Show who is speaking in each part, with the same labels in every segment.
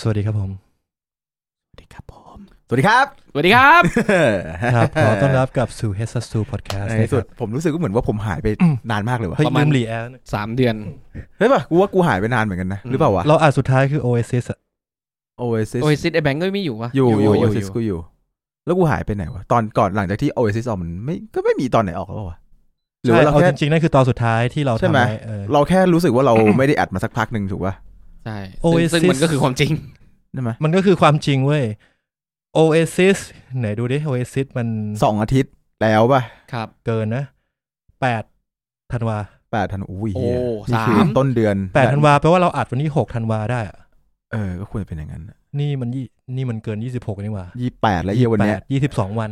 Speaker 1: สวัสดีครับผม
Speaker 2: สวัสดีครับผม
Speaker 3: สวัสดีครับ
Speaker 2: สวัสดีครับ
Speaker 1: ครับขอต้อนรับกลับสู่ h e s s t o Podcast
Speaker 3: ในที่สุดผมรู้สึกก็เหมือนว่าผมหายไป
Speaker 1: อืม
Speaker 3: นานมากเลยว่ะ
Speaker 1: เฮ้ย
Speaker 2: ประมา
Speaker 1: ลื
Speaker 2: ณ
Speaker 1: มรีแอร์
Speaker 2: สามเดือน
Speaker 3: เฮ้ยป่ะกูว่ากูหายไปนานเหมือนกันนะ
Speaker 2: อืม
Speaker 3: หรือเปล่าวะ
Speaker 1: เราอ่านสุดท้ายคือ Oasis อะ
Speaker 3: Oasis
Speaker 2: โอ้ยซิดไอแบงก์ก็ไม่อยู่วะ
Speaker 3: อยู่อยู่
Speaker 2: อยู่
Speaker 3: Oasis กูอยู่ แล้วกูหายไปไหนวะ ตอนก่อนหลังจากที่ Oasis ออกมันไม่ก็ไม่มีตอนไหนออกแล้ววะหรือ
Speaker 1: ใช่
Speaker 3: ว่าเรา
Speaker 1: เอา
Speaker 3: แค่
Speaker 1: จริงๆนั่นคือตอนสุดท้ายที่เรา
Speaker 3: ใช่
Speaker 1: ทำ
Speaker 3: ไหม
Speaker 1: ไว้เออ
Speaker 3: เราแค่รู้สึกว่าเรา ไม่ได้อัดมาสักพักหนึ่งถูกป่ะ
Speaker 2: ใช่
Speaker 1: โอ้ย
Speaker 2: ซึ่งซึ่ง
Speaker 1: ซิส
Speaker 2: มันก็คือความจริง
Speaker 3: ใช่ไหม
Speaker 1: มันก็คือความจริงเว้ย Oasis ไหนดูดิ Oasis มัน
Speaker 3: สองอาทิตย์แล้วป่ะ
Speaker 2: ครับ
Speaker 1: เกินนะแปดธันวา
Speaker 3: แปดธันวาอุ้ย
Speaker 2: โอ้
Speaker 3: เฮียนี่คือ
Speaker 2: สาม
Speaker 3: ต้นเดือน
Speaker 1: แปดธันวาแปลว่าเราอัดวันที่หกธันวาได้อะ
Speaker 3: เออก็ควรจะเป็นอย่างนั้น
Speaker 1: นี่มันยี่นี่มันเกินยี่สิบหกนี่หว่า
Speaker 3: ยี่แปดแล้วเฮียวัน
Speaker 1: แป
Speaker 3: เนี้ย
Speaker 1: ดยี่สิบสองวัน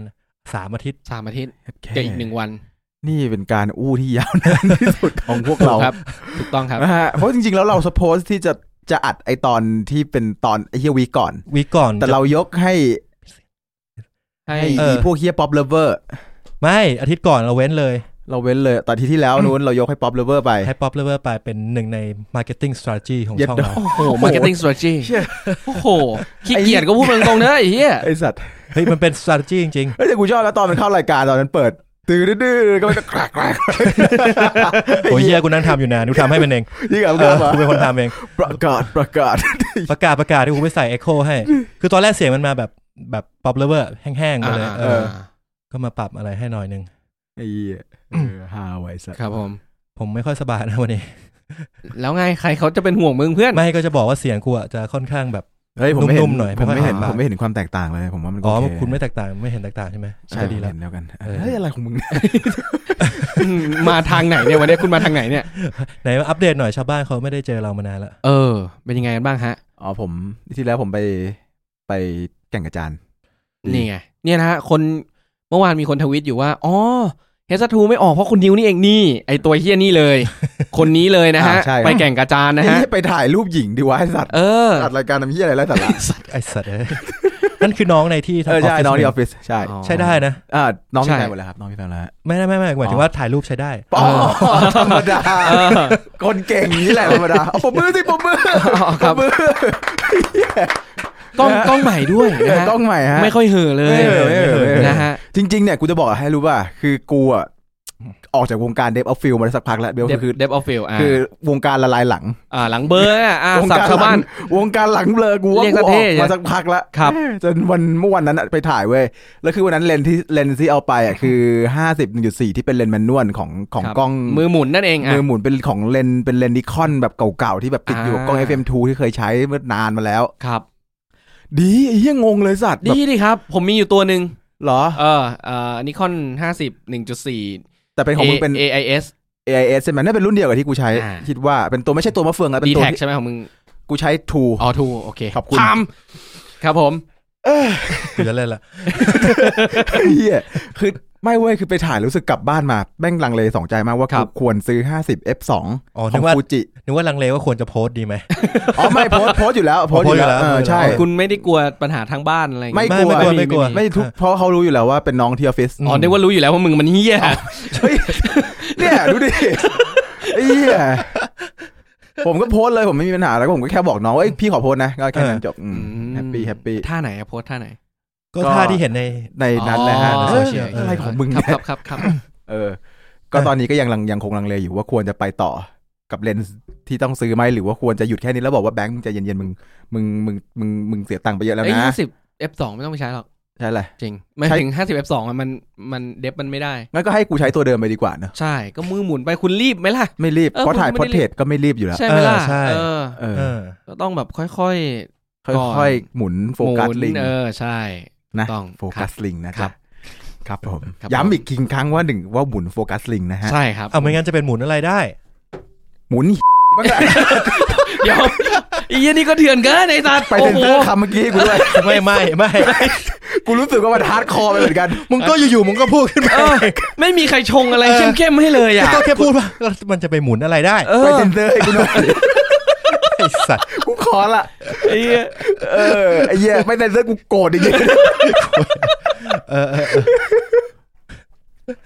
Speaker 1: สามอาทิตย์
Speaker 2: สามอาทิตย์กับอีกหนึ่งวัน
Speaker 3: นี่เป็นการอู้ที่ยาวนานที่สุดของพวกเรา
Speaker 2: ครับ ถูกต้องครับ
Speaker 3: นะฮะเพราะจริงๆ แล้วเรา suppose ที่จะจะอัดไอตอนที่เป็นตอนไอเฮียวีก่อน
Speaker 1: วีก่อน
Speaker 3: แต่เรายกให้
Speaker 2: ให้
Speaker 3: ไออีพวกเฮียป๊อปเลเวอร์
Speaker 1: ไม่อาทิตย์ก่อนเราเว้นเลย
Speaker 3: เราเว้นเลยตอนที่ที่แล้วนู้นเรายกให้ป๊อปเลเวอร์ไป
Speaker 1: ให้ Pop Lover ไปเป็นหนึ่งใน Marketing Strategy ของ
Speaker 3: เย็ด
Speaker 1: ช่อง
Speaker 3: โด
Speaker 1: เรา
Speaker 2: โอ้โหมาร์เก็ตติ้งสตรัทจี้
Speaker 3: เชี่ย
Speaker 2: โอ้โห ขี้เกียจก็พูดตรงๆเนอะไอ้เหี้ย
Speaker 3: ไอสัตว์
Speaker 1: เฮ้ย มันเป็น strategy จริง
Speaker 3: เฮ้ยแต่กูชอบแล้วตอนมันเข้ารายการตอนนั้นเปิดตื่นดื้อๆก็มันก็แกรกแกรก
Speaker 1: ๆ โอ้ยเฮียกูนั่งทำอยู่นานกูทำให้มันเอง
Speaker 3: นี่กับ
Speaker 1: เอ
Speaker 3: เพื่อ
Speaker 1: อน
Speaker 3: มา
Speaker 1: กูเป็นคนทำเอง
Speaker 3: ประกาศประกาศ
Speaker 1: ประกาศประกาศที่กูไปใส่ Echo ให้ คือตอนแรกเสียงมันมาแบบแบบ Pop Lover แห้งๆมาเลย
Speaker 2: อ่า
Speaker 1: เออ
Speaker 2: อ่า
Speaker 1: ก็มาปรับอะไรให้หน่อยนึง
Speaker 3: ไอเหี้ยเออฮาไว้สัตว์
Speaker 2: ครับผม
Speaker 1: ผมไม่ค่อยสบายนะวันนี้
Speaker 2: แล้วไงใครเขาจะเป็นห่วงมึงเพื่อน
Speaker 1: ไม่ก็จะบอกว่าเสียงกูอะจะค่อนข้างแบบ
Speaker 3: เฮ้ยผมไม่เห็
Speaker 1: นุ่
Speaker 3: น
Speaker 1: มๆหน่อย
Speaker 3: ผมไม่เห็น
Speaker 1: ไม่ค่อยหา
Speaker 3: ผมไม่เห็นความแตกต่างเลยผมว่ามันก็
Speaker 1: อ๋อ
Speaker 3: โเ
Speaker 1: คุณไม่แตกต่างไม่เห็นแตกต่างใช่ไหม
Speaker 3: ใช่
Speaker 1: ก็
Speaker 3: ดี
Speaker 1: ดี
Speaker 3: แล้
Speaker 1: แล้ว ว
Speaker 3: แล้วกัน
Speaker 1: เออ
Speaker 3: เฮ้ยอะไรของมึงเนี่ย
Speaker 2: มาทางไหนเนี่ยวันนี้คุณมาทางไหนเนี่ย
Speaker 1: ไหนมาอัปเดตหน่อยชาวบ้านเขาไม่ได้เจอเรามานานละ
Speaker 2: เออ เป็นยังไงกันบ้างฮะ
Speaker 3: อ๋อผมที่แล้วผมไปไปแก่งกระจาน ดี
Speaker 2: นี่ไงเนี่ยนะฮะคนเมื่อวานมีคนทวิตอยู่ว่าอ๋อเฮสทูไม่ออกเพราะคุณนิวนี่เองนี่ไอตัวเฮี้ยนี่เลย คนนี้เลยนะฮะ
Speaker 3: อ่าใช่
Speaker 2: ไปแก่งกระจานนะฮะ
Speaker 3: ไอ้เหี้ยไปถ่ายรูปหญิงดิวะไอ้สัตว์
Speaker 2: เออ
Speaker 3: อัดรายการทำยี่อะไรไร้สาระ
Speaker 1: ไอสัตว์ เอ้ยนั่นคือน้องในที่ทำอ
Speaker 3: เอ
Speaker 1: อ
Speaker 3: อ
Speaker 1: ฟ
Speaker 3: ใช่
Speaker 1: ฟิศ
Speaker 3: น้องที่ออฟฟิศใช่
Speaker 2: อ๋อ
Speaker 1: ใช่ได้นะ
Speaker 3: อ่าน้องมี
Speaker 2: ใช่
Speaker 3: แฟนหมดแล้วครับน้องมีแฟนแล้วฮะ
Speaker 1: ไม่ได้ไม่ไม่หมายถึงว่าถ่ายรูปใช้ได้
Speaker 3: ปอธรรมดา
Speaker 2: เออ
Speaker 3: คนเก่งอย่างนี้แหละธรรมดาเอาปมมือสิปมมือ
Speaker 2: เอาครับ
Speaker 3: ปมมือก
Speaker 2: ล้อง กล้องใหม่ด้วยนะฮะ
Speaker 3: ต้องใหม่ฮะ
Speaker 2: ไม่ค่อยเห่อะเลย
Speaker 3: ไม่เห่อไม่เห่อไม่เห่อ
Speaker 2: นะฮะ
Speaker 3: จริงๆเนี่ยกูจะบอกให้รู้ว่าคือกูอ่ะออกจากวงการเดฟออฟฟิลมาได้สักพักแล้วเบลคือ
Speaker 2: เดฟออฟฟิลอ่า
Speaker 3: คือวงการละลายหลัง
Speaker 2: อ่าหลังเบอร์อะอ่าว
Speaker 3: ง
Speaker 2: สับ
Speaker 3: การ
Speaker 2: ชาว
Speaker 3: หลั
Speaker 2: บ้าน
Speaker 3: งวงการหลังเบลอกูว่า
Speaker 2: เรียก
Speaker 3: กูอ
Speaker 2: เท่
Speaker 3: อก
Speaker 2: ๆ
Speaker 3: มาสักพักแล้ว
Speaker 2: ครับ
Speaker 3: จนวันเมื่อวันนั้นอะไปถ่ายเว้ยแล้วคือวันนั้นเลนส์ที่เลนส์ที่เอาไปอ่ะคือห้าสิบหนึ่งจุดสี่ที่เป็นเลนส์แมนนวลของของ
Speaker 2: ครับ
Speaker 3: กล้อง
Speaker 2: มือหมุนนั่นเองอ่ะ
Speaker 3: มือหมุนเป็นของเลนส์เป็นเลนส์นิคอนแบบเก่าๆ ที่แบบติดอยู่กับกล้อง
Speaker 2: อ่า
Speaker 3: FM2 ที่เคยใช้เมื่อนานมาแล้ว
Speaker 2: ครับ
Speaker 3: ดีไอ้เฮียงงเลยสัตว์แบ
Speaker 2: ดี
Speaker 3: บ
Speaker 2: ดีครับ ผมมีอยู่ตัวหนึ่ง
Speaker 3: เหรอ
Speaker 2: เออเอ่อนิคอนห้าสิบหนึ่งจุดสี่
Speaker 3: แต่เป็นของมึงเป็น
Speaker 2: AIS
Speaker 3: AIS ใช่ไหมน่าเป็นรุ่นเดียวกับที่กูใช้
Speaker 2: อ่า
Speaker 3: คิดว่าเป็นตัวไม่ใช่ตัวมะเฟืองแล้ว เป็
Speaker 2: ดี
Speaker 3: นตัว
Speaker 2: แท็ก
Speaker 3: ที่
Speaker 2: ใช่ไหมของมึง
Speaker 3: กูใช้ t ู
Speaker 2: อ๋อทูโอเค
Speaker 3: ขอบคุณ
Speaker 2: ทำครับผม
Speaker 1: อยู่จะเล่นละ
Speaker 3: เฮียคือไม่เว้ย คือไปถ่ายรู้สึกกลับบ้านมา แม่งลังเลสองใจมากว่ากูควรซื้อ 50 F2
Speaker 1: อ๋อ
Speaker 3: ข
Speaker 1: นึ
Speaker 3: อง
Speaker 1: กว่า
Speaker 3: ฟูจิ
Speaker 1: นึกว่าลังเลว่าควรจะโพสต์ดีไหม
Speaker 3: อ๋อไม่โพสต์โพสต์อยู่แล้วโพสต์อยู่แล้ว
Speaker 1: โพสต์อยู่แล้ว
Speaker 3: เออใช่
Speaker 2: คุณไม่ได้กลัวปัญหาทางบ้านอะไรอย่าง
Speaker 3: ไม่
Speaker 2: เงี้ย
Speaker 3: กลัว
Speaker 1: ไม่กลัว
Speaker 3: ไม่ทุกเพราะเขารู้อยู่แล้วว่าเป็นน้องที่ออฟฟิศ
Speaker 2: อ๋อนึกว่ารู้อยู่แล้วว่ามึงมันเฮี้ย
Speaker 3: เฮ้ยเนี่ยดูดิไอ้เหี้ยผมก็โพสต์เลยผมไม่มีปัญหาแล้วก็ผมก็แค่บอกน้องว่าเอ้ยพี่ขอโพสต์นะก็แค่นั้นจบอืมแฮปปี้แฮปปี้
Speaker 2: ท่าไหนอะโพสท่าไหน
Speaker 1: ก็
Speaker 3: ก็
Speaker 1: ท่าที่เห็นใน
Speaker 3: ในนั้นแหละฮะ
Speaker 2: อ๋อ
Speaker 3: เอ
Speaker 2: โซ
Speaker 3: อ
Speaker 2: เชียล
Speaker 3: อะไรของมึง
Speaker 2: ครับ
Speaker 3: เนี่ย
Speaker 2: ครับครับครับ
Speaker 3: เออ ก็ตอนนี้ก็ยังลังยังคงลังเลอยู่ว่าควรจะไปต่อกับเลนส์ที่ต้องซื้อไหมหรือว่าควรจะหยุดแค่นี้แล้วบอกว่าแบงค์มึงใจเย็นๆมึงมึงมึงมึงมึงเสียตังค์ไปเยอะแล้ว
Speaker 2: ไอ้
Speaker 3: นะ
Speaker 2: ห้าสิบ F สองไม่ต้องไปใช้หรอก
Speaker 3: ใช่แหละ
Speaker 2: จริงหมาย
Speaker 3: ใช้
Speaker 2: ถึงห้าสิบ F สองมันมันเดฟมันไม่ได้
Speaker 3: งั้นก็ให้กูใช้ตัวเดิมไปดีกว่าเนอะ
Speaker 2: ใช่ ก็มือหมุนไปคุณรีบไหมล่ะ
Speaker 3: ไม่รีบ
Speaker 2: เออ
Speaker 3: เพราะถ่าย
Speaker 2: ผม
Speaker 3: พ
Speaker 2: ก็
Speaker 3: อ
Speaker 2: ไม่
Speaker 3: ร์
Speaker 2: ได้
Speaker 3: เทร
Speaker 2: รี
Speaker 3: ต
Speaker 2: บ
Speaker 3: ก็ไม่รีบอยู่แล้ว
Speaker 2: ใช่ไหมล่ะ
Speaker 1: เออใช่
Speaker 2: เออ
Speaker 3: เอ
Speaker 1: เอ
Speaker 3: อ
Speaker 1: อ
Speaker 2: ก็ต้องแบบค่อย
Speaker 3: ค่อยๆหมุน
Speaker 2: ๆ
Speaker 3: โฟกั
Speaker 2: ห
Speaker 3: ส
Speaker 2: มุน
Speaker 3: ลิง
Speaker 2: เออ ใช่
Speaker 3: นะ
Speaker 2: ต้อง
Speaker 3: โฟกัสลิงนะค
Speaker 2: ครั
Speaker 3: รับบ ครับผม
Speaker 2: ครับ
Speaker 3: ย้ำอีกทีครั้งว่าหนึ่งว่าหมุนโฟกัสลิงนะฮะ
Speaker 2: ใช่ครับ
Speaker 1: เอาไม่งั้นจะเป็นหมุนอะไรได้
Speaker 3: หมุน มันก็
Speaker 2: เดี๋ยว ไอ้เหี้ยนี่ก็เถื่อนเกินไอ้สัตว์
Speaker 3: ไป
Speaker 2: โอ้
Speaker 3: เซ็น
Speaker 2: โห
Speaker 3: เซอร์คำเมื่อกี้กูด้วย
Speaker 1: ไม่ไม่ไม่
Speaker 3: กูรู้สึกว่ามันฮาร์ดคอร์ไปเหมือนกัน
Speaker 1: มึงก็อยู่ๆมึงก็พูดขึ้นมา
Speaker 2: เออไม่มีใครชงอะไรเข้มๆให้เลยอ่ะ
Speaker 1: ก็แค่พูดว่ามันจะไปหมุนอะไรได้
Speaker 2: เออ
Speaker 3: ไปเซ็นเซอร์ให้กูหน่อย
Speaker 1: ไอสัตว์
Speaker 3: กูขอละ
Speaker 2: ไอ้เหี้ย
Speaker 3: เออไอ้เหี้ยไม่เซ็นเซอร์กูโก รธจริง
Speaker 1: เออเออเออ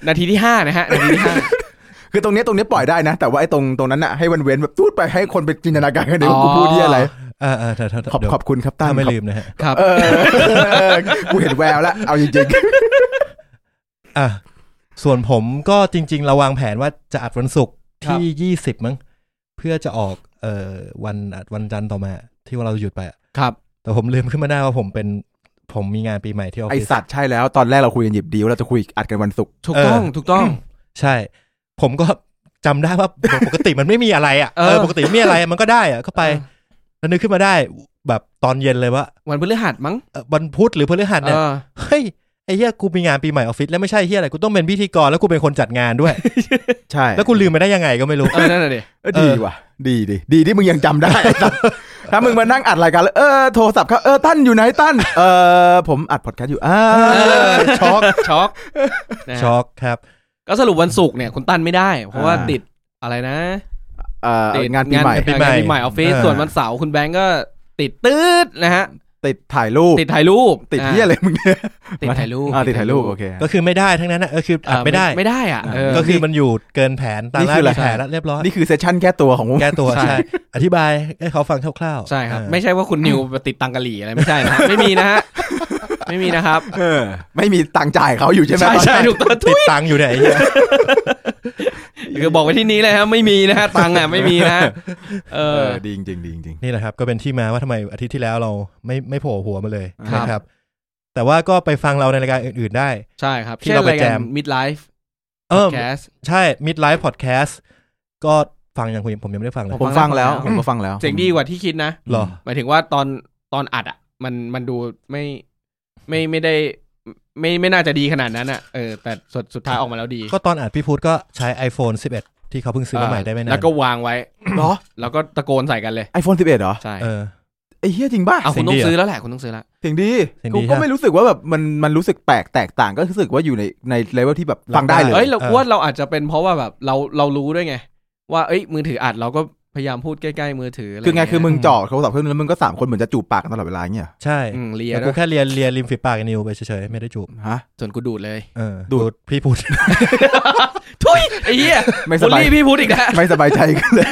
Speaker 2: นาทีที่ห้านะฮะ นาทีที่ห้า
Speaker 3: ๆคือตรงเนี้ยตรงเนี้ยปล่อยได้นะ แต่ว่าไอ้ตรงตรงนั้นน่ะให้มันเว้นแบบตูดไปให้คนไปจินตนาการกันเองว่ากูพูดที่อะไร
Speaker 1: อ่าอ่าเธอเธอ
Speaker 3: ขอบ
Speaker 1: เดี๋ยว
Speaker 3: ขอบคุณครับตั้
Speaker 1: ถ้ามไม่
Speaker 3: ขอบ
Speaker 1: ลืมนะฮะ
Speaker 2: ครับ
Speaker 3: เออเออกูเห็นแววแล้วเอาจริง
Speaker 1: อ่ะส่วนผมก็จริงๆเราวางแผนว่าจะอัดวันศุกร์ที่ยี่สิบมั้งเพื่อจะออกเอ่อวันอัดวันจันทร์ต่อมา ที่ว่าเราหยุดไปอะ
Speaker 2: ครับ
Speaker 1: แต่ผมลืมขึ้นมาได้ว่าผมเป็นผมมีงานปีใหม่ที่ออฟ
Speaker 3: ๆไอ
Speaker 1: ฟิศ
Speaker 3: สัตว์ใช่แล้วตอนแรกเราคุยกันหยิบดีลเราจะคุยอัดกันวันศุกร์
Speaker 2: ถูกต้อง
Speaker 1: เออ
Speaker 2: ถูกต้อง
Speaker 1: ใช่ ผมก็จำได้ว่า ปกติมันไม่มีอะไรอ่ะ
Speaker 2: เอ
Speaker 1: เอ
Speaker 2: อ
Speaker 1: อปกติไม่มีอะไรอะมันก็ได้อ่ะก็ไปแล้วนึกขึ้นมาได้ แบบตอนเย็นเลยว่า
Speaker 2: วันพฤหัสมั้ง
Speaker 1: เอ่อวันพุธหรือพฤหัส
Speaker 2: เอ
Speaker 1: เนี่ย
Speaker 2: อ
Speaker 1: เฮ้ยไอ้เหี้ยกูมีงานปีใหม่ออฟฟิศแล้วไม่ใช่เหี้ยอะไรกูต้องเป็นพิธีกรแล้วกูเป็นคนจัดงานด้วย
Speaker 3: ใช่
Speaker 1: แล้วกูลืมไปได้ยังไงก็ไม่รู้
Speaker 2: เออนั่นแหละดิ
Speaker 3: เออดีว่ะ ดีดีดีที่มึงยังจำได้ ถ้ามึงมานั่งอัดรายการแล้วเออโทรศัพท์เขาเออตั้นอยู่ไหนตั้นเออผมอัดพอดแคสต์อยู่อ่า
Speaker 2: ช็อกช็อกนะฮะ
Speaker 1: ช็อกครับ
Speaker 2: ก็สรุปวันศุกร์เนี่ยคุณตั้นไม่ได้ เพราะว่าติดอะไรนะ
Speaker 3: เออ
Speaker 2: ติด
Speaker 3: งานปีใหม่
Speaker 1: ปีใหม่
Speaker 2: งานปีใหม่ออฟฟิศ
Speaker 1: เออ
Speaker 2: ส่วนวันเสาร์คุณแบงก์ก็ติดตืดนะฮะ
Speaker 3: ติดถ่ายรูป
Speaker 2: ติดถ่ายรูป
Speaker 3: ติดที่อะไรมึงเนี่ย
Speaker 2: อ่าติดถ่ายรูป
Speaker 3: อ่าติดถ่ายรูปโอเค
Speaker 1: ก็คือไม่ได้ทั้งนั้นนะเออคืออัด
Speaker 2: เ
Speaker 1: ไม่ได้
Speaker 2: ไม่ได้อ่ะเออ
Speaker 1: ก็คือมันอยู่เกินแผนตาม
Speaker 3: นี่
Speaker 1: ร่า
Speaker 3: คื
Speaker 1: ง
Speaker 3: ออะไร
Speaker 1: แผนแล้วเรียบร้อย
Speaker 3: นี่คือเซสชั่นแก้ตัวของผม
Speaker 1: แก้ตัว
Speaker 2: ใช่
Speaker 1: ใช่อธิบายให้เขาฟังคร่าวๆ
Speaker 2: ใช่ครับ
Speaker 1: เออ
Speaker 2: ไม่ใช่ว่าคุณนิวไปติดตังกะหรี่อะไรไม่ใช่นะฮะไม่มีนะฮะไม่มีนะครับ
Speaker 3: เออ ไม่มีตังค์จ่ายเขาอยู่ใช่ไหม
Speaker 2: ใช่ใช่ถูกต้อง
Speaker 1: ติดตังค์อยู่เนี่ยไอ้เหี้ ย
Speaker 2: คือบอกไว้ที่นี้เลยฮะไม่มีนะฮะตังค์อ่ะไม่มีนะฮะเอ
Speaker 3: เอ
Speaker 2: อ
Speaker 3: อดีจริงๆดีจริง
Speaker 1: นี่แหละครับ ก็เป็นที่มาว่าทำไมอาทิตย์ที่แล้วเราไม่ไม่โผล่หัวมาเลย
Speaker 3: ครับ
Speaker 1: นะครับ แต่ว่าก็ไปฟังเราในรายการอื่นๆได้
Speaker 2: ใช่ครับ
Speaker 1: ที่เราไปแจม
Speaker 2: มิดไลฟ์
Speaker 1: เออ
Speaker 2: แคส
Speaker 1: ใช่ Mid Life Podcast ก็ฟังยังคุยผมยังไม่ได้ฟังเล
Speaker 3: ๆ
Speaker 1: ย
Speaker 3: ผมฟังแล้ว
Speaker 2: ฟังแล้ว
Speaker 3: ผมก็ฟังแล้ว
Speaker 2: เสียงดีกว่าที่คิดนะ
Speaker 1: หรอ
Speaker 2: หมายถึงว่าตอนตอนอัดอ่ะ มันมันดูไม่ไม่ไม่ได้ ไม่ไม่น่าจะดีขนาดนั้นอ่ะเออแต่สุดสุดท้ายออกมาแล้วดี
Speaker 1: ก็ตอนอัดพี่พุทธก็ใช้ iPhone 11 ที่เขาเพิ่งซื้อมาใหม่ได้ไม่นาน
Speaker 2: แล้วก็วางไว้
Speaker 3: เหรอ
Speaker 2: แล้วก็ตะโกนใส่กันเลย
Speaker 3: ไอโฟนสิบเอ็ดเหรอ
Speaker 2: ใช่
Speaker 1: เออ
Speaker 3: ไอเฮียจริงป่ะ
Speaker 2: เอาคุณ
Speaker 1: สิ่ง
Speaker 2: ต้อง
Speaker 1: ดีอะ
Speaker 2: ซื้อแล้วแหละคุณต้องซื้อแล้ว
Speaker 3: เสียงดี
Speaker 1: เสียงดี
Speaker 3: กูก็
Speaker 1: ฮะ
Speaker 3: ไม่รู้สึกว่าแบบมันมันรู้สึกแปลกแตกต่างก็รู้สึกว่าอยู่ในในเลเวลที่แบบฟังได้เล
Speaker 2: เอ้
Speaker 3: ย
Speaker 2: ยเรา
Speaker 1: เออ
Speaker 2: ว่าเราอาจจะเป็นเพราะว่าแบบเราเรารู้ด้วยไง ว่าเอ้ยมือถืออัดเราก็พยายามพูดใกล้ๆมือถืออะไร
Speaker 3: คือไงคือมึ
Speaker 2: เย
Speaker 3: งจ่อโทรศัพท์เครื่องนึงแล้วมึงก็สามคนเหมือนจะจูบปากกันตลอดเวลาเงี้ย
Speaker 1: ใช่
Speaker 2: อืมเลีย
Speaker 1: แต่
Speaker 2: ด้
Speaker 1: กู
Speaker 2: วย
Speaker 1: แค่เรียนเรียนริมฝีปากกับนิวไปเฉยๆไม่ได้จูบ
Speaker 3: ฮะ
Speaker 2: ส่วนกูดูดเลย
Speaker 1: เออ
Speaker 3: ดูด
Speaker 1: พี่พุทธ
Speaker 2: ทุยไอ้เหี้ย
Speaker 3: ไม่ส
Speaker 2: บุล
Speaker 3: บาย
Speaker 2: ลี่พี่พูดอีกแล้ว
Speaker 3: ไม่สบายใจกันเลย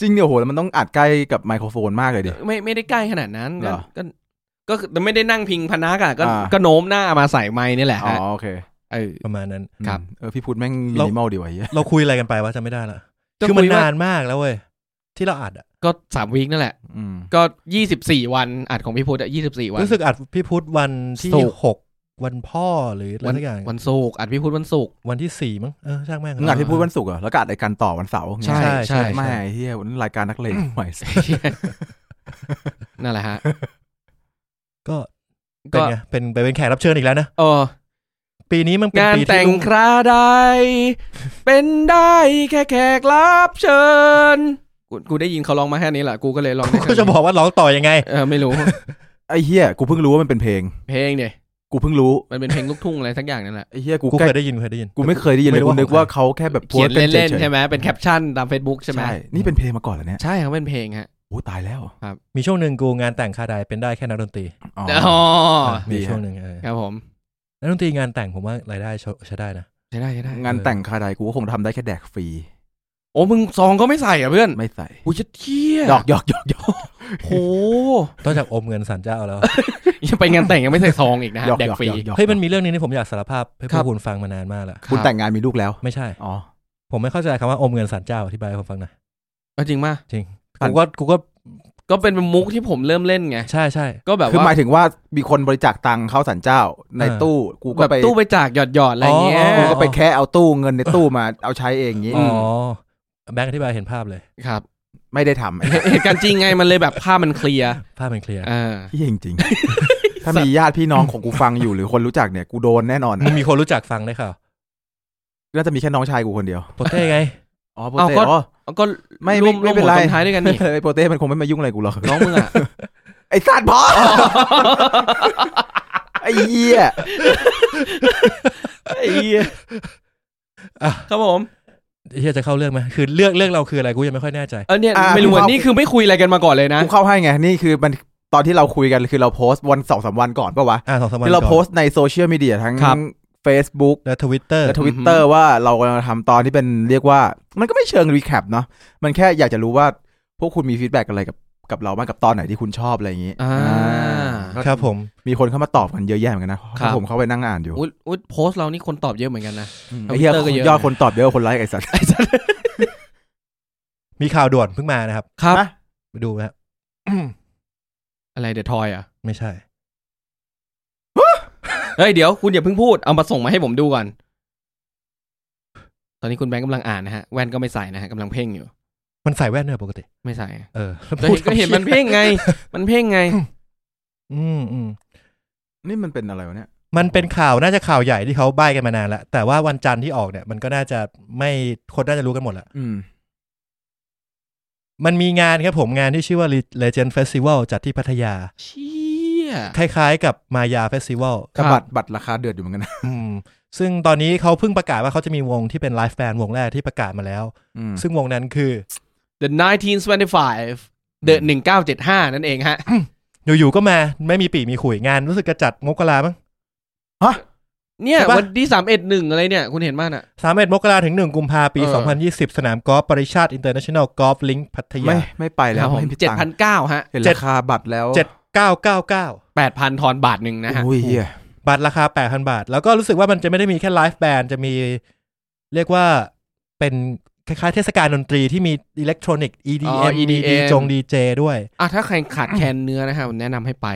Speaker 3: จริงเนี่ยโหแล้วมันต้องอัดใกล้กับไมโครโฟนมากเลยดิ
Speaker 2: ไม่ไม่ได้ใกล้ขนาดนั้น
Speaker 3: เหรอ
Speaker 2: ก็ก็ก็คือไม่ได้นั่งพิงพนักอ่ะก็
Speaker 3: อ่า
Speaker 2: ก็โน้มหน้ามาใส่ไม้นี่แหละ
Speaker 3: อ๋อ
Speaker 2: ฮะ
Speaker 3: โอเค
Speaker 2: เออ
Speaker 1: ประมาณนั้น
Speaker 2: ครับ
Speaker 3: อืมเออพี่พูดแม่งมิ
Speaker 1: เรา
Speaker 3: นิมอลดีว่ะเหี้ย
Speaker 1: เราคุยอะไรกันไปวะจำไม่ได้ละ
Speaker 2: ก็
Speaker 1: คือมัน
Speaker 2: ยว่
Speaker 1: นานมากแล้วเว้ยที่เราอัดอะ
Speaker 2: ก็สามวีคนั่นแหละ
Speaker 3: อืม
Speaker 2: ก็ยี่สิบสี่วันอัดของพี่พูดอ่ะยี่สิบสี่วัน
Speaker 1: รู้สึกอัดพี่พุทธวันที่
Speaker 2: ศุกร์
Speaker 1: หกวันพ่อหรืออะไรสักอย่าง
Speaker 2: วันศุกร์อัดพี่พูดวัน ศุกร์
Speaker 1: วันที่สี่มั้งเออช่างแม่ง
Speaker 3: มึงอัดที่พูดวันศุกร์เหรอแล้วก็อัดรายการต่อวันเสาร์อย่างเงี้ย
Speaker 2: ใช่
Speaker 1: ใช่
Speaker 2: ใช่
Speaker 3: ไม่เฮียวันนี้รายการนักเลงใหม่
Speaker 2: นั่นแหละฮะ
Speaker 1: ก็เป็
Speaker 2: ก็
Speaker 1: นไงเป็นไปเป็นแขกรับเชิญอีกแล้วนะ
Speaker 2: เออ
Speaker 1: ปีนี้มันเป็น
Speaker 2: งาน
Speaker 1: ปีที่
Speaker 2: แต่ง
Speaker 1: รุ่ง
Speaker 2: คราใด เป็นได้แค่แขกรับเชิญ กูกูได้ยินเขาร้องมาแค่นี้แหละกูก็เลยร้องได้
Speaker 1: ก็จะบอกว่าร้องต่อยังไง
Speaker 2: เออไม่รู้
Speaker 3: ไอ้เฮียกูเพิ่งรู้ว่ามันเป็นเพลง
Speaker 2: เพลงเนี่ย
Speaker 3: กูเพิ่งรู้
Speaker 2: มันเป็นเพลงลูกทุ่งอะไรทั้งอย่างนั่นแหละ
Speaker 3: ไอ้เฮียกู
Speaker 1: กู
Speaker 3: แค่
Speaker 1: เคยได้ยินเคยได้ยิน
Speaker 3: กูไม่เคยได้ยินเล
Speaker 1: ไม่
Speaker 3: ย
Speaker 1: รู้
Speaker 3: กู
Speaker 1: ว่า
Speaker 3: นึกว่าเขาแค่แบบ
Speaker 2: เขียน
Speaker 3: โพสต์
Speaker 2: เล่น
Speaker 3: ฉ
Speaker 2: ๆ
Speaker 3: ยๆ
Speaker 2: ใช่ไหมเป็นแคปชั่นตาม Facebook ใช่ไหม
Speaker 3: ใช่ นี่เป็นเพลงมาก่อนเหรอเนี่ย
Speaker 2: ใช่เขาเป็นเพลงฮะ
Speaker 3: โอ้ตายแล้ว
Speaker 1: มีช่วงหนึ่งกูงานแต่งคาดายเป็นได้แค่นักดนตรี
Speaker 3: อ๋อ
Speaker 2: อ๋อ
Speaker 1: อ่ะมีช่วงหนึ่งเออ
Speaker 2: ครับผม
Speaker 1: นักดนตรีงานแต่งผมว่ารายได้ใช้ใช้ได้นะ
Speaker 2: ใช่ได้ใช่ได้
Speaker 3: งานแต่งคาใดกูก็คงทำได้แค่แดกฟรี
Speaker 2: โอ้มึงซองก็ไม่ใส่อ่ะเพื่อน
Speaker 3: ไม่ใส่
Speaker 2: โอ้ยเที่ย
Speaker 3: หยอกหยอกหยอกหยอก
Speaker 2: โห
Speaker 1: ต้องจากอมเงินสันเจ้าแล้ว
Speaker 2: ยังไปงานแต่งยังไม่ใส่ซองอีกนะฮะ
Speaker 3: หยอก
Speaker 2: แดกฟรี
Speaker 3: หยอกหยอก
Speaker 1: เฮ้ยมันมีเรื่องนี้ที่ผมอยากสารภาพให้
Speaker 2: ครั
Speaker 1: พว
Speaker 2: บ
Speaker 1: กคุณฟังมานานมากแล้ว
Speaker 2: ครับ
Speaker 3: คุณแต่งงานมีลูกแล้ว
Speaker 1: ไม่ใช่
Speaker 3: อ๋อ
Speaker 1: ผมไม่เข้าใจคำว่าอมเงินสันเจ้าอธิบายให้ผมฟังหน่อย
Speaker 2: เอาจริงมาก
Speaker 1: จริง
Speaker 3: สัน
Speaker 1: กูก็กูก็
Speaker 2: ก็เป็นมุกที่ผมเริ่มเล่นไง
Speaker 1: ใช่ใช่
Speaker 2: ก็แบบ
Speaker 3: คือ
Speaker 2: ว่า
Speaker 3: หมายถึงว่ามีคนบริจาคตังค์เข้าสันเจ้าใน
Speaker 1: เออ
Speaker 3: ตู้กูก็
Speaker 2: แบบ
Speaker 3: ไป
Speaker 2: ตู้ไปจากหยอดหยอดๆอะไรอย่างเงี้ย
Speaker 1: อ๋ออ๋
Speaker 3: กู
Speaker 1: อ
Speaker 3: ก็ไปแค่เอาตู้เงินในตู้มาเอาใช้เองอย่างงี้
Speaker 1: อ๋อแบงค์อธิบายเห็นภาพเลย
Speaker 2: ครับ
Speaker 3: ไม่ได้ทำไอ้เหี้ย
Speaker 2: เหตุการณ์จริงไงมันเลยแบบภาพมันเคลีย ร์
Speaker 1: ภาพมันเคลียร์
Speaker 2: อ่า
Speaker 3: เหี้ยจริง ๆถ้ามีญาติพี่น้องของกูฟังอยู่หรือคนรู้จักเนี่ยกูโดนแน่นอน
Speaker 1: มึงมีคนรู้จักฟังได้ค่ะ
Speaker 3: น่าจะมีแค่น้องชายกูคนเดียว
Speaker 1: โปเต้ไง
Speaker 3: อ๋อโป
Speaker 2: าว
Speaker 3: เต้
Speaker 2: ก็
Speaker 3: อ๋อ
Speaker 2: เอาก็
Speaker 3: ไม่
Speaker 2: ร่วม
Speaker 3: ไม่
Speaker 2: ร่วม
Speaker 3: ไม่เป็น
Speaker 2: หัว
Speaker 3: ไร
Speaker 2: จมท้ายด้วยกันนี่
Speaker 3: ไอ้โปเต้มันคงไม่มายุ่งอะไรกูหรอก
Speaker 2: น้องมึงอ่ะ
Speaker 3: ไอ้สั ตว์พอไอ้เหี้ย
Speaker 2: ไอ้เหี้ย
Speaker 1: อ่ะ
Speaker 2: ครับผม
Speaker 1: เฮียจะเข้าเรื่องไหมคือเรื่องเรื่องเราคืออะไรกูยังไม่ค่อยแน่ใจ
Speaker 2: เออเนี่ยไม่รู้อ่ะนี่คือไม่คุยอะไรกันมาก่อนเลยนะ
Speaker 3: กูเข้าให้ไง นี่คือมันตอนที่เราคุยกันคือเราโพสต์วันสองสามวันก่อนปะวะ
Speaker 1: อ่าสองสามวัน
Speaker 3: ที่เรา
Speaker 1: ก่อน
Speaker 3: โพสต์ในโซเชียลมีเดียทั้ง
Speaker 2: ครับ
Speaker 3: Facebook
Speaker 1: และทวิตเตอร์
Speaker 3: และทวิตเตอร์ว่าเรากำลังทำตอนที่เป็นเรียกว่า มันก็ไม่เชิงรีแคปเนาะมันแค่อยากจะรู้ว่า พวกคุณมีฟีดแบ็กอะไรกับกับเราบ้างกับตอนไหนที่คุณชอบอะไรอย่างนี้
Speaker 2: อ่า
Speaker 3: ก็
Speaker 1: ครับผม
Speaker 3: มีคนเข้ามาตอบกันเยอะแยะเหมือนกันนะเพ
Speaker 2: ครับ
Speaker 3: ราะผมเข้าไปนั่งอ่านอยู่
Speaker 2: อุ๊ยอุ๊ยโพสต์เรานี่คนตอบเยอะเหมือนกันนะ
Speaker 3: ไอ้เหี้ย
Speaker 2: Twitter ก็เยอะ
Speaker 3: ยอดคนตอบเยอะกว่าคนไลค์ไอ้สัตว์
Speaker 1: มีข่าวด่วนเพิ่งมานะครับ
Speaker 2: ครับ
Speaker 3: นะ
Speaker 1: ไปดูนะ
Speaker 2: อะไรเดอะทอยอ่ะ
Speaker 1: ไม่ใช่
Speaker 2: เฮ้ยเดี๋ยวคุณอย่าเพิ่งพูดเอามาส่งมาให้ผมดูก่อน ตอนนี้คุณแบงค์กำลังอ่านนะฮะ แว่นก็ไม่ใส่นะฮะกำลังเพ่งอยู่
Speaker 1: มันใส่แว่นเนี่ยปกติ
Speaker 2: ไม่ใส่อะ
Speaker 1: เออ
Speaker 2: แต่เห็นก็เห็นมันเพ่งไง มันเพ่งไง
Speaker 1: อืมอืม
Speaker 3: นี่มันเป็นอะไรวะเนี่ย
Speaker 1: มันเป็นข่าวน่าจะข่าวใหญ่ที่เขาใบ้กันมานานแล้ว แต่ว่าวันจันทร์ที่ออกเนี่ย มันก็น่าจะไม่คนน่าจะรู้กันหมดละ
Speaker 3: อืม
Speaker 1: มันมีงานครับผมงานที่ชื่อว่า Legend Festival จัดที่พัทยา
Speaker 2: เชี่ย
Speaker 1: คล้ายๆกับมายาเฟสติวัล
Speaker 2: ครับ
Speaker 3: บัตรบัตรราคาเดือดอยู่เหมือนกันนะ
Speaker 1: อืมซึ่งตอนนี้เขาเพิ่งประกาศว่าเขาจะมีวงที่เป็นไลฟ์แบนด์วงแรกที่ประกาศมาแล้ว
Speaker 3: อืม
Speaker 1: ซึ่งวงนั้นคือ
Speaker 2: The 1925 The 1975 นั่นเองฮะ
Speaker 1: อยู่ๆก็มาไม่มีปีมีขุยงานรู้สึกกระจัดมกรามั้ง
Speaker 2: เนี่ย
Speaker 1: ใช่ปะ
Speaker 2: วันที่ 311 อะไรเนี่ย คุณเห็นบ้างอ่ะ
Speaker 1: สามเอ็ดมกราถึงหนึ่งกุมภาปี
Speaker 2: เออ
Speaker 1: สองพันยี่สิบสนามกอล์ฟปริชาติอินเตอร์เนชั่นแนลกอล์ฟลิงพัท
Speaker 3: ไม่
Speaker 1: ยา
Speaker 3: ไม่ไปแล้วไม่มี
Speaker 2: เจ็ด
Speaker 3: ตัง
Speaker 2: พัน
Speaker 3: ค์
Speaker 2: เก้าฮะ
Speaker 3: เห็น
Speaker 1: เจ็ด
Speaker 3: ราคาบัตรแล้ว
Speaker 1: เจ็ดเก้าเก้าเก้า
Speaker 2: แปดพันทอนบาทหนึ่งนะฮะ
Speaker 3: โอ้ยเหี้ย
Speaker 1: บัตรราคาแปดพันบาท แล้วก็รู้สึกว่ามันจะไม่ได้มีแค่ไลฟ์แบนด์จะมี เรียกว่าเป็นคล้ายๆเทศกาลดนตรีที่มีอิเล็กทรอนิกส์
Speaker 2: อ๋
Speaker 1: EDM
Speaker 2: อ EDM
Speaker 1: มีจงดีเจด้วย
Speaker 2: อ่ะถ้าใครขาดแคลนเนื้อนะฮะผมแนะนำให้ไป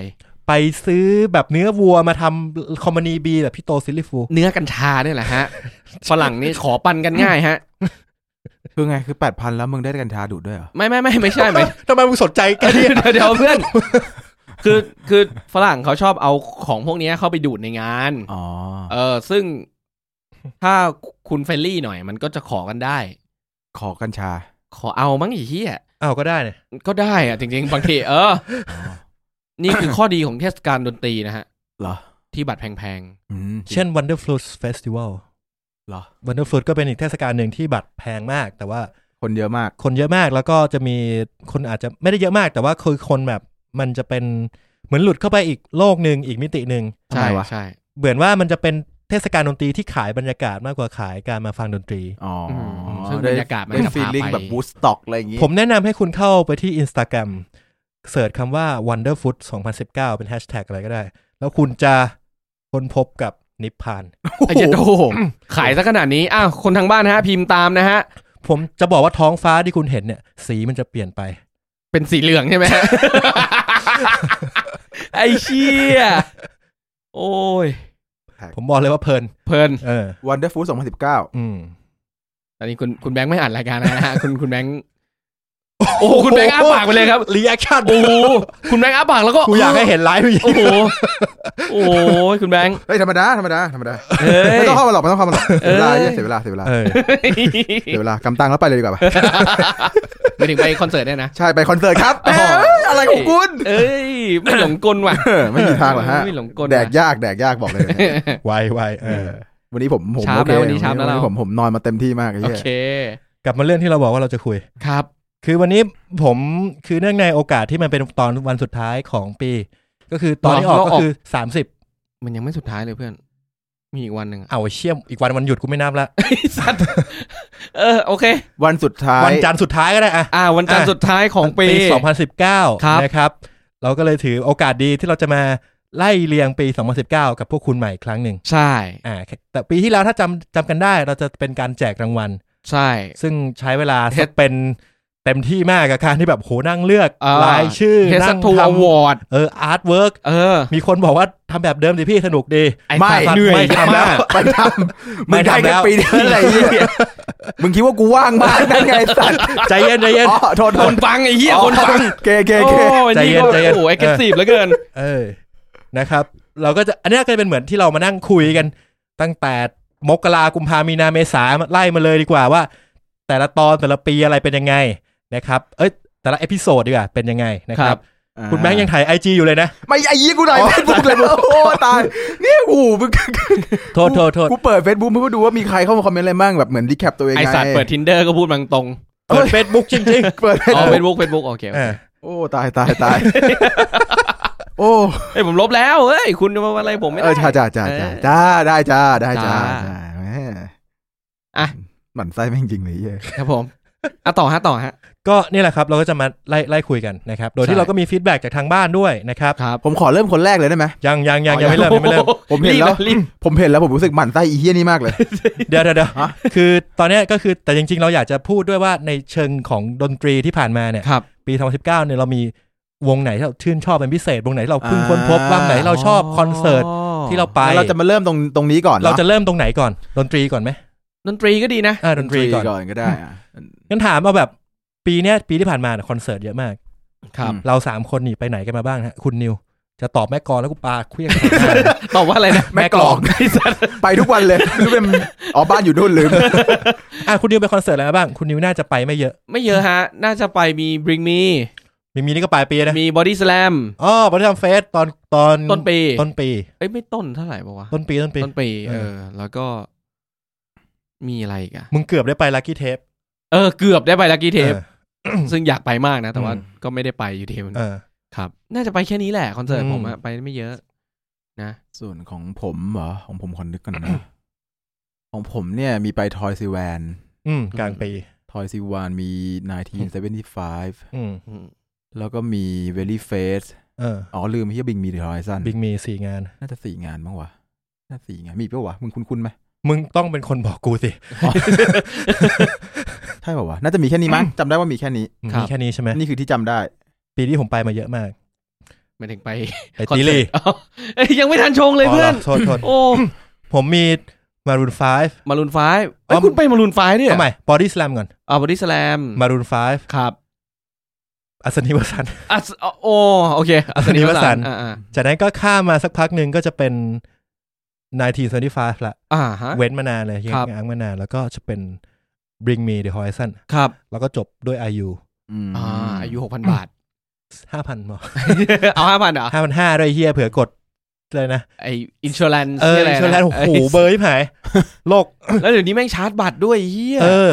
Speaker 1: ไปซื้อแบบเนื้อวัวมาทำคอมมานีบีแบบพี่โตซิลลิฟู
Speaker 2: เนื้อกัญชาเนี่ยแห ละฮะ ฝรั่งนี่ขอปันกันง่ายฮะ
Speaker 3: คือไงคือแปดพันแล้วมึงได้กัญชาดูดด้วยเหรอ
Speaker 2: ไม่ไม่ไม่ไม่ใช่ไหม
Speaker 1: ทำไมมึงสนใจแก
Speaker 2: เดี๋
Speaker 1: เนี่ย ยว
Speaker 2: เดี๋ยวเพื่อน คือคือฝรั่งเขาชอบเอาของพวกเนี้ยเข้าไปดูดในงาน
Speaker 3: อ๋อ
Speaker 2: เออ ซึ่งถ้าคุณเฟรนลี่หน่อย มันก็จะขอกันได้
Speaker 3: ขอกัญชา
Speaker 2: ขอเอามั้งไอีเหี้ย
Speaker 1: อ้าวก็ได้เนี่ย
Speaker 2: ก็ได้อะจริง ๆ บางทีเออ
Speaker 3: อ๋อ
Speaker 2: นี่คือข้อดีของเทศกาลดนตรีนะฮะ
Speaker 3: เหรอ
Speaker 2: ที่บัตรแพง
Speaker 3: อืม
Speaker 1: เช่น Wonderfruit Festival
Speaker 3: เหรอ
Speaker 1: Wonderfruit ก็เป็นอีกเทศกาลหนึ่งที่บัตรแพงมาก แต่ว่า
Speaker 3: คนเยอะมาก
Speaker 1: คนเยอะมากแล้วก็จะมีคนอาจจะไม่ได้เยอะมากแต่ว่าคือคนแบบมันจะเป็นเหมือนหลุดเข้าไปอีกโลกหนึ่งอีกมิติหนึ่ง
Speaker 2: ๆ ใช่
Speaker 3: ทำไมวะ
Speaker 2: ใช่
Speaker 1: เหมือนว่ามันจะเป็นเทศกาลดนตรีที่ขายบรรยากาศมากกว่าขายการมาฟังดนตรี
Speaker 3: อ๋อ
Speaker 2: มซึ่งบรรยากาศมัน
Speaker 3: ได้
Speaker 2: จะ
Speaker 3: ฟีลลิ่ง
Speaker 2: พาไป
Speaker 3: แบบบูสต็อกอะไรอย่างงี้
Speaker 1: ผมแนะนำให้คุณเข้าไปที่ Instagram เสิร์ชคำว่า Wonderfood 2019 เป็นแฮชแท็กอะไรก็ได้ แล้วคุณจะค้นพบกับนิพพาน
Speaker 2: ไอ้เจดโดขายซะขนาดนี้อ้าวคนทางบ้านนะฮะ พิมพ์ตามนะฮะ
Speaker 1: ผมจะบอกว่าท้องฟ้าที่คุณเห็นเนี่ย สีมันจะเปลี่ยนไป
Speaker 2: เป็นสีเหลืองใช่ไห มฮะ ไอ้เชี่ยโอ้ย
Speaker 1: ผมบอกเลยว่าเพลิน
Speaker 2: เพลิน
Speaker 1: เออ
Speaker 3: วันเดอร์ฟูดสองพันสิบเก้า
Speaker 1: อืม
Speaker 2: ตอนนี้คุณคุณแบงค์ไม่อ่านรายการแล้วนะฮะ คุณคุณแบงค์โอ้โหคุณแบงค์อ้าปากไปเลยครับ
Speaker 1: รีแอคชั่น
Speaker 2: โอ้โหคุณแบงค์อ้าปากแล้วก็
Speaker 1: กูอยากให้เห็นไลฟ์
Speaker 2: โอ้โหโอ้โหคุณแบงค์
Speaker 3: เฮ้ยธรรมดาธรรมดาธรรมดา
Speaker 2: เฮ้ย
Speaker 3: ไม่ต้องเข้ามาหรอกไม่ต้องเข้ามาหรอกเสียเวลา
Speaker 2: เอ้ย
Speaker 3: เหี้ยเสียเวลาเสียเวลา
Speaker 1: เออ
Speaker 3: เสียเวลากำตังค์แล้วไปเลยดีกว่าปะ
Speaker 2: ไปถึงไปคอนเสิร์ตเนี่ยนะ
Speaker 3: ใช่ไปคอนเสิร์ตครับ
Speaker 2: อ๋อ
Speaker 3: แหมอะไรของคุณ
Speaker 2: เอ้ยไม่หลงกลว่ะ
Speaker 3: เออไม่มีทางหรอกฮะ
Speaker 2: ไม่หลงกล
Speaker 3: แด
Speaker 2: ว่ะ
Speaker 3: กยากแดกยากบอกเลยนะ
Speaker 1: ไวไวเอ
Speaker 3: เอ
Speaker 1: อ
Speaker 3: อวันนี้ผมผม
Speaker 2: เช้า
Speaker 3: โอเค
Speaker 2: นะวันนี้เช้านะ
Speaker 3: วั
Speaker 2: เรา
Speaker 3: ผมผมนอนมาเต็มที่มากไอ้
Speaker 2: โอ
Speaker 3: เหี้ย
Speaker 2: เค
Speaker 1: กลับมาเรื่องที่เราบอกว่าเราจะคุย
Speaker 2: ครับ
Speaker 1: คือวันนี้ผมคือเนื่องในโอกาสที่มันเป็นตอนวันสุดท้ายของปี ก็คือตอนที่ออก
Speaker 2: เราออก
Speaker 1: ก็คือสามสิบ
Speaker 2: มันยังไม่สุดท้ายเลยเพื่อน มีอีกวันหนึ่งอะ
Speaker 1: เอาเชี่ยมอีกวันวันหยุดกูไม่นับละ
Speaker 2: ไอ้สัตว์เออโอเค
Speaker 3: วันสุดท้าย
Speaker 1: วันจันทร์สุดท้ายก็ได้อะ
Speaker 2: อ่า วันจันทร์สุดท้ายของปี
Speaker 1: สองพันสิบเก้า
Speaker 2: ครับ
Speaker 1: นะครับ เราก็เลยถือโอกาสดีที่เราจะมาไล่เรียงปีสองพันสิบเก้ากับพวกคุณใหม่อีกครั้งหนึ่ง
Speaker 2: ใช่
Speaker 1: อ่าแต่ปีที่แล้วถ้าจำจำกันได้เราจะเป็นการแจกรางวัล
Speaker 2: ใช่
Speaker 1: ซึ่งใช้เวลา
Speaker 2: เฮ็ด
Speaker 1: เป็นเต็มที่มากกับการที่แบบโหนั่งเลือกรายชื่อ
Speaker 2: เฮสั
Speaker 1: นั่
Speaker 2: ต
Speaker 1: ง
Speaker 2: ทู
Speaker 1: ท
Speaker 2: อวอร์ด
Speaker 1: ำเอออาร์ตเวิร์ก
Speaker 2: เออ
Speaker 1: มีคนบอกว่าทำแบบเดิมดิพี่สนุกดี
Speaker 3: ไม่
Speaker 2: สัตว์
Speaker 1: เหนื่อย
Speaker 2: ไม่
Speaker 1: มาก
Speaker 2: ทำแล้ว
Speaker 3: ไปทำ
Speaker 1: ไม่
Speaker 3: มึงได้
Speaker 1: ทำแล้
Speaker 3: แค่
Speaker 1: ว
Speaker 3: ปีเดียวอะไรเหี้ยมึงคิดว่ากูว่างมากนั่นไงสัตว์
Speaker 1: ใจเย็นใจเย็น
Speaker 3: อ๋อโทษโท
Speaker 2: ค
Speaker 3: ษ
Speaker 2: นฟังไอ้เหี้ยคนฟัง
Speaker 3: เกเก
Speaker 2: โอ้
Speaker 3: เก
Speaker 2: ย
Speaker 1: ใจ
Speaker 2: นี่
Speaker 1: เย็น
Speaker 2: ก็
Speaker 1: ใจเย็น
Speaker 2: โอ้โหเอ็กซ์ซีฟเหลือเกิน
Speaker 1: เออนะครับ เราก็จะอันเนี้ยก็จะเป็นเหมือนที่เรามานั่งคุยกัน ตั้งแต่มกรากุมภามีนาเมษาไล่มาเลยดีกว่าว่า แต่ละตอนแต่ละปีอะไรเป็นยังไงนะครับ เอ้ยแต่ละเอพิโซดดีกว่าเป็นยังไงนะค
Speaker 2: ครั
Speaker 1: รับ
Speaker 2: บ
Speaker 1: คุณแบงค์ยังถ่ายไอจอยู่เลยนะ
Speaker 3: ไม่ไอ้ยี่กูหน่อยเฟซบุ๊กเลยมึงโอ้ตายเนี่ยกูมึง
Speaker 1: โทษโทษโทษ
Speaker 3: กูเปิดเฟซบุ๊กเพื่อดูว่ามีใครเข้ามาคอมเมนต์อะไรบ้างแบบเหมือนรีแคปตัวเอง
Speaker 2: ไอสัตว์เปิดทินเดอร์ก็พูดมังตรง
Speaker 1: เปิดเฟซบุ๊กจริง
Speaker 3: เปิด
Speaker 2: อ๋อเฟซบุ๊กเฟซบุ๊กโอเค
Speaker 1: ๆเออ
Speaker 3: โอ้ตายตายตายโอ้
Speaker 2: เฮ้ยผมลบแล้วเฮ้ยคุณมาอะไรผมไม่
Speaker 3: เอ
Speaker 2: ได้
Speaker 3: อจ้าจ้าจ้าจ้าจ้าได้จ้าได้จ้า
Speaker 2: จ้า
Speaker 3: จ้าแหม
Speaker 2: อ่ะ
Speaker 3: หมันไส้แม่งจริงเลยเหี้ย
Speaker 2: ครับผม อ่ะต่อฮะต่อฮะ
Speaker 1: ก็นี่แหละครับเราก็จะมาไล่ไล่คุยกันนะครับ โดย
Speaker 2: ใช่
Speaker 1: ที่เราก็มีฟีดแบ็กจากทางบ้านด้วยนะครับ
Speaker 2: ครับ
Speaker 3: ผมขอเริ่มคนแรกเลยได้ไหม
Speaker 1: ยังยังยังยังไม่เริ่มยังไม่เริ่ม
Speaker 3: ผมเห็นแล้ว
Speaker 2: รีบ
Speaker 3: ผมเห็นแล้วผมรู้สึกหมั่นไส้อีเหี้ยนี่มากเลย
Speaker 1: เดี๋ยวเดี๋ยวเดี๋ยว
Speaker 3: ฮะ
Speaker 1: คือตอนเนี้ยก็คือแต่จริงๆ เราอยากจะพูดด้วยว่าในเชิงของดนตรีที่ผ่านมาเนี่ย
Speaker 2: ครับ
Speaker 1: ปี 2019 เนี่ยเรามีวงไหนที่เราชื่นชอบเป็นพิเศษ วงไหนที่เราเพิ่งค้นพบ
Speaker 3: อ่า
Speaker 1: วงไหนเราชอบคอนเสิร์ตที่เราไป
Speaker 3: งั้นเราจะมาเริ่มตรงตรงนี้ก่อน
Speaker 1: เรา
Speaker 3: นอ
Speaker 1: จะเริ่มตรงไหนก่อนดนตรีก่อนไหม
Speaker 2: ดนตรีก็ดีนะ
Speaker 1: อ่า
Speaker 3: ด
Speaker 1: ด
Speaker 3: น
Speaker 1: น
Speaker 3: ต
Speaker 1: ต
Speaker 3: รี
Speaker 1: รี
Speaker 3: ก่
Speaker 1: ก่
Speaker 3: อ
Speaker 1: อน น
Speaker 3: ก็ได้อ่ะ
Speaker 1: งั้นถามเอาแบบปีเนี้ยปีที่ผ่านมาเนี่ยคอนเสิร์ตเยอะมาก
Speaker 2: ครับ
Speaker 1: เราสามคนนี่ไปไหนกันมาบ้างฮะคุณนิว จะตอบแม่กลอนแล้วกูปาเครี้ยง
Speaker 2: ตอบว่าอะไรนะ
Speaker 3: แม่กลอง
Speaker 2: ไอ้สัตว์
Speaker 3: ไปทุกวันเลยไม่รู้เป็นอ๋อบ้านอยู่นู่นลืม
Speaker 1: อ่ะคุณนิวไปคอนเสิร์ตอะไรมาบ้าง คุณนิวน่าจะไปไม่เยอะ
Speaker 2: ไม่เยอะฮะ น่าจะไปมี bring me
Speaker 1: มีมีนี่ก็ปลายปีนะ
Speaker 2: มี body slam
Speaker 1: อ๋อบริษัทเฟสตอนตอน
Speaker 2: ต้นปี
Speaker 1: ต้นปี
Speaker 2: เอ้ย ไม่ต้นเท่าไหร่ปะวะ
Speaker 1: ต้นปีต้นปี
Speaker 2: ต้นปี
Speaker 1: เอ
Speaker 2: เอ
Speaker 1: อ
Speaker 2: อ แล้วก็ มีอะไรอีกอะ
Speaker 1: มึงเกือบได้ไปลัคกี้เทป
Speaker 2: เออ เกือบได้ไปลักกี้เทป ซึ่งอยากไปมากนะ แต่ว่า
Speaker 1: อืม
Speaker 2: ก็ไม่ได้ไปอยู่ดีมัน
Speaker 1: เออ
Speaker 2: ครับ น่าจะไปแค่นี้แหละคอนเสิร์ต
Speaker 1: อืม
Speaker 2: ผมอะไปไม่เยอะ นะ
Speaker 3: ส่วนของผมเหรอของผมคอนนึกกันนะ ของผมเนี่ยมีไปทอยซีแวน
Speaker 1: อืมกลางปี
Speaker 3: ทอยซีวานมี 1975
Speaker 1: อืม
Speaker 2: อืม
Speaker 3: แล้วก็มีเวลี่เฟส
Speaker 1: เออ
Speaker 3: อ๋อลืมเฮียบิงมีเดอะฮอริซอน
Speaker 1: บิ๊กมีสี่งาน
Speaker 3: น่าจะสี่งานมั้งวะน่าสี่งานมีอีกปะวะมึงคุ้นๆไหม
Speaker 1: มึงต้องเป็นคนบอกกูสิ
Speaker 3: ใช่ปะวะน่าจะมีแค่นี้มั้ง จำได้ว่ามีแค่นี้
Speaker 1: มีแค่นี้ใช่ไหม
Speaker 3: นี่คือที่จำได้
Speaker 1: ปีที่ผมไปมาเยอะมาก
Speaker 2: หมายถึงไป
Speaker 1: ไปตีลี
Speaker 2: อ๋อ เอ้ยยังไม่ทันชงเลยเพื่อน
Speaker 1: โทษโทษ
Speaker 2: โอ้
Speaker 1: ผมมีมารูนไฟฟ์
Speaker 2: มารูนไฟ
Speaker 1: อ๋อ
Speaker 2: เอ้ยคุณไปมารูนไฟเนี่ย
Speaker 1: ทำไมบอดี้สแลมก่อน
Speaker 2: อ่าบอดี้สแลม
Speaker 1: มารูนไฟฟ์
Speaker 2: ครับ
Speaker 1: อัศนีวสันต์
Speaker 2: อ่ะสอ๋อโอโอเค
Speaker 1: อัศนีวสันต์
Speaker 2: อ่าอ่า
Speaker 1: จากนั้นก็ข้ามมาสักพักหนึ่งก็จะเป็น1975ละ
Speaker 2: อ่าฮะ
Speaker 1: เว้นมานานเลยยัง
Speaker 2: ครับ
Speaker 1: ง้างมานานแล้วก็จะเป็น Bring Me the Horizon
Speaker 2: ครับ
Speaker 1: แล้วก็จบด้วย IU
Speaker 3: อืม
Speaker 2: อ่าอายุหกพันบาท
Speaker 1: 5,000หมอ
Speaker 2: เอาห้าพันเหรอ
Speaker 1: 5,500ด้วยเฮียเผื่อกดเลยนะ
Speaker 2: ไออินชอรัน
Speaker 1: เออชนแล้วโอ้โหเบอร์ที่ หายโลก
Speaker 2: แล้วเดี๋ยวนี้แม่งชาร์จบัตรด้วยไอ้เฮีย
Speaker 1: เออ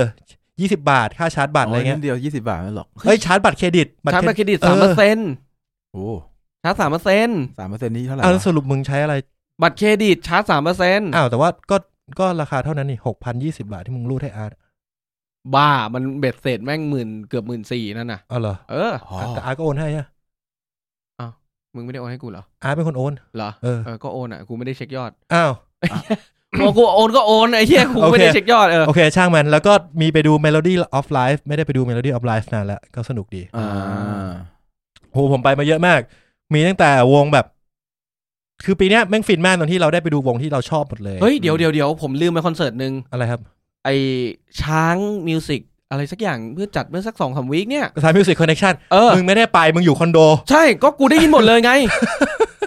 Speaker 1: ยี่สิบาท ค่าชาร์จบัตรอะไรเงี้ย
Speaker 3: นิดเดียวยี่สิบาทไม่หรอก
Speaker 1: เฮ้ย ชาร์จบัตรเครดิต
Speaker 2: ชาร์จบัตรเครดิต
Speaker 1: อ
Speaker 2: สาม
Speaker 1: อ
Speaker 2: เปอร์เซ็นต์
Speaker 3: โอ้
Speaker 2: ชาร์จสามเปอร์เซ็นต์
Speaker 3: สามเปอร์เซ็นต์นี่เท่าไหร่
Speaker 1: เอาแล้ว
Speaker 3: วะ
Speaker 1: สรุปมึงใช้อะไร
Speaker 2: บัตรเครดิตชาร์จสามเปอร์เซ็นต์
Speaker 1: อ้าว แต่ว่าก็ก็ราคาเท่านั้นนี่หกพันยี่สิบาทที่มึงรูดให้อาร์ต
Speaker 2: บ้ามันเบ็ดเสร็จแม่งหมื่นเกือบหมื่นสี่นั่นน่ะ
Speaker 1: เอาเหรอ
Speaker 2: เออ
Speaker 3: อ๋อ
Speaker 1: แต่อาร์ตก็โอนให้อะ
Speaker 2: มึงไม่ได้โอนให้กูเหรอ
Speaker 1: อาร์ตเป็นคนโอน
Speaker 2: เหรอ
Speaker 1: เออ
Speaker 2: เออก็โอนอ่ะกูไม่ได้เช็คยอด
Speaker 1: อ้าว
Speaker 2: พอกูโอนก็โอนไอ้เหี้ยกูไม่ได้เช็คยอดเออ
Speaker 1: โอเค ช่างมัน แล้วก็มีไปดู Melody of Life ไม่ได้ไปดู Melody of Life นานแล้ว ก็สนุกดี
Speaker 3: อ่า
Speaker 1: โหผมไปมาเยอะมาก มีตั้งแต่วงแบบ คือปีเนี้ยแม่งฟินมากตรงที่เราได้ไปดูวงที่เราชอบหมดเลย
Speaker 2: เฮ้ยเดี๋ยวเดี๋ยวเดี๋ยวผมลืมไปคอนเสิร์ตหนึ่ง
Speaker 1: อะไรครับ
Speaker 2: ไอช้างมิวสิกอะไรสักอย่างเพื่อจัดเมื่อสักสองสามวีคเนี่ย
Speaker 1: สายมิวสิกคอนเนคชั่น
Speaker 2: เออ
Speaker 1: มึงไม่ได้ไปมึงอยู่คอนโด
Speaker 2: ใช่ก็กูได้ยินหมดเลยไง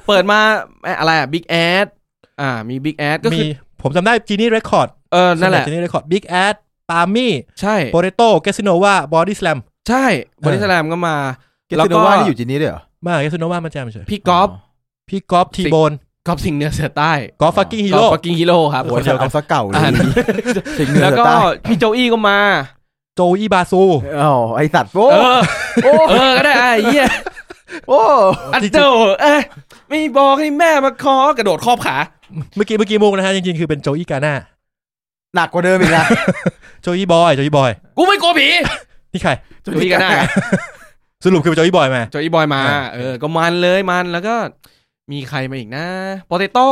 Speaker 2: เปิดมาไอ้อะไรอ่ะบิ๊กแอดอ่ามีบิ๊กแอดก็
Speaker 1: มี
Speaker 2: คือ
Speaker 1: ผมจำได้จีนี่เรคคอร์ด
Speaker 2: เออนั่นแหละ
Speaker 1: จีนี่เรคคอร์ดบิ๊กแอดปามี่
Speaker 2: ใช่
Speaker 1: โปเตโต้แกสโนวาบอดี้สแลม
Speaker 2: ใช่บริสแลมก็มา
Speaker 3: เกส
Speaker 2: แล้ว
Speaker 3: ซิโน
Speaker 2: ก็
Speaker 3: วานี่อยู่จีนนี้ด้วยเหรอ
Speaker 1: มาแกสโนวามาแจมเฉย
Speaker 2: พี่ก๊อฟ
Speaker 1: พี่กอล์ฟทีโบน
Speaker 2: ก๊อฟสิงห์เหนือเสือใต้
Speaker 1: กอล์ฟฟักกิ้งฮี
Speaker 2: ก๊อ
Speaker 1: โร่
Speaker 2: ฟปักกิ้งฮีโร่ครับ
Speaker 3: โอ้โห
Speaker 1: คนเดียวกัน
Speaker 3: เอาซะเก่าเลย
Speaker 2: อ่าน
Speaker 3: สิ่งเหนือ
Speaker 2: แล้วก็
Speaker 3: ใต้
Speaker 2: พี่โจอี้ก็มา
Speaker 1: โจอีบาซู
Speaker 3: อ๋อไอสัตว์โอ้
Speaker 2: เออเออก็ได้ไอ้เหี้ย
Speaker 3: โอ้
Speaker 2: อันเจาเอ้ยไม่บอกให้แม่มาคอกระโดดครอบขา
Speaker 1: เมื่อกี้เมื่อกี้มุกนะฮะจริงๆคือเป็นโจอีกาน่า
Speaker 3: หนักกว่าเดิมอีกนะ
Speaker 1: โจอีบอยโจอีบอย
Speaker 2: กูไม่กลัวผี
Speaker 1: นี่ใคร
Speaker 2: โจอี้ก็ได้อะ
Speaker 1: สรุปคือโจอีบอยมา
Speaker 2: โจอีบอยมา
Speaker 1: อ่า
Speaker 2: เออ ก็มันเลยมันแล้วก็ มีใครมาอีกนะโปเตโต้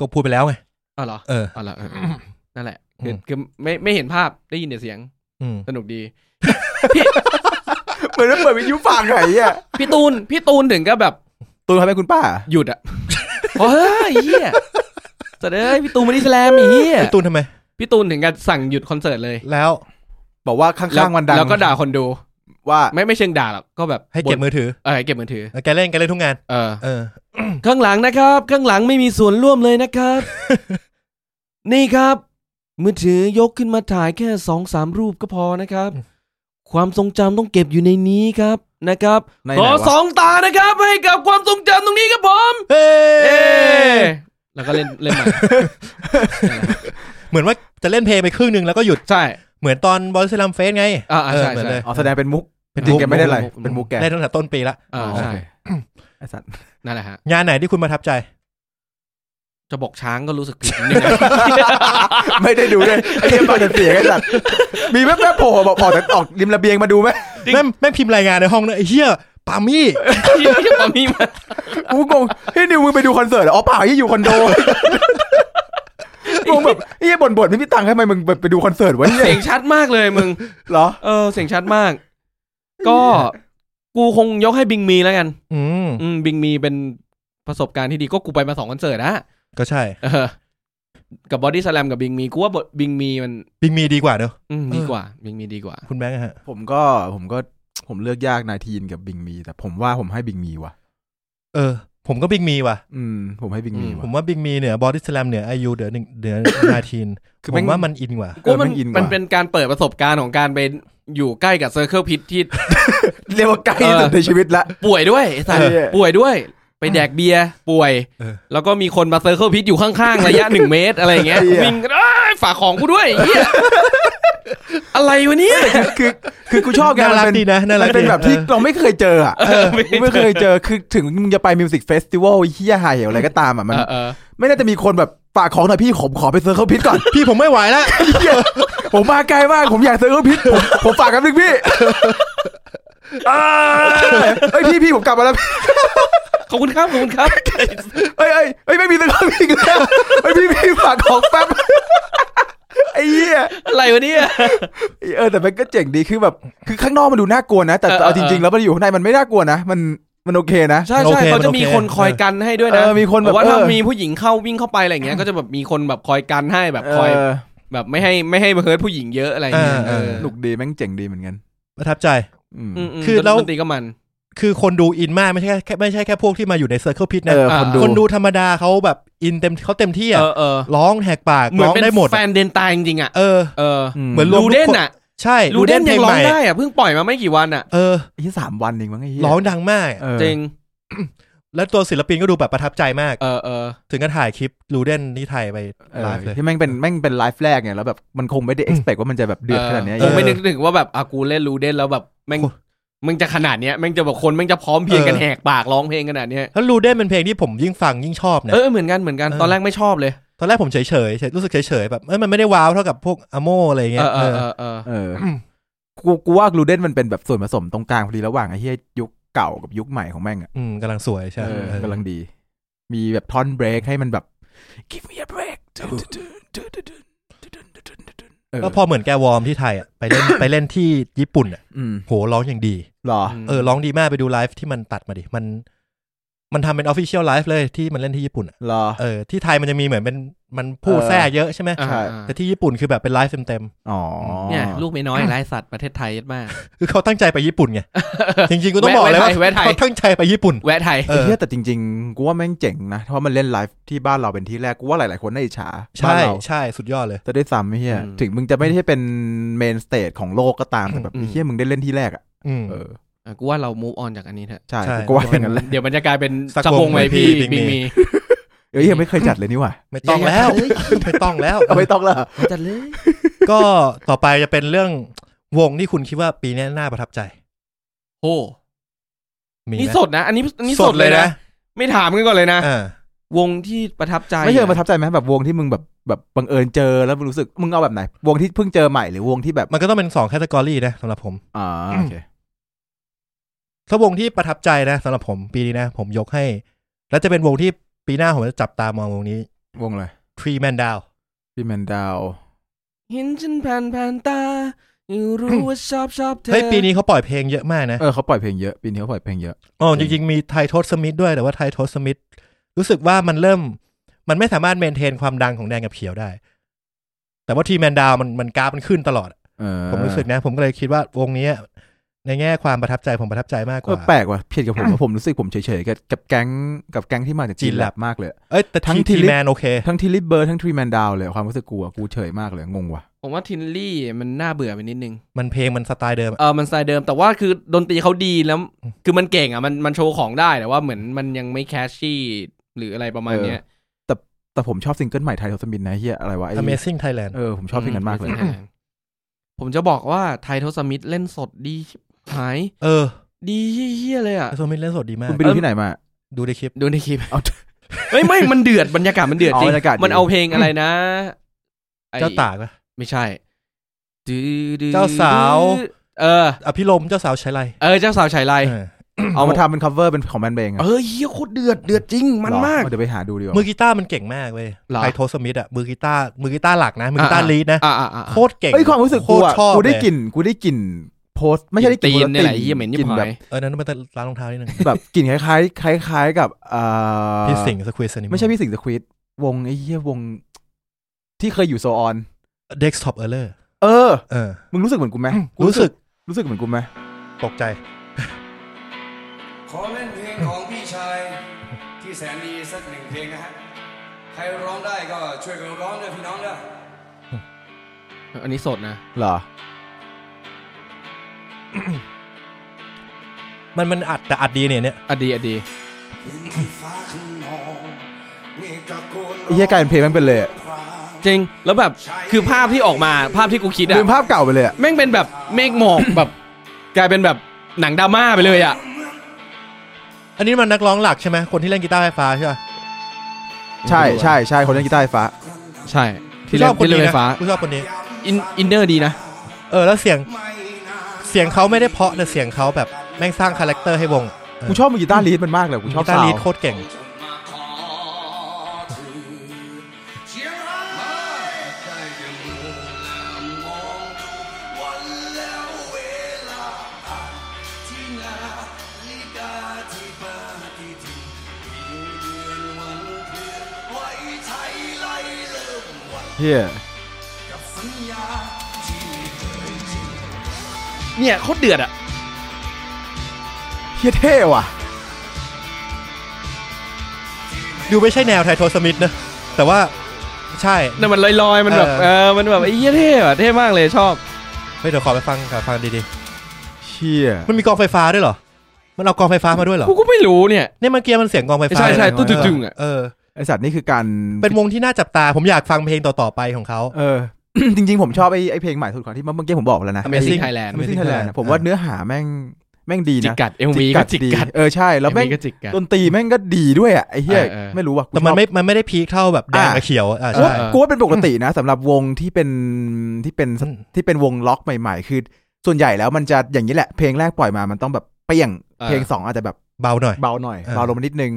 Speaker 1: ก็พูดไปแล้วไง
Speaker 2: อ๋อเหรอ
Speaker 1: เออ
Speaker 2: อ๋อเหรอเออเออนั่นแหละคือคือไม่ไม่เห็นภาพได้ยินแต่เสียง
Speaker 1: อืม
Speaker 2: สนุกดี
Speaker 3: เหมือนเปิดวิทยุฟังไงอ่ะ
Speaker 2: พี่ตูน พี่ตูนถึงก็แบบ
Speaker 3: ตูนเขาเป็นคุณป้า
Speaker 2: หยุดอ่ะ โอ้ยเฮียแต่เอ้ยพี่ตูนมาดิสแลมอีเฮีย
Speaker 1: พี่ตูนทำไม
Speaker 2: พี่ตูนถึงกับสั่งหยุดคอนเสิร์ตเลย
Speaker 1: แล้ว
Speaker 3: บอกว่าข้างๆวันดัง
Speaker 2: แล้วก็ด่าคนดู
Speaker 3: ว่า
Speaker 2: ไม่ไม่เชิงด่าหรอกก็แบบ
Speaker 1: ให้เก็บมือถือ
Speaker 2: เออให้เก็บมือถือ
Speaker 1: แกเล่นแกเล่นทุกงาน
Speaker 2: เออ
Speaker 1: เออ
Speaker 2: ข้างหลังนะครับ ข้างหลังไม่มีส่วนร่วมเลย นะครับ นี่ครับ มือถือยกขึ้นมาถ่ายแค่สองสามรูปก็พอนะครับ
Speaker 1: อืม
Speaker 2: ความทรงจำต้องเก็บอยู่ในนี้ครับนะครับ
Speaker 3: ใน
Speaker 2: ข
Speaker 3: ไห
Speaker 2: อ
Speaker 3: นวะ
Speaker 2: สองตานะครับ ให้กับความทรงจำตรงนี้ครับผม
Speaker 1: เฮ้
Speaker 2: เอ
Speaker 1: ย้
Speaker 2: แล้วก็เล่นเล่ นใหม่
Speaker 1: เหมือนว่าจะเล่นเพลงไปครึ่งหนึ่งแล้วก็หยุด
Speaker 2: ใช่
Speaker 1: เหมือนตอนบอลสลัมเฟสไง
Speaker 2: อ่าอ่า
Speaker 1: เออ
Speaker 2: ใช่
Speaker 1: เหมือน
Speaker 2: ใช่
Speaker 1: เลย
Speaker 3: อ๋อแสดงเป็นมุก
Speaker 1: เป็
Speaker 3: จ
Speaker 1: นมุก
Speaker 3: ริงๆแกไม่ได้อะไร
Speaker 2: มุกมุก
Speaker 3: เป็นมุกแก
Speaker 1: ได้ตั้งแต่ต้นปีละ
Speaker 2: อ่า
Speaker 3: อ๋อ
Speaker 2: ใช่
Speaker 3: โอเคไอสัตว์
Speaker 2: นั่นแหละฮะ
Speaker 1: งานไหนที่คุณประทับใจ
Speaker 2: จะบอกช้างก็รู้สึกผิดนิดนึงนะ
Speaker 3: ไม่ได้ดูเลยไอ้เหี้ยเปิดแต่เสียงไอ้สัตว์มีแป๊บๆโผล่บอกออกแต่ออกริมระเบียงมาดูไหม
Speaker 2: จริง
Speaker 1: แม่งแม่งพิมพ์รายงานในห้องนะไอ้เหี้ยปามี่
Speaker 2: ที่ไม่ใช่ความมีมา
Speaker 3: กูงงเฮ้ยนิวมึงไปดูคอนเสิร์ตเหรออ๋อเปล่าไอ้เหี้ยอยู่คอนโดงงแบบไอ้เหี้ยบ่นๆไม่มีตังค์ให้ทำไมมึงไปดูคอนเสิร์ตวะเนี่ย
Speaker 2: เสียงชัดมากเลยมึง
Speaker 3: เหรอ
Speaker 2: เออเสียงชัดมาก ก็กูคงยกให้บิงมีแล้วกัน
Speaker 1: อืม
Speaker 2: อืมบิงมีเป็นประสบการณ์ที่ดีก็กูไปมาสองคอนเสิร์ตนะ
Speaker 1: ก็ใช่
Speaker 2: เออกับบอดี้สแลมกับบิงมีกูว่าบิงมีมัน
Speaker 1: บิงมีดีกว่าเนอะ
Speaker 2: อืมดีกว่าบิงมีดีกว่า
Speaker 1: คุณแบงค์อะฮะ
Speaker 3: ผมก็ผมก็ผมเลือกยากนายทีนกับบิงมี แต่ผมว่าผมให้บิงมีว่ะ
Speaker 1: เออ ผมก็บิงมีว่ะ
Speaker 3: อืม ผมให้บิงมี
Speaker 2: อื
Speaker 1: ผ
Speaker 3: ว่ะ
Speaker 1: มว่าบิงมีเหนือบอดี้สแลมเหนืออายุเหนือหนึ่งเหนือนาทีน
Speaker 3: คือ
Speaker 1: ผ
Speaker 3: แม่ง
Speaker 1: มว่ามันอินกว่า
Speaker 2: กูว่ามัน
Speaker 3: เออมันอินกว่ามั
Speaker 2: มันเป็นการเปิดประสบการณ์ของการไปอยู่ใกล้กับเซอร์เคิลพิทที่
Speaker 3: เรียกว่าใกล้ที่สุด
Speaker 2: เออ
Speaker 3: ในชีวิตละ
Speaker 2: ป่วยด้วยไอ้สัตว์
Speaker 3: เออ
Speaker 2: ป่วยด้วย ไปแดกเบียร์ป่วย
Speaker 1: เออ
Speaker 2: แล้วก็มีคนมาเซอร์เคิลพิทอยู่ข้างๆ ระยะหนึ่งเมตร อะไรอย่างเงี้ยวิ่งเอ้ยฝากของกูด้วยไอ้เหี้ย อะไรวะเนี่ย
Speaker 3: คือคือกูชอบไง
Speaker 1: น่า
Speaker 3: มั
Speaker 1: รัก
Speaker 3: นเป็น
Speaker 1: ดีนะน่ารั
Speaker 3: มั
Speaker 1: ก
Speaker 3: น
Speaker 1: ดี
Speaker 3: เป็นแบบที่
Speaker 1: เออ
Speaker 3: เราไม่เคยเจออ่ะ
Speaker 2: เออไม่เคยเจอ
Speaker 3: ไม่เคยเจอคือถึงมึงจะไปมิวสิกเฟสติวัลเฮียหายอะไรก็ตามอ่ะมัน
Speaker 2: เออเออ
Speaker 3: ไม่น่าจะมีคนแบบฝากของหน่อยพี่ผมขอไปเซอร์เคิลพิทก่อน
Speaker 1: พี่ผมไม่ไหวละ
Speaker 3: เหี้ยผมมาไกลมากผมอยากเซอร์เคิลพิทผมผมฝากครับนึงพี่ อ่าเอ้ยพี่พี่ผมกลับมาแล้ว
Speaker 2: ขอบคุณครับขอบคุณครับ
Speaker 3: เอ้ยเอ้ยเอ้ยไม่มีตะกร้าอีกแล้วเอ้ยพี่พี่ฝากของแป๊บ ไอ้เหี้ย
Speaker 2: อะไรวะเนี่ย
Speaker 3: เออแต่มันก็เจ๋งดีคือแบบ คือข้างนอกมันดูน่ากลัวนะ แต่
Speaker 2: เออ
Speaker 3: แต่เอา
Speaker 2: เออ
Speaker 3: จริง ๆ แล้วมันอยู่ข้างในมันไม่น่ากลัวนะ มันมันโอเคนะ
Speaker 2: ใช่
Speaker 1: โอ
Speaker 2: ใช่
Speaker 1: เค
Speaker 2: เขา
Speaker 1: มัน
Speaker 2: จะ
Speaker 1: โอเค
Speaker 2: มีคนคอยกันให้ด้วยนะ
Speaker 3: เออมีคนแบบ
Speaker 2: ว่าถ้า
Speaker 3: เออ
Speaker 2: มีผู้หญิงเข้าวิ่งเข้าไปอะไรอย่างเงี้ยก็จะแบบมีคนแบบคอยกันให้แบบ
Speaker 3: เ
Speaker 2: คอย
Speaker 3: ออ
Speaker 2: แบบไม่ให้ไม่ให้มาเฮิร์ตผู้หญิงเยอะอะไรอย่างเงี้ย
Speaker 1: เออเออ
Speaker 3: สนุกดีแม่งเจ๋งดีเหมือนกัน
Speaker 1: ประทับใจ
Speaker 3: อืม
Speaker 2: มๆ
Speaker 1: คือเรา
Speaker 2: ดนตรีก็มัน
Speaker 1: คือคนดูอินมากไม่ใช่แค่ไม่ใช่แค่พวกที่มาอยู่ในเซอร์เคิลพิท
Speaker 3: เอ
Speaker 1: นะ
Speaker 3: อคนดู
Speaker 1: คนดูธรรมดาเขาแบบอินเต็มเขาเต็มที่
Speaker 2: เอ
Speaker 1: อะ
Speaker 2: อเออ
Speaker 1: ร้องแหกปาก
Speaker 2: เหมือน
Speaker 1: ร้อง
Speaker 2: เป็น
Speaker 1: ได้หมด
Speaker 2: แฟ
Speaker 1: อะ
Speaker 2: นเดนตายจริงๆอ่ะ
Speaker 1: เออ
Speaker 2: เออ
Speaker 1: เหมือน รว
Speaker 2: ลู
Speaker 1: ทุก
Speaker 2: เดน
Speaker 1: คน
Speaker 2: อ่ะ
Speaker 1: ใช่
Speaker 2: ลูเดนยังร้อง
Speaker 1: พ
Speaker 2: ได้อ่ะเพิ่งปล่อยมาไม่กี่วันอ่ะ
Speaker 1: เออ
Speaker 3: ไอ้เหี้ยสามวันเองมั้งไอ้เหี้ย
Speaker 1: ร้องดังมากอะ
Speaker 3: เออ
Speaker 2: จริง
Speaker 1: แล้วตัวศิลปินก็ดูแบบประทับใจมาก
Speaker 2: เออเออ
Speaker 1: ถึงก็ถ่ายคลิปรูเดนที่ถ่ายไป
Speaker 3: เออ
Speaker 1: ไลฟ์เลย
Speaker 3: ที่แม่งเป็นแม่งเป็นไลฟ์แรกไงแล้วแบบมันคงไม่ได้ expect ว่ามันจะแบบเดือดขนาดเนี้ย
Speaker 2: เออผมไม่
Speaker 1: ด้
Speaker 2: นึกถึงว่าแบบอากูเล่นรูเดนแล้วแบบแม่ง
Speaker 1: โอ้
Speaker 2: มึงจะขนาดเนี้ยแม่งจะแบบคนแม่งจะพร้อมเพรียงกัน
Speaker 1: เออ
Speaker 2: แหกปากร้องเพลงขนาดเนี้ย
Speaker 1: แล้วรูเดนเป็นเพลงที่ผมยิ่งฟังยิ่งชอบนะ
Speaker 2: เออเหมือนกันเหมือนกัน
Speaker 1: เออ
Speaker 2: ตอนแรกไม่ชอบเลย
Speaker 1: ตอนแรกผมเฉยๆเฉยรู้สึกเฉยเฉยๆแบบเอ้ยมันไม่ได้ว้าวเท่ากับพวกอโมอะไรเงี้
Speaker 2: เอย อเออ
Speaker 1: เอ
Speaker 2: เอ
Speaker 1: อ
Speaker 2: อเออ
Speaker 3: เออกูกูว่ากลูเดนมันเป็นแบบส่วนผสมตรงกลางพอดีระหว่างไอ้เหี้ยยุคเก่ากับยุคใหม่ของแม่งอะ
Speaker 1: อืมกำลังสวยใช่
Speaker 3: เออ
Speaker 1: เออก
Speaker 3: ำลังดี มีแบบท่อนเบรกให้มันแบบ give me a break เออ
Speaker 1: แล้วพอเหมือนแกวอร์มที่ไทยอ่ะไปเล่น ไปเล่นที่ญี่ปุ่นอ่ะ
Speaker 3: อืม
Speaker 1: โหร้องอย่างดี
Speaker 3: หรอ
Speaker 1: เออร้องดีมากไปดูไลฟ์ที่มันตัดมาดิ มัน มันทำเป็นออฟฟิเชียลไลฟ์เลยที่มันเล่นที่ญี่ปุ่นอะ
Speaker 3: หรอ
Speaker 1: เออที่ไทยมันจะมีเหมือนเป็นมันผู้แทร่เยอะใช่ไหม
Speaker 2: อ่า
Speaker 3: ใช่
Speaker 1: แต่ที่ญี่ปุ่นคือแบบเป็นไลฟ์เต็ม
Speaker 3: อ๋อ
Speaker 2: เนี่ยลูกไม่น้อยไร้สัตว์ประเทศไทยเยอะมาก
Speaker 1: ๆคือเขาตั้งใจไปญี่ปุ่นไง จริงๆกูต้องบอกเลยว่า
Speaker 2: แวะไทย
Speaker 1: เขาตั้งใจไปญี่ปุ่น
Speaker 2: แวะไทย
Speaker 1: เอ
Speaker 3: ไอ้
Speaker 1: อ
Speaker 3: เหี้ยแต่จริงๆ กูว่าแม่งเจ๋งนะ เพราะมันเล่นไลฟ์ที่บ้านเราเป็นที่แรก กูว่าหลายๆ คนน่าอิจฉาบ้าน
Speaker 1: ใช่
Speaker 3: เรา
Speaker 1: ใช่สุดยอดเลย
Speaker 3: จะได้ซ้ำไอ้เหี้ย
Speaker 2: อืม
Speaker 3: ถึงมึงจะไม่ได้เป็นเมนสเตจของโลกก็ตาม แต่แบบ
Speaker 2: อืม
Speaker 3: ไอ้เหี้ยมึงได้เล่นที่แรกอ่ะ
Speaker 1: อืม
Speaker 3: เออ
Speaker 2: อ่ะกูว่าเรา move on จากอันนี้เถอะ
Speaker 3: ใช่
Speaker 1: ใช่
Speaker 3: กูว่าเป็นกันแหละ
Speaker 2: เดี๋ยวมันจะกลายเป็น
Speaker 1: สัก
Speaker 2: สักว
Speaker 1: ว
Speaker 2: ง
Speaker 1: ง
Speaker 2: ไหม
Speaker 1: ไว้พี่
Speaker 2: พี่
Speaker 1: บิ๊
Speaker 2: บิง
Speaker 1: งมี
Speaker 2: มี
Speaker 3: เอ้ยยังไม่เคยจัดเลยนี่หว่า
Speaker 1: ไม่ต้องแล้วไม่ต้องแล้ว
Speaker 3: เอาไม่ต้องละ
Speaker 2: จัดเลย
Speaker 1: ก็ต่อไปจะเป็นเรื่องวงที่คุณคิดว่าปีนี้น่าประทับใจ
Speaker 2: โอ้
Speaker 1: มีไหม
Speaker 2: นี่สดนะ อันนี้อันนี้สดเลยนะ ไม่ถามกันก่อนเลยนะ
Speaker 1: อ่าว
Speaker 2: งที่ประทับใจ
Speaker 3: ไม่เชิงประทับใจไหมแบบวงที่มึงแบบแบบบังเอิญเจอแล้วมึงรู้สึกมึงเอาแบบไหน วงที่เพิ่งเจอใหม่หรือวงที่แบบ
Speaker 1: มันก็ต้องเป็นสองแคตตากรีนะสำหรับผม
Speaker 3: อ่าโอเค
Speaker 1: ถ้าวงที่ประทับใจนะสำหรับผมปีนี้นะ ผมยกให้ แล้วจะเป็นวงที่ปีหน้าผมจะจับตามองวงนี้
Speaker 3: วงอะไร
Speaker 1: Tree Man Down
Speaker 3: พี่แมนดาว
Speaker 2: เห็นฉันผ่านผ่านตาอยู่รู้ว่าชอบชอบเธอ
Speaker 1: เฮ้ยปีนี้เขาปล่อยเพลงเยอะมากนะ
Speaker 3: เออเขาปล่อยเพลงเยอะ ปีนี้เขาปล่อยเพลงเยอะ
Speaker 1: อ๋อจริงๆมีไททอสสมิธด้วยแต่ว่าไททอสสมิธรู้สึกว่ามันเริ่ม มันไม่สามารถเมนเทนความดังของแดงกับเขียวได้ แต่ว่าทีแมนดาวมันมันกราฟมันขึ้นตลอด
Speaker 3: เออ
Speaker 1: ผมรู้สึกนะ ผมก็เลยคิดว่าวงนี้ในแง่ความประทับใจผมประทับใจมากก
Speaker 3: เออ
Speaker 1: ว่า
Speaker 3: แปลกว่ะเพียดกับผมว่าผมรู้สึกผมเฉยๆกับกับแก๊งกับแก๊งที่มาจากจีน
Speaker 1: จีน
Speaker 3: แล
Speaker 1: แล
Speaker 3: บบ มากเลย
Speaker 1: เอ้ยแต่
Speaker 3: ทั้
Speaker 1: ทั้
Speaker 3: ง
Speaker 1: ง
Speaker 3: ที
Speaker 1: ที
Speaker 3: ลิป
Speaker 1: แมนโอเค
Speaker 3: ทั้งทีลิปเบอร์ทั้งทรีแมนดาวเลยความรู้สึกกูอะกูเฉยมากเลยงงว่ะ
Speaker 2: ผมว่าทินลี่มันน่าเบื่อไปนิดนึง
Speaker 1: มันเพลงมันสไตล์เดิมอะ
Speaker 2: เออมันสไตล์เดิมแต่ว่าคือดนตรีเขาดีแล้ว คือมันเก่งอ่ะมันมันโชว์ของได้แต่ว่าเหมือนมันยังไม่แคชชี่หรืออะไรประมาณเนี้ย
Speaker 3: แต่ผมชอบซิงเกิลใหม่ไทยทศมินนะเฮียอะไรวะไอ้
Speaker 1: Amazing Thailand
Speaker 3: เออผมชอบเพลงนั้นมากเลย
Speaker 2: ผมจะบอกว่าไททอสมิธเล่นสดดีชิบหาย
Speaker 1: เออ
Speaker 2: ดีเฮี้ยๆเลยอ่ะ
Speaker 1: โซมินเล่นสดดีมาก
Speaker 3: คุณไปดูที่ไหนมา
Speaker 1: ดูในคลิป
Speaker 2: ดูในคลิป เฮ้ยไม่มันเดือดบรรยากาศมันเดือดจริง
Speaker 3: อ๋อบรรยากาศดี
Speaker 2: มันเอาเพลงอะไรนะไอ้
Speaker 1: เจ้าตากปะ
Speaker 2: ไม่ใช่ดื้อดื้อ
Speaker 1: เจ้าสาว
Speaker 2: เออ
Speaker 1: อภิรมย์เจ้าสาวใช้ไร
Speaker 2: เออเจ้าสาวฉายไล
Speaker 1: เออ
Speaker 3: เอามาทำเป็น cover เป็นของแบนเบงอะ
Speaker 2: เออเฮียโคตรเดือดเดือดจริงมัน
Speaker 3: หรอ
Speaker 2: มาก
Speaker 3: เดี๋ยวไปหาดูดีกว่า
Speaker 1: มือกีตาร์มันเก่งมากเว้ย
Speaker 2: เหรอ
Speaker 1: ไทโทสมิธอะมือกีตาร์มือกีตาร์หลักนะ มือกีตาร์
Speaker 2: อ่าๆ
Speaker 1: ลีดนะ
Speaker 2: อ่าอ่าอ่า
Speaker 1: โคตรเก่ง
Speaker 3: เอ้ยความรู้สึกกู
Speaker 1: โคตร
Speaker 3: อะ
Speaker 1: ชอบ
Speaker 3: กูได้
Speaker 1: เย
Speaker 3: กลิ่นกูได้กลิ่นโพสไม่ใช่ได้กลิ่น
Speaker 2: ตีน
Speaker 3: โพสต์
Speaker 2: เนี่ยแหละเหี้ยเหม็นยิ่
Speaker 3: กลิ่
Speaker 2: ง
Speaker 3: น
Speaker 2: หา
Speaker 3: แบ
Speaker 2: ย
Speaker 3: บ
Speaker 1: เออนั้นมันร้านรองเท้านิดนึง
Speaker 3: แบบกลิ่นคล้ายๆคล้าย ๆ กับเอ่อ
Speaker 1: พี่สิงห์สควีสนิ
Speaker 3: ไม่ใช่พี่สิงห์สควิดวงไอ้เหี้ยวง ที่เคยอยู่โซออน
Speaker 1: เด็กท็อปเออร์เลอร์
Speaker 3: เออ
Speaker 1: เออ
Speaker 3: มึงรู้สึกเหมือนกูไหม
Speaker 1: รู้สึก
Speaker 3: รู้สึกเหมือนกูไหม
Speaker 1: ตกใจ
Speaker 4: ขอเล่นเพลงของพี่ชาย ที่แสนดีสักหนึ่งเพลงนะฮะ ใครร้องได้ก็ช่วยกันร้องด้วยพี่น้องด้วย
Speaker 2: อันนี้สดนะ
Speaker 3: เหรอ
Speaker 1: มันมันอัดแต่อัดดีเนี่ยเนี่ย
Speaker 2: อะดีอะดี
Speaker 4: พื้นที่ฟ้าข้างนอกเมฆตะโกน
Speaker 3: ไอ้เหี้ยกลายเป็นเพลงแม่งเป็นเลยอะ
Speaker 2: จริงแล้วแบบคือภาพที่ออกมาภาพที่กูคิดอะ
Speaker 3: ลืมภาพเก่าไปเลยอะ
Speaker 2: แม่งเป็นแบบเมฆหมอก แบบกลายเป็นแบบหนังดราม่าไปเลยอะ
Speaker 1: อันนี้มันนักร้องหลักใช่ไหมคนที่เล่นกีตาร์ไฟฟ้าใช่ป่ะ
Speaker 3: ใช่ใช่ใช่คนเล่นกีตาร์ไฟฟ้า
Speaker 2: ใช่ที่
Speaker 1: ช
Speaker 2: เล่
Speaker 1: อบ
Speaker 2: น
Speaker 1: คน
Speaker 2: ที่เล่
Speaker 1: นี้
Speaker 2: นไฟ
Speaker 1: นะ
Speaker 2: ฟ้า
Speaker 1: กูชอบคนนี้
Speaker 2: อินอินเนอร์ดีนะ
Speaker 1: เออแล้วเสียง
Speaker 4: ไม่นาน
Speaker 1: เสียงเขาไม่ได้เพราะแต่เสียงเขาแบบแม่งสร้างคาแรคเตอร์ให้วง
Speaker 3: กูชอบมือกีตาร์ลีดมันมากเลยกูชอบ
Speaker 1: กีตา
Speaker 3: ซา
Speaker 1: ร์
Speaker 3: ว
Speaker 1: ลีด
Speaker 3: ด์
Speaker 1: โคตรเก่ง
Speaker 4: จงมาขอถือเชียงรายได้ยังเมื่อแล้วมองดูวันแล้วเวลาผ่านที่นาฬิกาที่ปฏิทินเพียงเดือนวันเพื่อนไว้ใช้ไล่เริ่มวัน
Speaker 3: เฮีย
Speaker 2: เนี่ยโคตรเดือดอะ
Speaker 3: เฮียเท่ว่ะ
Speaker 1: ดูไม่ใช่แนวไทโทสมิธนะ แต่ว่าใช่
Speaker 2: แต่มันลอยๆมันแบบ
Speaker 1: เออ
Speaker 2: เออมันแบบไอ้เหี้ยเท่อะเท่มากเลยชอบ
Speaker 1: เฮ้ยเดี๋ยวขอไปฟังขอฟังดี
Speaker 3: เชี่ย
Speaker 1: ๆ มันมีกองไฟฟ้าด้วยเหรอ มันเอากองไฟฟ้ามาด้วยเหรอ
Speaker 2: กูก็ไม่รู้เนี่ย
Speaker 1: เนี่ยเมื่อกี้มันเสียงกองไฟฟ้า
Speaker 2: ใช่ใช่
Speaker 1: เลยนะ
Speaker 2: ตุ้งๆๆอ่ะ
Speaker 1: เออ
Speaker 3: ไอสัตว์นี่คือการ
Speaker 1: เป็นวงที่น่าจับตา ผมอยากฟังเพลงต่อๆไปของเขา
Speaker 3: เอ อ จริง ๆ ผมชอบไอไอเพลงใหม่สุดของที่เมื่อกี้ผมบอกแล้วนะ
Speaker 2: Amazing Thailand
Speaker 3: ไม่ใช่ไทยแลนด์ผมว่าเนื้อหาแม่งแม่งดี
Speaker 2: จิก
Speaker 3: นะ
Speaker 2: กัดเอลมีก็จิก
Speaker 3: ดี
Speaker 2: กัด
Speaker 3: เออใช่แล้วแม่ง
Speaker 2: เอก็จิกกัด
Speaker 3: ดนตรีแม่งก็ดีด้วยอ่ะไอเฮีย
Speaker 2: เออเออ
Speaker 3: ไม่รู้ว่ะกู
Speaker 1: แต่มัน
Speaker 3: ชอบ
Speaker 1: ไม่ มันไม่ได้พีคเท่าแบบแดง
Speaker 3: อ่ะ
Speaker 1: กับเขียวอ่ะ
Speaker 3: กู
Speaker 1: ใช่
Speaker 3: ว่ากูว่าเป็นปกตินะสำหรับวงที่เป็นที่เป็น
Speaker 1: อืม
Speaker 3: ที่เป็นวงล็อกใหม่ๆ คือ ส่วนใหญ่แล้วมันจะอย่างนี้แหละ เพลงแรกปล่อยมามันต้องแบบเปรี้ยง
Speaker 2: เออ
Speaker 3: เพลงสองอาจจะแบบ
Speaker 1: เบาหน่อย
Speaker 3: เบาหน่อย
Speaker 1: เออ
Speaker 3: เบาลงมานิดนึง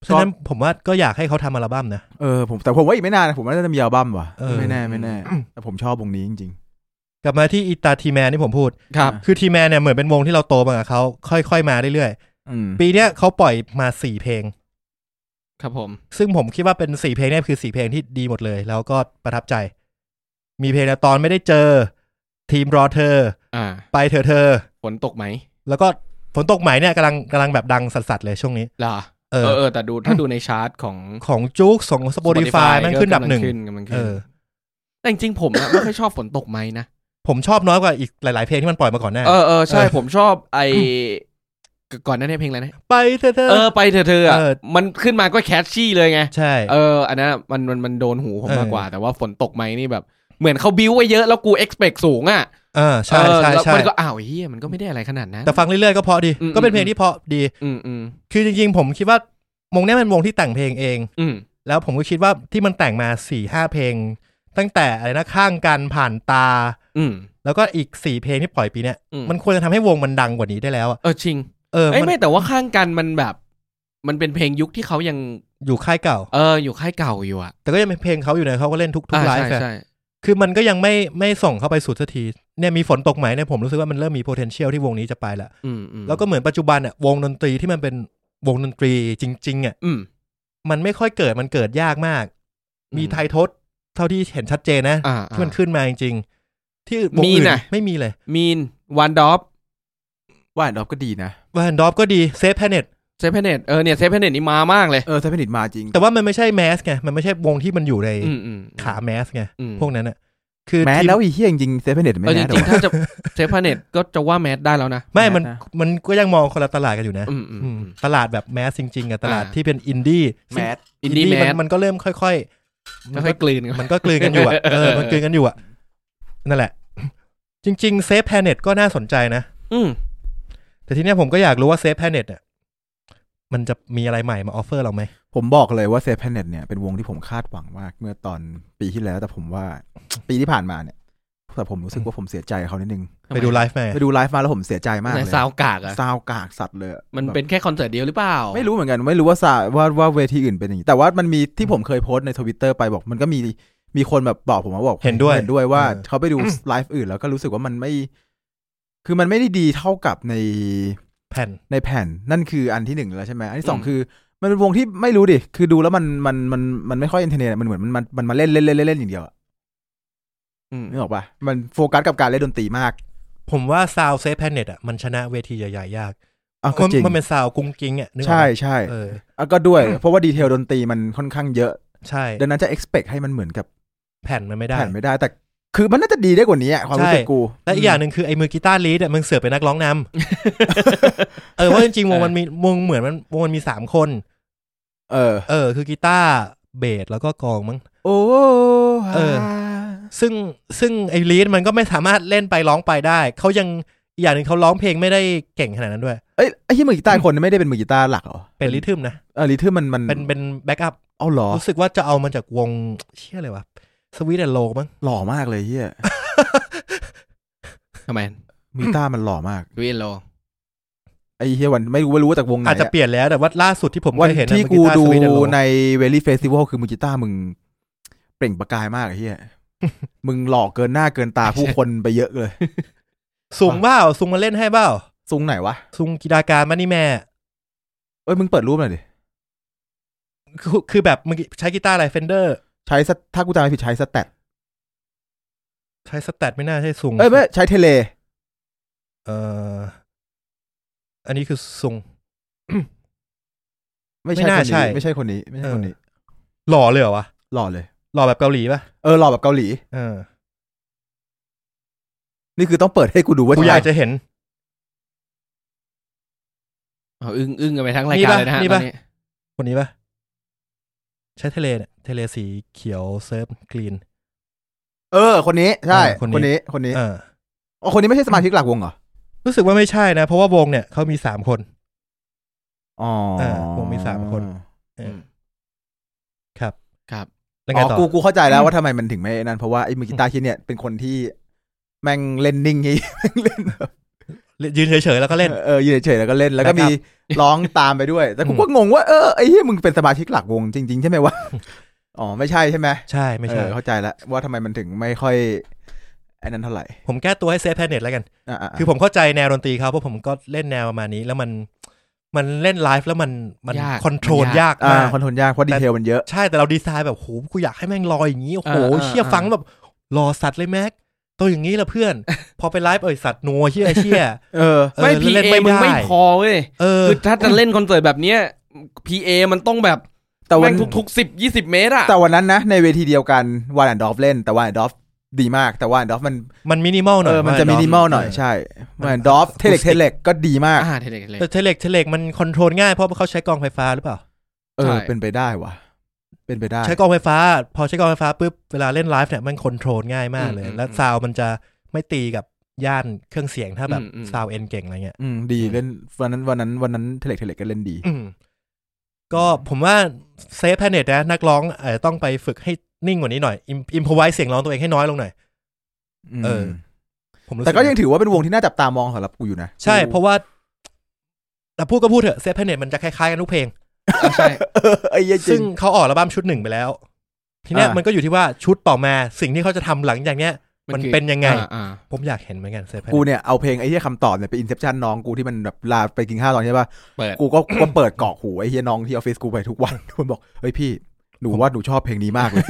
Speaker 1: เพราะฉะนั้นผมว่าก็อยากให้เขาทำอัลบั้มนะ
Speaker 3: เออผมแต่ผมว่าอีกไม่นานนะผมว่าน่าจะมีอัลบั้มว่ะ
Speaker 1: เออ
Speaker 3: ไม่แน่ไม่แน่แต่ผมชอบวงนี้จริง
Speaker 1: กลับมาที่อีตาทีแมนที่ผมพูด
Speaker 2: ครับ
Speaker 1: คือทีแมนเนี่ยเหมือนเป็นวงที่เราโตมากับเขาค่อยๆมาเรื่อย
Speaker 3: ๆ อืม
Speaker 1: ๆ ปีเนี้ยเขาปล่อยมาสี่เพลง
Speaker 2: ครับผม
Speaker 1: ซึ่งผมคิดว่าเป็นสี่เพลงเนี่ยคือสี่เพลงที่ดีหมดเลย แล้วก็ประทับใจ มีเพลงนะตอนไม่ได้เจอ ทีมรอเธอ
Speaker 2: อ่า
Speaker 1: ไปเธอเธอ
Speaker 2: ฝนตกไหม
Speaker 1: แล้วก็ฝนตกไหมเนี่ยกำลังกำลังแบบดังสัสๆเลยช่วงนี้
Speaker 2: ล่ะ
Speaker 1: เอ
Speaker 2: เอ
Speaker 1: อ
Speaker 2: อเออแต่ดูถ้าดูในชาร์ตของ
Speaker 1: ของจุกของสปอติฟายมันขึ้นอันดับหนึ่ง
Speaker 2: กำลัขึ้นกำลังขึ้
Speaker 1: เอน อ
Speaker 2: แต่จริงๆผมอะ ไม่ค่อยชอบฝนตกไหมนะ
Speaker 1: ผมชอบน้อยกว่าอีกหลายๆเพลงที่มันปล่อยมาก่อนหน้า
Speaker 2: เออเออใช่
Speaker 1: เออ
Speaker 2: ผมชอบไอ ก่อนหนั้านเพลงอะไรนะ
Speaker 1: ไปเธอเธอ
Speaker 2: เออไปเธอะเธออะ
Speaker 1: เออ
Speaker 2: มันขึ้นมาก็แคชชี่เลยไง
Speaker 1: ใช่
Speaker 2: เออ อันนั้นอะมันมันมันโดนหูผม
Speaker 1: เออ
Speaker 2: มากกว่า แต่ว่าฝนตกไหมนี่แบบ เหมือนเขาบิ้วไว้เยอะแล้วกูเอ็กซ์เพสูงอ่ะ
Speaker 1: เออใช่
Speaker 2: เออ
Speaker 1: ใช่
Speaker 2: แล้ว
Speaker 1: ใช่
Speaker 2: มันก็อ้าวเฮียมันก็ไม่ได้อะไรขนาดนั้น
Speaker 1: แต่ฟังเรื่อยๆก็เพราะดี
Speaker 2: อืม
Speaker 1: ก็เป็นเพลงที่เพราะดี
Speaker 2: อืมอืม
Speaker 1: คือจริงๆ ผมคิดว่าวงเนี้ยเป็นวงที่แต่งเพลงเอง
Speaker 2: อืม
Speaker 1: แล้วผมก็คิดว่าที่มันแต่งมาสี่ห้าเพลง ตั้งแต่อะไรนะข้างกันผ่านตา
Speaker 2: อืม
Speaker 1: แล้วก็อีกสี่เพลงที่ปล่อยปีเนี้ย
Speaker 2: อืม
Speaker 1: มันควรจะทำให้วงมันดังกว่านี้ได้แล้วอะ
Speaker 2: เออจริง
Speaker 1: เออ
Speaker 2: เอ้ย
Speaker 1: มัน
Speaker 2: ไม่แต่ว่าข้างกันมันแบบ มันเป็นเพลงยุคที่เขายัง
Speaker 1: อยู่ค่ายเก่า
Speaker 2: เอออยู่ค่ายเก่าอยู่อ่ะ
Speaker 1: แต่ก็ยังเป็นเพลงเขาอยู่นะเขาก็เล่นทุกทุก
Speaker 2: อ่า
Speaker 1: ไล
Speaker 2: ใช่
Speaker 1: ฟ์อะ
Speaker 2: ใช่
Speaker 1: คือมันก็ยังไม่ไม่ส่งเข้าไปสุดสักทีเนี่ยมีฝนตกไหมเนี่ยผมรู้สึกว่ามันเริ่มมี potential ที่วงนี้จะไปละ
Speaker 2: อืมอืม
Speaker 1: แล้วก็เหมือนปัจจุบันอะวงดนตรีที่มันเป็นวงดนตรีจริงๆอะ
Speaker 2: อืม
Speaker 1: มันไม่ค่อยเกิดมันเกิดยากมาก
Speaker 2: อืม
Speaker 1: มีไทยทศเท่าที่เห็นชัดเจนนะ
Speaker 2: อ่า
Speaker 1: ที่มัน
Speaker 2: อ่า
Speaker 1: ขึ้นมาจริงๆ ที่วง
Speaker 2: มี
Speaker 1: อื่น
Speaker 2: น่ะ
Speaker 1: ไม่มีเลย
Speaker 2: มีนวันดอฟ
Speaker 3: ว่าดอกก็ดีนะ
Speaker 1: ว่าดอฟก็ดีเซฟแพเน็ต
Speaker 2: เซฟเพเนตเออเนี่ยเซฟเพเนตนี่มามากเลย
Speaker 3: เออถ้าเป็นดิดมาจริง
Speaker 1: แต่ว่ามันไม่ใช่แมสไง มันไม่ใช่วงที่มันอยู่ใน
Speaker 2: อืมอืม
Speaker 1: ขาแมสไง
Speaker 2: อืม
Speaker 1: พวกนั้นอ่ะ คือ
Speaker 3: แม้
Speaker 1: ทีม
Speaker 3: แล้วอีเฮียจริงๆเซฟเนเน็ตไม่
Speaker 2: เออจ
Speaker 3: แน่
Speaker 2: ริงๆ
Speaker 3: แต่ว่า
Speaker 2: ถ้าจะเซฟเพเนตก็จะว่าแมสได้แล้วนะ
Speaker 1: ไม่
Speaker 3: แมสนะ
Speaker 1: มันมันก็ยังมองคนละตลาดกันอยู่นะ
Speaker 2: อืมอืม
Speaker 1: อืม
Speaker 2: อืม
Speaker 1: ตลาดแบบแมสจริงๆกับตลาด
Speaker 2: อ่า
Speaker 1: ที่เป็นอินดี้
Speaker 3: แมส
Speaker 2: อินดี้แม
Speaker 1: มั
Speaker 2: ส
Speaker 1: มันก็เริ่มค่อยๆ
Speaker 2: ไม่ค่อยกลืนกัน
Speaker 1: มันก็กลืนกันอยู่อะเออ มันกลืนกันอยู่อะนั่นแหละ จริงๆเซฟแพเน็ตก็น่าสนใจนะ
Speaker 2: อืม
Speaker 1: แต่ทีเนี้ยผมก็อยากรู้ว่าเซฟแพเน็ตเนี่ย มันจะมีอะไรใหม่มาออฟเฟอร์เราไหม
Speaker 3: ผมบอกเลยว่าเซฟแพนเน็ตเนี่ยเป็นวงที่ผมคาดหวังมากเมื่อตอนปีที่แล้วแต่ผมว่า ปีที่ผ่านมาเนี่ยแต่ผมรู้สึกว่าผมเสียใจกับเขานิดนึง
Speaker 1: ไปดูไลฟ์ไหม
Speaker 3: ไปดูไลฟ์มาแล้วผมเสียใจมาก
Speaker 2: ไหน
Speaker 3: เลย
Speaker 2: ซาวกากอะ
Speaker 3: ซาวกากสัตว์เลย
Speaker 2: มัน
Speaker 3: แบบ
Speaker 2: เป็นแค่คอนเสิร์ตเดียวหรือเปล่า
Speaker 3: ไม่รู้เหมือนกันไม่รู้ว่าซาว่าว่าเวทีอื่นเป็นอย่างนี้แต่ว่ามันมีที่ผมเคยโพสต์ในทวิตเตอร์ไปบอก มันก็มีมีคนแบบบอกผมมาบอก
Speaker 1: เห็นด้วย
Speaker 3: เห็นด้วยว่า
Speaker 1: เออ
Speaker 3: เขาไปดูไลฟ์อื่นแล้วก็รู้สึกว่ามันไม่ คือมันไม่ได้ดีเท่ากับใน
Speaker 1: แผ่น
Speaker 3: ในแผ่นนั่นคืออันที่หนึ่งแล้วใช่ไหมอันที่สองคือ มันเป็นวงที่ไม่รู้ดิ คือดูแล้วมันมันมันมันไม่ค่อยเอนเทอร์เนมันเหมือนมันมันมันมาเล่นเล่นเล่นเล่นเล่นอย่างเดียวอะ
Speaker 2: อืม
Speaker 3: นึกออกปะมันโฟกัสกับการเล่นดนตรีมาก
Speaker 1: ผมว่าซาวเซฟแพนเน็ตอ่ะมันชนะเวทีใหญ่ๆยาก
Speaker 3: อ่ะก็
Speaker 1: มัน
Speaker 3: จริง
Speaker 1: มันเป็นซาวกุ้งกิ้งอ่ะนึกออก
Speaker 3: ใช่
Speaker 1: ปะ
Speaker 3: ใช่
Speaker 1: เออ
Speaker 3: อ่ะก็ด้วย เพราะว่าดีเทลดนตรีมันค่อนข้างเยอะ
Speaker 1: ใช่
Speaker 3: ดังนั้นจะ expect ให้มันเหมือนกับ
Speaker 1: แผ่นมันไม่ได้
Speaker 3: แผ่นไม่ได้ แต่คือมันน่าจะดีได้กว่านี้อะความรู้สึก
Speaker 1: ใช่
Speaker 3: กู
Speaker 1: และอีกอย่างหนึ่งคือไอ้มือกีตาร์ลีดอ่ะมึงเสือกเป็นนักร้องนำ เออเพราะจริงๆวงมันมีวงเหมือนมันวงมันมีสามคน
Speaker 3: เออ
Speaker 1: เออ คือกีตาร์เบสแล้วก็กลองมั้ง
Speaker 3: โอ้
Speaker 1: เออ ซึ่งซึ่งไอ้ลีดมันก็ไม่สามารถเล่นไปร้องไปได้ เขายังอีกอย่างหนึ่งเขาร้องเพลงไม่ได้เก่งขนาดนั้นด้วย
Speaker 3: เอ้ยไอ้ที่มือกีตาร์คนนั้นไม่ได้เป็นมือกีตาร์หลักเหรอ
Speaker 1: เป็นริทึมนะ
Speaker 3: เออริทึมมันมัน
Speaker 1: เป็นเป็นแบ็กอัพ
Speaker 3: เอาเหรอ
Speaker 1: รู้สึกว่าจะเอามาจากวงเชี่ยอะไรวะสวีดแอนโลมั้ง
Speaker 3: หล่อมากเลยเฮีย
Speaker 2: ทำไม
Speaker 3: มือกีตาร์มันหล่อมาก
Speaker 2: วีเอนโล
Speaker 3: ไอ้เฮียวันไม่รู้ไม่รู้ว่าจากวงไหน
Speaker 1: อาจจะ
Speaker 3: อะ
Speaker 1: เปลี่ยนแล้วแต่ว่าล่าสุดที่ผม
Speaker 3: วัน
Speaker 1: เคยเห็นนะ
Speaker 3: ที่
Speaker 1: มัน
Speaker 3: กู
Speaker 1: ตาร์
Speaker 3: ดู
Speaker 1: สวีเนโล
Speaker 3: ในเวลี่เฟสติวัลคือมือกีตาร์มึง เปล่งประกายมากไอ้เฮีย มึงหลอกเกินหน้าเกินตาผู้คนไปเยอะเลย
Speaker 1: สูงเปล่าสูงมาเล่นให้เปล่า
Speaker 3: ซุงไหนวะ
Speaker 1: สูงกีฬาการมานี่แม่
Speaker 3: เอ้ยมึงเปิดรูปหน่อยดิ
Speaker 1: คือคือแบบมึงใช้กีตาร์อะไรเฟนเดอร์
Speaker 3: ใช้สตถ้ากูจำไม่ผิดใช้สแตท
Speaker 1: ใช้สแตทไม่น่าใช่สูง
Speaker 3: เอ้ยไม่ใช้เทเล
Speaker 1: เอ่ออันนี้คือสูง
Speaker 3: ไม่ใช่
Speaker 1: ไม่
Speaker 3: ค
Speaker 1: น่าน ใช่
Speaker 3: นี้ไม่ใช่คนนี้ ไม่ใช่คนนี้
Speaker 1: หล่อเลยเหรอวะ
Speaker 3: หล่อเลย
Speaker 1: หล่อแบบเกาหลีป่ะ
Speaker 3: เออหล่อแบบเกาหลี
Speaker 1: เออ
Speaker 3: นี่คือต้องเปิดให้กูดูว่า
Speaker 1: กูอยาก
Speaker 3: ใช่
Speaker 1: จะเห็น
Speaker 2: เอาอึ้งอึ้งกันไปทั้งรายการเลยนะฮะ
Speaker 1: นี่
Speaker 2: ตอ
Speaker 1: ปะ
Speaker 2: นนี้
Speaker 1: คนนี้ปะใช้เทเลเนี่ยเทเลสีเขียวเซิร์ฟกรีน
Speaker 3: เออ คนนี้ใช่
Speaker 1: เออคนนี้
Speaker 3: คนนี้ คนนี้
Speaker 1: เออ
Speaker 3: อ๋อคนนี้ไม่ใช่สมาชิกหลักวงเหรอ
Speaker 1: รู้สึกว่าไม่ใช่นะ เพราะว่าวงเนี่ยเขามีสามคน
Speaker 3: อ๋อ
Speaker 1: เออวงมีสามคน เออครับ
Speaker 2: ครับ
Speaker 1: แล้ว
Speaker 3: อ๋
Speaker 1: ไง
Speaker 3: อ
Speaker 1: ต่อ
Speaker 3: กูกูเข้าใจแล้วว่าทำไมมันถึงไม่นั่นเพราะว่าไอ้มือกีตาร์ที่เนี่ยเป็นคนที่แม่งเล่นนิ่งเหี้ยแม่งเล่นแบบ
Speaker 1: ยืนเฉยๆแล้วก็เล่น
Speaker 3: ออเออยืนเฉยๆแล้วก็เล่นแล้วก็มี
Speaker 1: นะครับ
Speaker 3: ร้องตามไปด้วย แต่กูก็งงว่าเออไอ้ที่มึงเป็นสมาชิกหลักวงจริง ๆ ใช่ไหมวะ อ๋อไม่ใช่ใช่ไหม
Speaker 1: ใช่ไม่ใช่
Speaker 3: เออเข้าใจแล้วว่าทำไมมันถึงไม่ค่อยไอ้นั้นเท่าไหร่
Speaker 1: ผมแก้ตัวให้เซฟแพนเน็ตแล้วกัน
Speaker 3: อ่า
Speaker 1: คือผมเข้าใจแนวดนตรีเขาเพราะผมก็เล่นแนวประมาณนี้ แล้วมันมันเล่นไลฟ์แล้วมันมัน
Speaker 2: ยาก
Speaker 1: คอนโทรล
Speaker 2: มันยาย
Speaker 1: าก ก
Speaker 3: อ่าม
Speaker 1: าก
Speaker 3: คอนโทรลยากเพราะดีเทลมันเยอะ
Speaker 1: ใช่แต่เราดีไซน์แบบโหกูอยากให้แม่งลอยอย่างนี้โอ้โห
Speaker 2: เออเออ
Speaker 1: เชี่ย
Speaker 2: เออ
Speaker 1: ฟังแล้วแบบรอสัตว์เลยแม็กตัวอย่างนี้ละเพื่อน พอไปไลฟ์เอยสัตว์นัวเชี่ยเชี่ย
Speaker 3: เออ
Speaker 1: เออ
Speaker 2: ไม่พี
Speaker 1: เล่น
Speaker 2: เอ
Speaker 1: ไม่
Speaker 2: มึงไม่
Speaker 1: ได้
Speaker 2: พอเว้ย
Speaker 1: เออ
Speaker 2: คือถ้าจะเล่นคอนเสิร์ตแบบเนี้ยพีเอมันต้องแบบ
Speaker 3: แต่วั
Speaker 2: แม่
Speaker 3: น
Speaker 2: งทุกๆสิบยี่สิบเมตรอะ
Speaker 3: แต่วันนั้นนะ ในเวทีเดียวกันวานแอนดอฟเล่นแต่วานแอนดอฟดีมากแต่วานแอนดอฟมัน
Speaker 1: มันมินิมอลหน่
Speaker 3: เอ
Speaker 1: อย
Speaker 3: อมัน
Speaker 1: ว่า
Speaker 3: จะมินิมอลหน่อย
Speaker 1: เ
Speaker 3: ใช่วานแอนดอฟเทเล็กเทเล็กก็ดีมาก
Speaker 2: อ่าเทเลเทเล
Speaker 1: แต่เทเล็กเทเล็กมันคอนโทรลง่ายเพราะเขาใช้กองไฟฟ้าหรือเปล่า
Speaker 3: เออ
Speaker 2: ใช่
Speaker 3: เป็นไปได้ว่ะ เป็นไปได้
Speaker 1: ใช้กองไฟฟ้า พอใช้กองไฟฟ้าปุ๊บเวลาเล่นไลฟ์เนี่ยมันคอนโทรลง่ายมากเลย
Speaker 2: อืม
Speaker 1: และ
Speaker 2: อืม
Speaker 1: ซาวด์มันจะไม่ตีกับย่านเครื่องเสียงถ้าแบบ
Speaker 2: อืมอืม
Speaker 1: ซาวด์เอ็นเก่งอะไรเงี้ย
Speaker 3: อืมดีเล่นวันนั้นวันนั้นวันนั้นเทเล็กเทเล็กก็เล่นดี
Speaker 1: อืมก็ผมว่าเซฟแพนเน็ตนะนักร้องเออต้องไปฝึกให้นิ่งกว่านี้หน่อย อิมพอไว้เสียงร้องตัวเองให้น้อยลงหน่อย เออ ผมรู้สึ
Speaker 3: แต่ก็ยังถือว่าเป็นวงที่น่าจับตามองสำหรับกูอยู่นะ
Speaker 1: ใช่ เพราะว่าแต่พูดก็พูดเถอะเซฟแพนเน็ตมันจะคล้ายๆกันทุกเพลง
Speaker 2: อ่าใช่
Speaker 3: เออไอ้เหี้ยจริ
Speaker 1: ซึ่
Speaker 3: ง
Speaker 1: งเขาออกอัลบั้มชุดหนึ่งไปแล้ว ทีเนี้ย
Speaker 3: อ่ามั
Speaker 1: มันก็อยู่ที่ว่าชุดต่อมาสิ่งที่เขาจะทำหลังจากเนี้ย
Speaker 2: มั
Speaker 1: มัน น
Speaker 2: คือ
Speaker 1: เป็นยังไง
Speaker 2: อ่าอ่า
Speaker 1: ผมอยากเห็นเหมือนกันเซฟแพน
Speaker 3: กู
Speaker 1: เน็ต
Speaker 3: เนี่ยเอาเพลงไอ้เหี้ยคำตอบเนี่ยไปอินเซ t ชันน้องกูที่มันแบบลาไปกินข้าวตอนใช่ป่ะ
Speaker 2: เปิด
Speaker 3: กูก็ ก็เปิดกรอกหูไอ้เหี้ยน้องที่ออฟฟิศกูไปทุกวัน ทุกคนบอก เฮ้ยพี่ หนูว่าหนูชอบเพลงนี้มากเลย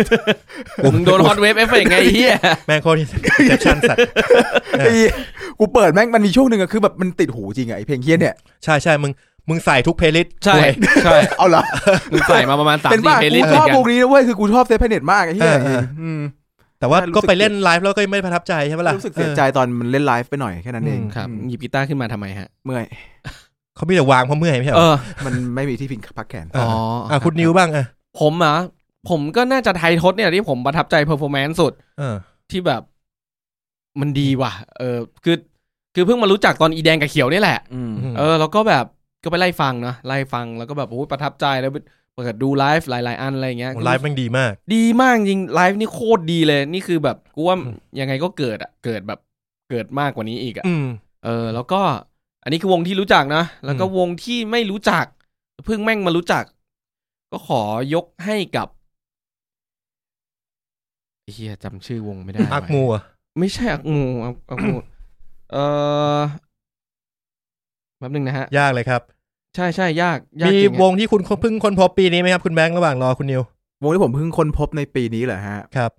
Speaker 2: มึงโดนฮอตเวฟเอฟเฟกต์ไงไอ้เฮีย
Speaker 1: แมงโคตรเซฟชั่นสัตว์ เออ
Speaker 3: ไอ้เหี้ยกูเปิดแม่งมันมีช่วงหนึ่งอะคือแบบมันติดหูจริงอะไอ้เพลงเหี้ยเนี่ย
Speaker 1: ใช่ใช่มึง มึงใส่ทุกเพลย์ลิสต์
Speaker 2: ใช่
Speaker 1: ด้วย
Speaker 2: ใช่
Speaker 3: เอาเหรอ
Speaker 2: มึงใส่มาประมาณสาม
Speaker 3: เป็น
Speaker 2: สี่
Speaker 3: บ้า
Speaker 2: เพลย์ลิ
Speaker 3: กู
Speaker 2: สต์
Speaker 3: ช
Speaker 2: ติด
Speaker 3: อบ
Speaker 2: กัน
Speaker 3: วงนี้นะเว้ย คือกูชอบเซฟเพนเน็ตมากไอ้เหี้ยม
Speaker 1: แต่ว่า
Speaker 3: ใช่รู้สึก
Speaker 1: ก็ไปเล่นไลฟ์แล้วก็ไม่ประทับใจใช่ไหมล่ะ
Speaker 3: รู้สึกเสียใจ
Speaker 1: ออ
Speaker 3: ตอนมันเล่นไลฟ์ไปหน่อยแค่นั้นเอง
Speaker 1: อืม
Speaker 2: ครับ
Speaker 3: อืม
Speaker 2: หยิบกีตาร์ขึ้นมาทำไมฮะ
Speaker 3: เมื่อย
Speaker 1: เขามีแต่วางเพราะเมื่อยไม่ใช่เหร
Speaker 2: เอ
Speaker 1: อ
Speaker 2: อ
Speaker 3: มันไม่มีที่พิงพักแขน
Speaker 2: อ๋อ
Speaker 1: อ่ะคุณนิวบ้างอ่ะ
Speaker 2: ผมเหรอ่ะผมก็น่าจะไทยทศเนี่ยที่ผมประทับใจเพอร์ฟอร์แมนซ์สุด
Speaker 1: เออ
Speaker 2: ที่แบบมันดีว่ะ เออ คือ คือเพิ่งมารู้จักตอนอีแดงกับเขียวนี่แหละ
Speaker 3: อืม
Speaker 2: เออ แล้วก็แบบ ก็ไปไล่ฟังเนาะไล่ฟังแล้วก็แบบโอ้ยประทับใจแล้วเปิดดูไลฟ์หลาย ๆ อันอะไรอย่างเงี้ย
Speaker 1: โอ้ไลฟ์แมันดีมาก
Speaker 2: ดีมากจริงไลฟ์นี่โคตรดีเลย นี่คือแบบกูว่ายังไงก็เกิดอะเกิดแบบเกิดมากกว่านี้อีกอะ
Speaker 1: อืม
Speaker 2: เออ แล้วก็ อันนี้คือวงที่รู้จักนะ แล้วก็
Speaker 1: อืม
Speaker 2: วงที่ไม่รู้จัก เพิ่งแม่งมารู้จัก ก็ขอยกให้กับเฮียจำชื่อวงไม่ได้
Speaker 1: อัก
Speaker 2: ว่ะ
Speaker 1: มูอะ
Speaker 2: ไม่ใช่อักมูอักอักมูเออแป๊บหนึงนะฮะ
Speaker 1: ยากเลยครับ
Speaker 2: ใช่ใช่ยากยาก
Speaker 1: มี
Speaker 2: จริงอะ
Speaker 1: วงที่คุณเพิ่งค้นพบปีนี้ไหมครับ คุณแบงค์ระหว่างรอคุณนิว
Speaker 3: วงที่ผมเพิ่งค้นพบในปีนี้เหรอฮะ
Speaker 1: ครับ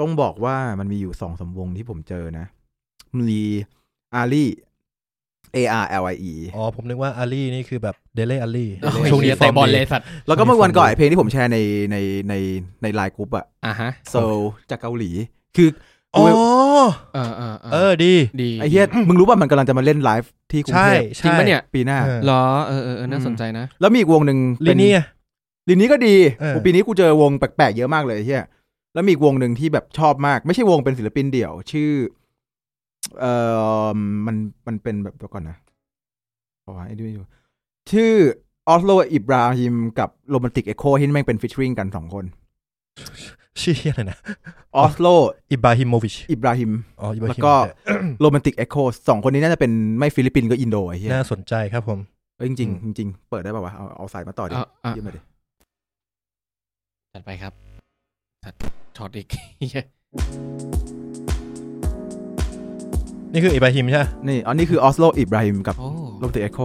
Speaker 3: ต้องบอกว่ามันมีอยู่สองสามวงที่ผมเจอนะ มีอารี A R L I E
Speaker 1: อ๋อ ผมนึกว่าอาลีนี่คือแบบเดเลอาลี
Speaker 2: โอ้ย
Speaker 1: ช่วงนี้
Speaker 2: เหี้ยเตะบอลเลย
Speaker 1: ฟร์ม
Speaker 2: สัตว์
Speaker 3: แล้วก็เมื่อวันก่อน
Speaker 1: มีฟังด้วย
Speaker 3: ไอ้เพลงที่ผมแชร์ในในในในไลน์กรุ๊ปอะ
Speaker 2: อ่ะฮะ
Speaker 3: โซจากเกาหลี คือ
Speaker 1: ดีอ๋อ
Speaker 2: เออเออ
Speaker 1: เออดี
Speaker 2: ดี
Speaker 3: ไอ้เฮียมึงรู้ป่ะมันกำลังจะมาเล่นไลฟ์ที่กรุง
Speaker 1: ใช่
Speaker 3: เทพ
Speaker 2: จริง
Speaker 1: ใช่
Speaker 2: ปะเนี่ย
Speaker 3: ปีหน้า
Speaker 1: เออ
Speaker 2: เหรอเออเออเออน่าสนใจนะ
Speaker 3: แล้วมีอีกวงหนึ่ง
Speaker 1: ลิ
Speaker 3: เป็น
Speaker 1: เนีย
Speaker 3: ลินนี้ก็ดี
Speaker 1: เออ
Speaker 3: โอ้ปีนี้กูเจอวงแปลกๆเยอะมากเลยเฮียแล้วมีอีกวงหนึ่งที่แบบชอบมาก ไม่ใช่วงเป็นศิลปินเดี่ยว ชื่อ เอ่อมันมันเป็นแบบเดี๋ยวก่อนนะขอหาไอ้ดูดูชื่อออสโลอิบราฮิมกับโรแมนติกเอโคที่แม่งเป็นฟิชริงกันสองคน
Speaker 1: ชื่ออะไรนะ
Speaker 3: ออสโล
Speaker 1: อิบราฮิโมวิช
Speaker 3: อิบราฮิม
Speaker 1: อ๋ออิบรา
Speaker 3: แล้ว
Speaker 1: ฮิ
Speaker 3: ก็
Speaker 1: โม
Speaker 3: โรแมนติกเอโคสองคนนี้น่าจะเป็นไม่ฟิลิปปินส์ก็อินโดไอ้เฮีย
Speaker 1: น่าสนใจครับผม
Speaker 3: เอ้ยจริง
Speaker 1: อืม
Speaker 3: ๆจริงๆเปิดได้ป่าววะเอาเอาสายมาต่อดิ
Speaker 2: เอาเอา
Speaker 3: ยืมมาดิ
Speaker 2: จัดไปครับจัดช็อตอีก
Speaker 1: นี่คืออิบราฮิมใช่ปะ
Speaker 3: นี่อันนี้คือออสโลอิบราฮิมกับ
Speaker 2: โอ้
Speaker 3: โรแมนติกเอโค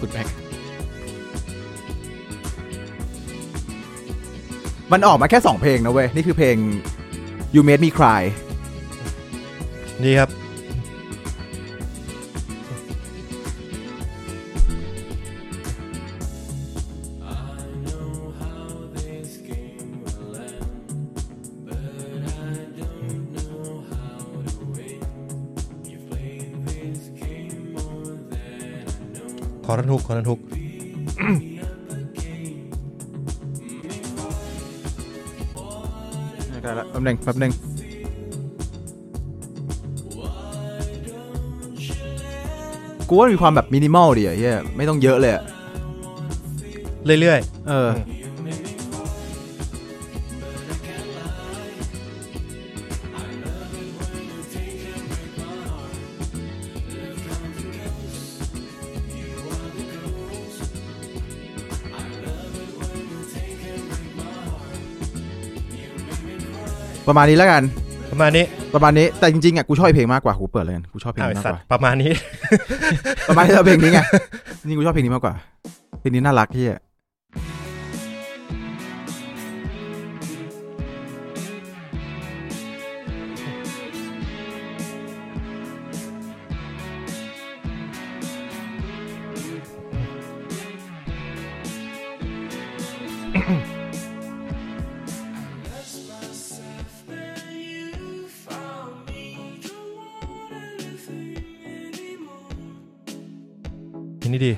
Speaker 2: คุณแบงค์
Speaker 3: มันออกมาแค่ 2 เพลงนะเว้ย นี่คือเพลง You Made Me Cry
Speaker 1: นี่ครับ ขอรันทุกขอรันทุก
Speaker 3: ได้ละแป๊บหนึงแป๊บหนึงกูว่ามีความแบบมินิมอลดีอะเฮียไม่ต้องเยอะเลยอะ
Speaker 1: เรื่อย
Speaker 3: เออ ประมาณนี้แล้วกัน
Speaker 1: ๆ ประมาณนี้
Speaker 3: ประมาณนี้แต่จริงๆอ่ะกูชอบเพลงมากกว่ากูเปิดเลยกันกูชอบเพลง
Speaker 1: อ้าวไอ้
Speaker 3: นี้มาก
Speaker 1: สัต
Speaker 3: กว่า
Speaker 1: ว์ประมาณนี้
Speaker 3: ประมาณนี้เราเพลงนี้ไงจริงๆกูชอบเพลงนี้มากกว่าเพลงนี้น่ารักที่
Speaker 1: ทีนี้ดี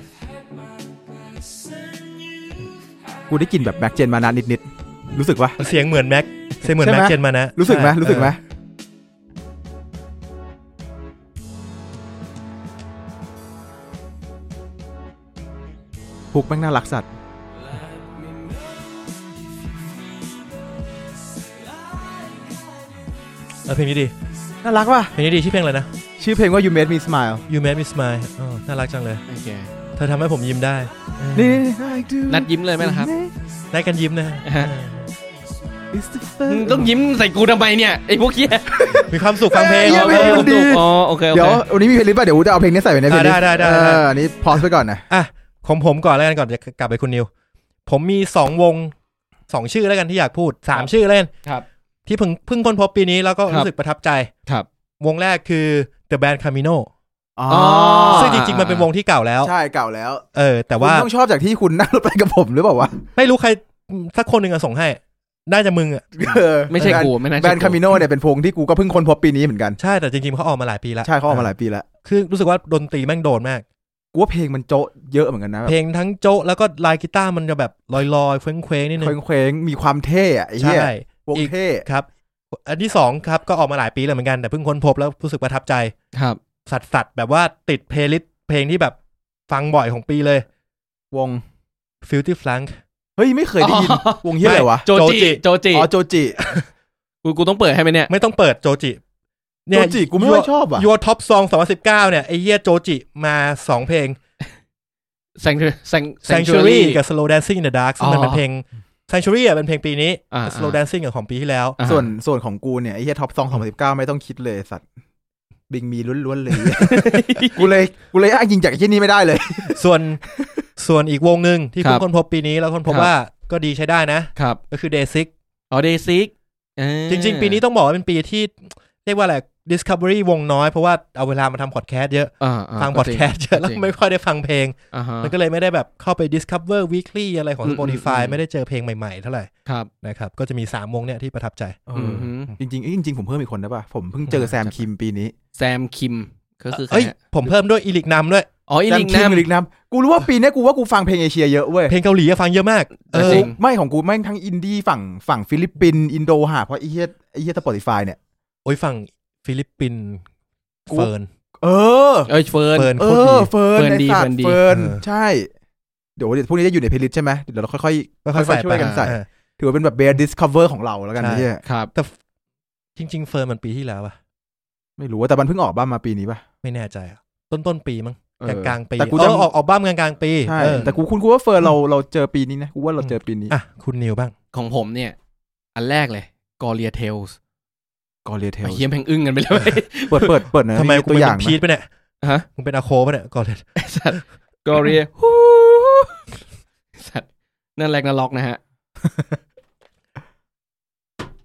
Speaker 3: กูได้กลิ่นแบบแบ็กเจนมานานิดๆรู้สึกปะ
Speaker 1: เสียงเหมือนแม็ก เสียงเหมือน
Speaker 3: ใช่ไหม
Speaker 1: แม็กเจนมานะ
Speaker 3: รู้สึกไหม
Speaker 1: ใช่
Speaker 3: รู้สึกไหม
Speaker 1: เออ
Speaker 3: พุกแม่งน่ารักสัตว์
Speaker 1: เอาเพลงนี้ดี
Speaker 3: น่ารักป่ะ
Speaker 1: เพลงนี้ดีชื่อเพลงอะไรนะ
Speaker 3: ชื่อเพลงว่า you made me smile
Speaker 1: You Made Me Smile อ๋อน่ารักจังเลย
Speaker 2: โอเค
Speaker 1: เธอทำให้ผมยิ้มได้เออ
Speaker 3: นี่ๆ I do
Speaker 2: นัดยิ้มเลยไหมล่ะครับ
Speaker 1: ได้กันยิ้มนะ
Speaker 2: ฮะ
Speaker 1: เออ
Speaker 3: It's the first
Speaker 2: มึงต้องยิ้มใส่กูทำไมเนี่ยไอ้พวกเหี้ย
Speaker 1: มีความสุขฟังเพลง
Speaker 3: เออเยี่ยม
Speaker 1: เอา
Speaker 3: เยี่ยม
Speaker 1: เอา
Speaker 3: ดี
Speaker 2: อ๋อโอเคโอ
Speaker 3: เดี๋ย
Speaker 2: เคว
Speaker 3: วันนี้มีเพลงลิสต์ป่ะเดี๋ยวกูจะเอาเพลงนี้ใส่ไปในเพลงลิส
Speaker 1: อ่ะ
Speaker 3: ต์
Speaker 1: ได้ได้ได้
Speaker 3: เอ
Speaker 1: ได้
Speaker 3: ออันนี้พอสไปก่อนนะ
Speaker 1: ของผมก่อนแล้วกันก่อนจะกลับไปคุณนิว ผมมีสองวงสองชื่อแล้วกันที่อยากพูดสามชื่อแล้วกัน
Speaker 2: ครับ
Speaker 1: ที่เพิ่งเพิ่งค้นพบปีนี้แล้วก็
Speaker 2: ครับ
Speaker 1: รู้สึกประทับใจ
Speaker 2: ครับ
Speaker 1: วงแรกคือ The Band Camino
Speaker 3: อ๋อ
Speaker 2: อ่า
Speaker 1: ซึ่งจริงๆ มันเป็นวงที่เก่าแล้ว
Speaker 3: ใช่เก่าแล้ว
Speaker 1: เออ แต่ว่า
Speaker 3: คุณต้องชอบจากที่คุณนั่งรถไปกับผมหรือเปล่าวะ
Speaker 1: ไม่รู้ใครสักคนหนึ่งอะส่งให้ น่าจะมึงอะ
Speaker 3: เออ
Speaker 2: ไม่ใช่กูไม่น่า
Speaker 3: แบร
Speaker 2: ใช่
Speaker 3: นด์คามิโนเนี่ยเป็นพงที่กูก็เพิ่งค้นพบปีนี้เหมือนกัน
Speaker 1: ใช่แต่จริงๆเขาออกมาหลายปีแล้ว
Speaker 3: ใช่เขาออกมาหลายปีแล้ว
Speaker 1: คือรู้สึกว่าดนตรีแม่งโดนมาก
Speaker 3: กูว่าเพลงมันโจ๊ะเยอะเหมือนกันนะแบบ
Speaker 1: เพลงทั้งโจ๊ะแล้วก็ลายกีตาร์มันจะแบบลอยๆ เฟ้งๆนิดนึง
Speaker 3: เคว้งๆมีความเท่อะไอ้เหี้ย
Speaker 1: ใช่
Speaker 3: วง
Speaker 1: อีก
Speaker 3: เท่
Speaker 1: ครับ อันที่สองครับก็ออกมาหลายปีแล้วเหมือนกันแต่เพิ่งค้นพบแล้วรู้สึกประทับใจ
Speaker 2: ครับ
Speaker 1: สัดสัดๆแบบว่าติดเพลย์ลิสต์เพลงที่แบบฟังบ่อยของปีเลยว
Speaker 3: ง
Speaker 1: ฟิลตี้ฟลัง
Speaker 3: เฮ้ย ไม่เคยได้ยิน
Speaker 2: อ๋อ
Speaker 3: วงเฮียอะไรวะ
Speaker 2: โจจิ
Speaker 1: โจ
Speaker 2: โจ
Speaker 1: จิ
Speaker 2: จิ
Speaker 3: อ๋อ โจจิ
Speaker 2: กูกูต้องเปิดให้ไหมเนี่ย
Speaker 1: ไม่ต้องเปิดโจจิ
Speaker 3: โจจิ กูไม่ค่อยชอบอ่ะ
Speaker 1: ยูท็อปซองสองพันสิบเก้าเนี่ยไอเยี่ยโจจิมาสองเพลง
Speaker 2: Sanctuary
Speaker 1: Sanctuary
Speaker 2: Sanctuary
Speaker 1: กับ Slow Dancing in the Dark ซึ่งมัน
Speaker 2: อ๋อ
Speaker 1: เป็นเพลง Sanctuary อ่ะเป็นเพลงปีนี้
Speaker 2: อ่า
Speaker 1: Slow Dancing อ่ะของปีที่แล้ว
Speaker 2: อ่า
Speaker 3: ส่วนส่วนของกูเนี่ยไอ้เฮียท็อปซองสองพันสิบเก้าไม่ต้องคิดเลยสัตว์ บิงมีล้วนๆเลย กูเลยกูเลยอ้างยิงจากไอ้ที่นี่ไม่ได้เลย
Speaker 1: ส่วน ส่วนอีกวงหนึ่งที่
Speaker 2: ครับ
Speaker 1: เพิ่งค้นพบปีนี้แล้วค้นพบ
Speaker 2: ครับ
Speaker 1: ว่าก็ดีใช้ได้นะ
Speaker 2: ครับ
Speaker 1: ก็คือ Day 6
Speaker 2: อ๋อเดซิก
Speaker 1: จริง ๆ ปีนี้ต้องบอกว่าเป็นปีที่เรียกว่าอะไร Discovery วงน้อยเพราะว่าเอาเวลามาทำพอดแคสต์เยอะ ฟังพอดแคสต์เยอะแล้วไม่ค่อยได้ฟังเพลง มันก็เลยไม่ได้แบบเข้าไป Discover Weekly อะไรของ
Speaker 2: อืม
Speaker 1: Spotify
Speaker 2: อืม
Speaker 1: ไม่ได้เจอเพลงใหม่ๆเท่าไหร่
Speaker 2: ครับ
Speaker 1: นะครับก็จะมีสามวงเนี่ยที่ประทับใจ
Speaker 2: อือหือ
Speaker 3: จริงๆเอ้ยจริง ๆ ผมเพิ่มอีกคนได้ป่ะ ผมเพิ่งเจอแซมคิมปีนี้
Speaker 2: แซมคิมก็คือใคร
Speaker 1: เอ้ย
Speaker 2: ฮะ
Speaker 1: ผมเพิ่มด้วยอีลิกนำด้วย
Speaker 2: อ๋ออี
Speaker 3: แซ
Speaker 2: ลิ
Speaker 3: ม
Speaker 2: ง
Speaker 3: คิ
Speaker 2: นัม
Speaker 3: มอีกนะกูรู้ว่าปีเนี้ยกูว่ากูฟังเพลงเอเชียเยอะเว้ย
Speaker 1: เพลงเกาหลีอะฟังเยอะมาก เออ
Speaker 2: จริง
Speaker 3: ไม่ของกูแม่งทั้งอินดี้ฝั่งฝั่งฟิลิปปินส์อินโดหาเพราะไอ้เฮียไอ้เฮียสปอติฟายเนี่ย
Speaker 1: โอ้ยฝั่งฟิลิปปินส์
Speaker 3: กู
Speaker 1: เฟิร์น
Speaker 3: เออ
Speaker 2: เอ้ยเฟิร์น
Speaker 1: เฟิร์น
Speaker 3: เอ
Speaker 1: โคตรดี
Speaker 3: อเฟิ
Speaker 2: เฟิ
Speaker 3: ร์น
Speaker 2: ร์น
Speaker 3: ไอ้
Speaker 2: ดี
Speaker 3: สัต
Speaker 2: เฟิร์น
Speaker 3: ว์
Speaker 2: ดี
Speaker 1: เอ
Speaker 3: เฟิร์น
Speaker 1: อ
Speaker 3: ใช่ เดี๋ยวเดี๋ยวพวกนี้จะอยู่ในเพลย์ลิสต์ใช่ไหมเดี๋ยวเราค่อยๆ
Speaker 1: ก็ค่อย
Speaker 3: ค่
Speaker 1: ใส่
Speaker 3: อยๆช่
Speaker 1: ไป
Speaker 3: วยกันใส่
Speaker 1: เออ
Speaker 3: ถือว่าเป็นแบบเบรดิสคัฟเวอร์ของเราแล้วกัน
Speaker 1: ใช่
Speaker 3: นะเฮีย
Speaker 2: ครับ
Speaker 1: แต่จริง ๆ เฟิร์นมันปีที่แล้วอะ
Speaker 3: ไม่รู้ว่าแต่มันเพิ่งออกบ้านมาปีนี้ป่ะ
Speaker 1: ไม่แน่ใจอะต้นต้นๆปีมั้ง
Speaker 3: เออก
Speaker 1: ลางกลางๆปี
Speaker 3: แต่กู
Speaker 1: เอ
Speaker 3: จ
Speaker 1: อออกออกบ้ามกลางกลางๆปี
Speaker 3: ำใช่
Speaker 1: เออ
Speaker 3: แต่กูคุณกูว่าเฟิร์นเราเราเจอปีนี้นะกูว่าเราเจอปีนี้
Speaker 1: อ่ะคุณนิวบ้าง
Speaker 2: ของผมเนี่ย อันแรกเลยกอเรียเทลส์
Speaker 3: กอเรียเทล
Speaker 2: เฮียแม่งอึ้งกันไปเลย
Speaker 3: เปิดเปิดเปิดหนะ
Speaker 1: ทำไมกู
Speaker 3: ตัว
Speaker 1: เป็น
Speaker 3: อย่าง
Speaker 1: พีทไปะเนี่ย
Speaker 2: ฮะ
Speaker 1: มึงเป็นอาโคปะเนี่ยก่อนเลย
Speaker 2: สัตว์กอเรียสัตว์นั่นแรกนรกนะฮะ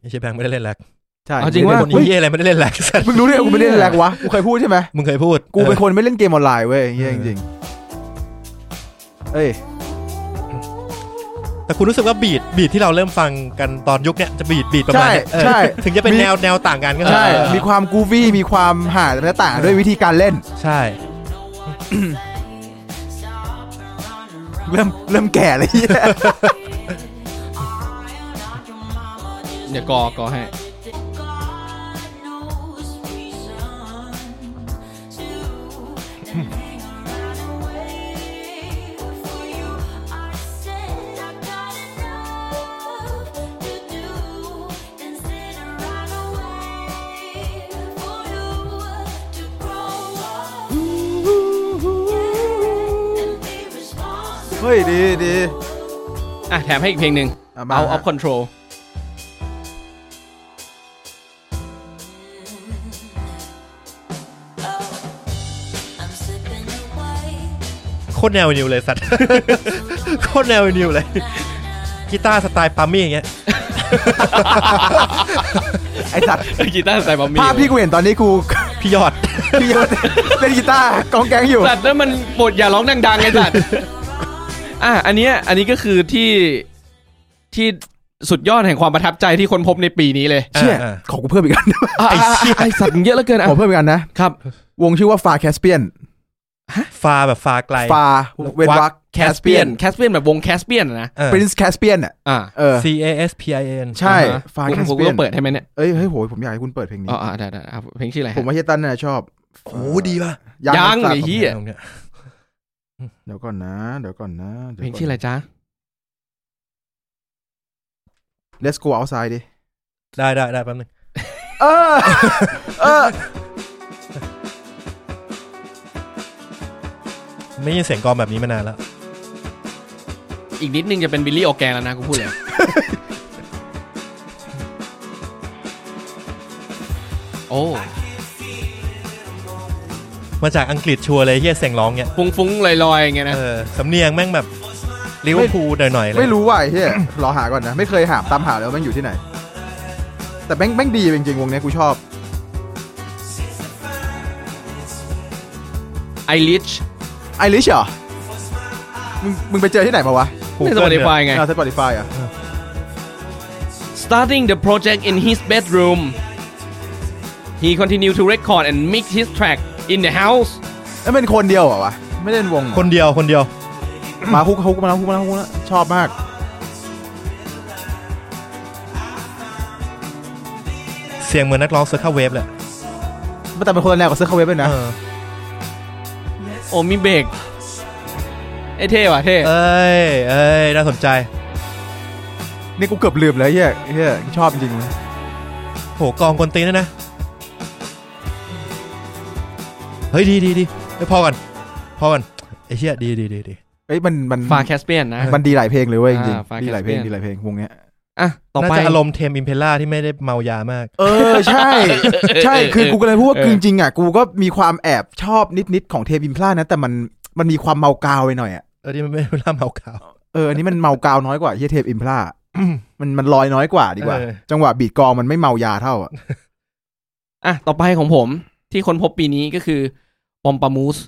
Speaker 1: ไม่ใช่แบงค์ไม่ได้เล่นแลก
Speaker 3: ใช่
Speaker 2: เอาจริง ว่า
Speaker 1: คนนี้เหี้ยอะไรไม่ได้เล่นแลก สัตว์
Speaker 3: มึงรู้เนี่ยกูไม่ได้เล่นแลกวะกูเคยพูดใช่ไหม
Speaker 1: มึงเคยพูด
Speaker 3: กูเป็น
Speaker 1: ออ
Speaker 3: คนไม่เล่นเกมออนไลน์เว้ยเฮียจริงๆเอ้ย
Speaker 1: แต่คุณรู้สึกว่าบีดบีดที่เราเริ่มฟังกันตอนยุคเนี้ยจะบีดบีดประมา
Speaker 3: ใช่
Speaker 1: ณเนี้ยเออ
Speaker 3: ใช่
Speaker 1: ถึงจะเป็น
Speaker 3: มี
Speaker 1: แนวแนวต่างกันก็เถอะ
Speaker 3: ใช่
Speaker 1: เออ
Speaker 3: มีความกูวี่มีความหาและต่างด้วยวิธีการเล่น
Speaker 1: ใช่
Speaker 3: เริ่มเริ่มแก่เลยเหี้ย
Speaker 2: เดี๋ยวกอกอให้
Speaker 5: Responsible.
Speaker 3: เฮ้ยดีดี
Speaker 2: อ่ะ แถมให้อีกเพลงหนึ่ง
Speaker 3: ะม
Speaker 2: เอาออฟคอนโทรล
Speaker 1: โคตรแนวนิวเลยสัตว์ โคตรแนวนิวเลย กีตาร์สไตล์ปามี่อย่างเงี้ย
Speaker 3: ไอสัตว์
Speaker 2: กีตาร์ใส่บะหมี่
Speaker 3: ภาพที่กูเห็นตอนนี้กู
Speaker 1: พี่ยอด
Speaker 3: พี่ยศ เล่นกีตาร์กองแกงอยู่
Speaker 2: สัตว์นั่นมันบทอย่าร้องดังๆไง สัตว์อ่ะ อันเนี้ยอันนี้ก็คือที่ที่สุดยอดแห่งความประทับใจที่คนพบในปีนี้เลย
Speaker 3: เชี่ย
Speaker 1: อ่าอ่า
Speaker 3: ขอกูเพิ่มอีกอัน
Speaker 2: ไอ้ไอ้สัตว์มึงเยอะเหลือเกินอ่ะ
Speaker 3: ขอเพิ่มอีกอันนะ
Speaker 2: ครับ
Speaker 3: วงชื่อว่าฟาแคสเปียน
Speaker 1: ฟาแบบฟาไกล
Speaker 3: ฟาเวนวักแคส
Speaker 2: เปี
Speaker 3: เปีย
Speaker 2: ย
Speaker 3: น
Speaker 2: นแคสเปียนแบบวงแคสเปียนอะนะ
Speaker 1: เออ
Speaker 3: ปรินซ์แคสเปียนอ่ะ
Speaker 2: อ่ะ
Speaker 3: เออ
Speaker 1: C A S P I N
Speaker 3: ใช่
Speaker 2: อ่ะฮะ
Speaker 3: ฟาแค
Speaker 2: กู
Speaker 3: ส
Speaker 2: กู
Speaker 3: เปียน
Speaker 2: ต้องเปิดให้ไหมเนี่ย
Speaker 3: เอ้ยเฮ้ยโหผมอยากให้คุณเปิดเพลงนี้
Speaker 2: อ๋ออ่ะได้ได้ได้อ่ะเพลงชื่ออะไรฮะ
Speaker 3: ผมว่าเฮียตันน่ะชอบ
Speaker 1: โอ้ดีป่ะ
Speaker 2: ยัง
Speaker 3: สัต
Speaker 2: ไอ้
Speaker 3: ว์
Speaker 2: เหี้ย
Speaker 1: ตรงเนี้ย
Speaker 3: เดี๋ยวก่อนนะ เดี๋ยวก่อนนะดี๋ยว
Speaker 2: เพลง
Speaker 3: ก่นน
Speaker 2: ชื่ออะไรจ๊ะ
Speaker 3: Let's go outside ดิ
Speaker 1: ได้ได้ได้แป๊บนึง
Speaker 3: เออเออ
Speaker 1: ไม่ยินเสียงกลองแบบนี้มานานแล้ว
Speaker 2: อีกนิดนึงจะเป็นบิลลี่ออกแกนแล้วนะกูพูดเลย โอ้
Speaker 1: มาจากอังกฤษชัวร์เลยเฮียเสียงร้องเนี่ย
Speaker 2: ฟุ้งฟุ้งๆลอยๆอย่างเงี้ยนะ
Speaker 1: เออสำเนียงแม่งแบบลิเวอร์พูลหน่อยๆเลย
Speaker 3: ไม่รู้ว่ะไอ้เฮียรอหาก่อนนะ ไม่เคยหาตามหาแล้วาแม่งอยู่ที่ไหน แต่แม่งแม่งดีจริงๆวงเนี้ยกูชอบ
Speaker 2: ไอริช
Speaker 3: ไอริชเหรอ มึงมึงไปเจอที่ไหนมาวะ
Speaker 2: ในสปอติฟายไง
Speaker 3: เอาสปอติฟายอ่ะ
Speaker 2: starting the project in his bedroom he continued to record and mix his track in the house
Speaker 3: นั่นเป็นคนเดียวเหรอวะ ไม่ได้เป็นวงเหรอ
Speaker 1: คนเดียวคนเดียว
Speaker 3: มาฮุกฮุกมาแล้วฮุกมาแล้วฮุกมาแล้วชอบมาก
Speaker 1: เสียงเหมือนนักร้องเซอร์คเวฟแหละ
Speaker 3: แต่เป็นคนละแนวกับเซอร์คาเวฟเลยนะ
Speaker 1: เออ
Speaker 2: อ้มีเบรกไอ้เท่ว่ะเท่
Speaker 1: เอ้ยเอ้ยน่าสนใจ
Speaker 3: นี่กูเกือบลืมแล้วเฮียเฮียชอบจริงเลย
Speaker 1: โหกองกวนตีนด้วยนะ เฮ้ย ดีดีดีไพอก่อนพอก่อนไอ้เชี่ยดีดีดีดี
Speaker 3: เอ้ยมันมัน
Speaker 2: ฟาแคสเปียนนะ
Speaker 3: มันดีหลายเพลงเลยเว้ยจริง
Speaker 2: อ่าฝาก
Speaker 3: ๆดีหลายเพลง
Speaker 2: Caspian
Speaker 3: ดีหลายเพลงวงเนี้ย
Speaker 2: อ่ะ ต่อไป
Speaker 1: น่าจะอารมณ์เทมอิมเพลล่าที่ไม่ได้เมายามาก
Speaker 3: เออ ใช่ ใช่ คือกูก็เลยพูดว่า
Speaker 2: เออ
Speaker 3: คือจริงๆอ่ะกูก็มีความแอบชอบนิดๆของเทพิมพลาดนะ แต่มันมันมีความเมากาวไปหน่อยอ่ะ
Speaker 1: เออที่มันไม่ได้เมาขาว
Speaker 3: เอออันนี้มันเมากาวน้อยกว่าเฮียเทพิมพลาดมันมันลอยน้อยกว่าดีกว่า
Speaker 1: เออ
Speaker 3: จังหวะบีดกลองมันไม่เมายาเท่าอ่ะ
Speaker 2: อ่ะ ต่อไปของผม ที่คนพบปีนี้ก็คือ ปอมปามูส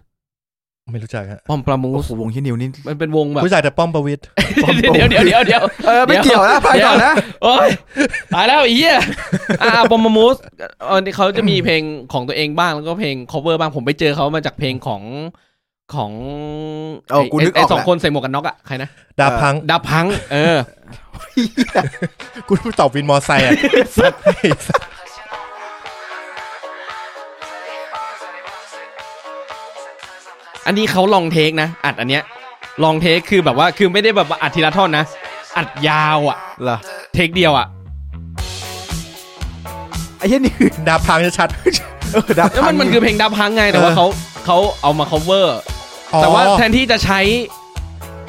Speaker 1: ไม่รู้จักฮะ
Speaker 2: ปอมปามู
Speaker 3: โอ้
Speaker 2: ส
Speaker 3: โหวงเฮียนิวนี่
Speaker 2: มันเป็นวงแบบ
Speaker 1: รู้จักแต่ป้อมประวิตร
Speaker 2: เดี๋ยวเดี๋ยวเดี๋ยวเดี๋ยว
Speaker 3: เออไม่เกี่ยวนะไปก่อน นะ
Speaker 2: โอ้ยตายแล้วไอเหียอ่าปอมมูสเออเขาจะมีเพลงของตัวเองบ้างแล้วก็เพลง cover บ้างผมไปเจอเขามาจากเพลงของของ
Speaker 3: เออกูนึกออก
Speaker 2: ไสอง
Speaker 3: แล้ว
Speaker 2: คนใส่หมวกกันน็อกอะใครนะ
Speaker 1: ดาบพัง
Speaker 2: ดับพังก์เออ
Speaker 1: กูรู้ตอบวินมอไซ ค์อ่ะไอ้สัส
Speaker 2: อันนี้เขาลองเทคนะ อัดอันเนี้ยลองเทคคือแบบว่าคือไม่ได้แบบว่าอัดทีละท่อนนะ อัดยาวอะ
Speaker 3: เหรอ
Speaker 2: เทคเดียวอะ
Speaker 3: ไอ้เฮียนิว
Speaker 1: ดาบพังจะชัด
Speaker 3: เออดับ
Speaker 2: แล้วมันมันคือเพลงดับพังก์ไงแต่ว่าเขาเขาเอามา cover แต่ว่าแทนที่จะใช้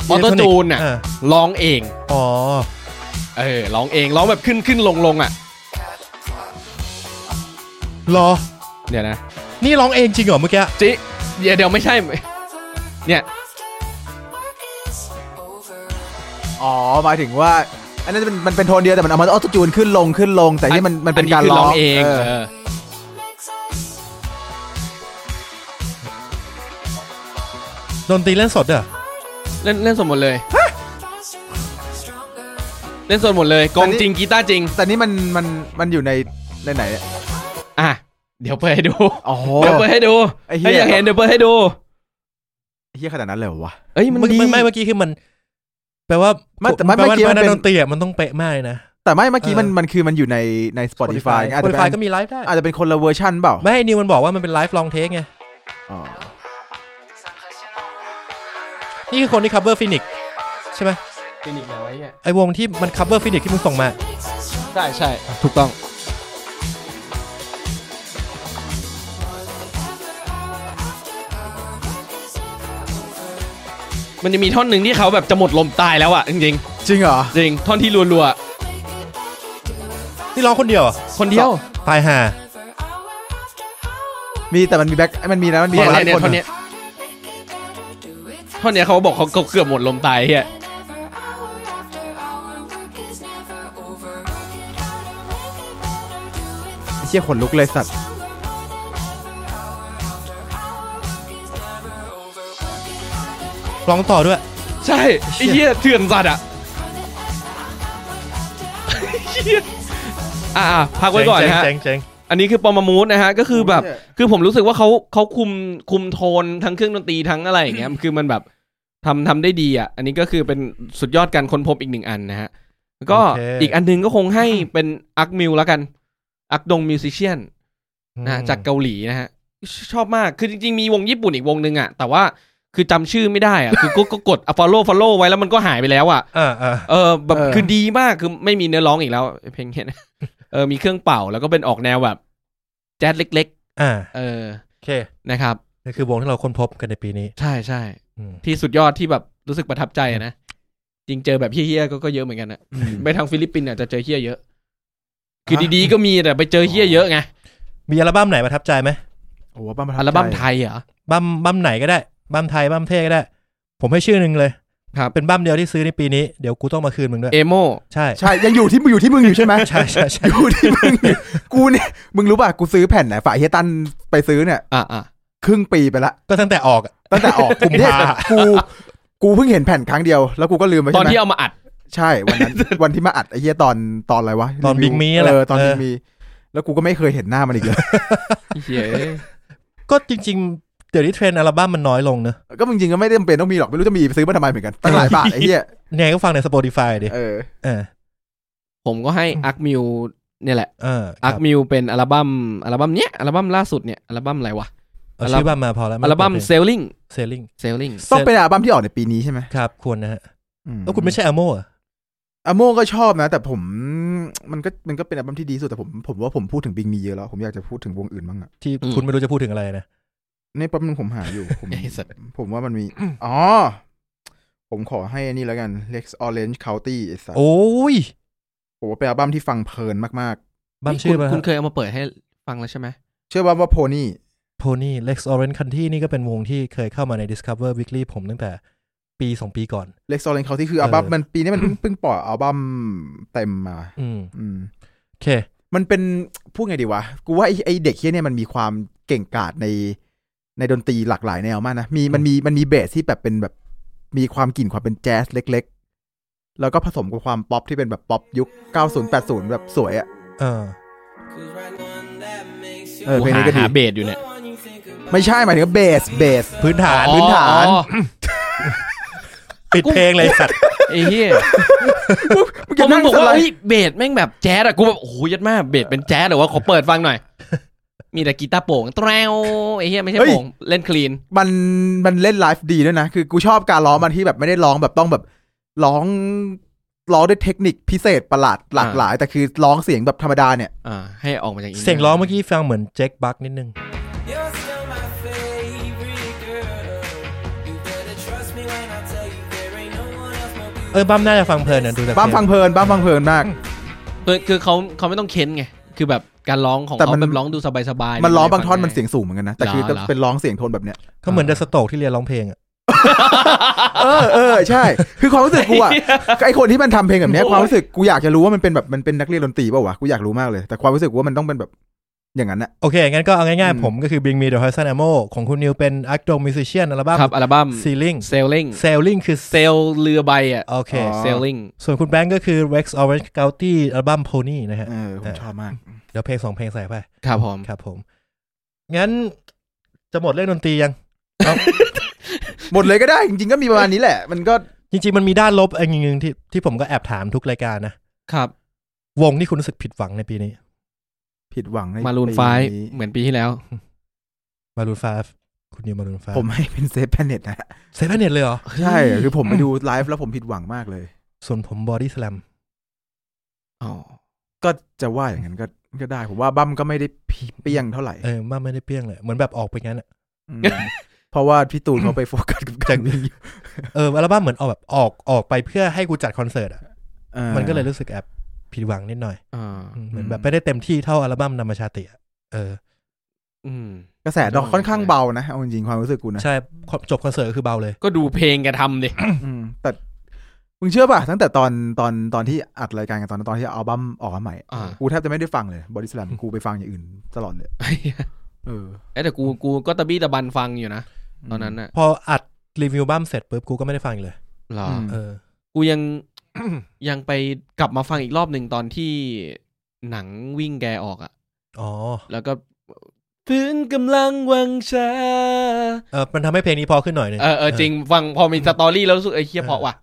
Speaker 2: ออโตจูนอะ
Speaker 1: เ
Speaker 2: ร้องเอง
Speaker 1: อ๋อ
Speaker 2: เออร้องเองร้องแบบขึ้นขึ้นลงลงอ่ะ
Speaker 1: รอ
Speaker 2: เดี๋ยวนะ
Speaker 1: นี่ร้องเองจริงเหรอเมื่อกี้
Speaker 2: จิเดี๋ยวเดี๋ยวไม่ใช่ เนี่ย
Speaker 3: อ๋อหมายถึงว่า อันนั้นมันมันเป็นโทนเดียวแต่มันเอามาออโตจูนขึ้นลงขึ้นลง แต่นี่มันมันเป็นการ
Speaker 2: คือ
Speaker 3: ร้อง
Speaker 2: เอง
Speaker 3: เออ
Speaker 2: เออ
Speaker 1: ดนตรีเล่นสดเหรอ
Speaker 2: เล่นเล่นสดหมดเลยเล่นสดหมดเลยกองจริงกีตาร์จริง
Speaker 3: แต่นี่มันมันมันอยู่ในในไหนอะ
Speaker 2: อ่ะ เดี๋ยวเปิดให้ดู
Speaker 3: อ๋อ
Speaker 2: เดี๋ยวเปิดให้ดู
Speaker 3: ไอ้เหี้ย
Speaker 2: ถ้าอยากเห็นเดี๋ยวเปิดให้ดู
Speaker 3: เฮียขนาดนั้นเลยเหรอวะ
Speaker 2: เอ้ยมัน
Speaker 1: เมื่อ
Speaker 2: ดี
Speaker 1: กี้ไม่เมื่อกี้คือมัน แปลว่า
Speaker 3: ไม่แต่ไม่
Speaker 1: แปลว่า
Speaker 3: เมื่อกี้มัน
Speaker 1: แปลว่า
Speaker 3: เป็น
Speaker 1: ดนตรีอ่ะมันต้องเป๊ะมากเลยนะ
Speaker 3: แต่ไม่เมื่อกี้
Speaker 1: เออ
Speaker 3: มันมันคือมันอยู่ในใน Spotify อาจจะเป็น
Speaker 1: Spotify ก็มีไลฟ์ได้
Speaker 3: อาจจะเป็นคนละเวอร์ชันเปล่า
Speaker 1: ไม่ไอ้นิวมันบอกว่ามันเป็นไลฟ์ลองเทคไง
Speaker 3: อ๋อ
Speaker 1: นี่คือคนที่คัฟเวอร์ฟินิกใช่ไหม
Speaker 2: เป็นอีกแล้วไอ้เนี่ย
Speaker 1: ไอวงที่มันคัฟเวอร์ฟินิกที่มึงส่งมา
Speaker 2: ใช่ใช่ถูกต้อง มันจะมีท่อนหนึ่งที่เขาแบบจะหมดลมตายแล้วอ่ะจริงๆ
Speaker 3: จริงเหรอ
Speaker 2: จริง ท่อนที่รัว
Speaker 1: นี่ร้องคนเดียวเหรอ
Speaker 2: ๆ คนเดียว
Speaker 1: ตายห่า
Speaker 3: มีแต่มันมีแบ็คมันมีนะมันมี
Speaker 2: เนี่ย
Speaker 3: หลา
Speaker 2: เนี่ย
Speaker 3: ย
Speaker 2: เนี่ย
Speaker 3: ค
Speaker 2: ท่อ
Speaker 3: น
Speaker 2: นเนี้ยท่อนเนี้ยเขาบอกเขาเกือบหมดลมตายเฮีย
Speaker 3: ไอ้เชี่ยขนลุกเลยสัตว์
Speaker 1: ร้องต่อด้วย
Speaker 2: ใช่ไอ้เฮียเถื่อนสัตว์อ่ะเหี้ยอ่าพักไว้ก่อนนะฮะ
Speaker 1: เจ๊งเจ๊ง
Speaker 2: อันนี้คือปอมมูสนะฮะ ก็คือแบบ คือผมรู้สึกว่าเขาเขาคุมคุมโทนทั้งเครื่องดนตรีทั้งอะไรอย่าง เงี้ย คือมันแบบทำทำได้ดีอ่ะ อันนี้ก็คือเป็นสุดยอดการค้นพบอีกหนึ่งอันนะฮะแล้วก็อีกอันหนึงก็คงให้ เป็นอักมิวแล้วกัน อักดงมิวสิเชียน
Speaker 1: อืม
Speaker 2: นะจากเกาหลีนะฮะชชอบมากคือจริงๆ มีวงญี่ปุ่นอีกวงหนึ่งอ่ะ แต่ว่าคือจำชื่อไม่ได้อ่ะ คือก็ก็กด follow follow ไว้แล้วมันก็หายไปแล้วอ่ะ
Speaker 1: อ่าอ่า
Speaker 2: เออแบบคือดีมากคือไม่มีเนื้อร้องอีกแล้ว เพลงเนี้ยนะ เออมีเครื่องเป่าแล้วก็เป็นออกแนวแบบ แจ๊สเล็ก
Speaker 1: อ่า
Speaker 2: ๆ เออ
Speaker 1: โอเค
Speaker 2: นะครับ
Speaker 1: นี่คือวงที่เราค้นพบกันในปีนี้
Speaker 2: ใช่ใช่
Speaker 1: อืม
Speaker 2: ที่สุดยอดที่แบบรู้สึกประทับใจอะนะ จริงเจอแบบเฮี้ยๆก็ก็เยอะเหมือนกันนะไปทางฟิลิปปินส์อาจจะเจอเฮี้ยเยอะ คือดีๆก็มีแต่ไปเจอเฮี้ยเยอะไง
Speaker 1: มีอัลบั้มไหนประทับใจไหม
Speaker 3: โอ้โหบ้าประทั
Speaker 2: อั
Speaker 3: บ
Speaker 2: ลบั้ม
Speaker 3: ใจ
Speaker 2: ไทยเหรอ
Speaker 1: บั้มบั้มไหนก็ได้ บั้มไทยบั้มเท่ก็ได้ ผมให้ชื่อหนึ่งเลย
Speaker 2: ครับ
Speaker 1: เป็นบั้มเดียวที่ซื้อในปีนี้ เดี๋ยวกูต้องมาคืนมึงด้วย
Speaker 2: เอโม
Speaker 1: ใช่
Speaker 3: ใช่ ยังอยู่ที่มึงอยู่ที่มึงอยู่ใช่ไหม
Speaker 1: ใช่ใช่ใช่
Speaker 3: อยู่ที่มึงอยู่กูเนี่ยมึงรู้ป่ะกูซื้อแผ่นไหนฝ่ายเฮียตันไปซื้อเนี่ย
Speaker 2: อ่ะอ่ะ
Speaker 3: ครึ่งปีไปละ
Speaker 1: ก็ตั้งแต่ออกอะ
Speaker 3: ตั้งแต่ออก
Speaker 1: กุมภา
Speaker 3: เนี่ยกูกูเพิ่งเห็นแผ่นครั้งเดียวแล้วกูก็ลืมไป
Speaker 2: ตอน
Speaker 3: ใช่ไหม
Speaker 2: ที่เอามาอัด
Speaker 3: ใช่วันนั้น วันที่มาอัดไอ้เฮียตอนตอนอะไรวะ
Speaker 1: ตอน
Speaker 3: รีวิ
Speaker 1: Big
Speaker 3: ว
Speaker 1: Me นั่นแหละ
Speaker 3: เออตอน
Speaker 1: เออ
Speaker 3: บิ๊กมีแล้วกูก็ไม่เคยเห็นหน้ามันอีกเลย
Speaker 1: ก็จริง ๆ เดี๋ยวนี้เทรนด์อัลบั้มมันน้อยลงเนอะ
Speaker 3: ก็จริงๆก็ไม่ได้จำเป็นต้องมีหรอกไม่รู้จะมีไปซื้อมาทำไมเหมือนกันตั้งหลายบาทไอ้เหี้ย
Speaker 1: ยังไงก็ฟังใน Spotify ดิ
Speaker 3: เออ
Speaker 1: เออ
Speaker 2: ผมก็ให้อักมิวเนี่ยแหละ
Speaker 1: เออค
Speaker 2: อั
Speaker 1: รับ
Speaker 2: กมิวเป็นอัลบั้มอัลบั้มเนี้ยอัลบั้มล่าสุดเนี่ยอัลบั้มอะไรวะ
Speaker 1: เอาชื่อบ้ามาพอแล้ว
Speaker 2: อัลบั้ม Sailing
Speaker 1: เซลลิง
Speaker 2: Sailing
Speaker 3: ต้องเป็นอัลบั้มที่ออกในปีนี้ใช่ไหม
Speaker 1: ครับ ควรนะฮะ
Speaker 3: อื
Speaker 1: แล้วคุณไม่ใช่อโม่เหรอ
Speaker 3: อะโมก็ชอบนะ แต่ผมมันก็มันก็เป็นอัลบั้มที่ดีสุดแต่ผมผมว่าผมพูดถึงบิงมีเยอะแล้ว ผมอยากจะพูดถึงวงอื่นบ้างอะ
Speaker 1: ที่
Speaker 2: อืม
Speaker 1: คุณไม่รู้จะพูดถึงอะไรนะ
Speaker 3: ในแปั๊บนึงผมหาอยู่ผม
Speaker 2: ไอ้สัตว์
Speaker 3: ผมว่ามันมี อ๋อ ผมขอให้อันนี้แล้วกัน Lex Orange County ไอ้สัส
Speaker 1: โอ้ย
Speaker 3: ผมว่าเป็นอัลบั้มที่ฟังเพลินมาก
Speaker 1: บัมชื่อ
Speaker 2: คุณ
Speaker 1: มา
Speaker 2: คุณเคยเอามาเปิดให้ฟังแล้วใช่ไหม
Speaker 3: ๆ เชื่อว่าว่าโพนี่
Speaker 1: โพนี่ Lex Orange Country นี่ก็เป็นวงที่เคยเข้ามาใน Discover Weekly ผมตั้งแต่ปีสองปีก่อน
Speaker 3: Lex Orange County คืออัลบั้ม
Speaker 1: เออ
Speaker 3: มันปีนี้มันเพิ่งเพิ่งปล่อยอัลบั้มเต็มมา
Speaker 1: อืม
Speaker 3: อืม
Speaker 1: โอเค
Speaker 3: มันเป็นพูดไงดีวะ กูว่าไอ้ไอเด็กเฮี้ยเนี่ยมันมีความเก่งกาจในในดนตรีหลากหลายแนวมากนะ มีมันมีมันมีเบสที่แบบเป็นแบบมีความกลิ่นความเป็นแจ๊สเล็ก ๆ แล้วก็ผสมกับความป๊อปที่เป็นแบบป๊อปยุค 90 80 แบบสวยอะ
Speaker 1: เออ
Speaker 3: เออเพลงนี้ก็ดี
Speaker 2: หาเบสอยู่เนี่ย
Speaker 3: ไม่ใช่หมายถึงว่าเบสเบส
Speaker 1: พื้นฐาน
Speaker 2: อ๋อ
Speaker 1: พื้นฐาน
Speaker 2: อ๋อ
Speaker 1: ปิดเพลงเลยสั ตว์
Speaker 2: ไอ้เหี้ย
Speaker 3: มึง
Speaker 2: ผ
Speaker 3: จะ
Speaker 2: ม
Speaker 3: นั่ง
Speaker 2: บอก
Speaker 3: ส
Speaker 2: ว่า
Speaker 3: ไล
Speaker 2: เฮ้ย
Speaker 3: ด์
Speaker 2: เบสแม่งแบบแจ๊สอะกูแบบโอ้โหยัดมากเบสเป็นแจ๊สเหรอวะขอเปิดฟั งหน่อย มีแต่กีตาร์โปร่งแตรวไอ้เหี้ยไม่ใช่โปร่งเล่นคลีน
Speaker 3: มันมันเล่นไลฟ์ดีด้วยนะ คือกูชอบการร้องมันที่แบบไม่ได้ร้องแบบต้องแบบร้องร้องด้วยเทคนิคพิเศษประหลาดหลากหลาย แต่คือร้องเสียงแบบธรรมดาเนี่ย
Speaker 2: อ่าให้ออกมาจากน
Speaker 1: เสียงร้องเมื่อกี้ฟังเหมือนแจ็คบักนิดนึง
Speaker 4: You're still my favorite girl. You better trust me when I tell you there ain't no one else more
Speaker 1: เออบัมน่าจะฟังเพลินนะดูแต่
Speaker 3: บ้ามฟังเพลินบ้ามฟังเพลินมาก
Speaker 2: คือคือเขาเขาไม่ต้องเค้นไง คือแบบการร้องของ
Speaker 3: แต่
Speaker 2: เขา
Speaker 3: มัน
Speaker 2: แบบร้องดูสบายๆ
Speaker 3: มันร้องบางท่อน
Speaker 2: ไได้
Speaker 3: มันเสียงสูงเหมือนกันนะ แต่คือ
Speaker 2: เหรอเหรอ
Speaker 3: เป็นร้องเสียงโทนแบบเนี้ย
Speaker 1: เขาเหมือนเดอะสโตกที่เรียนร้องเพลงอ่ะ
Speaker 3: เออเออใช่ คือความรู้สึกกูอะไอคนที่มันทำเพลงแบบเนี้ยความรู้สึกกูอยากจะรู้ว่ามันเป็นแบบมันเป็นนักเรียนดนตรีเปล่าวะกูอยากรู้มากเลย แต่ความรู้สึกกูว่ามันต้องเป็นแบบอย่างนั้นอะ
Speaker 1: โอเค งั้นก็เอาง่าย
Speaker 3: อืม
Speaker 1: ๆ ผมก็คือ Bring Me The Horizon Ammo ของคุณนิวเป็น a c t o Musician อัลบั้ม
Speaker 2: ครับอัลบั้ม
Speaker 1: Ceiling
Speaker 2: เซลลิง
Speaker 1: Sailing คือ
Speaker 2: เซลเรือใบอ่ะ
Speaker 1: โอเค
Speaker 3: อ๋อ
Speaker 2: เซลลิง
Speaker 1: ส่วนคุณแบงก์ก็คือ Rex Orange County อัลบั้ม Pony นะฮะ
Speaker 3: เออผมชอบมาก
Speaker 1: เดี๋ยวเพลงสองเพลงใส่ไป
Speaker 2: ครับผม
Speaker 1: ครับผม งั้นจะหมดเรื่องดนตรียัง
Speaker 3: หมดเลยก็ได้จริงๆก็มีประมาณนี้แหละ มันก็
Speaker 1: จริงๆ มันมีด้านลบอันหนึ่งที่ที่ผมก็แอบถามทุกรายการนะ
Speaker 2: ครับ
Speaker 1: วงที่คุณรู้สึกผิดหวังในปีนี้
Speaker 3: ผิดหวังใน
Speaker 2: มารูน
Speaker 3: ปี
Speaker 2: ไฟเหมือนปีที่แล้ว
Speaker 1: มารูนฟาคุณนิวมารูนฟา
Speaker 3: ผมให้เป็นเซฟแพนเน็ตนะ
Speaker 1: เซฟเน็ตเลยเหรอ
Speaker 3: ใช่ คือผมไปดูไลฟ์แล้วผมผิดหวังมากเลย
Speaker 1: ส่วนผมบอดี้สแลม
Speaker 2: อ๋อ
Speaker 3: ก็จะว่าอย่างนั้นก็ก็ได้ ผมว่าบั้มก็ไม่ได้เปี้ยงเท่าไหร่
Speaker 1: เออมาไม่ได้เปรี้ยงเลย เหมือนแบบออกไปงั้นอะ
Speaker 3: อืมเพราะว่าพี่ตูนเขาไปโฟกัสกับการวิ่งอยู่
Speaker 1: เอออัลบั้มเหมือนออกแบบออกออกไปเพื่อให้กูจัดคอนเสิร์ตอ่ะ
Speaker 3: ออ
Speaker 1: มันก็เลยรู้สึกแอบผิดหวังนิดหน่อย
Speaker 2: อ่า
Speaker 1: อืมเหมือนแบบไม่ได้เต็มที่เท่าอัลบั้มนามาชาติอะเออ
Speaker 2: อืม
Speaker 3: กระแสดอกค่อนข้างเบานะเอาจริงๆความรู้สึกกูนะ
Speaker 1: ใช่พอจบคอนเสิร์ตก็คือเบาเลย
Speaker 2: ก็ดูเพลงแกทำดิ
Speaker 3: อืมแต่มึงเชื่อป่ะ ตั้งแต่ตอนตอนตอนที่อัดรายการกันตอนตอนที่อัลบั้มออกมาใหม่
Speaker 2: อ่า
Speaker 3: กูแทบจะไม่ได้ฟังเลยบอดี้สแลมกูไปฟังอย่างอื่นตลอดเลย เออ
Speaker 2: เอ้ยแต่กูกูก็ตะบี้ตะบันฟังอยู่นะตอนนั้นน่ะ
Speaker 1: พออัดรีวิวบั้มเสร็จปุ๊บกูก็ไม่ได้ฟังอีกเลย
Speaker 2: เหรอ
Speaker 3: ม
Speaker 1: เออ
Speaker 2: กู ยัง ยังไปกลับมาฟังอีกรอบหนึ่งตอนที่หนังวิ่งแกออกอ่ะ
Speaker 1: อ๋อ
Speaker 2: แล้วก็ถึงกำลังวังชา
Speaker 1: เออมันทำให้เพลงนี้พอขึ้นหน่อยหนึง
Speaker 2: เออเออจริงฟังพอมีสตอรี่แล้วรู้สึกไอ้ยเคียเพราะว่ะ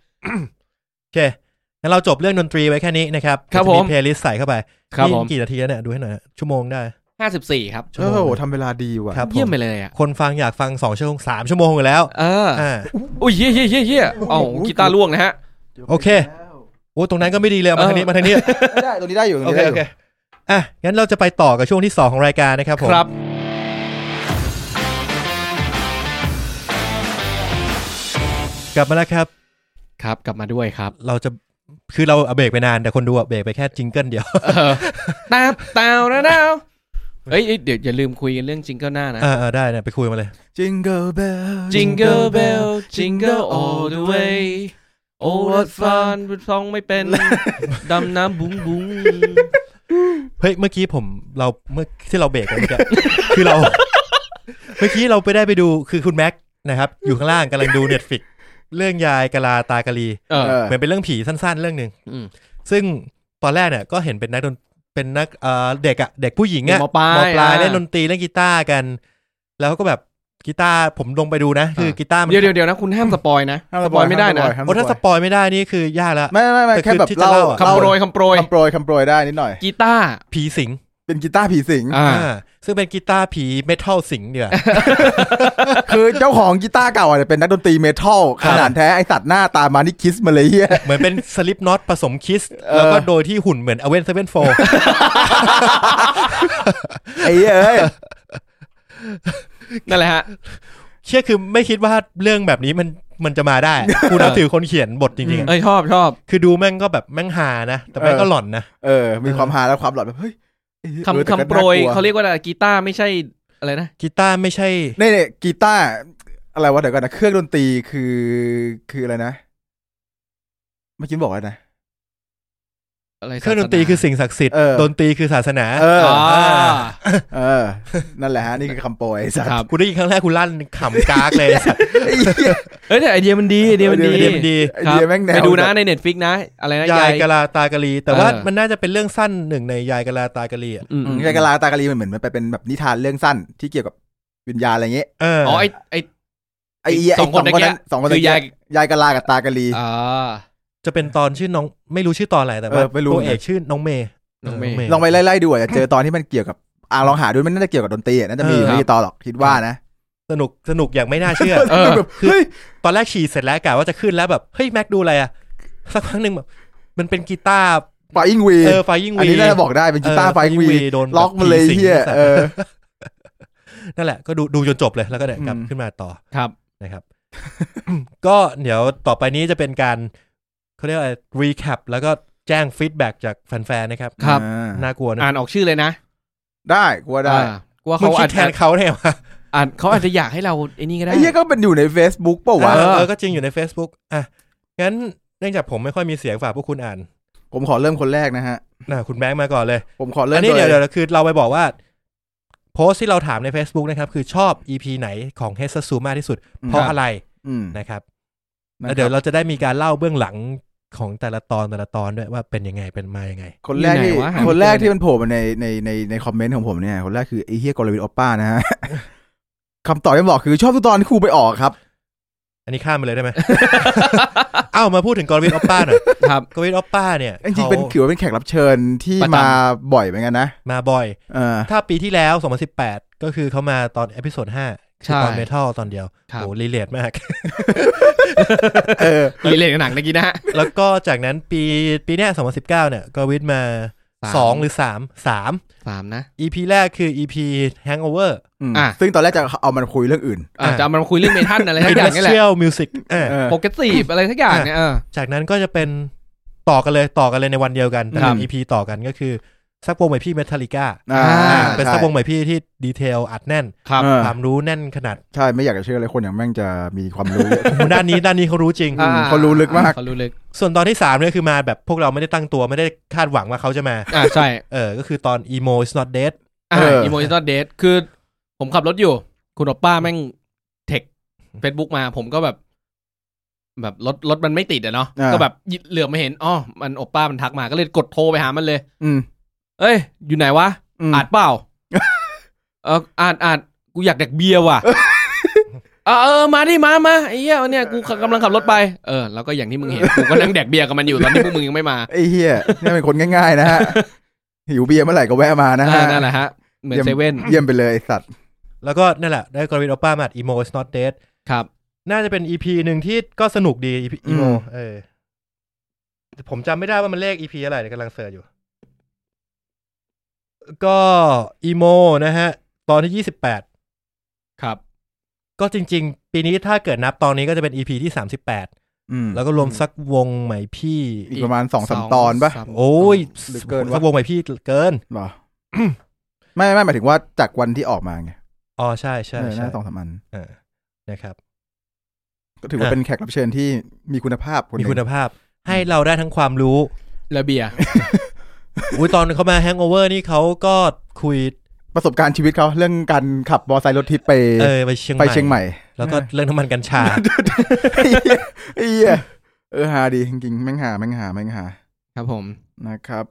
Speaker 1: โอเคงั้นเราจบเรื่องดนตรีไว้แค่นี้นะครับ
Speaker 2: ครับผม
Speaker 1: เพลย์ลิสต์ใส่เข้าไป
Speaker 2: ครับ
Speaker 1: นี่
Speaker 2: ผม
Speaker 1: กี่นาทีแล้วเนี่ยดูให้หน่อยฮะชั่วโมงได้
Speaker 2: ห้าสิบสี่ครับ
Speaker 1: ชั่ว
Speaker 3: โอ้
Speaker 1: โมง
Speaker 3: โหทำเวลาดีว่ะ
Speaker 1: ครับผ
Speaker 2: เยี่ยม
Speaker 1: ม
Speaker 2: ไปเลยอ่ะ
Speaker 1: คนฟังอยากฟังสองชั่วโมงสามชั่วโมงอยู่แล้ว
Speaker 2: เออ
Speaker 1: อ่า
Speaker 2: อุ้ยเยี่ยเยี่ยเยี่ยเยี่ยเอ้ากีตาร์ล่วงนะฮะ
Speaker 1: โอเค โอ้ตรงนั้นก็ไม่ดีเลยเอามาทางนี้มา ทางนี้
Speaker 3: ได้ตรงนี้ได้อยู่ตรง
Speaker 1: โอ
Speaker 3: นี้
Speaker 1: เค
Speaker 3: ได้
Speaker 1: โอ
Speaker 3: อ
Speaker 1: ยู่ เค อ่ะ งั้นเราจะไปต่อกับช่วงที่ 2 ของรายการนะครับผม
Speaker 2: ครับ
Speaker 1: กลับมาแล้วครับ
Speaker 2: ครับกลับมาด้วยครับ
Speaker 1: เราจะ คือเราเบรกไปนาน แต่คนดูอะเบรกไปแค่จิงเกิลเดียว
Speaker 2: เอ อตาตาวนะดาวเอ้ยเอ้ยเดี๋ยวอย่าลืมคุยกันเรื่องจิงเกิลหน้านะ
Speaker 1: อ่าอ่าได้เนี่ยไปคุยมาเลย
Speaker 3: จิงเกิลเบล
Speaker 2: Jingle bell jingle all the way oh what fun ร้องไม่ เป็น ดำน้ำบุ้งบุ้ง
Speaker 1: เฮ้ย เมื่อกี้ผมเราเมื่อที่เราเบรกไปเมื่อกี้ คือเรา เมื่อกี้เราไปได้ไปดูคือคุณแม็กนะครับ อยู่ข้างล่างกำลังดูเน็ตฟิกเรื่องยายกะลาตากะลี
Speaker 2: เออ
Speaker 3: เออ
Speaker 1: เหมือนเป็นเรื่องผีสั้นๆ เรื่องหนึ่ง
Speaker 2: อืม
Speaker 1: ซึ่งตอนแรกเนี่ยก็เห็นเป็นนักดนเป็นนักเอ่อเด็กอะเด็กผู้หญิงอะ
Speaker 2: เด็กมปลายอ่า
Speaker 1: เล่นดนตรีเล่นกีตาร์กัน แล้วก็แบบกีตาร์ผมลงไปดูนะ คือกีตาร์มัน
Speaker 2: เดี๋ยวเดี๋ยวเดี๋ยวนะคุณห้ามสปอยนะสปอยไม่ได้นะ
Speaker 1: โอ้ถ้าสปอยไม่ได้นี่คือยากละ
Speaker 3: ไม่ไม่ไม่
Speaker 1: แต่
Speaker 3: แค่
Speaker 1: คือ
Speaker 3: แบบ
Speaker 1: ที่จะ
Speaker 3: เล่า
Speaker 1: เล่าอะ
Speaker 2: คำโปรยคำโปรย
Speaker 3: คำโปรยคำโปรยได้นิดหน่อย
Speaker 2: กีตาร์
Speaker 1: ผีสิง
Speaker 3: เป็นกีตาร์ผีสิง
Speaker 2: อ่า
Speaker 1: อ่าซึ่งเป็นกีตาร์ผีเมทัลสิงห์เนี่ย
Speaker 3: คือเจ้าของกีตาร์เก่าอาจจะเป็นนักดนตรีเมทัล
Speaker 1: ค
Speaker 3: ข
Speaker 1: รับ
Speaker 3: นาดแท้ไอสัตว์หน้าตามานี่คิสมาเลยเฮีย
Speaker 1: เหมือนเป็นสลิปน็อตผสมคิส
Speaker 3: เออ
Speaker 1: แล้วก็โดยที่หุ่นเหมือนอเวนเซเว่นโฟ
Speaker 3: ไอ้เหี้ยเอ้ย
Speaker 2: นั่นแหละฮะ
Speaker 1: เชื่อคือไม่คิดว่าเรื่องแบบนี้มันมันจะมาได้ คุณนับถือคนเขียนบทจริงๆอะ
Speaker 2: เอ้ยชอบชอบ
Speaker 1: คือดูแม่งก็แบบแม่งหานะ แต่แม่งก็หล่อนนะ
Speaker 3: เออ มีความฮาและความหลอนแบบเฮ้ยไอ้เหี้ยเออ
Speaker 2: คำ
Speaker 3: แต่ก็
Speaker 2: คำโปรย
Speaker 3: น่ลัว
Speaker 2: เขาเรียกว่าอะไรกีตาร์ไม่ใช่อะไรนะ
Speaker 1: กีตาร์ไม่ใช่
Speaker 3: นี่เนี่ยกีตาร์อะไรวะเดี๋ยวก่อนนะเครื่องดนตรีคือคืออะไรนะเมื่อกี้บอกอะไรนะ
Speaker 2: อะไร
Speaker 1: เครื่องดนตรีคือสิ่งศักดิ์สิทธิ์
Speaker 3: เออ
Speaker 1: ดนตรีคือศาสนา
Speaker 3: เออ
Speaker 2: อ่า
Speaker 3: เออ นั่นแหละฮะ นี่คือคำโปรยไอ้สัตว์
Speaker 2: ครับ
Speaker 1: คุณได้ยินครั้งแรกคุณลั่นขำกากเลย
Speaker 3: ไอ้เหี้ย
Speaker 2: เอ้ยแต่ไอเดียมันดีไอเดียมันดี
Speaker 1: ไอเดียมันดี
Speaker 3: ไอเดียแม่งแนว
Speaker 2: ไปดูนะในเน็ตฟิกนะ อะไรนะ
Speaker 1: ยายกะลาตากะลี แต่ว่า
Speaker 2: เออ
Speaker 1: มันน่าจะเป็นเรื่องสั้นหนึ่งในยายกะลาตากะลีอะ
Speaker 2: อืม
Speaker 3: อืมยายกะลาตากะลีมันเหมือนมันไปเป็นแบบนิทานเรื่องสั้นที่เกี่ยวกับวิญญาณอะไรเงี้ย
Speaker 1: เออ
Speaker 2: อ๋อไอไอ
Speaker 3: ไอ้เหี้ย
Speaker 2: สองคน
Speaker 3: ไ
Speaker 2: เมื่อกี้
Speaker 3: สองคน
Speaker 2: คือยาย
Speaker 3: เมื่กี้ยายกะลากับตากะลี
Speaker 2: อ่า
Speaker 1: จะเป็นตอนชื่อน้องไม่รู้ชื่อตอนอะไรแต่
Speaker 3: เอ
Speaker 1: ว่า
Speaker 3: อไม่รู้
Speaker 1: ตัวเอกชื่อน้องเมย์
Speaker 2: น้องเมย์
Speaker 1: เ
Speaker 3: ลองไปไล่ๆดูอาจจะเจอตอนที่มันเกี่ยวกับอ่าลองหาดูมันน่าจะเกี่ยวกับดนตรีอะน่าจะมีอยู่
Speaker 2: เออ
Speaker 3: ไม่กี่ตอนหรอกคิดว่านะ
Speaker 1: สนุกสนุกอย่างไม่น่าเชื่อ
Speaker 2: เออ
Speaker 3: แบบเฮ้ย
Speaker 1: ตอนแรกฉี่เสร็จแล้วกะว่าจะขึ้นแล้วแบบเฮ้ยแม็กดูอะไรอะสักพักหนึ่งแบบมันเป็นกีตาร์
Speaker 3: ปาอิงวี
Speaker 1: เออไฟยิง
Speaker 3: อัน
Speaker 1: วี
Speaker 3: นี้น่าจะบอกได้เป็นกีตาร์ไฟอิงวี
Speaker 1: โดนแบบ
Speaker 3: ล็อกมาเลย
Speaker 1: ผีสิง
Speaker 3: เฮียเออ
Speaker 1: นั่นแหละก็ดูดูจนจบเลยแล้วก็เนี่ยกลับ
Speaker 3: อืม
Speaker 1: ขึ้นมาต่อ
Speaker 2: ครับ
Speaker 1: นะครับ ก็เดี๋ยวต่อไปนี้จะเป็นการเขาเรียกว่ารีแคปแล้วก็แจ้งฟีดแบ็กจากแฟนๆนะครับ
Speaker 2: ครับ
Speaker 3: อ่า
Speaker 1: น่ากลัวนะ
Speaker 2: อ่านออกชื่อเลยนะ
Speaker 3: ได้กูว่าได้
Speaker 2: อ่ากลัว่า
Speaker 1: มึง
Speaker 2: เขา
Speaker 1: คิ
Speaker 2: อา
Speaker 1: ด
Speaker 2: จ
Speaker 1: แท
Speaker 2: จะ
Speaker 1: นเขาเนี่ยวะ
Speaker 2: อาจเขาอาจจะอยากให้เราไอ้นี่ก็ได้
Speaker 3: ไอ้เหี้ยก็เป็นอยู่ใน Facebook เปล่าวะ
Speaker 1: เออเออก็จริงอยู่ใน Facebook อ่ะ งั้นเนื่องจากผมไม่ค่อยมีเสียงฝากพวกคุณอ่าน
Speaker 3: ผมขอเริ่มคนแรกนะฮะ
Speaker 1: นะคุณแบงค์มาก่อนเลย
Speaker 3: ผมขอเริ่
Speaker 1: อั
Speaker 3: ม
Speaker 1: นนี้เดี๋ยว
Speaker 3: โ
Speaker 1: เดี๋ยวคือเราไปบอกว่า โพสต์ที่เราถามใน Facebook นะครับ คือชอบ EP ไหนของเฮสซูมาที่สุด เพราะ
Speaker 2: ครับ
Speaker 1: อะไร
Speaker 3: อืม
Speaker 1: นะครับ
Speaker 3: นะ
Speaker 1: แล้ว
Speaker 3: ค
Speaker 1: เดี๋ยว
Speaker 3: รับ
Speaker 1: เราจะได้มีการเล่าเบื้องหลังของแต่ละตอนแต่ละตอนด้วยว่าเป็นยังไงเป็นมายังไง
Speaker 3: คนแรกที่
Speaker 2: อยู่ไหนวะหาไม่
Speaker 3: คนแรก
Speaker 2: เจอ
Speaker 3: ที่มันโผล่มาในในในในคอมเมนต์ของผมเนี่ย คนแรกคือไอ้เฮียกอลวินออปป้านะฮ ะ คำตอบที่บอกคือชอบทุกตอนที่ครูไปออกครับ
Speaker 1: อันนี้ข้ามไปเลย ได้ไหม เอ้ามาพูดถึงกอร์วินออปป้าหน่อย
Speaker 2: ครับ
Speaker 1: กอร์วินออปป้าเนี่ย
Speaker 3: จริงๆเป็นถือว่าเป็นแขกรับเชิญที่
Speaker 2: ประจำ
Speaker 3: มาบ่อยเหมือนกันนะ
Speaker 1: มาบ่อย
Speaker 3: เออ
Speaker 1: ถ้าปีที่แล้ว 2018 ก็คือเขามาตอนเอพิโซด5คือ
Speaker 2: ใช่
Speaker 1: ตอนเมทัลตอนเดียว
Speaker 2: ครับ
Speaker 1: โหรีเลทมาก
Speaker 3: เออ
Speaker 2: รีเลยกับหนังเมื่อกี้นะฮะ
Speaker 1: แล้วก็จากนั้นปีปีเนี้ย2019 เนี่ย ก็วิทย์มา
Speaker 2: สาม
Speaker 1: 2 หรือ 3
Speaker 2: สามนะ
Speaker 1: 3 EP แรกคือ EP Hangover
Speaker 3: อืม
Speaker 2: อ่ะ
Speaker 3: ซึ่งตอนแรกจะเอามันคุยเรื่องอื่น
Speaker 2: อ่ะจะเอามาคุยเรื่องเมทัลอะไรสักอย่างนี่แหละ
Speaker 1: Industrial Music อ่ะ
Speaker 3: เออ
Speaker 2: โปรเกรสซีฟอะไรสักอย่างเนี่ยเออ
Speaker 1: จากนั้นก็จะเป็นต่อกันเลยต่อกันเลยในวันเดียวกัน แต่
Speaker 2: ครั
Speaker 1: เป็
Speaker 2: บ
Speaker 1: น EP ต่อกันก็คือ ซักวงใหม่พี่เมทัลิก้า
Speaker 3: อ่า
Speaker 2: อ่า
Speaker 1: เป็น
Speaker 3: ใช่
Speaker 1: ซักวงใหม่พี่ที่ดีเทลอัดแน่น
Speaker 2: ครับ
Speaker 3: เออ
Speaker 1: ความรู้แน่นขนาด
Speaker 3: ใช่ไม่อยากจะเชื่อเลยคนอย่างแม่งจะมีความรู้เย อะ
Speaker 1: ด้านนี้ด้านนี้เขารู้จริง
Speaker 2: อ่
Speaker 3: มเขารู้ลึกมาก
Speaker 2: เขารู้ลึก
Speaker 1: ส่วนตอนที่สามเนี่ยคือมาแบบพวกเราไม่ได้ตั้งตัวไม่ได้คาดหวังว่าเขาจะมา
Speaker 2: อ่าใช่
Speaker 1: เออ ก็คือตอน emo is not dead
Speaker 2: อ่า
Speaker 3: เออ
Speaker 2: อีโมจิตอลเดทคือผมขับรถอยู่ คุณออปป้าแม่งเทคเฟซบุ๊กมาผมก็แบบ แบบรถรถมันไม่ติดอะเนาะ
Speaker 3: อ่า
Speaker 2: ก็แบบเหลือบมาเห็นอ๋อมันออปป้ามันทักมาก็เลยกดโทรไปหามันเลย
Speaker 3: อืม
Speaker 2: เอ้ย อยู่ไหนวะ
Speaker 3: ม
Speaker 2: อาจ เปล่า เอออาจอาจกูอยากแดกเบียร์ ว่ะ เออเออมาดิมามาไอ้เหี้ยเนี่ยกูกำลังขับรถไป เออ แล้วก็อย่างที่มึงเห็น กูก็นั่งแดกเบียร์กับมันอยู่ตอนที่พวกมึงยังไม่มา
Speaker 3: ไอ้เฮียนี่เป็นคนง่ายๆนะฮะ หิวเบียร์เมื่อไหร่ก็แวะมานะ
Speaker 2: อ่า
Speaker 3: ฮะ
Speaker 2: นั่นแหละฮะ เหมือน
Speaker 3: เยี่ยม
Speaker 2: เซเว่น
Speaker 3: เยี่ยมไปเลยไอ้สัตว์
Speaker 1: แล้วก็นั่นแหละ ได้กรวินออป้ามาอัด emo is not dead
Speaker 2: ครับ
Speaker 1: น่าจะเป็น EP หนึ่งที่ก็สนุกดี EP
Speaker 3: อืม
Speaker 1: emo เออแต่ผมจำไม่ได้ว่ามันเลข EP อะไรเดี๋ยวกำลังเสิร์ชอยู่ ก็ emo นะฮะ ตอนที่ 28
Speaker 2: ครับ
Speaker 1: ก็จริง ๆ ปีนี้ถ้าเกิดนับตอนนี้ก็จะเป็น EP ที่ 38
Speaker 3: อืม
Speaker 1: แล้วก็รวมสักวงใหม่พี่
Speaker 3: อีกประมาณสองสามตอนปะ
Speaker 2: สาม
Speaker 1: โอ้ย
Speaker 3: หรือเกินวะ
Speaker 1: สักวงใหม่พี่เกิน
Speaker 3: หร อ ไม่ไม่หมายถึงว่าจากวันที่ออกมาไง
Speaker 1: อ๋อใช่ใช่
Speaker 3: เออ
Speaker 1: ใช่
Speaker 3: น่าสองสามอัน
Speaker 1: เออนะครับ
Speaker 3: ก็ถือว่า
Speaker 1: อ่ะ
Speaker 3: เป็นแขกรับเชิญที่มีคุณภาพคนห
Speaker 1: มี
Speaker 3: นึ่ง
Speaker 1: คุณภาพให้เราได้ทั้งความรู้
Speaker 2: ระเบียร์
Speaker 1: อุ้ยตอนเขามาแฮง g อเวอร์นี่เขาก็คุย
Speaker 3: ประสบการณ์ชีวิตเขาเรื่องการขับมอไซค์รถทิพย์ไป
Speaker 1: เออไปเชียงให
Speaker 3: ไป
Speaker 1: ม่
Speaker 3: เชียงใหม่
Speaker 1: แล้วก็เรื่องน้ำมันกัญชา
Speaker 3: ไอ้เหี้ย ไอ้เหี้ยเออฮาดีจริงๆแม่งหาแม่งหาแม่งหา
Speaker 2: ครับผม
Speaker 3: นะครับ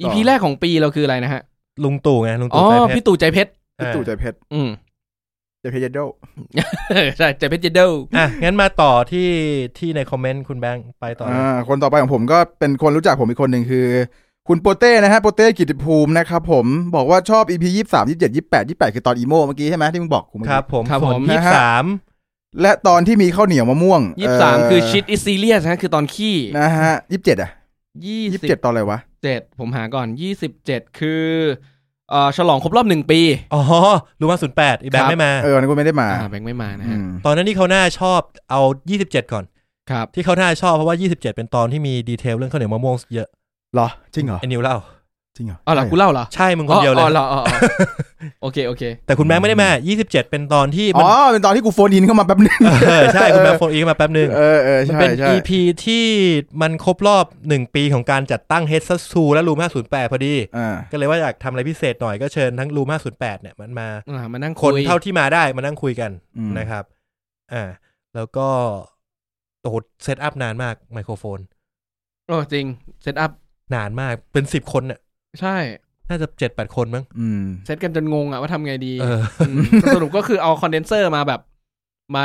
Speaker 2: อีพีแรกของปีเราคืออะไรนะฮะ
Speaker 1: ลุงตู่ไงลุง
Speaker 2: อ๋อ
Speaker 1: ตู่ใจเพช
Speaker 2: พี่
Speaker 1: ร
Speaker 2: ตู่ใจเพชร
Speaker 1: เออ
Speaker 3: ตู่ใจ
Speaker 2: อืม
Speaker 3: เพชร ใจเพชรเยดโด
Speaker 2: ใช่ ใจเพชรเจเดล
Speaker 1: อ่ะ งั้นมาต่อที่ที่ในคอมเมนต์คุณแบงค์ไปต่อเลย
Speaker 3: อ่าคนต่อไปของผมก็เป็นคนรู้จักผมอีกคนหนึ่งคือ คุณโปเต้นะฮะโปเต้กิติภูมินะครับผมบอกว่าชอบ EP ยี่สามยี่เจ็ดยี่แปดยี่แปดคือตอนอีโมเมื่อกี้ใช่ไหมที่มึงบอกกูเมื่
Speaker 1: ค
Speaker 3: อกี้
Speaker 1: รับผม
Speaker 2: ครับ
Speaker 1: ส่วน
Speaker 2: ผม
Speaker 1: ยี่
Speaker 3: นะ
Speaker 1: สิบ
Speaker 3: ฮะ
Speaker 1: สาม
Speaker 3: และตอนที่มีข้าวเหนียวมะม่วง
Speaker 2: ยี่สิบสาม
Speaker 3: เ
Speaker 2: คือชิดอิซีเลียสฮะคือตอนขี้
Speaker 3: นะฮะยี่สิบเจ็ดอ่ะ
Speaker 2: ยี่
Speaker 3: ยี่
Speaker 2: สิ
Speaker 3: สิบบ เจ็ดตอนอะไรวะ
Speaker 2: เจ็ดผมหาก่อนยี่สิบเจ็ดคือเอ่อฉลองครบรอบหนึ่งปี
Speaker 1: อ๋อรู้ว่าศูนย์แปดอีกแบง
Speaker 2: ครั
Speaker 1: ค์
Speaker 2: บ
Speaker 1: ไม่มา
Speaker 3: เอออันนั้นกูไม่ได้มา
Speaker 2: อ่าแบงค์ไม่มานะฮะ
Speaker 3: ม
Speaker 1: ตอนนั้นที่เขาหน้าชอบเอายี่สิบเจ็ดก่อน
Speaker 2: ครับ
Speaker 1: ที่เขาหน้าชอบเพราะว่ายี่สิบเจ็ดเป็นตอนที่มีดีเทลเรื่องข้าวเหนียวมะม่วงเยอะ
Speaker 3: เหรอ จริงเหรอ
Speaker 1: ไอ้นิวเล่า
Speaker 3: จริงเหรอ
Speaker 2: อ๋อเหรอ
Speaker 3: ใช่
Speaker 2: กูเล่าเหรอ
Speaker 1: ใช่มึงคนเดียวเล
Speaker 2: อ๋อย หรออ๋ออ๋อ โอเคโอเค
Speaker 1: แต่คุณแบงค์ไม่ได้มายี่สิบเจ็ดเป็นตอนที่
Speaker 3: อ๋
Speaker 1: มัน
Speaker 3: อ เป็นตอนที่กูโฟนอินเข้ามาแป๊บนึง
Speaker 1: เออใช่คุณแบงค์โฟนอีมาแป๊บนึง
Speaker 3: เออเออ
Speaker 1: มัน
Speaker 3: ใช่
Speaker 1: เป็น
Speaker 3: ใช่
Speaker 1: EP ที่มันครบรอบหนึ่งปีของการจัดตั้ง h e a d s t และรูม508 พอดี
Speaker 3: อ่า
Speaker 1: ก็เลยว่าอยากทำอะไรพิเศษหน่อยก็เชิญทั้งรูม508 เนี่ยมันมา
Speaker 2: อ่ามานั่ง
Speaker 1: คน
Speaker 2: ย
Speaker 1: เท่าที่มาได้มานั่งคุยกัน
Speaker 3: อืม
Speaker 1: นะครับ อ่า แล้วก็โอ้โหเซตอัพนานมากไมโครโฟน
Speaker 2: โอ้จริงเซตอัพ
Speaker 1: นานมากเป็นสิบคนน่ะ
Speaker 2: ใช่
Speaker 1: น่าจะเจ็ดแปดคนมั้ง
Speaker 3: อืม
Speaker 2: เซตกันจนงงอะว่าทำไงดี
Speaker 1: เออ
Speaker 2: มสรุปก็คือเอาคอนเดนเซอร์มาแบบมา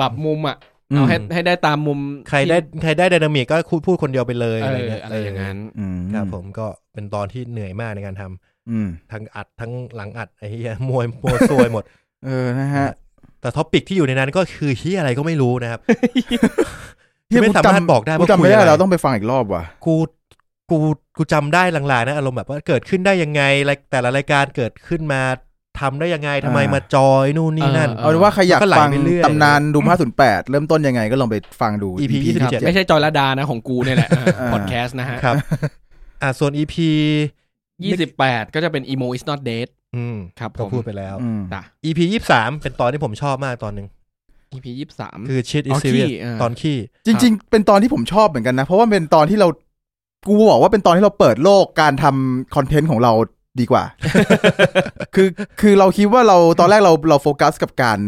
Speaker 2: ปรับมุมอะเอาให้
Speaker 1: อืม
Speaker 2: ให้ได้ตามมุม
Speaker 1: ใครได้ใครได้ไดนามิกก็พูดพูดคนเดียวไปเลย
Speaker 2: ที่เอ
Speaker 1: อะไร
Speaker 2: อ
Speaker 1: เงี้ย
Speaker 2: อะไรอย่างนั้น
Speaker 3: อืม
Speaker 1: ครับผมก็เป็นตอนที่เหนื่อยมากในการทำ
Speaker 3: อืม
Speaker 1: ทั้งอัดทั้งหลังอัดไอ้เหี้ยมวยมวยซวยหมด
Speaker 3: เออ นะฮะ
Speaker 1: แต่ท็อปิกที่อยู่ในนั้นก็คือที่อะไรก็ไม่รู้นะครับ
Speaker 3: เหี้ย
Speaker 1: ไม่
Speaker 3: กู
Speaker 1: สามารถบอกได้
Speaker 3: กู
Speaker 1: ว่า
Speaker 3: จำ
Speaker 1: คุ
Speaker 3: ไม่
Speaker 1: ย
Speaker 3: ได้
Speaker 1: อะไร
Speaker 3: เราต้องไปฟังอีกรอบว่ะ
Speaker 1: กูกูกูจำได้ลางๆนะอารมณ์แบบว่าเกิดขึ้นได้ยังไงรายแต่ละรายการเกิดขึ้นมาทำได้ยังไงทำไม
Speaker 3: อ่าม
Speaker 1: มาจอยนู่นนี่นั่น
Speaker 2: เออ
Speaker 3: เอาเป็นว่าใครอยาก
Speaker 1: ก็ไหล
Speaker 3: ฟัง
Speaker 1: ไปเรื่อย
Speaker 3: ตำนานดูมห้าศูนย์แปดเริ่มต้นยังไงก็ลองไปฟังดู
Speaker 1: EP
Speaker 3: ที่
Speaker 1: 27
Speaker 2: ไม่ใช่จอยระดานะของกูเนี่ยแหละพอดแคสต์นะฮะ
Speaker 1: ครับ อ่าส่วนอีพี
Speaker 2: ยี่สิบแปดก็จะเป็น emo is not dead
Speaker 1: อืม
Speaker 2: ครับผ
Speaker 1: ก็
Speaker 2: ม
Speaker 1: พูดไปแล้ว
Speaker 3: อืม
Speaker 2: จ้ะ
Speaker 1: อีพียี่สามเป็นตอนที่ผมชอบมากตอนหนึ่ง
Speaker 2: EP ยี่สาม
Speaker 1: คือชิดอิ
Speaker 2: อ๋อ
Speaker 1: ซิเรีย
Speaker 2: ขี้อ่า
Speaker 1: ตอนขี้
Speaker 3: จริง ๆ เป็นตอนที่ผมชอบเหมือนกันนะ เพราะว่าเป็นตอนที่เรา กูบอกว่าเป็นตอนที่เราเปิดโลกการทำคอนเทนต์ของเราดีกว่า คือ คือเราคิดว่าเราตอนแรกเราเราโฟกัสกับการ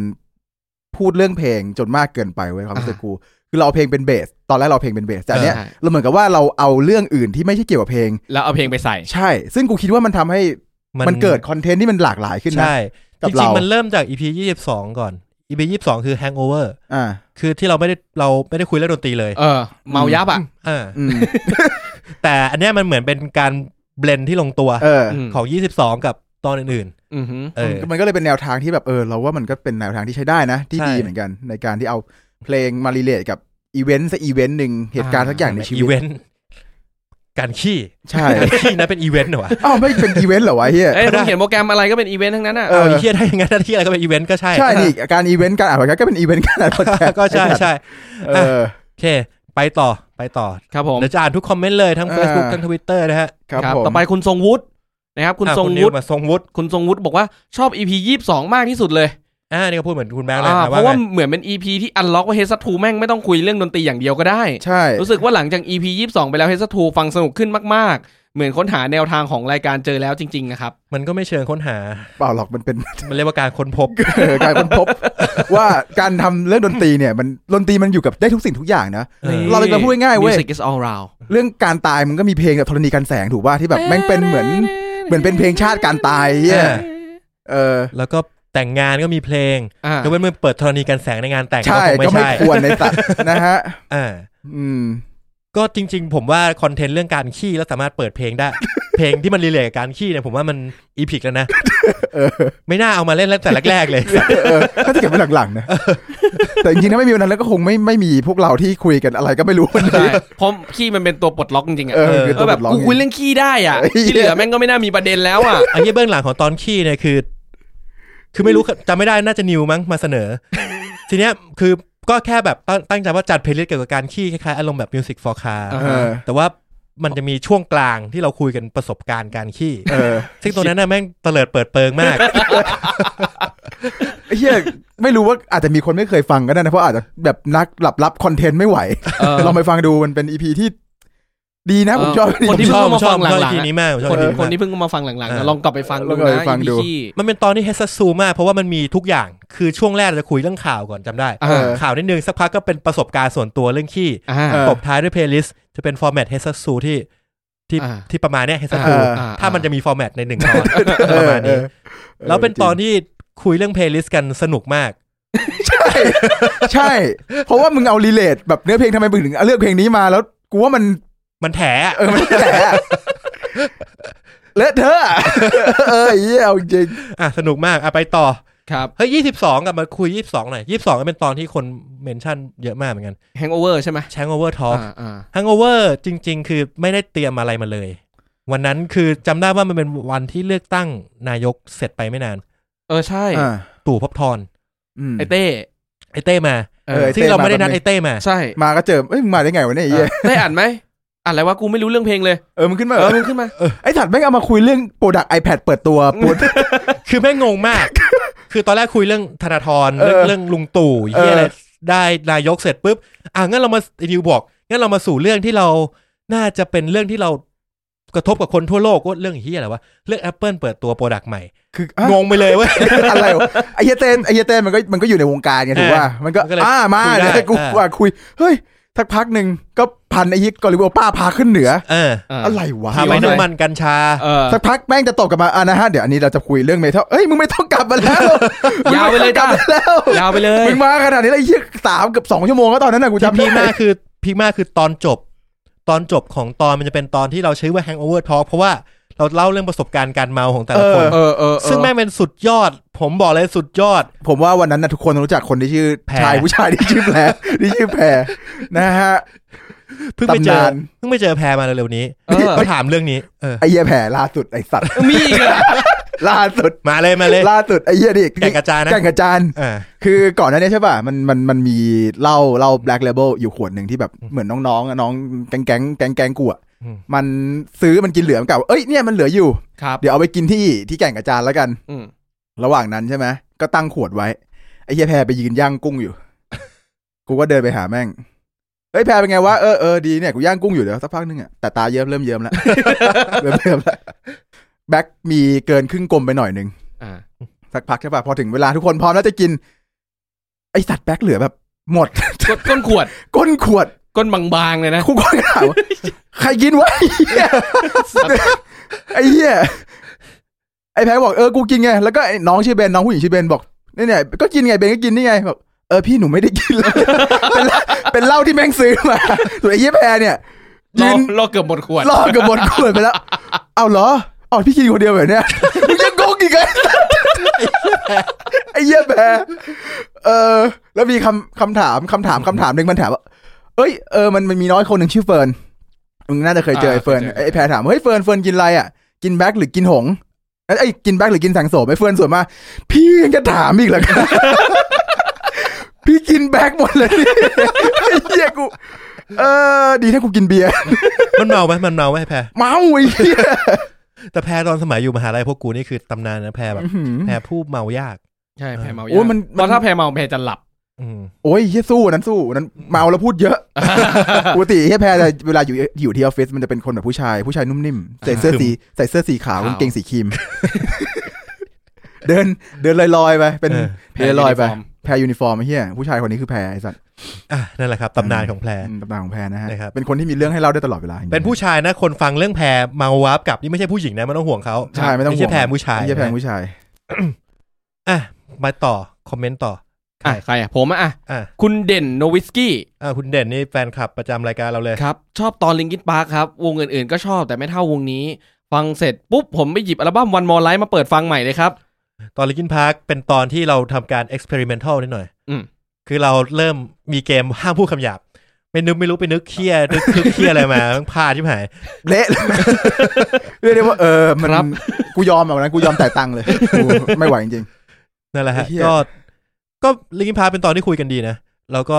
Speaker 3: พูดเรื่องเพลงจนมากเกินไปเว้ยความรู้สึกกู คือเราเอาเพลงเป็นเบส ตอนแรกเราเอาเพลงเป็นเบส แต่อันเนี้ย
Speaker 2: ใช่
Speaker 3: เราเหมือนกับว่าเราเอาเรื่องอื่นที่ไม่ใช่เกี่ยวกับเพลง
Speaker 2: แล้วเอาเพลงไปใส่
Speaker 3: ใช่ ซึ่งกูคิดว่ามันทำให้มันเกิดคอนเทนต์ที่มันหลากหลายขึ้นนะ
Speaker 1: ใช่
Speaker 3: กับ
Speaker 1: จริงๆ
Speaker 3: เรามั
Speaker 1: มันเริ่มจากอีพียี่สิบสองก่อนอีพียี่สิบสองคือ hangover
Speaker 3: อ่า
Speaker 1: คือที่เราไม่ได้เราไม่ได้คุยเรื่องดนตรีเลย
Speaker 2: เออ เมายับอ่ะ
Speaker 1: อ่า
Speaker 3: อืม
Speaker 1: แต่อันเนี้ยมันเหมือนเป็นการเบลนที่ลงตัว
Speaker 3: เออ
Speaker 2: ม
Speaker 1: ของ 22 กับตอนอื่น
Speaker 2: อือหือ
Speaker 1: ๆ เออ
Speaker 3: มันก็เลยเป็นแนวทางที่แบบเออ เราว่ามันก็เป็นแนวทางที่ใช้ได้นะ ที่
Speaker 1: ใช่
Speaker 3: ดีเหมือนกัน ในการที่เอาเพลงมารีเลทกับอีเวนต์สักอีเวนต์หนึ่งเหตุการณ์สักอย่างในชี
Speaker 1: อีเว
Speaker 3: วิต
Speaker 1: นต์การขี้
Speaker 3: ใช่
Speaker 1: การขี้นะเป็นอีเวนต์เหรอวะ
Speaker 3: อ้าวไม่เป็นอีเวนต์เหรอวะเฮีย
Speaker 2: เอ้ยผมเขียนโปรแกรมอะไรก็เป็นอีเวนต์ทั้งนั้นอ่ะ
Speaker 3: เออ
Speaker 1: เอาไอ้เหี้ยถ้าอย่างนั้นหน้าที่อะไรก็เป็นอีเวนต์ก็ใช่
Speaker 3: ใช่นี่การอีเวนต์การอ่านพอดแคสต์ก็เป็นอีเวนต์การอ่านพอดแคสต์
Speaker 1: ก็ใช่ใช่
Speaker 3: เออ
Speaker 1: โอเค ไปต่อไปต่อ
Speaker 2: ครับผม
Speaker 1: เดี๋ยวจะอ่านทุกคอมเมนต์เลยทั้ง
Speaker 3: เออ
Speaker 1: Facebook ทั้ง Twitter นะฮะ
Speaker 3: ครับ
Speaker 2: ครับ
Speaker 3: ผม
Speaker 2: ต่อไปคุณทรงวุฒินะครับ คุณ
Speaker 1: อ่ะ
Speaker 2: ทรง
Speaker 1: นิ
Speaker 2: วุฒิ
Speaker 1: มาทรงวุฒิ
Speaker 2: คุณทรงวุฒิบอกว่าชอบ EP ยี่สองมากที่สุดเลย
Speaker 1: อ่านี่ก็พูดเหมือนคุณแบงค์เลย
Speaker 2: อ่า
Speaker 1: นะ
Speaker 2: เพ
Speaker 1: ว่า
Speaker 2: ราะว่า
Speaker 1: ไง
Speaker 2: เหมือนเป็น EP ที่อันล็อกว่าเฮสทูแม่งไม่ต้องคุยเรื่องดนตรีอย่างเดียวก็ได้
Speaker 3: ใช่
Speaker 2: รู้สึกว่าหลังจาก EP 22 ไปแล้วเฮสทูฟังสนุกขึ้นมาก ๆ เหมือนค้นหาแนวทางของรายการเจอแล้วจริง ๆ นะครับ
Speaker 1: มันก็ไม่เชิงค้นหา
Speaker 3: เปล่าหรอกมัน เป็น
Speaker 1: มันเรียกว่าการค้นพบ
Speaker 3: เออการค้นพบ ว่าการทำเรื่องดนตรีเนี่ย มันดนตรีมันอยู่กับได้ทุกสิ่งทุกอย่างนะ
Speaker 1: เออ
Speaker 3: เราเลยมาพูดง่ายๆเว้ย
Speaker 2: Music is all round
Speaker 3: เรื่องการตายมันก็มีเพลงแบบธรณีการแสงถูกป่ะที่แบบแม่งเป็นเหมือน เหมือนเป็นเพลงชาติการตายเหี้ย
Speaker 1: อ่า
Speaker 3: เออ
Speaker 1: แล้วก็แต่งงานก็มีเพลง
Speaker 2: อ่าย
Speaker 1: กเว้นเมื่อเปิดธรณีการแสงในงานแต่งก็
Speaker 3: ใช่
Speaker 1: คงไม่
Speaker 3: ก็ไม่
Speaker 1: ใช่
Speaker 3: ควรใน ตัด นะฮะ
Speaker 1: อ่า
Speaker 3: อืม
Speaker 1: ก็จริงๆ ผมว่าคอนเทนต์เรื่องการขี้แล้วสามารถเปิดเพลงได้ เพลงที่มันรีเลทกับการขี้เนี่ยผมว่ามันอีพิก แล้วนะ
Speaker 3: เออ
Speaker 1: ไม่น่าเอามาเล่นตั้งแต่แรกๆเลย
Speaker 3: เออถ้าจะเก็บไว้หลังๆนะ แต่จริงๆถ้าไม่มีวันนั้นแล้วก็คงไม่ไม่มีพวกเราที่คุยกันอะไรก็ไม่รู้วัน
Speaker 2: ใช่
Speaker 3: นี้
Speaker 2: เพราะขี้มันเป็นตัวปลดล็อกจริงๆอ่ะ
Speaker 3: เออคือ
Speaker 2: ก็
Speaker 3: ตัว
Speaker 2: แบบ บ
Speaker 3: ทร้อง
Speaker 2: กู
Speaker 3: ไง
Speaker 2: คุยเรื่องขี้ได้อ่ะ
Speaker 3: เออ
Speaker 2: ที่เหลือแม่งก็ไม่น่ามีประเด็นแล้วอ่ะ
Speaker 1: อันนี้เบื้องหลังของตอนขี้เนี่ยคือ คือไม่รู้จำไม่ได้น่าจะนิวมั้งมาเสน อ ทีเนี้ยคือก็แค่แบบตั้งตั้งใจว่าจัดเพลย์ลิสต์เกี่ยวกับการขี้คล้ายๆอารมณ์แบบมิวสิกฟอร์คา
Speaker 2: อ่า
Speaker 3: เออ
Speaker 1: แต่ว่ามันจะมีช่วงกลางที่เราคุยกันประสบการณ์การขี้
Speaker 3: เออ
Speaker 1: ซึ่งตรงนั้นน่ะแม่งเตลิดเปิดเปิงมาก
Speaker 3: ไอ้เฮียไม่รู้ว่าอาจจะมีคนไม่เคยฟังก็ได้นะ เพราะอาจจะแบบนักหลับรับคอนเทนต์ไม่ไหว
Speaker 2: เออ
Speaker 3: ลองไปฟังดูมันเป็นอีพีที่ดีนะผม
Speaker 2: เออ
Speaker 3: ชอบ
Speaker 2: คนที่
Speaker 1: ชอบ
Speaker 2: เพิ่งมา
Speaker 1: ช
Speaker 2: ฟั
Speaker 1: อบ
Speaker 2: ง
Speaker 1: ชอบ
Speaker 2: หลังๆ
Speaker 1: ทีนี้มากผมชอบ
Speaker 2: คน
Speaker 1: ที
Speaker 2: ที่คน
Speaker 1: นี้มาก
Speaker 2: ที่เพิ่งมาฟังหลังๆนะลองกลับไปฟังดู
Speaker 3: ลองกลับไป
Speaker 2: นะ
Speaker 3: ฟัง
Speaker 2: EP
Speaker 3: ดู
Speaker 2: ขี้
Speaker 1: มันเป็นตอนที่เฮสซูมากเพราะว่ามันมีทุกอย่างคือช่วงแรกเราจะคุยเรื่องข่าวก่อนจำได้
Speaker 2: อ่า
Speaker 3: เออ
Speaker 1: ข่าวนิดนึง สักพักก็เป็นประสบการณ์ส่วนตัวเรื่องขี้
Speaker 2: อ่า
Speaker 3: เออ
Speaker 1: ตบท้ายด้วยเพลย์ลิสต์จะเป็นฟอร์แมตเฮสซูที่ที่
Speaker 2: อ่า
Speaker 1: ที่ประมาณเนี้ยเฮส
Speaker 3: เอ
Speaker 1: ซู
Speaker 3: อ
Speaker 1: ถ้ามันจะมีฟอร์แมตในหนึ่งตอน
Speaker 3: เ
Speaker 1: ป
Speaker 3: อ
Speaker 1: ระ
Speaker 3: อ
Speaker 1: มาณ
Speaker 3: เอ
Speaker 1: นี้
Speaker 3: อ
Speaker 1: แล้วเป็นตอนที่คุยเรื่องเพลย์ลิสต์กันสนุกมาก
Speaker 3: ใช่ เพราะว่ามึงเอารีเลทแบบเนื้อเพลงทำไมมึงถึงเอาเลือกเพลงนี้มาแล้วกูว่ามัน
Speaker 1: มันแถอะ
Speaker 3: เออมันแต่ เลอะเทอะอะเออเยี่ยเอาจริง
Speaker 1: อ่ะสนุกมากอ่ะไปต่อ
Speaker 2: ครับ
Speaker 1: เฮ้ยยี่สิบสองกลับมาคุยยี่สิบสองหน่อยยี่สิบสองเป็นตอนที่คนเมนชั่นเยอะมากเหมือนกัน
Speaker 2: แฮงโอเวอร์ใช่ไหม
Speaker 1: แชงโอเวอร์ทอ
Speaker 2: อ่าอ่า
Speaker 1: ฮังโอเวอร์จริง ๆ คือไม่ได้เตรียมอะไรมาเลย วันนั้นคือจำได้ว่ามันเป็นวันที่เลือกตั้งนายกเสร็จไปไม่นาน
Speaker 2: เออใช่
Speaker 3: อ่า
Speaker 1: ตู่ภพบทร
Speaker 3: ม
Speaker 2: ไอเต้
Speaker 1: ไอเต้มา
Speaker 2: เออ
Speaker 1: ซึ่งเราไม่ได้นัด
Speaker 3: ไอ้
Speaker 1: ไอ
Speaker 3: เต้มา
Speaker 1: เต้มา
Speaker 2: ใช่
Speaker 3: มาก็เจอเอ้ยมึงมาได้ไงวะเนี่ยไอ้เหี้ย
Speaker 2: เออได้อ่านไหมอ่านอะไรวะกูไม่รู้เรื่องเพลงเลย
Speaker 3: เออมึงขึ้นมา
Speaker 2: เออมึงขึ้นมา
Speaker 3: ไอ้ถัดแม่งเอามาคุยเรื่องโปรดักต์ iPad เปิดตัว ปวด
Speaker 1: คือแม่งงงมาก คือตอนแรกคุยเรื่องธนาธร
Speaker 3: เอ
Speaker 1: เรื่อง
Speaker 3: อ
Speaker 1: เรื่องลุงตู่เฮีย
Speaker 3: เอออ
Speaker 1: อะไรได้นายกเสร็จปุ๊บอ่ะงั้นเรามาไอ้นิวบอกงั้นเรามาสู่เรื่องที่เราน่าจะเป็นเรื่องที่เรากระทบกับคนทั่วโลกว่าเรื่องเฮียอะไรวะเรื่อง Apple เปิดตัวโปรดักต์ใหม่
Speaker 3: คืออะ
Speaker 1: งงไปเลยเว้ย
Speaker 3: อะไรวะไอ้เหี้ยเต้นไอ้เหี้ยเต้นมันก็มันก็อยู่ในวงการไงถูกป่ะมันก็
Speaker 1: มันก็เลย
Speaker 3: อ่ามา
Speaker 1: คุยได้
Speaker 3: เดี๋ยวกู
Speaker 1: อ่า
Speaker 3: ว่าคุยเฮ้ยสักพักหนึ่งก็พันไอ้ยี่กอริโอป้าพาขึ้นเหนือ
Speaker 1: เออ
Speaker 3: อะไรวะ
Speaker 1: พาไป
Speaker 2: เออ
Speaker 1: น้ำมันกัญชา
Speaker 2: เออ
Speaker 3: สักพักแม่งจะตกกลับมาอ่านะฮะเดี๋ยวอันนี้เราจะคุยเรื่องเมทัลเอ้ยมึงไม่ต้องกลับมาแล้ว
Speaker 2: ยาวไปเลยจ้า
Speaker 3: แล้ว
Speaker 2: ยาวไปเลย
Speaker 3: มึงมาขนาดนี้แล้วไอ้ยี่สามเกือบสองชั่วโมงก็ตอนนั้นนะกู
Speaker 1: ที่
Speaker 3: จำ
Speaker 1: พีค
Speaker 3: ได้
Speaker 1: มากคือพีคมากคือตอนจบ ตอนจบของตอนมันจะเป็นตอนที่เราใช้ว่า hangover talk เพราะว่าเราเล่าเรื่องประสบการณ์การเมาของแต่ละคน
Speaker 2: เออเออเออ
Speaker 1: ซึ่งแม่งเป็นสุดยอด ผมบอกเลยสุดยอด
Speaker 3: ผมว่าวันนั้นนะทุกคนรู้จักคนที่ชื่อ
Speaker 1: แพร
Speaker 3: ชายผู้ชายที่ชื่อแพรที่ชื่อแพรนะฮะ
Speaker 1: เพิ่งไปเจอ
Speaker 3: ตำนาน
Speaker 1: เพิ่งไปเจอแพรมาเร็วๆนี้
Speaker 2: เออ
Speaker 1: ก็ถามเรื่องนี้ เออ
Speaker 3: ไอ้เหี้ยแพรล่าสุดไอ้สัตว์
Speaker 2: มีอีกเหรอ
Speaker 3: ล่าสุด
Speaker 1: มาเลยมาเลย
Speaker 3: ล่าสุดไอ้เหี้ยดิ
Speaker 1: แก่งกระจานนะ
Speaker 3: แก่งกระจาน
Speaker 1: อ่า
Speaker 3: คือก่อนหน้านี้ใช่ป่ะมันมันมันมีเหล้าเหล้า black label อยู่ขวดหนึ่งที่แบบเหมือนน้องๆอะน้องแก๊งแก๊งแก๊งแก๊งกูอ่ะ
Speaker 1: อืม
Speaker 3: มันซื้อมันกินเหลือมันกลับว่าเอ้ยเนี่ยมันเหลืออยู่
Speaker 2: ครับ
Speaker 3: เดี๋ยวเอาไปกินที่ที่แก่งกระจานแล้วกัน
Speaker 2: อืม
Speaker 3: ระหว่างนั้นใช่ไหมก็ตั้งขวดไว้ไอ้เฮียแพรไปยืนย่างกุ้งอยู่ กูก็เดินไปหาแม่งเฮ้ยแพรเป็นไงวะเออเออดีเนี่ยกูย่างกุ้งอยู่เดี๋ยวสักพักนึงอ่ะ แต่ตาเยิ้มเริ่มเยิ้มแล้ว เริ่มเยิ้มแล้วแบ็คมีเกินครึ่งกลมไปหน่อยหนึง
Speaker 2: อ่า
Speaker 3: สักพักใช่ป่ะพอถึงเวลาทุกคนพร้อมแล้วจะกิน ไอสัตว์แบ็คเหลือแบบ หมด
Speaker 2: ก้นก้นขวด
Speaker 3: ก้นขวด
Speaker 2: ก้นบางๆเลยนะ
Speaker 3: กูก็ถามว่าใครกินวะไอ้เหี้ยไอ้เหี้ยไอ้แพ้บอกเออกูกินไงแล้วก็ไอ้น้องชื่อเบนน้องผู้หญิงชื่อเบนบอกเนี่ยเนี่ยก็กินไงเบนก็กินนี่ไงบอกเออพี่หนูไม่ได้กินเลย เป็นเหล้าเป็นเหล้าที่แม่งซื้อมาส่วนไอ้เหี้ยแพรเนี่ย
Speaker 2: ล
Speaker 3: ยื
Speaker 2: อน กลอกเกือบหมดขวด
Speaker 3: ลอกกับบนขวดไปแล้ว เอาเหรอเอาพี่กินคนเดียวแบบเนี้ยมึงยังโกงอีกไงไอ้เหี้ยแพ้เออ แล้วมีคำคำถามคำถามคำถามหนึ่งมันถามว่า เอ้ย เออ มันมันมีน้อยคนหนึ่งชื่อเฟิร์น มึงน่าจะเคยเจอไอ้
Speaker 2: อ่า
Speaker 3: เฟิร์น
Speaker 2: เคยเจอ
Speaker 3: ไอ้แพรถามว่าเฮ้ยเฟิร์นเฟิร์นกินอะไรอ่ะ กินแบ็คหรือกินหงส์ไอ้ยกินแบ็คหรือกินสังโสมไอ้เฟิร์นสวนมา พี่ยังจะถามอีกเหรอครับ พี่กินแบ็คหมดเลยนี่ไอ้เหี้ยกู เออ ดีถ้ากูกินเบียร์
Speaker 1: มันเมาไหมมันเมาไหมแพร
Speaker 3: เมาไอ้เหี้ย
Speaker 1: แต่แพรตอนสมัยอยู่มหาลัยพวกกูนี่คือตำนานนะแพรแบบ
Speaker 3: อื้อหือ
Speaker 1: แพรผู้เมายาก
Speaker 2: ใช่แพรเมายา
Speaker 3: โอ้ยมัน
Speaker 2: เพราะถ้าแพรเมาแพรจะหลับ
Speaker 1: อืม
Speaker 3: โอ้ยเฮียสู้อันนั้นสู้อันนั้นเมาแล้วพูดเยอะ ปกติเฮียแพรจะเวลาอยู่อยู่ที่ออฟฟิศมันจะเป็นคนแบบผู้ชาย ผู้ชายนุ่มนิ่มใส่เสื้อสีใส่เสื้อสีขาว
Speaker 2: ขาว
Speaker 3: กางเกงสีครีม เดินเดินลอยๆไป เป็น
Speaker 1: เออ
Speaker 3: เดินลอยๆไปแพรยูนิฟอร์มไอ้เฮียผู้ชายคนนี้คือแพรไอ้สัตว์
Speaker 1: อ่ะนั่นแหละครับตำนานของแพร
Speaker 3: อืมตำนานของแพรนะฮะ
Speaker 1: นะครับ
Speaker 3: เป็นคนที่มีเรื่องให้เล่าได้ตลอดเวลาจริงๆ
Speaker 1: เป็นผู้ชายนะคนฟังเรื่องแพรเมาวาร์ปกลับนี่ไม่ใช่ผู้หญิงนะไม่ต้องห่วงเขา
Speaker 3: ใช่ไม่ต้อง
Speaker 1: ไม่
Speaker 3: ห่ว
Speaker 1: ใช่
Speaker 3: ง
Speaker 1: แพรผู้ชาย
Speaker 3: ไม่ใช่แพรผู้ชาย
Speaker 1: อ่ะมาต่อคอมเมนต์ต่อ
Speaker 2: อ่ะใครอ่ะผมอ่ะอ่ะ
Speaker 1: อ่ะ
Speaker 2: คุณเด่นโนวิสกี้
Speaker 1: อ่าคุณเด่นนี่แฟนคลับประจำรายการเราเลย
Speaker 2: ครับ ชอบตอนลิงกิ n พาร์คครับ วงอื่นๆก็ชอบแต่ไม่เท่าวงนี้ ฟังเสร็จปุ๊บ ผมไปหยิบอัลบั้มวันมอลไลท์มาเปิดฟังใหม่เลยครับ
Speaker 1: ตอนลิกินพาร์คเป็นตอนที่เราทำการเอ็กซ์เพร์ n เมนทัลนิดหน่อย
Speaker 2: อืม
Speaker 1: คือเราเริ่มมีเกมห้ามพูดคำหยาบ ไม่นึกไม่รู้ไปนึกเคียนึกนึกเคียอะไรมา ทั้งพลาดที่หาย
Speaker 3: เละเลยเรียกได้ว่าเออมัน
Speaker 2: ครับ
Speaker 3: กูยอมอะวันนั้นกูยอมจ่ายตังค์เลยกูไม่ไหวจริง
Speaker 1: นั่นแหละฮะ
Speaker 3: ไอ้เหี้ย
Speaker 1: ก็ก็ลิกินพาร์คเป็นตอนที่คุยกันดีนะ แล้วก็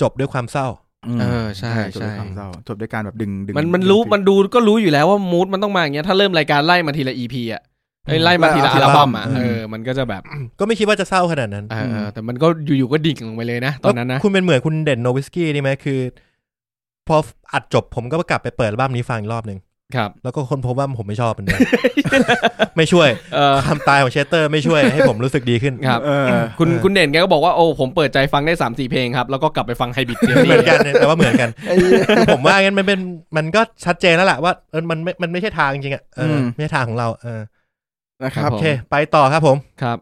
Speaker 1: จบด้วยความเศร้า
Speaker 3: ๆม
Speaker 2: เออใช่
Speaker 3: จบ
Speaker 2: ใช่
Speaker 3: ด้วยความเศร้าจบด้วยการแบบดึงดึง
Speaker 2: มันมันรู้
Speaker 3: ดึง
Speaker 2: มันดูก็รู้อยู่แล้วว่ามูดมันต้องมาอย่างเงี้ยถ้าเริ่มรายการไล่มาทีละอีพีอ่ะเอ้ยไล่มาทีละอัลบั้มอ่ะเออมันก็จะแบบ
Speaker 1: ก็ไม่คิดว่าจะเศร้าขนาดนั้น
Speaker 2: เออเออแต่มันก็อยู่ๆก็ดิ่งลงไปเลยนะ ตอนนั้นนะ
Speaker 1: แล้วคุณเป็นเหมือนคุณเด่นโนวิสกี้นี่ไหมคือ พออัดจบผมก็กลับไปเปิดอัลบั้มนี้ฟังอีกรอบหนึ่ง
Speaker 2: ครับ
Speaker 1: แล้วก็คนพบว่าผมไม่ชอบ มันเลย ไม่ช่วย
Speaker 2: เออ
Speaker 1: ความตายของเชสเตอร์ไม่ช่วยให้ผมรู้สึกดีขึ้น
Speaker 2: ครับ
Speaker 3: เออ
Speaker 2: คุณคุณเด่นแกก็บอกว่าโอ้ผมเปิดใจฟังได้สามสี่เพลงครับ แล้วก็กลับไปฟังไฮบิดเดียว
Speaker 1: เหมือน
Speaker 2: นี้
Speaker 1: กันแต่ว่าเหมือนกัน
Speaker 3: ไอ้เหี้ย
Speaker 1: คือผมว่างั้นมันเป็นมันก็ชัดเจนแล้วแหละว่าเออมันไม่มันไม่ใช่ทางจริงๆอ่ะเอออ
Speaker 3: ม
Speaker 1: ไม่ใช่ทางของเราเออ
Speaker 3: นะครับ
Speaker 1: โอเค ไปต่อครับผม
Speaker 2: ครับ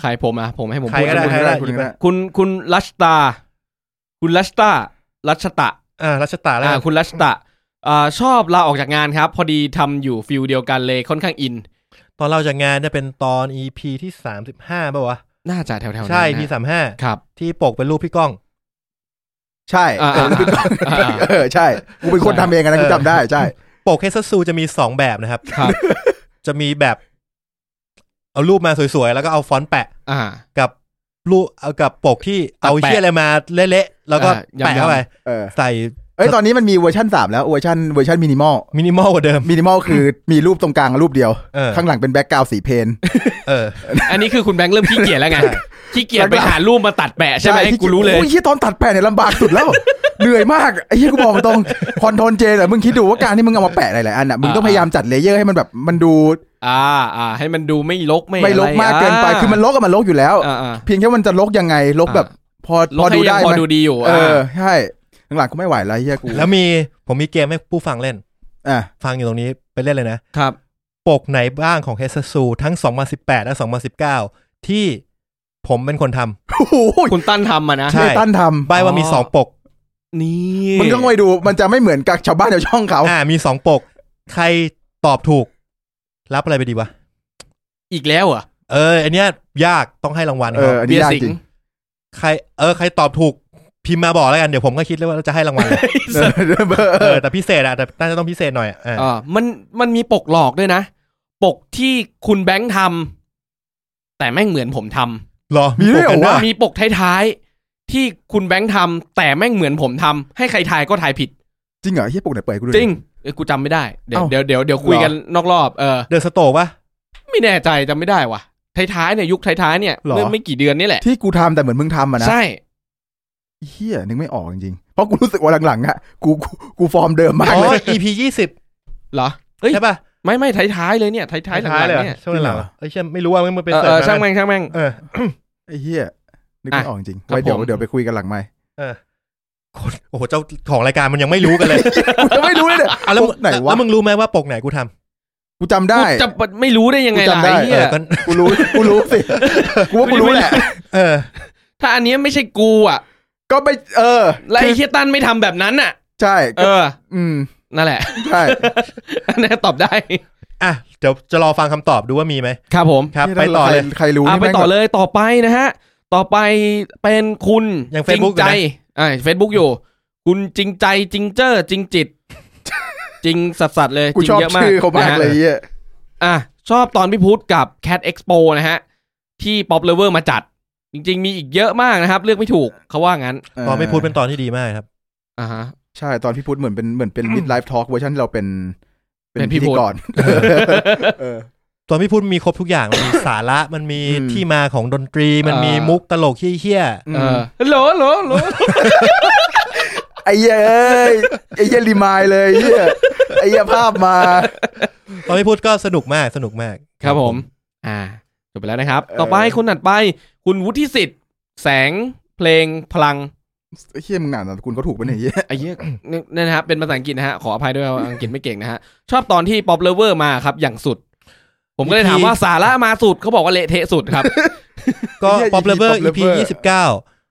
Speaker 2: ใครผมอ่ะผมให้ผม
Speaker 1: ใคร
Speaker 2: พูด
Speaker 1: ก็ได้
Speaker 2: นะ
Speaker 1: ใครก็ได้
Speaker 3: คุณ
Speaker 1: หยิบ
Speaker 3: ก็ได้
Speaker 1: มา
Speaker 2: คุณคุณรัชตา คุณรัชตารัชตะ
Speaker 1: อ่ารัชตาแล้ว
Speaker 2: อ่า
Speaker 1: กัน
Speaker 2: คุณรัชตะ อ่าชอบลาออกจากงานครับ พอดีทำอยู่ฟิลเดียวกันเลยค่อนข้างอิน
Speaker 1: ตอนเราจากงานจะเป็นตอน EP ที่สามสิบห้าป่าวะ
Speaker 2: น่าจะแถวๆนั้น
Speaker 1: ใช่
Speaker 2: นะ
Speaker 1: EP สามห้า
Speaker 2: ครับ
Speaker 1: ที่ปกเป็นรูปพี่ก้อง
Speaker 3: ใช่
Speaker 2: อ่า
Speaker 3: เออแล้วเป็น
Speaker 2: อ่าอ่า
Speaker 3: เออใช่กูเป็นคนทำเองอะนะกูจำได้ใช่
Speaker 1: ปกเคสซูจะมีสองแบบนะครับ
Speaker 2: ครับ
Speaker 1: จะมีแบบ เอารูปมาสวยๆ แล้วก็เอาฟอนต์แปะ
Speaker 2: อ่า
Speaker 1: กับรูปเอากับปกที่เอาเชี่ยอะไรมาเละๆ แล้วก็
Speaker 2: อ่ะ
Speaker 1: แปะเข้าไป
Speaker 3: เออ
Speaker 1: ใส่
Speaker 3: เอ้ยตอนนี้มันมีเวอร์ชันสามแล้วเวอร์ชันเวอร์ชันมินิมอล
Speaker 1: มินิมอลกว่าเดิม
Speaker 3: มินิมอลคือมีรูปตรงกลางรูปเดียว
Speaker 1: เออ
Speaker 3: ข้างหลังเป็นแบ็กกราวสีเพน
Speaker 1: เออ
Speaker 2: อันนี้คือคุณแบงค์เริ่มขี้เกียจ แล้วไงขี้เกียจไปหารูปมาตัดแปะใช่ไหม
Speaker 3: ที่
Speaker 2: กูรู้เลย
Speaker 3: โอ้ยที่ตอนตัดแปะเนี่ยลำบากสุดแล้ว เหนื่อยมากไอ้ที่กูบอกตรงคอนโทรลเจแต่มึงคิดดูว่าการที่มึงเอามาแปะหลายๆอันอ่ะมึงต้อง
Speaker 2: อ่า
Speaker 3: พยายามจัดเลเยอร์ให้มันแบบมันดู
Speaker 2: อ่าอ่าให้มันดูไม่ลกไม่
Speaker 3: ไม่ลกมากเกินไปคือมันลกอะมันลกอยู่แล้ว
Speaker 2: อ่าอ่า
Speaker 3: เพียงแค่มันจะลกยังไงลกแบบ พอ
Speaker 2: ล
Speaker 3: พ
Speaker 2: บ
Speaker 3: อ
Speaker 2: ให้
Speaker 3: ดู
Speaker 2: ยั
Speaker 3: ได้
Speaker 2: ง
Speaker 3: ไห
Speaker 2: พอ
Speaker 3: ม
Speaker 2: ดูดีอยู่
Speaker 3: เออ
Speaker 2: อ่า
Speaker 3: ใช่หลังๆกูไม่ไหวแล้วไอ้เฮียกู
Speaker 1: แล้วมีผมมีเกมให้ผู้ฟังเล่น
Speaker 3: อ่ะ
Speaker 1: ฟังอยู่ตรงนี้ไปเล่นเลยนะ
Speaker 2: ครับ
Speaker 1: ปกไหนบ้างของเฮสซูทั้ง 2018 และ 2019 ที่ผมเป็นคนทำ
Speaker 3: โอ้โห
Speaker 2: คุณตั้นทำอ่ะนะ
Speaker 1: ใช่
Speaker 3: ไม่ตั้นท
Speaker 1: ใบว่ามี
Speaker 2: อ๋อ
Speaker 1: 2 ปก
Speaker 2: นี่
Speaker 3: ำมึงต้องไปดูมันจะไม่เหมือนกับชาวบ้านชาวช่องเขา
Speaker 1: อ่ามี 2 ปก ใครตอบถูก รับอะไรไปดีวะ
Speaker 2: อีกแล้วเหรอ่ะ
Speaker 1: เออ อันเนี้ยยากต้องให้รางวัล
Speaker 3: เอ
Speaker 1: เขา
Speaker 3: ออัน
Speaker 2: เบี
Speaker 3: นี้
Speaker 2: ยร์
Speaker 3: ยาก
Speaker 2: สิง
Speaker 3: จริง
Speaker 1: ใครเออใครตอบถูก พิมพ์มาบอกแล้วกัน เดี๋ยวผมก็คิดเลยว่าจะให้รางวัลอะไร
Speaker 3: เออ
Speaker 1: เออแต่พิเศษอะแต่น่าจะต้องพิเศษหน่อยอะอ่ะ
Speaker 2: อ่ามันมันมีปกหลอกด้วยนะ ปกที่คุณแบงค์ทำแต่แม่งเหมือนผมท
Speaker 1: รอ
Speaker 3: มีด้วยเหร
Speaker 1: ปกั
Speaker 3: อก
Speaker 1: น
Speaker 3: วะ
Speaker 1: นะ
Speaker 2: ำมีปกท้ายๆที่คุณแบงค์ทำแต่แม่งเหมือนผมทำให้ใครทายก็ทายผิด
Speaker 3: จริงเหรอเฮียปกไหนเปิดให้กูดู
Speaker 2: จริงเอ้ยกูจำไม่ได้ เดี๋ยว
Speaker 3: เอ้า
Speaker 2: เดี๋ยวเดี๋ยวเดี๋ยวคุยกันนอกรอบเออ
Speaker 1: เดอะสโตปะ
Speaker 2: ไม่แน่ใจจำไม่ได้ว่ะท้ายๆเนี่ยยุคท้ายๆเนี่ย
Speaker 1: หรอ
Speaker 2: เมื่อไม่กี่เดือนนี่แหละ
Speaker 3: ที่กูทำแต่เหมือนมึงทำอะนะ
Speaker 2: ใช่
Speaker 3: เฮียนึกไม่ออกจริงๆ เพราะกูรู้สึกว่าหลังๆอ่ะกูกูกูฟอร์มเดิมมาก
Speaker 1: อ๋
Speaker 3: เลย
Speaker 1: อ EP ยี่สิบ
Speaker 2: เหรอเอ้ย
Speaker 1: ใช่ปะ
Speaker 2: ไม่ไม่ท้ายๆเลยเนี่ยท้ายๆหลั
Speaker 1: ท้าย
Speaker 2: ง
Speaker 1: เลยเหร
Speaker 2: ๆ
Speaker 1: อ
Speaker 2: เนี่ย
Speaker 1: ช่วงหลังๆ
Speaker 3: จริงเหร
Speaker 1: อะ
Speaker 3: อ
Speaker 1: เอ้ยเช่ยไม่รู้ว่ามึงมันเป็น
Speaker 2: เออ
Speaker 1: เสิ
Speaker 2: เอ
Speaker 1: ร์
Speaker 2: อ
Speaker 1: ช
Speaker 2: ช่าง
Speaker 1: มา
Speaker 2: แม่งช่างแม่ง
Speaker 1: เออ
Speaker 3: ไอ้เฮียนึกไม่ออกจริงๆไว้เดี๋ยว
Speaker 2: ผม
Speaker 3: เดี๋ยวไปคุยกันหลังไหมค์
Speaker 1: คนโอ้โหเจ้าของรายการมันยังไม่รู้กันเลย
Speaker 3: กูจะไม่รู้เลยเนี่ย
Speaker 1: อ่ะแล้ว
Speaker 3: ป
Speaker 1: มึ
Speaker 3: ก
Speaker 1: ง
Speaker 3: ไหน
Speaker 1: แล้ว
Speaker 3: วะ
Speaker 1: แล้วมึงรู้ไหมว่าปกไหนกูทำ
Speaker 3: กูจำได้
Speaker 2: กูจะไม่รู้ได้ยังไงล่ะ
Speaker 3: กูจำได้
Speaker 2: ไอ้
Speaker 1: เอ
Speaker 2: เหี้ย
Speaker 1: อก็
Speaker 3: กูรู้กูรู้สิกูว่ากูรู้แหละ
Speaker 1: เออ
Speaker 2: ถ้าอันเนี้ยไม่ใช่กูอ่ะ
Speaker 3: ก็ไม่เออ
Speaker 2: และไอ้
Speaker 3: คือ
Speaker 2: เฮียตันไม่ทำแบบนั้นอ่ะ
Speaker 3: ใช่
Speaker 2: เอ
Speaker 3: ก็
Speaker 2: อ
Speaker 3: อืม
Speaker 2: นั่นแหละ
Speaker 3: ใช่
Speaker 2: อันนี้ตอบได้
Speaker 1: อ่ะ เดี๋ยวจะรอฟังคำตอบดูว่ามีไหม
Speaker 2: ครับผม
Speaker 1: ครับ
Speaker 3: นี่
Speaker 1: ไปต่อเลย
Speaker 3: ใครใครรู้
Speaker 2: เอา
Speaker 3: นี่
Speaker 2: ไป
Speaker 3: แม่ง
Speaker 2: ต่อ
Speaker 3: แบบ
Speaker 2: เลยต่อไปนะฮะ ต่อไปเป็นคุณ
Speaker 1: ยัง Facebook
Speaker 2: จริใจอ่าเฟซบุ๊กอยู่ คุณจริงใจจริงเจ้อจริง จิต จริงสัสๆเลย
Speaker 3: กู
Speaker 2: จริ
Speaker 3: ช
Speaker 2: ง
Speaker 3: อบ
Speaker 2: เยอะมาก
Speaker 3: ชื่อเขามาก
Speaker 2: นะฮะ
Speaker 3: เลยไอ้เฮีย
Speaker 2: อ่ะชอบตอนพี่พุธกับ Cat Expo นะฮะ ที่ Pop Lover มาจัด จริง ๆ มีอีกเยอะมากนะครับ เลือกไม่ถูกเขาว่างั้น
Speaker 1: ตอนไม่พูดเป็นตอนที่ดีมากครับ
Speaker 2: อ่าฮะ
Speaker 3: ใช่ตอนพี่พูดเหมือนเป็นเหมือนเป็นมิดไลฟ์ทอล์กเวอร์ชันเราเป็น
Speaker 2: เป็นพี่
Speaker 3: ธี
Speaker 2: พุทธ
Speaker 3: ก่อนเออ
Speaker 1: ตอนไม่พูดมีครบทุกอย่าง มันมีสาระมันมี
Speaker 3: อืม
Speaker 1: ที่มาของดนตรีมันมี
Speaker 2: อ่ามุ
Speaker 1: มุกตลกเฮี้ย
Speaker 2: เออฮัลโหลฮัลโหลฮัลโหล
Speaker 3: ไอ้เหี้ยเอ้ยไอ้เหี้ยรีมายเลยไอ้เหี้ยไอ้เหี้ยภาพมา
Speaker 1: ๆตอนไม่พูดก็สนุกมากสนุกมาก
Speaker 2: ครับผม อ่าจบไปแล้วนะครับ ต่อไป
Speaker 3: เออ
Speaker 2: คนถัดไป คุณวุฒิสิทธิ์ แสงเพลงพลัง
Speaker 3: ไอ้เฮียมึงอ่านนามสกุลเขาถูกปะเนี่ยไอ้เฮีย
Speaker 2: ไอ้เหี้ย เนี่ยนะครับเป็นภาษาอังกฤษนะฮะ ขออภัยด้วยว่าอังกฤษไม่เก่งนะฮะ ชอบตอนที่ Pop Lover มาครับ อย่างสุด ผมก็เลยถามว่าสาระมาสุดเขาบอกว่าเละเทะสุดครับ
Speaker 1: ก็ Pop Lover EP ยี่สิบเก้า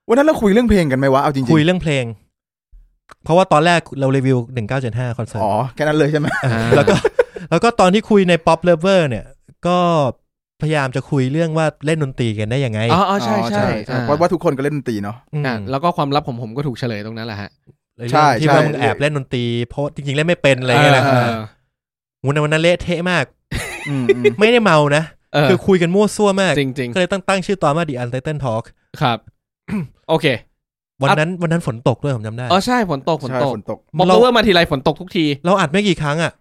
Speaker 3: วันนั้นเราคุยเรื่องเพลงกันไหมวะเอาจริงๆ
Speaker 1: คุยเรื่องเพลง เพราะว่าตอนแรกเรารีวิวหนึ่งเก้าเจ็ดห้าคอนเสิร์ต
Speaker 3: อ๋อแค่นั้นเลยใช่ไหม
Speaker 2: อ่า
Speaker 1: แล้วก็ แล้วก็ตอนที่คุยใน Pop Lover เนี่ยก็พยายามจะคุยเรื่องว่าเล่นดนตรีกันได้ยังไง
Speaker 2: อ๋ออ๋อใช่ใช่อ่
Speaker 3: เพราะว่าทุกคนก็เล่นดนตรีเนาะ
Speaker 1: ม
Speaker 2: อ่าแล้วก็ความลับของผมก็ถูกเฉลยตรงนั้นแหละฮะ
Speaker 3: ใช่
Speaker 1: ใช่ที่
Speaker 3: ใช่
Speaker 1: ว่ามึงแอบเล่นดนตรีเพราะจริงๆเล่นไม่เป็นอะไรเงี้ยนะ
Speaker 2: เออ
Speaker 1: หูในวันนั้นเละเทะมาก
Speaker 3: อืมอืม
Speaker 1: ไม่ได้เมานะ
Speaker 2: เออ
Speaker 1: คือคุยกันมั่วซั่วมาก
Speaker 2: จริงจริง
Speaker 1: ก็เลยตั้งตั้งชื่อตอนว่า The Untitled Talk
Speaker 2: ๆครับ โอเค
Speaker 1: วันนั้นวันนั้นฝนตกด้วยผมจำได้
Speaker 2: เออใช่ฝนตกฝน
Speaker 3: ใช่
Speaker 2: ตก
Speaker 3: ฝนตก
Speaker 2: บอกเล
Speaker 1: เรา
Speaker 2: ยว่ามาทีไรฝนตกทุกที
Speaker 1: เราอัดไม่กี่ครั้งอ่ะ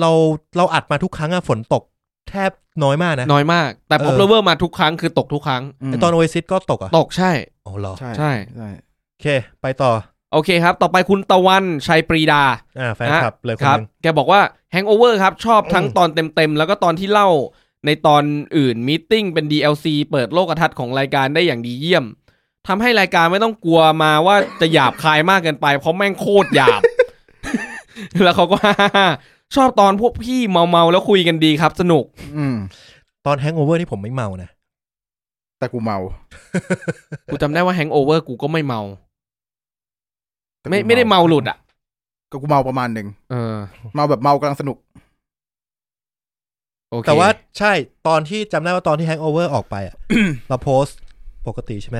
Speaker 1: เราเราอัดมาทุกครั้งอ่ะฝนตกแทบน้อยมากนะ
Speaker 2: น้อยมาก แต่
Speaker 1: เออ
Speaker 2: พบเลเวอร์มาทุกครั้งคือตกทุกครั้ง
Speaker 1: ไอ้ตอนโอเอซิสก็ตกอ่ะ
Speaker 2: ตกใช่
Speaker 1: อ๋อเหรอ
Speaker 3: ใช่
Speaker 2: ใช่
Speaker 3: ใช่
Speaker 1: โอเค ไปต่อ
Speaker 2: โอเคครับ ต่อไปคุณตะวันชัยปรีดา
Speaker 1: อ่าแฟนคลับเลยคน
Speaker 2: ครั
Speaker 1: ห
Speaker 2: บ
Speaker 1: นึง
Speaker 2: แกบอกว่าแฮง g อเวอร์ครับ ชอบทั้ง
Speaker 1: อืม
Speaker 2: ตอนเต็มๆ แล้วก็ตอนที่เล่าในตอนอื่นม e ติ้งเป็น DLC เปิดโลกทัศน์ของรายการได้อย่างดีเยี่ยมทำให้รายการไม่ต้องกลัวมาว่าจะหยาบคายมากเกินไป เพราะแม่งโคตรหยา บ แล้วเขาก็ ชอบตอนพวกพี่เมาๆแล้วคุยกันดีครับ สนุก
Speaker 3: อืม
Speaker 1: ตอนแฮงโอเวอร์ที่ผมไม่เมานะ
Speaker 3: แต่กูเมา
Speaker 2: กูจำได้ว่าแฮง g อเวอร์กูก็ไม่เมา
Speaker 3: แต่กู
Speaker 2: ไม่ไม่ได้เมาหลุดอ่ะ
Speaker 3: ก็ แต่กูเมาประมาณหนึ่ง
Speaker 2: เออ
Speaker 3: เมาแบบเมากำลังสนุก
Speaker 2: โอเค
Speaker 1: แต่ว่าใช่ตอนที่จำได้ว่าตอนที่ Hangover ออกไป อ่ะ เราโพสต์ปกติใช่ไหม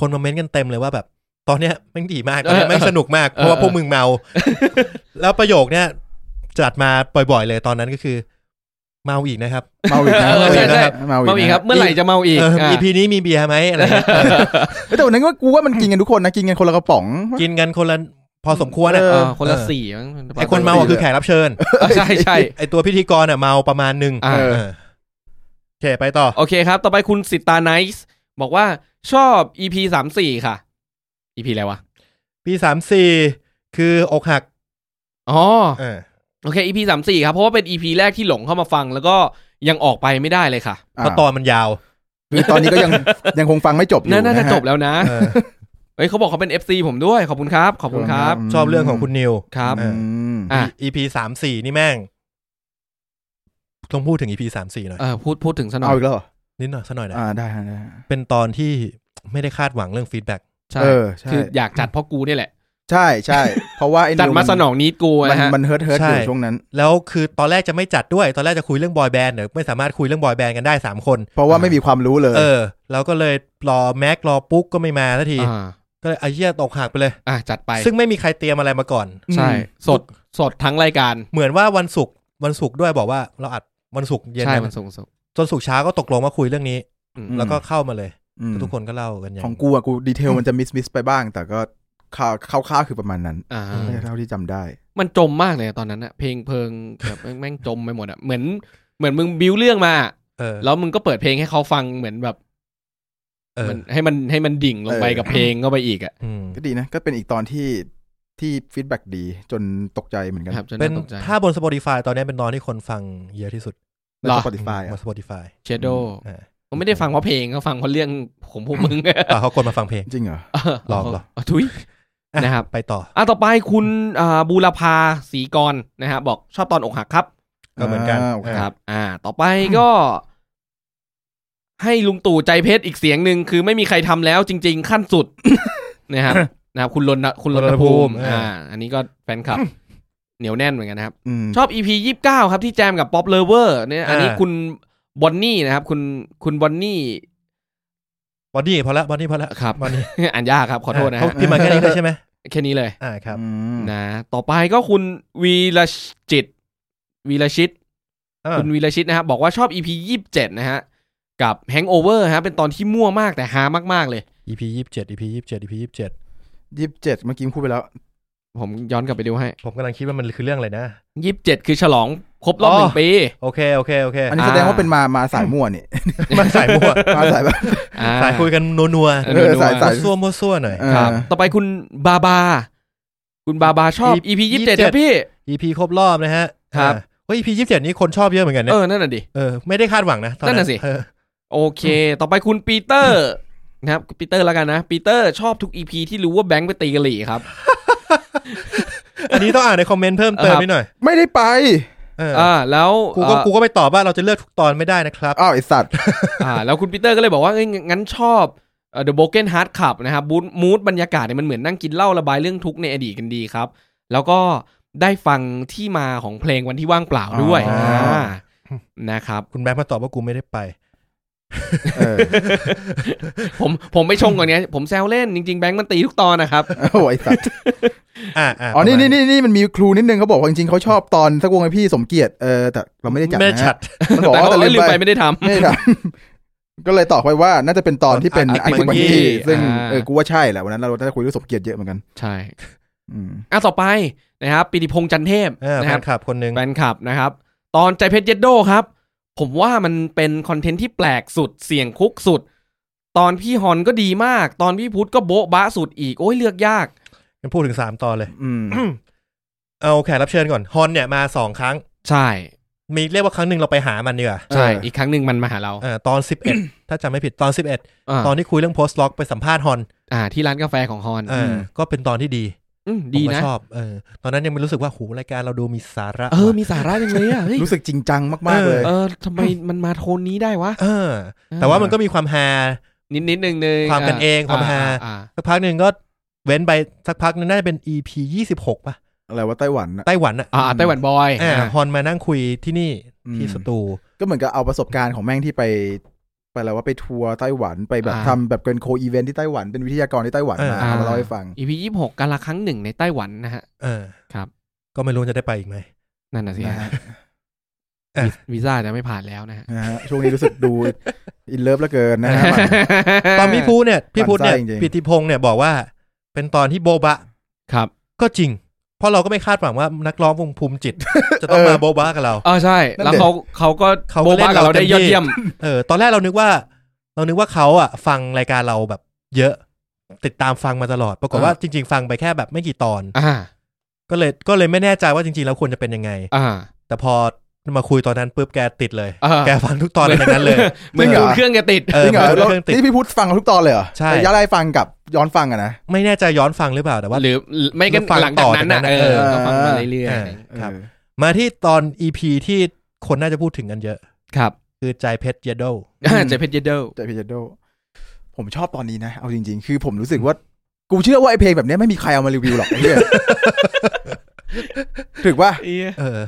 Speaker 1: คนมาเม้นต์กันเต็มเลยว่าแบบ ตอนเนี้ยแม่งดีมากตอนเนี้ยแม่งสนุกมาก เพราะว่าพวกมึงเมา แล้วประโยคเนี้ยจัดมาบ่อยๆเลยตอนนั้นก็คือ เมาอีกนะครับ
Speaker 3: เมาอีกนะ
Speaker 2: เออใช่ใช่
Speaker 3: เมา
Speaker 2: เมาอี
Speaker 3: อี
Speaker 2: กค
Speaker 3: กนะ
Speaker 2: รับ เมื่อไหร่จะเมาอีก
Speaker 1: เออมี
Speaker 2: อ่ะ
Speaker 1: พีนี้มีเบียร์ไหมอะไรเงี้ย
Speaker 3: เฮ้ยแต่วันนั้นก็กูว่ามันกินกันทุกคนนะกินกันคนละกระป๋อง
Speaker 1: กินกันคนละพอสมควรนะ
Speaker 3: เอ
Speaker 2: เออคนละสี่มั้ง
Speaker 1: ไอคนเมาอะคือแขกรับเชิญ
Speaker 2: เออใช่ใช่
Speaker 1: ไอตัวพิธีกรอ่ะเมาประมาณหนึ่ง
Speaker 2: อ่า
Speaker 1: เออโอเคไปต่อ
Speaker 2: โอเคครับ ต่อไปคุณสิตาไนซ์บอกว่าชอบ EP สามสี่ค่ะ EP อะไรวะ
Speaker 1: ปีสามสี่คืออกหัก
Speaker 2: อ๋อ
Speaker 1: เออ
Speaker 2: โอเค EP สามสี่ครับ เพราะว่าเป็น EP แรกที่หลงเข้ามาฟัง แล้วก็ยังออกไปไม่ได้เลยค่ะ
Speaker 1: เพราะตอนมันยาว
Speaker 3: คือตอนนี้ก็ยัง ยังคงฟังไม่จบอยู่
Speaker 2: น่าน่าจะ
Speaker 3: ฮ
Speaker 2: จบแล้วนะ
Speaker 1: เออ
Speaker 2: เฮ้ยเขาบอกเขาเป็น FC ผมด้วย ขอบคุณครับ ขอบคุณครับ
Speaker 1: ชอบเรื่องของคุณนิว
Speaker 2: ครับ
Speaker 1: เอ
Speaker 3: อืม
Speaker 2: อ่ะ
Speaker 1: EP สามสี่นี่แม่งต้องพูดถึง EP สามสี่หน่อย
Speaker 2: เออพูดพูดถึงซะหน่อ
Speaker 3: เอา
Speaker 2: ย
Speaker 3: อีกแล้วเหรอ
Speaker 1: นิดหน่อยสักหน่อยนะ
Speaker 3: อ่าได้ฮะได้ฮะ
Speaker 1: เป็นตอนที่ไม่ได้คาดหวังเรื่องฟีดแบ็ก
Speaker 2: ใช่
Speaker 3: เออใช่
Speaker 2: คืออยากจัดเพราะกูเนี่ยแหละ
Speaker 3: ใช่ใช่เพราะว่าไอ้นิว
Speaker 2: จัดมาสนองนี้กู
Speaker 3: มัน
Speaker 2: นะฮะ
Speaker 3: มันเฮิร์ตเฮิร์ตอยู่ช่วงนั้น
Speaker 1: แล้วคือตอนแรกจะไม่จัดด้วย ตอนแรกจะคุยเรื่องบอยแบนด์เนอะไม่สามารถคุยเรื่องบอยแบนด์กันได้สามคน
Speaker 3: เพราะว่าไม่มีความรู้เลย
Speaker 1: เออเราก็เลยรอแม็กรอปุ๊กก็ไม่มาสักที
Speaker 2: อ่า
Speaker 1: ก็เลยไอ้เหี้ยตกหักไปเลย
Speaker 2: อ่ะจัดไป
Speaker 1: ซึ่งไม่มีใครเตรียมอะไรมาก่อน
Speaker 2: ใช่
Speaker 3: อืม
Speaker 2: สดสดทั้งรายการ
Speaker 1: เหมือนว่าวันศุกร์วันศุกร์ด้วยบอกว่าเราอัดวันศุกร์เย็น
Speaker 2: ใช่
Speaker 1: นะ
Speaker 2: มันส่งสด
Speaker 1: จนศุกร์เช้าก็ตกลงว่าคุยเรื่องนี้
Speaker 2: อืม
Speaker 1: แล้วก็เข้ามาเลย
Speaker 3: อืม
Speaker 1: ทุกคนก็เล่ากันอย่าง
Speaker 3: ของกูอ่ะกูดีเทลมันจะมิสมิสไปบ้าง แต่ก็ข่าวคร่าวๆคือประมาณนั้น
Speaker 2: อ่า
Speaker 1: อืม
Speaker 3: เท่าที่จำได้
Speaker 2: มันจมมากเลยอะตอนนั้นอะเพลงเพลิงแบบแม่งแม่งจมไปหมดอะเหมือนเหมือนมึงบิวเรื่องมา
Speaker 1: เออ
Speaker 2: แล้วมึงก็เปิดเพลงให้เขาฟังเหมือนแบบ
Speaker 1: เออ
Speaker 2: มันให้มันให้มันดิ่งลงไป
Speaker 3: เออ
Speaker 2: กับเพลงเข้าไปอีกอะ
Speaker 1: อืม
Speaker 3: ก็ดีนะ ก็เป็นอีกตอนที่ที่ฟีดแบ็ดีจนตกใจเหมือนกัน
Speaker 2: ครับจน
Speaker 1: เป็น
Speaker 2: น่าตกใจ
Speaker 1: ถ้าบน Spotify ตอนนี้เป็นตอนที่คนฟังเยอะที่สุด
Speaker 3: ใน
Speaker 2: เหรอ
Speaker 3: สปอติฟาย
Speaker 1: บน Spotify
Speaker 2: เชโด
Speaker 1: อ่า
Speaker 2: ก็ไม่ได้ฟังเพราะเพลงก็ฟังเพราะเรื่องของพวกมึง
Speaker 1: เปล่าเขาคนมาฟังเพลง
Speaker 3: จริงเหรอ
Speaker 1: หลอกเหรอ
Speaker 2: เาทุย
Speaker 1: อ่
Speaker 2: นะครับ
Speaker 1: ไปต่อ
Speaker 2: อ่ะต่อไปคุณอ่าบูรพาศรีกรนะฮะบอกชอบตอนอกหักครับ
Speaker 1: ก็เหมือนกัน
Speaker 3: อ่าโอเค
Speaker 2: ครับ อ่า ต่อไปก็ ให้ลุงตู่ใจเพชรอีกเสียงหนึ่งคือไม่มีใครทำแล้วจริง ๆ ขั้นสุด นะครับ นะครับ คุณรณคุณรณภูมิ อ่า อันนี้ก็แฟนค ลับ เหนียวแน่นเหมือนกันนะครับ
Speaker 3: อืม
Speaker 2: ชอบ EP ยี่สิบเก้าครับที่แจมกับป๊อปเลเวอร์เนี่ยอันนี้คุณบอนนี่นะครับ คุณคุณบอนนี่
Speaker 1: บอดี้พอละบอดี้พอละ
Speaker 2: ครับ
Speaker 1: บอดี้
Speaker 2: อ่านยากครับ ขอโทษนะ
Speaker 1: เขา
Speaker 2: ฮะ
Speaker 1: พิมพ์มาแค่นี้เลยใช่ไหม
Speaker 2: แค่นี้เลย
Speaker 1: อ่าครับ
Speaker 3: อืม
Speaker 2: นะ ต่อไปก็คุณวีรจิต วีรชิต
Speaker 1: อ่า
Speaker 2: คุณวีรชิตนะครับบอกว่าชอบ EP ยี่สิบเจ็ดนะฮะ กับ Hangover ฮะ เป็นตอนที่มั่วมากแต่ฮามากๆเลย
Speaker 1: EP ยี่สิบเจ็ด EP ยี่สิบเจ็ด EP ยี่สิบเจ็ด
Speaker 3: ยี่สิบเจ็ดเมื่อกี้พูดไปแล้ว
Speaker 2: ผมย้อนกลับไปดูให้
Speaker 1: ผมกำลังคิดว่ามันคือเรื่องอะไรนะ
Speaker 2: ยี่สิบเจ็ดคือฉลองครบรอบห
Speaker 1: อ๋อ
Speaker 2: นึ่งปี
Speaker 1: โอเคโอเคโอเค
Speaker 3: อันนี้แสดงว่าเป็นมามาสายมั่วนี่
Speaker 1: มันสายมั่ว
Speaker 3: มาสายแบบ
Speaker 2: อ่า
Speaker 1: สายคุยกันนัว
Speaker 2: เออ
Speaker 1: ๆ
Speaker 3: สาย
Speaker 1: มั่วซั่วมั่วซั่วหน่อย
Speaker 2: ครับ ต่อไปคุณบาบา คุณบาบาชอบ EP ยี่สิบเจ็ดครับพี่
Speaker 1: EP ครบรอบนะฮะ
Speaker 2: ครับ
Speaker 1: อ่าเฮ้ย EP ยี่สิบเจ็ดนี้คนชอบเยอะเหมือนกันนะ
Speaker 2: เออ นั่นน่ะดิ
Speaker 1: เออไม่ได้คาดหวังนะตอ
Speaker 2: นั่นน่ะสิ
Speaker 1: เออ
Speaker 2: โอเค ต่อไปคุณปีเตอร์ นะครับปีเตอร์แล้วกันนะปีเตอร์ชอบทุก EP ที่รู้ว่าแบงค์ไปตีกะหรี่ครับ
Speaker 1: อันนี้ต้องอ่านในคอมเมนต์เพิ่มเติม
Speaker 2: ครับ
Speaker 1: นิดหน่อย
Speaker 3: ไม่ได้ไป
Speaker 1: เออ
Speaker 2: อ่าแล้ว
Speaker 1: กูก็
Speaker 2: เอ่อ
Speaker 1: กูก็ไปตอบว่าเราจะเลือกทุกตอนไม่ได้นะครับ
Speaker 3: อ้าวไอสัตว์
Speaker 2: อ่าแล้วคุณปีเตอร์ก็เลยบอกว่าเอ้ยงั้นชอบเอ่อ The Broken Heart Club นะครับบูธมูดบรรยากาศเนี่ยมันเหมือนนั่งกินเหล้าระบายเรื่องทุกข์ในอดีตกันดีครับ แล้วก็ได้ฟังที่มาของเพลงวันที่ว่างเปล่าด้วย
Speaker 3: อ๋ออ่
Speaker 2: านะครับ
Speaker 1: คุณแบงค์มาตอบว่ากูไม่ได้ไป
Speaker 3: เออ
Speaker 2: ผมผมไม่ชงก่อนเนี้ยผมแซวเล่นจริง ๆ แบงค์มันตีทุกตอนนะครับ
Speaker 3: โอ้ไอสัตว์
Speaker 1: อ่าอ่า
Speaker 3: อ๋อนี่
Speaker 1: ประมาณ
Speaker 3: นี่นี่นี่มันมีครูนิดนึงเขาบอกว่าจริงๆเขาชอบตอนสักวงไอพี่สมเกียรติเออแต่เราไม่ได้จัด
Speaker 1: ไม่ได้
Speaker 3: นะ
Speaker 1: ฉัด
Speaker 3: มันบอก
Speaker 2: แต่
Speaker 3: ว่า
Speaker 2: เขา
Speaker 3: แต่
Speaker 2: ก็
Speaker 3: ลื
Speaker 2: ลืม
Speaker 3: ม
Speaker 2: ไป
Speaker 3: ไป
Speaker 2: ไม่ได้ทำ
Speaker 3: ไม่ได้ ทำก็เลยตอบไปว่าน่าจะเป็นตอนที่เป็น
Speaker 1: อ่ะ
Speaker 3: อาร์ติ
Speaker 1: Arctic
Speaker 3: มัง
Speaker 1: Monkey
Speaker 3: กี้ซึ่ง
Speaker 2: อ่า
Speaker 3: เออกูว่าใช่แหละวันนั้นเราได้คุยเรื่องสมเกียรติเยอะเหมือนกัน
Speaker 2: ใช่
Speaker 3: อืม
Speaker 2: อ่ะต่อไปนะครับปิติพงษ์จันเทพ
Speaker 1: เออ
Speaker 2: นะค
Speaker 1: แฟ
Speaker 2: รับ
Speaker 1: นคลับคนหนึ่ง
Speaker 2: แฟนคลับนะครับ ตอนใจเพชรเยดโดครับ ผมว่ามันเป็นคอนเทนต์ที่แปลกสุดเสี่ยงคุกสุด ตอนพี่ฮอนก็ดีมาก ตอนพี่พุทธก็โบ๊ะบะสุดอีก โอ้ยเลือกยาก
Speaker 1: มันพูดถึงสามตอนเลย
Speaker 3: อืม
Speaker 1: เอาแขกรับเชิญก่อน ฮอนเนี่ยมาสองครั้ง
Speaker 2: ใช่
Speaker 1: มีเรียกว่าครั้งหนึ่งเราไปหามันดีกว่า
Speaker 2: ใช่ อีกครั้งหนึ่งมันมาหาเรา
Speaker 1: เออตอนสิบเอ็ด ถ้าจำไม่ผิดตอนสิบเอ็ด
Speaker 2: อ่า
Speaker 1: ตอนที่คุยเรื่องโพสต์ล็อกไปสัมภาษณ์ฮอน
Speaker 2: อ่า ที่ร้านกาแฟของฮอน
Speaker 1: เออก็เป็นตอนที่ดี
Speaker 2: ม
Speaker 1: ผม
Speaker 2: ดี
Speaker 1: ก็
Speaker 2: นะ
Speaker 1: ชอบเออตอนนั้นยังไม่รู้สึกว่าหูรายการเราดูมีสาระ
Speaker 2: เออ
Speaker 1: ว่ะ
Speaker 2: มีสาระจังเลยอ่ะเฮ้ย
Speaker 3: รู้สึกจริงจังมากๆเลย
Speaker 2: เออทำไมมันมาโทนนี้ได้วะ
Speaker 1: เออ แต่ว่ามันก็มีความฮา
Speaker 2: นิดนิดนึงนึง
Speaker 1: ความกันเองความฮา
Speaker 2: อ่า
Speaker 1: สักพักหนึ่งก็เว้นไปสักพักหนึงน่าจะเป็น EP ยี่สิบหกป่ะ
Speaker 3: อะไรว่าไต้หวันน่ะ
Speaker 1: ไต้หวันอ่ะ
Speaker 2: อ่าไต้หวันบอย
Speaker 1: อ่าฮอนมานั่งคุยที่นี่
Speaker 3: อืม
Speaker 1: ที่สตู
Speaker 3: ก็เหมือนกับเอาประสบการณ์ของแม่งที่ไป ไปอะไรว่าไปทัวร์ไต้หวันไปแบบ
Speaker 2: อ่า
Speaker 3: ทำแบบเป็นโคอีเวนต์ที่ไต้หวันเป็นวิทยากรที่ไต้หวันมา
Speaker 2: อ่า
Speaker 3: เอามาเล่าให้ฟัง
Speaker 2: อีพียี่สิบหกการละครั้งหนึ่งในไต้หวันนะฮะ
Speaker 1: เออ
Speaker 2: ครับ
Speaker 1: ก็ไม่รู้จะได้ไปอีกไหม
Speaker 2: นั่นน่ะสิฮะ
Speaker 3: นะฮะ
Speaker 1: เออ
Speaker 2: วีซ่าจะไม่ผ่านแล้วนะฮะ
Speaker 3: นะฮะช่วงนี้รู้สึกดู อินเลิฟเหลือเกินนะฮะ
Speaker 1: ตอนพี่พูเนี่ยพี่พูเนี่ย
Speaker 3: หวั่นไส้จริงๆ
Speaker 1: ปิติพงษ์เนี่ยบอกว่า เป็นตอนที่โบบะ
Speaker 2: ครับ
Speaker 1: ก็จริง เพราะเราก็ไม่คาดหวังว่านักร้องวงภูมิจิต จะต้องมาโบบะกับเรา
Speaker 2: เออใช่
Speaker 3: นั่น
Speaker 2: แล้ว
Speaker 3: ดิ
Speaker 2: เขาเขาก็
Speaker 1: เขาก็
Speaker 2: โบะ
Speaker 1: เล่น
Speaker 2: บะกับเรา
Speaker 1: เราเต็
Speaker 2: ได้
Speaker 1: ม
Speaker 2: ยอด
Speaker 1: ที่
Speaker 2: เยี่ยม
Speaker 1: เออตอนแรกเรานึกว่า เรานึกว่าเขาอ่ะ ฟังรายการเราแบบ เยอะ ติดตามฟังมาตลอด ปรากฏว่าจริง ๆ ฟังไปแค่แบบไม่กี่ตอน
Speaker 2: อ่า
Speaker 1: ก็เลยก็เลยไม่แน่ใจว่าจริงๆแล้วควรจะเป็นยังไง
Speaker 2: อ่า
Speaker 1: แต่พอมาคุยตอนนั้นปุ๊บแกติดเลย
Speaker 2: อ่า
Speaker 1: แกฟังทุกตอนในนั้นเลย
Speaker 2: เหมือน
Speaker 3: จริงเหรอ
Speaker 2: ดูเครื่องแกติด
Speaker 1: เออ
Speaker 3: จริงเหรอ
Speaker 1: มัน
Speaker 3: แล้ว
Speaker 1: เครื่องติด
Speaker 3: นี่พี่พุทธฟังทุกตอนเลยเหรอ
Speaker 1: ใช่
Speaker 3: ระยะไล่ฟังกับย้อนฟังอะนะ
Speaker 1: ไม่แน่ใจย้อนฟังหรือเปล่าแต่ว่า
Speaker 2: หรือไม่ก็
Speaker 1: ฟัง
Speaker 2: หลังจากนั้นน่ะ
Speaker 1: ต่อจากนั้นน่ะ
Speaker 2: เออ
Speaker 3: เออ
Speaker 2: ก็ฟังมาเรื่อย
Speaker 1: เออ
Speaker 2: ๆ
Speaker 1: ครับ
Speaker 3: เออ
Speaker 1: มาที่ตอนอีพีที่คนน่าจะพูดถึงกันเยอะ
Speaker 2: ครับ
Speaker 1: คือใจเพชรเยโด
Speaker 2: เจเพจเยเดล
Speaker 3: แต่พีเจโดผมชอบตอนนี้นะ เอาจริง ๆ คือผมรู้สึกว่า กูเชื่อว่าไอเพลงแบบเนี้ยไม่มีใครเอามารีวิวหรอกไอ้ เหี้ย ถึกว่า
Speaker 1: เออ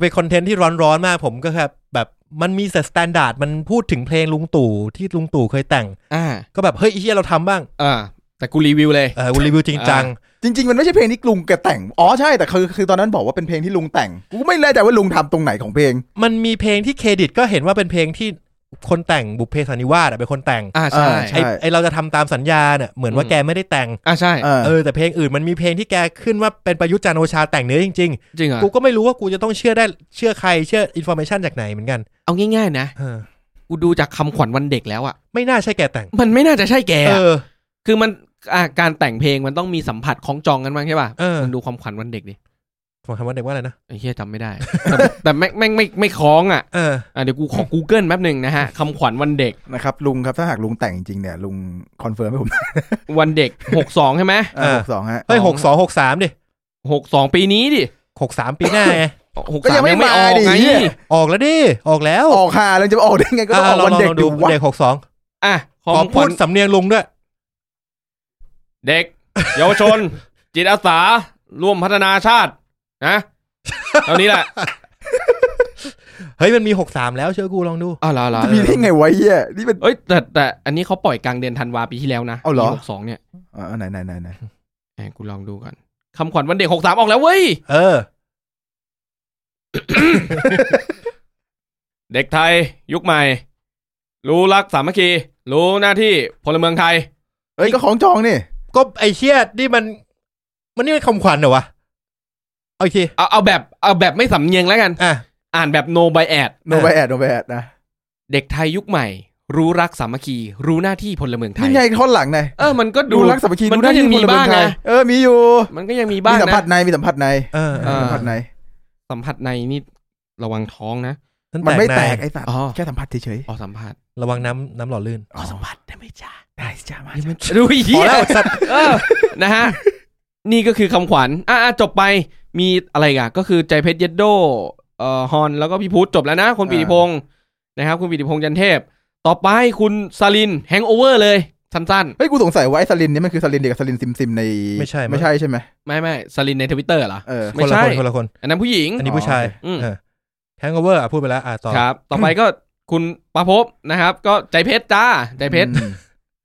Speaker 1: เป็นคอนเทนต์ที่ร้อนๆมากผมก็ครับแบบมันมีแต่สแตนดาร์ดมันพูดถึงเพลงลุงตู่ที่ลุงตู่เคยแต่ง
Speaker 2: อ่า
Speaker 1: ก็แบบ เฮ้ยไอ้เฮียเราทำบ้าง
Speaker 2: อ่า แต่กูรีวิวเลย
Speaker 1: เออกูรีวิวจริงจัง
Speaker 3: จริง ๆ มันไม่ใช่เพลงที่ลุงแกแต่ง อ๋อใช่แต่คือคือตอนนั้นบอกว่าเป็นเพลงที่ลุงแต่ง กูไม่แน่ใจว่าลุงทำตรงไหนของเพลง
Speaker 1: มันมีเพลงที่เครดิตก็เห็นว่าเป็นเพลงที่คนแต่งบุพเพสันนิวาสอะเป็นคนแต่ง
Speaker 2: อ่าใช่
Speaker 3: อ่าใช่
Speaker 1: ไอ้ไอเราจะทำตามสัญญาเนี่ยเหมือนว่าแกไม่ได้แต่ง
Speaker 2: อ่าใช่
Speaker 3: เออ
Speaker 1: เออแต่เพลงอื่นมันมีเพลงที่แกขึ้นว่าเป็นประยุทธ์จันทร์โอชาแต่งเนื้อจริง
Speaker 2: จริงเหรอ
Speaker 1: ๆ กูก็ไม่รู้ว่ากูจะต้องเชื่อได้เชื่อใครเชื่ออินโฟ a t ชันจากไหนเหมือนกัน
Speaker 2: เอาง่าย ๆ นะ
Speaker 1: เออ
Speaker 2: กูดูจากคำขวัญวันเด็กแล้วอ่ะ
Speaker 1: ไม่น่าใช่แกแต่ง
Speaker 2: มันไม่น่าจะใช่แก
Speaker 1: เอ
Speaker 2: อะ
Speaker 1: อ
Speaker 2: คือมันอ่ะการแต่งเพลงมันต้องมีสัมผัสของจองกันบ้างใช่ป่ะ
Speaker 1: เออ
Speaker 2: มึงดูความขวัญวันเด็กดิ
Speaker 1: ผมคำว่าเด็กว่าอะไรนะ
Speaker 2: ไอ้เฮียจำไม่ได้ แต่แต่แม่งแม่งไม่ไม่คล้องอ่ะ
Speaker 1: เออ
Speaker 2: อ่ะเดี๋ยวกูขอ Google แป๊บหนึ่งนะฮะคำขวัญวันเด็ก
Speaker 3: นะครับลุงครับถ้าหากลุงแต่งจริงๆเนี่ยลุงคอนเฟิร์มให้ผม
Speaker 2: วันเด็กหกสองใช่ไหม
Speaker 1: เออ
Speaker 3: หกสองฮะ
Speaker 1: เฮ้ยหกสองหกสามดิ
Speaker 2: หกสองปีนี้ดิ
Speaker 1: หกสามปีหน้าไง
Speaker 2: หก
Speaker 3: ก็
Speaker 2: สา
Speaker 3: ยั
Speaker 2: ม
Speaker 3: งไม่
Speaker 2: ยังไม่อ
Speaker 3: มา
Speaker 2: อก
Speaker 3: ดิ
Speaker 2: ไง
Speaker 3: เหี้ย
Speaker 1: ออกแล้วดิออกแล้ว
Speaker 3: ออกหาแล้วจะออกได้ไงก็ต้องออก
Speaker 1: ะ
Speaker 3: วันเด็ก
Speaker 1: ลง
Speaker 3: ดูวะ
Speaker 1: เด็กหกสอง
Speaker 2: อ่ะข
Speaker 1: ขอ
Speaker 2: องข
Speaker 1: พู
Speaker 2: วั
Speaker 1: ด
Speaker 2: ญ
Speaker 1: สำเนียงลุงด้วย
Speaker 2: เด็ก เยาวชน จิตอาสา ร่วมพัฒนาชาติ นะเท่านี้แห ละ
Speaker 1: เฮ้ยมันมีหกสามแล้วเชื่อกูลองดู
Speaker 2: อ้าวเหรอเหรอ
Speaker 3: จะมีได้ไงไวะไอ้เหี้ยนี่เป็น
Speaker 2: เอ้ยแต่แต่อันนี้เขาปล่อยกลางเดือนธันวาปีที่แล้วนะ
Speaker 3: เอาเหรอ
Speaker 2: หกสองเนี่ย
Speaker 3: อ่าไหนไหนไหนไหน
Speaker 2: แหมกูลองดูก่อนคำขวัญวันเด็กหกสามออกแล้วเว้ย
Speaker 1: เออ
Speaker 2: เด็กไทย ยุคใหม่ รู้รักสามัคคี รู้หน้าที่พลเมืองไทย
Speaker 3: เอ้ยก็ของจองนี่
Speaker 1: ก็ไอเชียนี่มัน มันนี่เป็นคำขวัญเหรอวะ เอาอีกที
Speaker 2: เอาเอาแบบเอาแบบไม่สำเนียงแล้วกัน
Speaker 1: อ่ะ
Speaker 2: อ่านแบบ no by ad
Speaker 3: โนบแอดโนบแอดนะ
Speaker 2: เด็กไทยยุคใหม่ รู้รักสามัคคี รู้หน้าที่พลเมืองไทย
Speaker 3: นี่ไงท่อนหลังไง
Speaker 2: เออมันก็ดู
Speaker 3: ดูรักสามัคคี
Speaker 2: มัน
Speaker 3: ดูหน้า
Speaker 2: ก็
Speaker 3: ที่
Speaker 2: ยังมี
Speaker 3: พลเมือง
Speaker 2: บ้าง
Speaker 3: ไทย
Speaker 2: นะ
Speaker 3: เออมีอยู่
Speaker 2: มันก็ยังมี
Speaker 3: มี
Speaker 2: บ้าง
Speaker 3: สัมผั
Speaker 2: นะ
Speaker 3: สในมีสัมผัสใน
Speaker 1: เออ
Speaker 2: เออ
Speaker 3: สัมผัสใน
Speaker 2: สัมผัสในนี่ระวังท้องนะ
Speaker 3: มันไม่แตก
Speaker 1: ะ
Speaker 3: ไอ้สัตว์
Speaker 2: อ๋อ
Speaker 3: แค่สัมผัสเฉย
Speaker 2: อ๋อสัมผัส
Speaker 1: ระวังน้ำน้ำหล่อลื่น
Speaker 2: ขอสัมผัสได้ไหมจ้า
Speaker 3: ๆได้จ้ามา
Speaker 2: มันดูอีก
Speaker 1: พอแล้วสัตว์
Speaker 2: เออนะฮะ นี่ก็คือคำขวัญ อ่ะอ่ะจบไปมีอะไรอีกันก็คือใจเพชรเยดโดเอ่อฮอนแล้วก็พี่พุทธจบแล้วนะ คุณปิติพงศ์นะครับ คุณปิติพงศ์จันเทพ ต่อไปคุณซาลินแฮงโอเวอร์เลย สั้น
Speaker 3: เฮ้ยกูสงสัยว่าไอ้สลินนี่มันคือสลินเดียวกับสลินซิมซิมใน
Speaker 1: ไม่ใช่
Speaker 3: ไม่ใช่ใช่ไหม
Speaker 2: ๆ ไม่ไม่ซาลินในทวิตเตอร์เหรอ
Speaker 3: เออ
Speaker 1: คน
Speaker 2: ไม่
Speaker 1: ละคน
Speaker 2: ใช่
Speaker 1: คนละคน
Speaker 2: อันนั้นผู้หญิง
Speaker 1: อันนี้ผู้ชาย
Speaker 3: อ๋อ
Speaker 2: อืม
Speaker 1: แฮงโอเวอร์อ่ะพูดไปแล้ว อ่ะต่อ
Speaker 2: ครับ ต่อไปก็คุณประภพนะครับ ก็ใจเพชรจ้าใจเพชร
Speaker 3: อืม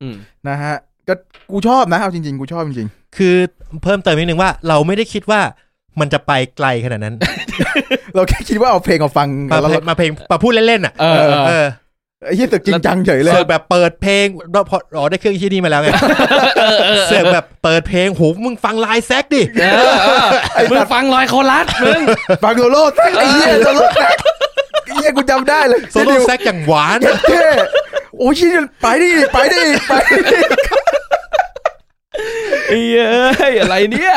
Speaker 2: อืม
Speaker 3: นะฮะก็กูชอบนะเอาจริง ๆ กูชอบจริง
Speaker 1: คือเพิ่มเติมนิดนึงว่า เราไม่ได้คิดว่ามันจะไปไกลขนาด นั้น
Speaker 3: ๆเราแค่คิดว่าเอาเพลงมาฟัง
Speaker 1: มา
Speaker 3: แล้ว
Speaker 1: เพล
Speaker 3: เรา
Speaker 1: งมาเพลงมาพูดเล่นๆอ่ะ
Speaker 2: เออเออ
Speaker 1: เออ
Speaker 3: ไอ้เหี้ยตึกจริงจังเฉยเลย
Speaker 1: เสิร์ฟแบบเปิดเพลงพออ๋อได้เครื่องที่นี่มา แล้วไงเสิร์ฟแบบเปิดเพลงโหมึงฟังไลน์แซก ดิ
Speaker 2: เออเออมึงฟังลอยโคลัสมึง
Speaker 3: ฟังโซโล่แซกไอ้เหี้ยโซโล่แซกไอ้เหี้ยกูจำได้เลย
Speaker 1: โซโล่แซกอย่างหวาน
Speaker 3: เย็ดเท่โอ้ยชี้ไปดิไปดิไปดิ
Speaker 2: เอ้ยอะไรเนี่ย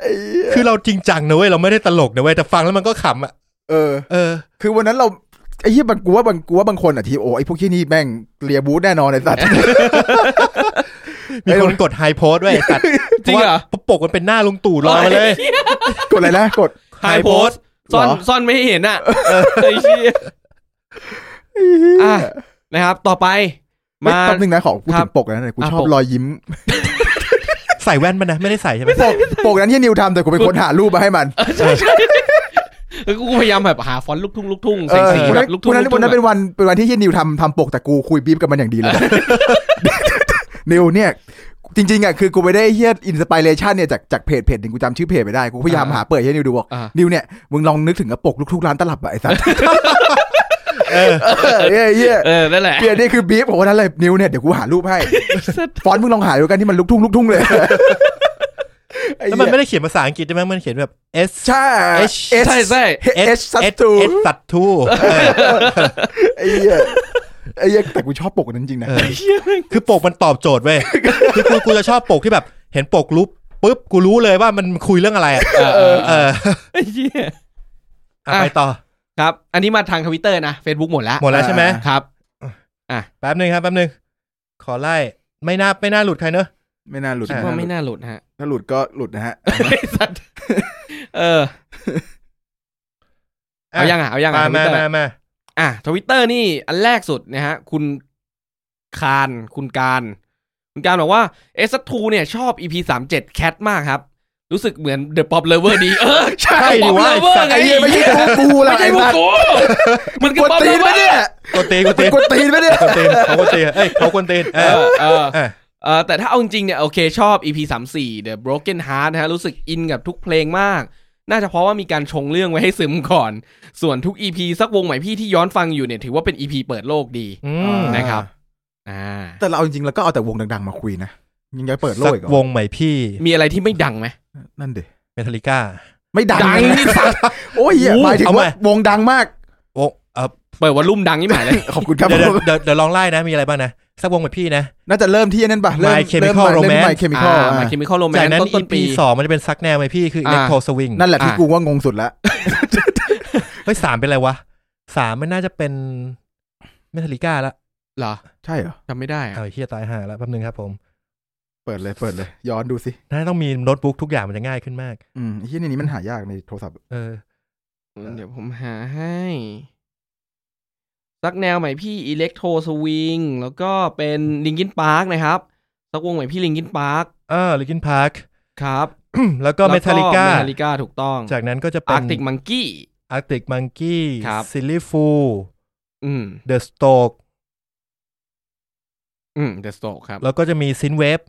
Speaker 3: ไอ้เหี้ย
Speaker 1: คือเราจริงจังนะเว้ยเราไม่ได้ตลกนะเว้ยแต่ฟังแล้วมันก็ขำอ่ะ
Speaker 3: เออ
Speaker 1: เออ
Speaker 3: คือวันนั้นเราไอ้เหี้ยบางกูว่าบางกูว่าบางคนอ่ะทีโอไอ้พวกที่นี่แม่งเลียบูธแน่นอนไอ้สัตว์
Speaker 1: มีคนกดไฮโพส ด้วยไอ้สัตว์
Speaker 2: จริงเหรอ
Speaker 1: พาะว่าปกมันเป็นหน้าลุงตู่รอมา เลย
Speaker 3: กดอะไรนะกด
Speaker 2: ไฮโพสซ่อน
Speaker 3: เหรอ
Speaker 2: ซ่อนไม่ให้เห็นอ่ะไอ้เชี่ยอ่ะนะครับ ต่อไป
Speaker 3: มา
Speaker 2: มา
Speaker 3: แป๊บนึงนะขอกู
Speaker 2: ครั
Speaker 3: ถึ
Speaker 2: บ
Speaker 3: งปกแล้วนะกู
Speaker 2: อ่ะ
Speaker 3: ชอบ
Speaker 2: ปก
Speaker 3: รอยยิ้ม
Speaker 1: ใส่แว่นป่ะนะไม่ได้ใส่ใช่ไหม
Speaker 3: ปกปกนั้นที่นิวทำแต่กูไปค้นหารูปมาให้มัน
Speaker 2: เออใช่ใช่แล้วกูพยายามแบบหาฟอนต์ลูกทุ่งลูกทุ่ง
Speaker 3: เอ
Speaker 2: ใส่
Speaker 3: อ
Speaker 2: สี
Speaker 3: วัน
Speaker 2: แบ
Speaker 3: นั้น
Speaker 2: บลูกทุ่
Speaker 3: วั
Speaker 2: ง
Speaker 3: นนั้น
Speaker 2: ลูก
Speaker 3: วั
Speaker 2: ทุ่
Speaker 3: น
Speaker 2: ง
Speaker 3: นั้นเป็
Speaker 2: อะ
Speaker 3: นวันเป็นวันที่ที่นิวทำทำปกแต่กูคุยบีบกับมันอย่างดีเลย นิวเนี่ย จริงๆอ่ะคือกูไปได้เฮียอินสปิเรชันเนี่ยจากจากเพจเพจหนึ่งกูจำชื่อเพจไม่ได้กูพยายามหาเปิดให้นิวดูบอก
Speaker 2: อ่า
Speaker 3: นิวเนี่ยมึงลองนึกถึงกระปกลูกทุกร้านตลับอะไอ้สัส
Speaker 1: เออ
Speaker 3: เออเหี้ยเฮีย
Speaker 2: เออนั่นแหละ
Speaker 3: เปลี่ยนนี่คือบีบของวันนั้นเลยนิวเนี่ยเดี๋ยวกูหารูปให้ฟอนต์มึงลองหาดูกันที่มันลูกทุ่งลูกทุ่งเลยอ้
Speaker 1: แล้ว
Speaker 3: เหี้ย
Speaker 1: มันไม่ได้เขียนภาษาอังกฤษใช่ไหมมันเขียนแบบ S
Speaker 3: ใช่
Speaker 1: H
Speaker 2: ใช่ใช่
Speaker 3: เอ
Speaker 1: S
Speaker 3: ชซัต
Speaker 1: S
Speaker 3: ทู
Speaker 1: S สัตว์ทูเออ
Speaker 3: ไอ้เหี้ยไอ้เหี้ยแต่กูชอบปกนั้นจริง นะ
Speaker 1: เออคือปกมันตอบโจทย์เว้ยคือกูกูจะชอบปกที่แบบ เห็นปกรูปปุ๊บกูรู้เลยว่ามันคุยเรื่องอะไรอะ
Speaker 2: เออเออ
Speaker 1: เออ
Speaker 2: ไอ้เหี้ย
Speaker 1: อ่ะไปต่อ
Speaker 2: ครับ อันนี้มาทางทวิตเตอร์นะ Facebook หมดแล้ว
Speaker 1: หมดแล้วใช่ไหม
Speaker 2: ครับ
Speaker 1: แป๊บหนึ่งครับแป๊บหนึ่งขอไล่ไม่น่าไม่น่าหลุดใครเนอะ
Speaker 3: ไม่น่าหลุด
Speaker 1: ใช่
Speaker 2: คิดว่าไม่น่าหลุดฮะ
Speaker 3: ถ้าหลุดก็หลุดนะฮะ
Speaker 2: ไอ้สัตว์เออ เอายังอ่ะ เอายัง
Speaker 1: มา
Speaker 2: อ่ะทวิต
Speaker 1: มา
Speaker 2: เตอร์
Speaker 1: มามา
Speaker 2: อ่ะทวิตเตอร์นี่อันแรกสุดนะฮะ คุณคารคุณการ คุณการบอกว่าเอสทูเนี่ยชอบ EP สามเจ็ดแคทมากครับ รู้สึกเหมือนเดอะป๊อปเลเวอร์ดีเออ ใช่
Speaker 1: ใช่ดิ
Speaker 2: ป๊อป
Speaker 1: วะ
Speaker 2: เลเวอ
Speaker 1: ไอ้
Speaker 2: ร์
Speaker 1: สัตว์
Speaker 2: ไง
Speaker 1: ไอ้
Speaker 3: ไอ้
Speaker 1: เหี้
Speaker 3: เหี้
Speaker 1: ย
Speaker 3: ยไม่ใช่กูกูละ
Speaker 2: ไม่ใช่
Speaker 3: ไอ้
Speaker 2: พวก
Speaker 3: สัส
Speaker 2: กูมันคื
Speaker 3: ก
Speaker 2: อ
Speaker 3: ด
Speaker 2: ป๊อปเล
Speaker 3: ตีน
Speaker 2: เวอ
Speaker 3: ปะ
Speaker 2: ร์
Speaker 3: เนี่ย
Speaker 1: กดตีนกด
Speaker 3: มั
Speaker 1: ตี
Speaker 3: น
Speaker 1: น
Speaker 3: กดตีนปะเนี่ย
Speaker 1: กดตีนเขากดตีนเอ้ยเขากดตีนเอ
Speaker 2: เออ
Speaker 1: อ
Speaker 2: เออ
Speaker 1: เออ
Speaker 2: เออแต่ถ้าเอาจริงๆเนี่ยโอเคชอบ EP 3 4 The Broken Heart นะฮะ รู้สึกอินกับทุกเพลงมาก น่าจะเพราะว่ามีการชงเรื่องไว้ให้ซึมก่อน ส่วนทุก EP สักวงใหม่พี่ที่ย้อนฟังอยู่เนี่ย ถือว่าเป็น EP เปิดโลกดี
Speaker 1: อืม
Speaker 2: นะครับ อ่า
Speaker 3: แต่เราเอาจริงๆแล้วก็เอาแต่วงดังๆมาคุยนะยังไงเปิดโล
Speaker 1: สั
Speaker 3: ก
Speaker 1: ก
Speaker 3: อีกเหร
Speaker 1: ว
Speaker 3: อง
Speaker 1: ใหม่พี่
Speaker 2: มีอะไรที่ไม่ดังไหม
Speaker 3: นั่นเด็
Speaker 1: เมทัลิก้า
Speaker 3: ไม่ดัง
Speaker 2: ดัง
Speaker 3: นะ
Speaker 2: นี่สัส
Speaker 3: โอ้ยเหี้ย
Speaker 1: โอ้โห
Speaker 3: หมายถึง
Speaker 1: เอาใหม่
Speaker 3: ว่าวงดังมาก
Speaker 1: วงเออ
Speaker 2: เปิดวอลลุ่มดังนี่หมาย เลย
Speaker 3: ขอบคุณครับ
Speaker 1: เดี๋ยว
Speaker 3: ผม
Speaker 1: เดี๋ยวเดี๋ยวลองไล่นะมีอะไรบ้างนะสักวงใหม่พี่นะ
Speaker 3: น่าจะเริ่มที่นั่นปะเริ่ม
Speaker 1: My Chemical
Speaker 3: เริ่มใหม่
Speaker 1: Romance
Speaker 3: เริ่มใหม่เคมีคอล
Speaker 2: อ่ามาคิมิคอลโรแม
Speaker 1: จาก
Speaker 2: น
Speaker 1: นั้น
Speaker 2: ต้นต้น
Speaker 1: EP
Speaker 2: ปี
Speaker 1: สองมันจะเป็นซักแนวใหม่พี่คือ
Speaker 2: อ่า
Speaker 1: Electro Swing
Speaker 3: นั่นแหละที่
Speaker 2: อ่ะ
Speaker 3: กูว่างงสุดละ
Speaker 1: เฮ้ยสามเป็นอะไรวะสามมันน่าจะเป็นเมทัลิก้าละ
Speaker 2: เหรอ
Speaker 3: ใช่เหรอ
Speaker 2: จำไม่ได้อะ
Speaker 1: เอาไอ้เฮียตายห่าแล้วแป๊บนึงครับผม
Speaker 3: เปิดเลยเปิดเลย ย้อนดูสิ
Speaker 1: น่าจะต้องมีโน้ตบุ๊กทุกอย่างมันจะง่ายขึ้นมาก
Speaker 3: อืมไอ้เหี้ยนี่นี่มันหายากในโทรศัพท์
Speaker 1: เออ
Speaker 2: เดี๋ยวผมหาให้สักแนวใหม่พี่อิเล็กโทรสวิงแล้วก็เป็นลิงกินพาร์คนะครับสักวงใหม่พี่ลิงกินพาร์ค
Speaker 1: เออลิกินพาร์ค
Speaker 2: ครับ
Speaker 1: แล้วก็เมทัลิก้า
Speaker 2: เมทัลิก้าถูกต้อง
Speaker 1: จากนั้นก็จะเป็
Speaker 2: อาร์
Speaker 1: น
Speaker 2: กติกมังกี้
Speaker 1: Arctic Monkey
Speaker 2: ครับ
Speaker 1: Silly Fool
Speaker 2: อืม
Speaker 1: The Stoke
Speaker 2: อืมเดอะสโตกครับ
Speaker 1: แล้วก็จะมี Synthwave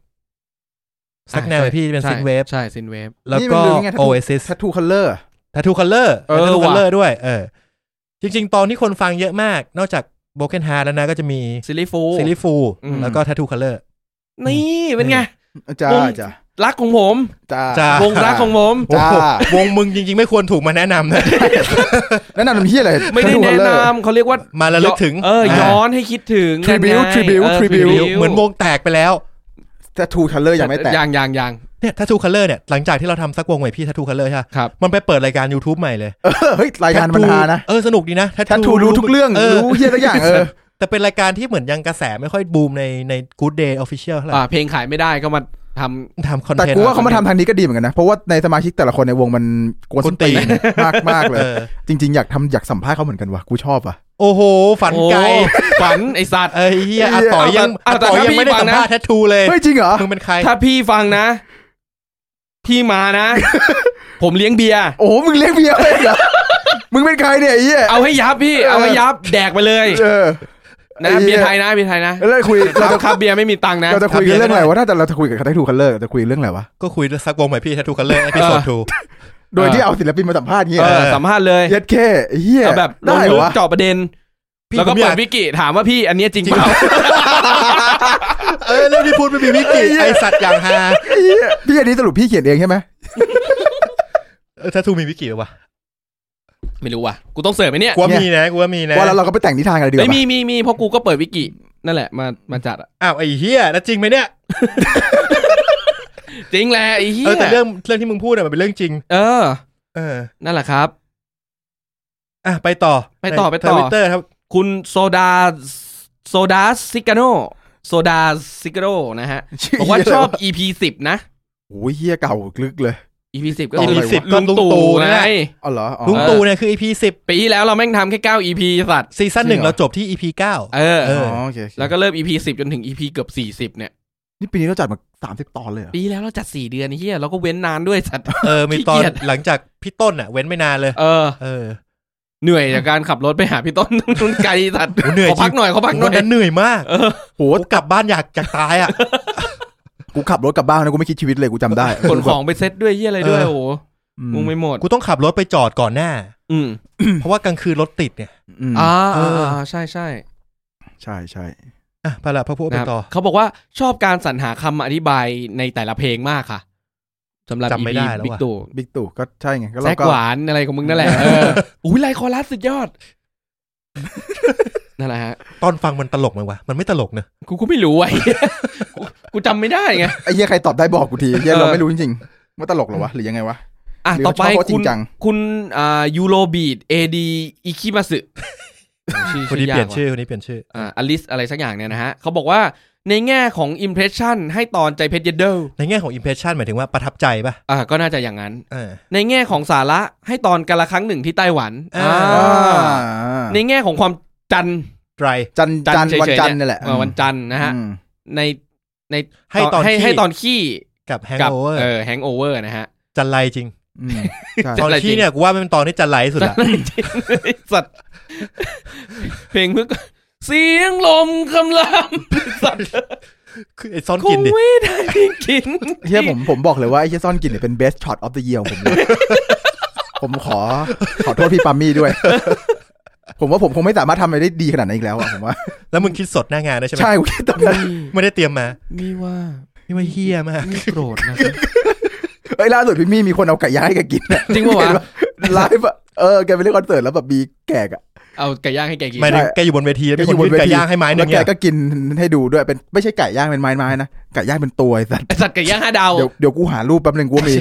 Speaker 1: สักแนวไหมพี่เป็น
Speaker 2: ใช่
Speaker 1: Synthwave
Speaker 2: ใช่ซินเวฟ
Speaker 1: แล้วก็ Oasis
Speaker 3: ทัตทูคัลเลอร์
Speaker 1: Tattoo Color
Speaker 2: เออ
Speaker 1: Tattoo
Speaker 2: ว่ะ
Speaker 1: Color ด้วย เออ จริง ๆ ตอนที่คนฟังเยอะมาก นอกจาก Broken Heart แล้วนะก็จะมี
Speaker 2: ซิลิฟู
Speaker 1: Silly Fool
Speaker 2: อืม
Speaker 1: แล้วก็ Tattoo Color
Speaker 2: นี่เป็นไง
Speaker 3: จ้าว
Speaker 2: ง
Speaker 3: จ้า
Speaker 2: รักของผม
Speaker 3: จ้า
Speaker 1: จ้า
Speaker 2: วงรักของผม
Speaker 1: โอ้
Speaker 3: จ้า
Speaker 1: โหวงมึงจริง ๆ ไม่ควรถูกมาแนะนำนะ
Speaker 3: แนะนำเป็นเฮียอะไร
Speaker 2: ไม่ได้
Speaker 3: Tattoo
Speaker 2: แนะ
Speaker 3: Colour
Speaker 2: นำเขาเรียกว่า
Speaker 1: มาระลึกถึง
Speaker 2: เออ ย้อนให้คิดถึง
Speaker 3: Tribute
Speaker 2: ไง
Speaker 3: Tribute
Speaker 2: เออ
Speaker 3: Tribute
Speaker 2: Tribute
Speaker 1: เหมือนวงแตกไปแล้ว
Speaker 3: ทัตทูคัลเลอร์ยังไม่แตก
Speaker 2: ยังยังยัง
Speaker 1: เนี่ย Tattoo Color เนี่ย หลังจากที่เราทำสักวงใหม่พี่ Tattoo Color ใช่ปะ
Speaker 2: ครับ
Speaker 1: มันไปเปิดรายการ YouTube ใหม่เลย
Speaker 3: เออเฮ้ยรายการมันฮานะ
Speaker 1: เออสนุกดีนะ
Speaker 3: ทัตทูรู้ทุกเรื่อง รู้เฮียทุกอย่างเออ
Speaker 1: แต่เป็นรายการที่เหมือนยังกระแสไม่ค่อยบูมในใน Good Day Official เท่าไห
Speaker 2: อ่า
Speaker 1: ร่
Speaker 2: เพลงขายไม่ได้ก็มาทำ
Speaker 1: ทำคอน
Speaker 3: แต่
Speaker 1: เทนต์
Speaker 3: กูว่าเขามาทำทางนี้ก็ดีเหมือนกันนะ เพราะว่าในสมาชิกแต่ละคนในวงมันกวนส้นตีน มากมากๆเลย
Speaker 1: เออ
Speaker 3: จริง ๆ อยากทำอยากสัมภาษณ์เขาเหมือนกันว่ะกูชอบอ่ะ
Speaker 1: โอ้โห ฝันไกล
Speaker 2: โอ้ฝันไอสัตว์
Speaker 1: เอ้ยเฮียอาต่อยยังอา
Speaker 2: เอาแต่
Speaker 1: ต่อยยัง
Speaker 2: ถ้าพี่
Speaker 1: ไม่ได้
Speaker 2: ฟั
Speaker 1: สั
Speaker 2: ง
Speaker 1: ม
Speaker 2: นะ
Speaker 1: ภาษณ์แททูเลย
Speaker 3: เฮ้ย จริงเหรอ
Speaker 1: มึงเป็นใคร
Speaker 2: ถ้าพี่ฟังนะ พี่มานะ ผมเลี้ยงเบียร์
Speaker 3: โอ้โหมึงเลี้ยงเบียร์เลยเหรอ มึงเป็นใครเนี่ยไอ้เฮีย
Speaker 2: เอาให้ยับพี่
Speaker 3: เออ
Speaker 2: เอาให้ยับ แดกไปเลย
Speaker 3: เออ
Speaker 2: นะ
Speaker 3: ไอ้เหี้ย
Speaker 2: เบียร์ไทยนะเบียร์ไทยนะ
Speaker 3: แล้วเราคุย
Speaker 2: ค
Speaker 3: เรา
Speaker 2: รับ
Speaker 3: จะ
Speaker 2: ครับเบียร์ไม่มีตังค์นะ
Speaker 3: เราจะคุยกันเรื่องอะไรวะถ้าแต่เราจะคุยกับทัตทูคัลเลอร์จะคุยเรื่องอะไรวะ
Speaker 1: ก็คุยสักวงใหม่พี่แททูคัลเลอร์ e อพิโซ
Speaker 2: เอ
Speaker 1: ด
Speaker 2: อ
Speaker 1: ทู
Speaker 3: โดยที่เอาศิลปินมาสัมภาษณ์เงี้ย
Speaker 2: เออสัมภาษณ์เลย
Speaker 3: เย็ดแค่เฮีย
Speaker 2: เอาแบบล
Speaker 3: ได้
Speaker 2: ง
Speaker 3: เหร
Speaker 2: ลึ
Speaker 3: อก วะ
Speaker 2: เจาะประเด็น
Speaker 1: พี่
Speaker 2: แล้วก็
Speaker 1: ผมอ
Speaker 2: เปิด
Speaker 1: ยาก
Speaker 2: วิกิถามว่าพี่อันเนี้ยจริงเปล่า
Speaker 1: เออเรื่องที่พูดไม่มีวิกิไอสัตว์อย่างฮา
Speaker 3: เหี้ยพี่อันนี้สรุปพี่เขียนเองใช่ไหม
Speaker 1: เออแททูมีวิกิเหรอวะ
Speaker 2: ไม่รู้ว่ะกูต้องเสิร์ฟไหมเนี่ย
Speaker 1: กูว่ามีนะกูว่ามีนะ
Speaker 3: ว่าแล้วเราก็ไปแต่งนิทานกันเลยดีก
Speaker 2: ไม่
Speaker 3: ว่า
Speaker 2: มีมีมีเพราะกูก็เปิดวิกินั่นแหละมามาจัดอะ
Speaker 1: อ้าวไอเฮียแล้วจริงไหมเนี่ย
Speaker 2: จริงแหละไอ้เหี้ย
Speaker 1: เออแต่เรื่องเรื่องที่มึงพูดอะมันเป็นเรื่องจริง
Speaker 2: เออ
Speaker 1: เออ
Speaker 2: นั่นแหละครับ
Speaker 1: อ่ะไปต่อ
Speaker 2: ไปต่อไปต่อ
Speaker 1: ทวิตเตอร์ครับ
Speaker 2: คุณโซดาโซดาซิกาโนโซดาซิกาโนนะฮะบอกว่าชอบ EP สิบนะ
Speaker 3: โอ้ยเฮียเก่าลึกเลย
Speaker 2: EP สิบก็
Speaker 1: EP
Speaker 2: คือ
Speaker 1: สิบก็
Speaker 2: ลุง
Speaker 1: ลุงตู่
Speaker 2: ตู่
Speaker 1: นั่น
Speaker 2: ไง
Speaker 1: แหละ
Speaker 3: อ๋อเหรออ๋อ
Speaker 1: ลุงตู่เนี่ยคือ EP สิบ
Speaker 2: ปีที่แล้วเราแม่งทำแค่เก้า EP สัตว์
Speaker 1: ซีซั่นหนึ่ง
Speaker 3: จริงเหรอ
Speaker 1: เราจบที่ EP เก้า
Speaker 2: เออ
Speaker 1: เอ
Speaker 3: อ๋อโอเคโอเค
Speaker 2: แล้วก็เริ่ม EP สิบจนถึง EP เกือบสี่สิบเนี่ย
Speaker 3: นี่ปีนี้เราจัดมาสามสิบตอนเลยเหรอ
Speaker 2: ปีแล้วเราจัดสี่เดือนไอ้เฮียเราก็เว้นนานด้วยสัตว์
Speaker 1: เออ มีตอ
Speaker 2: ขี้
Speaker 1: น
Speaker 2: เกียจ
Speaker 1: หลังจากพี่ต้นอ่ะ เว้นไม่นานเลย
Speaker 2: เออ
Speaker 1: เออ
Speaker 2: เหนื่อยจากการขับรถไปหาพี่ต้น นุ่นไกลสัตว์
Speaker 1: โอ้เหนื่อย
Speaker 2: ขอพัก
Speaker 1: จริง
Speaker 2: หน่อยขอพักหน่อ
Speaker 1: วั
Speaker 2: น ย
Speaker 1: นั้นเหนื่อยมาก
Speaker 2: เออ
Speaker 3: โห
Speaker 1: โอ้กลับบ้านอยากอยากตายอ่ะ
Speaker 3: กูขับรถกลับบ้านนะกูไม่คิดชีวิตเลยกูจำได้
Speaker 2: ขนของไปเซ็ตด้วยเฮียอะไรด้วย
Speaker 1: เออ
Speaker 2: โอ้โห
Speaker 3: อื
Speaker 2: มึงไม่หมด
Speaker 1: กูต้องขับรถไปจอดก่อนหน้า
Speaker 2: อืม
Speaker 1: เพราะว่ากลางคืนรถติดเนี่ย
Speaker 3: อืม
Speaker 2: อ่า
Speaker 1: เอออ่
Speaker 2: าใช่ใช่
Speaker 3: ใช่ใช่
Speaker 1: อ่ะไปละพระพูด
Speaker 2: ๆ
Speaker 1: ไป
Speaker 2: นะครับ
Speaker 1: ต่อ
Speaker 2: เขาบอกว่าชอบการสรรหาคำอธิบายในแต่ละเพลงมากค่ะสำหรับ
Speaker 1: จำไม่
Speaker 2: EP
Speaker 1: ได้แล้ว
Speaker 2: บิ๊ก
Speaker 1: ว่ะ
Speaker 2: ตู่
Speaker 3: บิ๊กตู่ก็ใช่ไงก็
Speaker 2: แซ
Speaker 3: เรา
Speaker 2: ก
Speaker 3: ก็
Speaker 2: หวานอะไรของมึงนั่นแหละเอออุ้ยไลน์คอรัสสุดย อด นั่นแหละฮะ
Speaker 1: ตอนฟังมันตลกไหมวะ มันไม่ตลกเนอะ
Speaker 2: กูก็ไม่รู้ไอ้ กูกูจำไม่ได้ไง
Speaker 3: ไอ้เหี้ยใครตอบได้บอกกูทีไอ้เหี้ย
Speaker 2: เออ
Speaker 3: เราไม่รู้จริงๆว่าตลกเหรอวะหรือยังไงวะ
Speaker 2: อ่ะ
Speaker 3: หรือ
Speaker 2: ต่อไป
Speaker 3: ชอบเขาจริ
Speaker 2: คุ
Speaker 3: ง
Speaker 2: ณ
Speaker 3: จัง
Speaker 2: คุณอ่ายูโรบีดเอดีอิคิมาสึ
Speaker 1: คนนี้เปลี่ยนชื่
Speaker 2: อ
Speaker 1: อคนนี้เปลี่ยนชื่อ
Speaker 2: อ่าอลิสอะไรสักอย่างเนี่ยนะฮะ เขาบอกว่าในแง่ของอิมเพรสชันให้ตอนใจเพชรเยดเดล
Speaker 1: ในแง่ของอิมเพรสชันหมายถึงว่าประทับใจป่ะ
Speaker 2: อ่าก็น่าจะอย่างนั้น
Speaker 1: เออ
Speaker 2: ในแง่ของสาระให้ตอนกาละครั้งหนึ่งที่ไต้หวัน
Speaker 1: อ่า
Speaker 3: อ่
Speaker 2: อ่า
Speaker 3: า
Speaker 2: ในแง่ของความจันทร์
Speaker 1: ไตร
Speaker 3: จันทร์จันทร์
Speaker 2: เฉยๆ
Speaker 3: วันจันทร์นี่แหละ
Speaker 2: เออวันจันทร์นะฮะ
Speaker 3: อืม
Speaker 2: ในใน
Speaker 1: ให้ตอน
Speaker 2: ให้
Speaker 1: ที่
Speaker 2: ให้ตอนขี้
Speaker 1: กับแฮง
Speaker 2: กั
Speaker 1: โอเวอร์
Speaker 2: เออแฮงโอเวอร์นะฮะ
Speaker 1: จันไรจริง
Speaker 3: อืม
Speaker 1: ต
Speaker 3: ใช่
Speaker 1: อน
Speaker 2: จันไรจริง
Speaker 1: ที่เนี่ยกูว่ามันเป็นตอนที่จันไรที่สุดละ
Speaker 2: ไอ้ สัตว์เพลงเพื่อเสียงลมคำร ามสัตว์
Speaker 1: คือไอ้ซ้อน
Speaker 2: ค
Speaker 1: กิ
Speaker 2: ง
Speaker 1: นดิ
Speaker 2: ไม่ได้ที่กิน
Speaker 3: เฮียผมผมบอกเลยว่าไอ้เฮียซ่อนกลิ่นเนี่ยเป็น best shot of the year ของ ผมเลย ผมขอขอโทษพี่ปัมมี่ด้วย ผมว่าผมคงไม่สามารถทำอะไรได้ดีขนาดนั้นอีกแล้วอะผมว่า
Speaker 1: แล้วมึงคิดสดหน้างานด้วยใช่ไหม
Speaker 3: ใช่กูคิดตอนนั้น
Speaker 1: ไม่ได้เตรียมมา
Speaker 2: มีว่า
Speaker 1: นี่ว่าเฮี้ยมาก
Speaker 2: ไม่โกรธนะครับ
Speaker 3: เอ้ยล่าสุดพี่มี่มีคนเอาไก่ย่างให้แกกิน อะ
Speaker 2: จริงปะวะ
Speaker 3: เห็นไลฟ์อะเออแกไปเล่นคอนเสิร์ตแล้วแบบมีแขกอะ
Speaker 2: เอาไก่ย่างให้แกกิน
Speaker 1: หมายถึงแกอยู่บนเวทีแล้วมีคนยื่นไก่ย่างให้ไม้ห
Speaker 3: แล้
Speaker 1: นึ่
Speaker 3: ว
Speaker 1: ง
Speaker 3: แก
Speaker 1: เนี่ย
Speaker 3: ก็กินให้ดูด้วยเป็นไม่ใช่ไก่ย่างเป็นไม้ๆนะไก่ย่างเป็นตัวไอ้สัตว์
Speaker 2: ไอ้สัตว์ไก่ย่างห้าดาว
Speaker 3: เดี๋ยวเดี๋ยวกูหารูปแป๊บนึง กูว่ามี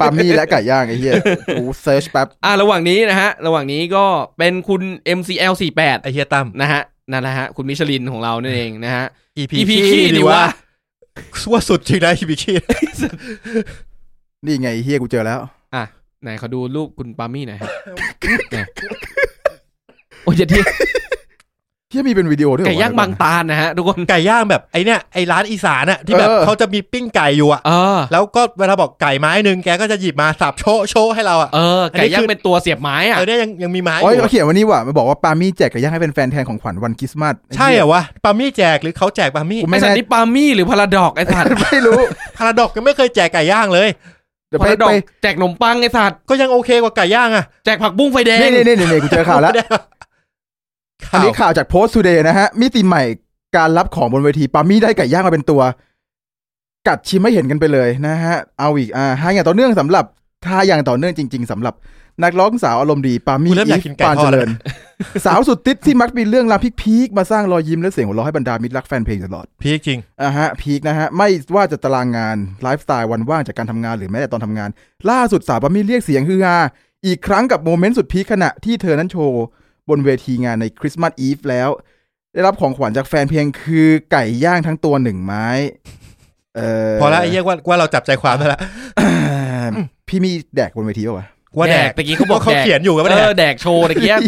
Speaker 3: ปัมมี่และไก่ย่างไอ้เหี้ยกูเซิร์ชแป๊บ
Speaker 2: อ่ะระหว่างนี้นะฮะ ระหว่างนี้ก็เป็นคุณ MCL 48
Speaker 1: ไอเฮียตั้ม
Speaker 2: นะฮะนั่นแหละฮะ คุณมิชลินของเรานั่นเองนะฮะ
Speaker 1: EP
Speaker 2: อีพี
Speaker 1: ขี้
Speaker 2: ขี้
Speaker 1: ดี
Speaker 2: ดี
Speaker 1: ว่า
Speaker 2: ว่า
Speaker 1: ว่าสุดจริงนะ EP ขี้
Speaker 3: นี่ไงไอ้เหี้ยกูเจอแล้ว
Speaker 2: ไหนขอดูรูปคุณปามี่หน่อยฮ ะไหนโอ้ยอย่าที
Speaker 3: ที่มีเป็นวิดีโอด้วยเหร
Speaker 2: ไก่
Speaker 3: อ
Speaker 2: ย่างบางตาลนะฮะทุกคน
Speaker 1: ไก่ย่างแบบไอเนี่ยไอร้านอีสานอะที่แบบ
Speaker 3: เออ
Speaker 1: เขาจะมีปิ้งไก่อยู่อะ
Speaker 2: เออ
Speaker 1: แล้วก็เวลาบอกไก่ไม้หนึ่งแกก็จะหยิบมาสับโชะโชะให้เราอะ
Speaker 2: เออ
Speaker 1: อัน
Speaker 2: ไก่
Speaker 1: นี้
Speaker 2: ย่าง
Speaker 1: คือ
Speaker 2: เป็นตัวเสียบไม้อ่ะ
Speaker 1: เออเนี่ยยังยังมีไม้อ
Speaker 3: โอ้ย
Speaker 1: ยู่
Speaker 3: เขาเขียนว่านี่ว่ะมันบอกว่าปามี่แจกไก่ย่างให้เป็นแฟนแทนของขวัญวันคริสต์มาส
Speaker 1: ใช่เหรอวะปามี่แจกหรือเขาแจกปามี่
Speaker 3: กู
Speaker 2: ไอ
Speaker 3: ไม่
Speaker 2: สัต
Speaker 3: แน่
Speaker 2: ว์นี่ปามี่หรือพาราดอกไอสัตว์
Speaker 3: ไม่รู้
Speaker 1: พาราดอกยังไม่เคยแจกไก่ย่างเลย
Speaker 3: เดี๋ยว
Speaker 2: พา
Speaker 3: ไป
Speaker 2: ราดอก
Speaker 3: ไป
Speaker 2: แจกขนมปังไอสัตว์
Speaker 1: ก็ยังโอเคกว่าไก่ย่างอะ
Speaker 2: แจกผักบุ้งไฟแดง
Speaker 3: นี่นี่นี่นี่กูเจอข่าวแล้ว อั
Speaker 1: ข่าน ว
Speaker 3: นี้ข่าวจากโพสต์ทูเดย์นะฮะมิติใหม่การรับของบนเวทีปามี่ได้ไก่ย่างมาเป็นตัว กัดชิมไม่เห็นกันไปเลยนะฮะเอาอีกอ่าห้าอย่างต่อเนื่องสำหรับท่าอย่างต่อเนื่องจริง ๆสำหรับ นักร้องสาวอารมณ์ดีปา
Speaker 1: กู
Speaker 3: มี่
Speaker 1: เริ่มอยากกินไก่
Speaker 3: ปาน
Speaker 1: ทอ
Speaker 3: เจ
Speaker 1: ด
Speaker 3: ริ
Speaker 1: แล้ว
Speaker 3: ญ สาวสุดติ๊ดที่มักมีเรื่องราวพีคๆมาสร้างรอยยิ้มและเสียงหัวเราะให้บรรดามิตรรักแฟนเพลงตลอด
Speaker 1: พีคจริง
Speaker 3: อ่ะฮะพีคนะฮะ ไม่ว่าจะตารางงาน ไลฟ์สไตล์วันว่างจากการทำงานหรือแม้แต่ตอนทำงาน ล่าสุดสาวปามี่เรียกเสียงฮือฮาอีกครั้งกับโมเมนต์สุดพีคขณะที่เธอนั้นโชว์ บนเวทีงานในคริสต์มาสอีฟแล้ว ได้รับของขวัญจากแฟนเพียงคือไก่ย่างทั้งตัวหนึ่งไม้ เออ
Speaker 1: พอละไอ้เหี้ยว่าว่าเราจับใจความได้ละ
Speaker 3: พี่มีแดกบนเวทีป่าวะ
Speaker 1: ว่าแดก
Speaker 2: ตะกี้เขาบอก
Speaker 1: เขา
Speaker 2: แดก
Speaker 1: เขียนอยู่ว่า
Speaker 2: เอ
Speaker 1: แดก
Speaker 2: อแดกโชว์ตะ กี้
Speaker 3: เหี้ย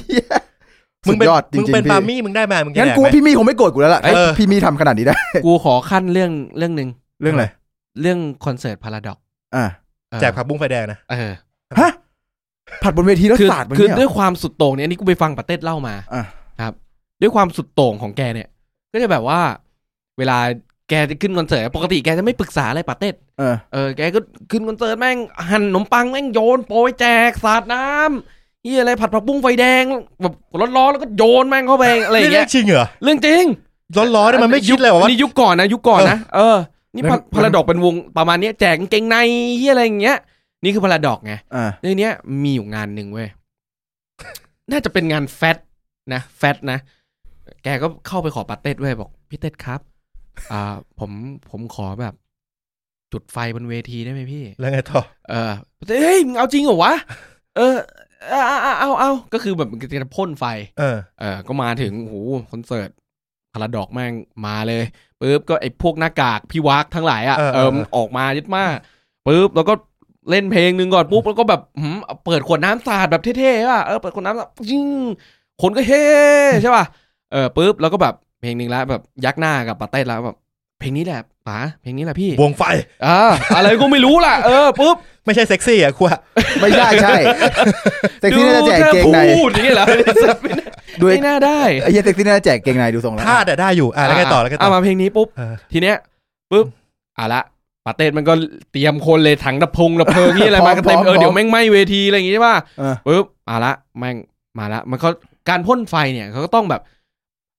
Speaker 1: มึ
Speaker 3: สุ
Speaker 1: ง
Speaker 3: ด
Speaker 1: เป็น
Speaker 3: ยอดจ
Speaker 1: มึง
Speaker 3: ริง
Speaker 1: เป็น
Speaker 3: ๆ
Speaker 1: ปา
Speaker 3: พี่
Speaker 1: มี่มึงได้มามึงจะ
Speaker 3: งั้น
Speaker 1: แดก
Speaker 3: กู
Speaker 1: ไหม
Speaker 3: ว่าพี่มีคงไม่โกรธกูแล้วล่ะ
Speaker 1: เออ
Speaker 3: พี่มีทำขนาดนี้ได้
Speaker 2: กูขอขั้นเรื่องเรื่องหนึ่ง
Speaker 3: เรื่องอะไร
Speaker 2: เรื่องคอนเสิร์ตพาราดอก
Speaker 3: อ่ะ
Speaker 1: แจกผักบุ้งไฟแดงนะ
Speaker 2: เออ
Speaker 3: ผัดบนเวทีแล้ว
Speaker 2: คือ
Speaker 3: สาดบน
Speaker 2: คือ
Speaker 3: เนี่ย
Speaker 2: ด้วยความสุดโต่งเนี่ยอันนี่กูไปฟังปาเต้ดเล่ามา
Speaker 3: อ่ะ
Speaker 2: ด้วยความสุดโต่งของแกเนี่ย ก็จะแบบว่า เวลาแกจะขึ้นคอนเสิร์ตปกติแกจะไม่ปรึกษาอะไรปาเต้ด
Speaker 3: เออ
Speaker 2: เออแกก็ขึ้นคอนเสิร์ตแม่งหั่นขนมปังแม่งโยนโปรยแจกสาดน้ำเหียอะไรผัดผักบุ้งไฟแดงแบบร้อนๆแล้วก็โยนแม่งเข้าไปอะไรอย่างเงี้ย
Speaker 1: นี่จริงเหรอ
Speaker 2: เรื่องจริง
Speaker 1: ร้อนๆเนี่ยมันไม่คิดเลยเหรอว่า
Speaker 2: นี่ยุคก่อนนะยุคก่อนนะ เออ นี่พา
Speaker 3: แล้ว
Speaker 2: พาราดอกเป็นวงประมาณเนี้ยแจกกางเกงในเหียอะไรอย่างเงี้ย นี่คือพาราดอกไง
Speaker 3: อ่ะ
Speaker 2: ในเนี้ยมีอยู่งานหนึ่งเว้ย น่าจะเป็นงานแฟตนะแฟตนะ แกก็เข้าไปขอปาเต้ดเว้ยบอกพี่เต้ดครับ อ่า ผมผมขอแบบ จุดไฟบนเวทีได้ไหมพี่
Speaker 1: แล้วไงต่อ
Speaker 2: เออเฮ้ยมึงเอาจริงเหรอวะ เออ เอาเอาเอาเอาก็คือแบบมันจะพ่นไฟ
Speaker 1: เออ
Speaker 2: เออก็มาถึงโอ้โหคอนเสิร์ตพาราดอกแม่งมาเลยปุ๊บก็ไอ้พวกหน้ากากพี่วักทั้งหลายอ่ะ
Speaker 1: เออ
Speaker 2: เอ
Speaker 1: เออ
Speaker 2: อมันออกมายึดมาปุ๊บแล้วก็เล่นเพลงหนึ่งก่อนปุ๊บแล้วก็แบบหืมเปิดขวดน้ำสาดแบบเท่ๆป่ะเออเปิดขวดน้ำสาดยิงคนก็เฮใช่ป่ะเออปุ๊บแล้วก็แบบเพลงหนึ่งแล้วแบบยักหน้ากับปาเต้นแล้วแบบ เพลงนี้แหละป๋าเพลงนี้แหละพี่
Speaker 1: วงไฟ
Speaker 2: อ่าอะไรก็ไม่รู้ล่ะเออปุ๊บ
Speaker 1: ไม่ใช่เซ็กซี่อ่ะครัว
Speaker 3: ไม่ใช่ใช่เซ็กซี่น่าจะแจกเกงใน
Speaker 2: พูดอย่างเงี้ยเหรอ
Speaker 3: ดู
Speaker 2: ไม่น่าได้
Speaker 3: ไอ้เหี้ยเซ็กซี่น่าจะแจกเกงในดูทรงแล้ว
Speaker 1: ท่าแต่ได้อยู่อ่ะแล้วไงต่อแล้วไงต่
Speaker 2: ะ
Speaker 1: อ
Speaker 2: มาเพลงนี้ปุ๊บ
Speaker 1: เออ
Speaker 2: ทีเนี้ยปุ๊บเอาละปาเต้มันก็เตรียมคนเลยถังดับพง ดับเพลิงนี่อะไรมากันเต็มเออเดี๋ยวแม่งไหม้เวทีอะไรอย่างงี้ใช่ป่ะ
Speaker 3: เออ
Speaker 2: ปุ๊บเอาละแม่งมาละมันเขาการพ่นไฟเนี่ยเขาก็ต้องแบบ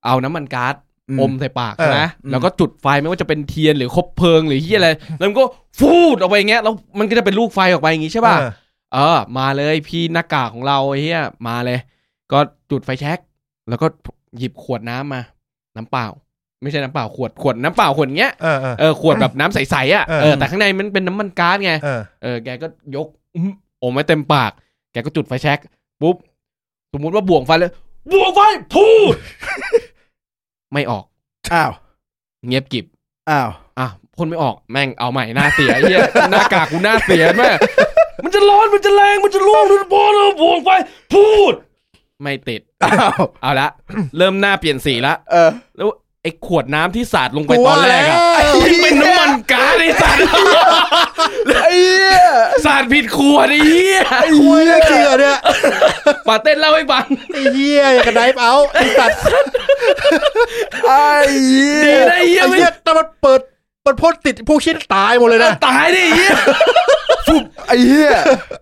Speaker 2: เอาน้ำมันก๊าซ
Speaker 3: อืม
Speaker 2: อมใส่ปากใช่ไหม
Speaker 3: อืม
Speaker 2: แล้วก็จุดไฟไม่ว่าจะเป็นเทียนหรือคบเพลิงหรือที่อะไรแล้วมันก็ฟูดออกไปอย่างเงี้ยแล้วมันก็จะเป็นลูกไฟออกไปอย่างงี้ใช่ป่ะ
Speaker 1: เออ
Speaker 2: เออ มาเลยพี่หน้ากากของเราไอ้เหี้ยมาเลย ก็จุดไฟแช็กแล้วก็หยิบขวดน้ำมา น้ำเปล่า ไม่ใช่น้ำเปล่าขวดขวดน้ำเปล่าขวดเงี้ย
Speaker 1: เออเออ
Speaker 2: เออขวดแบบน้ำใสๆอ่ะ
Speaker 1: เออ
Speaker 2: เออแต่ข้างในมันเป็นน้ำมันก๊าซไง
Speaker 1: เออ
Speaker 2: เออแกก็ยกอื้มโอมไว้เต็มปาก แกก็จุดไฟแช็กปุ๊บ สมมุติว่าบ่วงไฟเลยบ่วงไฟพูด ไม่ออก
Speaker 3: อ้าว
Speaker 2: เงียบกริบ
Speaker 3: อ้าว
Speaker 2: อ่ะพ่นไม่ออกแม่งเอาใหม่หน้าเสียไอ้เฮียหน้ากากกูหน้าเสียแม่มันจะร้อนมันจะแรงมันจะร่วงมันจะบอลเลยบ่วงไฟพูด ไม่ติด
Speaker 3: อ้าว
Speaker 2: เอาละ เริ่มหน้าเปลี่ยนสีละ
Speaker 3: เออ
Speaker 2: แล้วไอ้ขวดน้ำที่สาดลงไปตอนแรกอะเป็นน้ำมันก๊าซไอ้สาด
Speaker 3: ไอ้เหี้ย
Speaker 2: สาดผิดขวดไอ้เหี้ย
Speaker 3: ไอ้เหี้ย
Speaker 1: ไอ้เกลือเนี่ย
Speaker 2: ปาเต้นเล่าให้ฟัง
Speaker 1: ไอ้เหี้ยอย่างกับไดฟ์เอาไอ้สัตว์
Speaker 3: ไอ้เหี้ย
Speaker 2: ดีนะไอ้เหี้ย
Speaker 1: ไอ้
Speaker 2: ไม่
Speaker 1: เหี้ยแต่มันเปิดมันพ่นติดพวกชิ้นตายหมดเลยนะ
Speaker 2: ตายดิไอ้เหี้ย
Speaker 3: ไอ้เหี้ย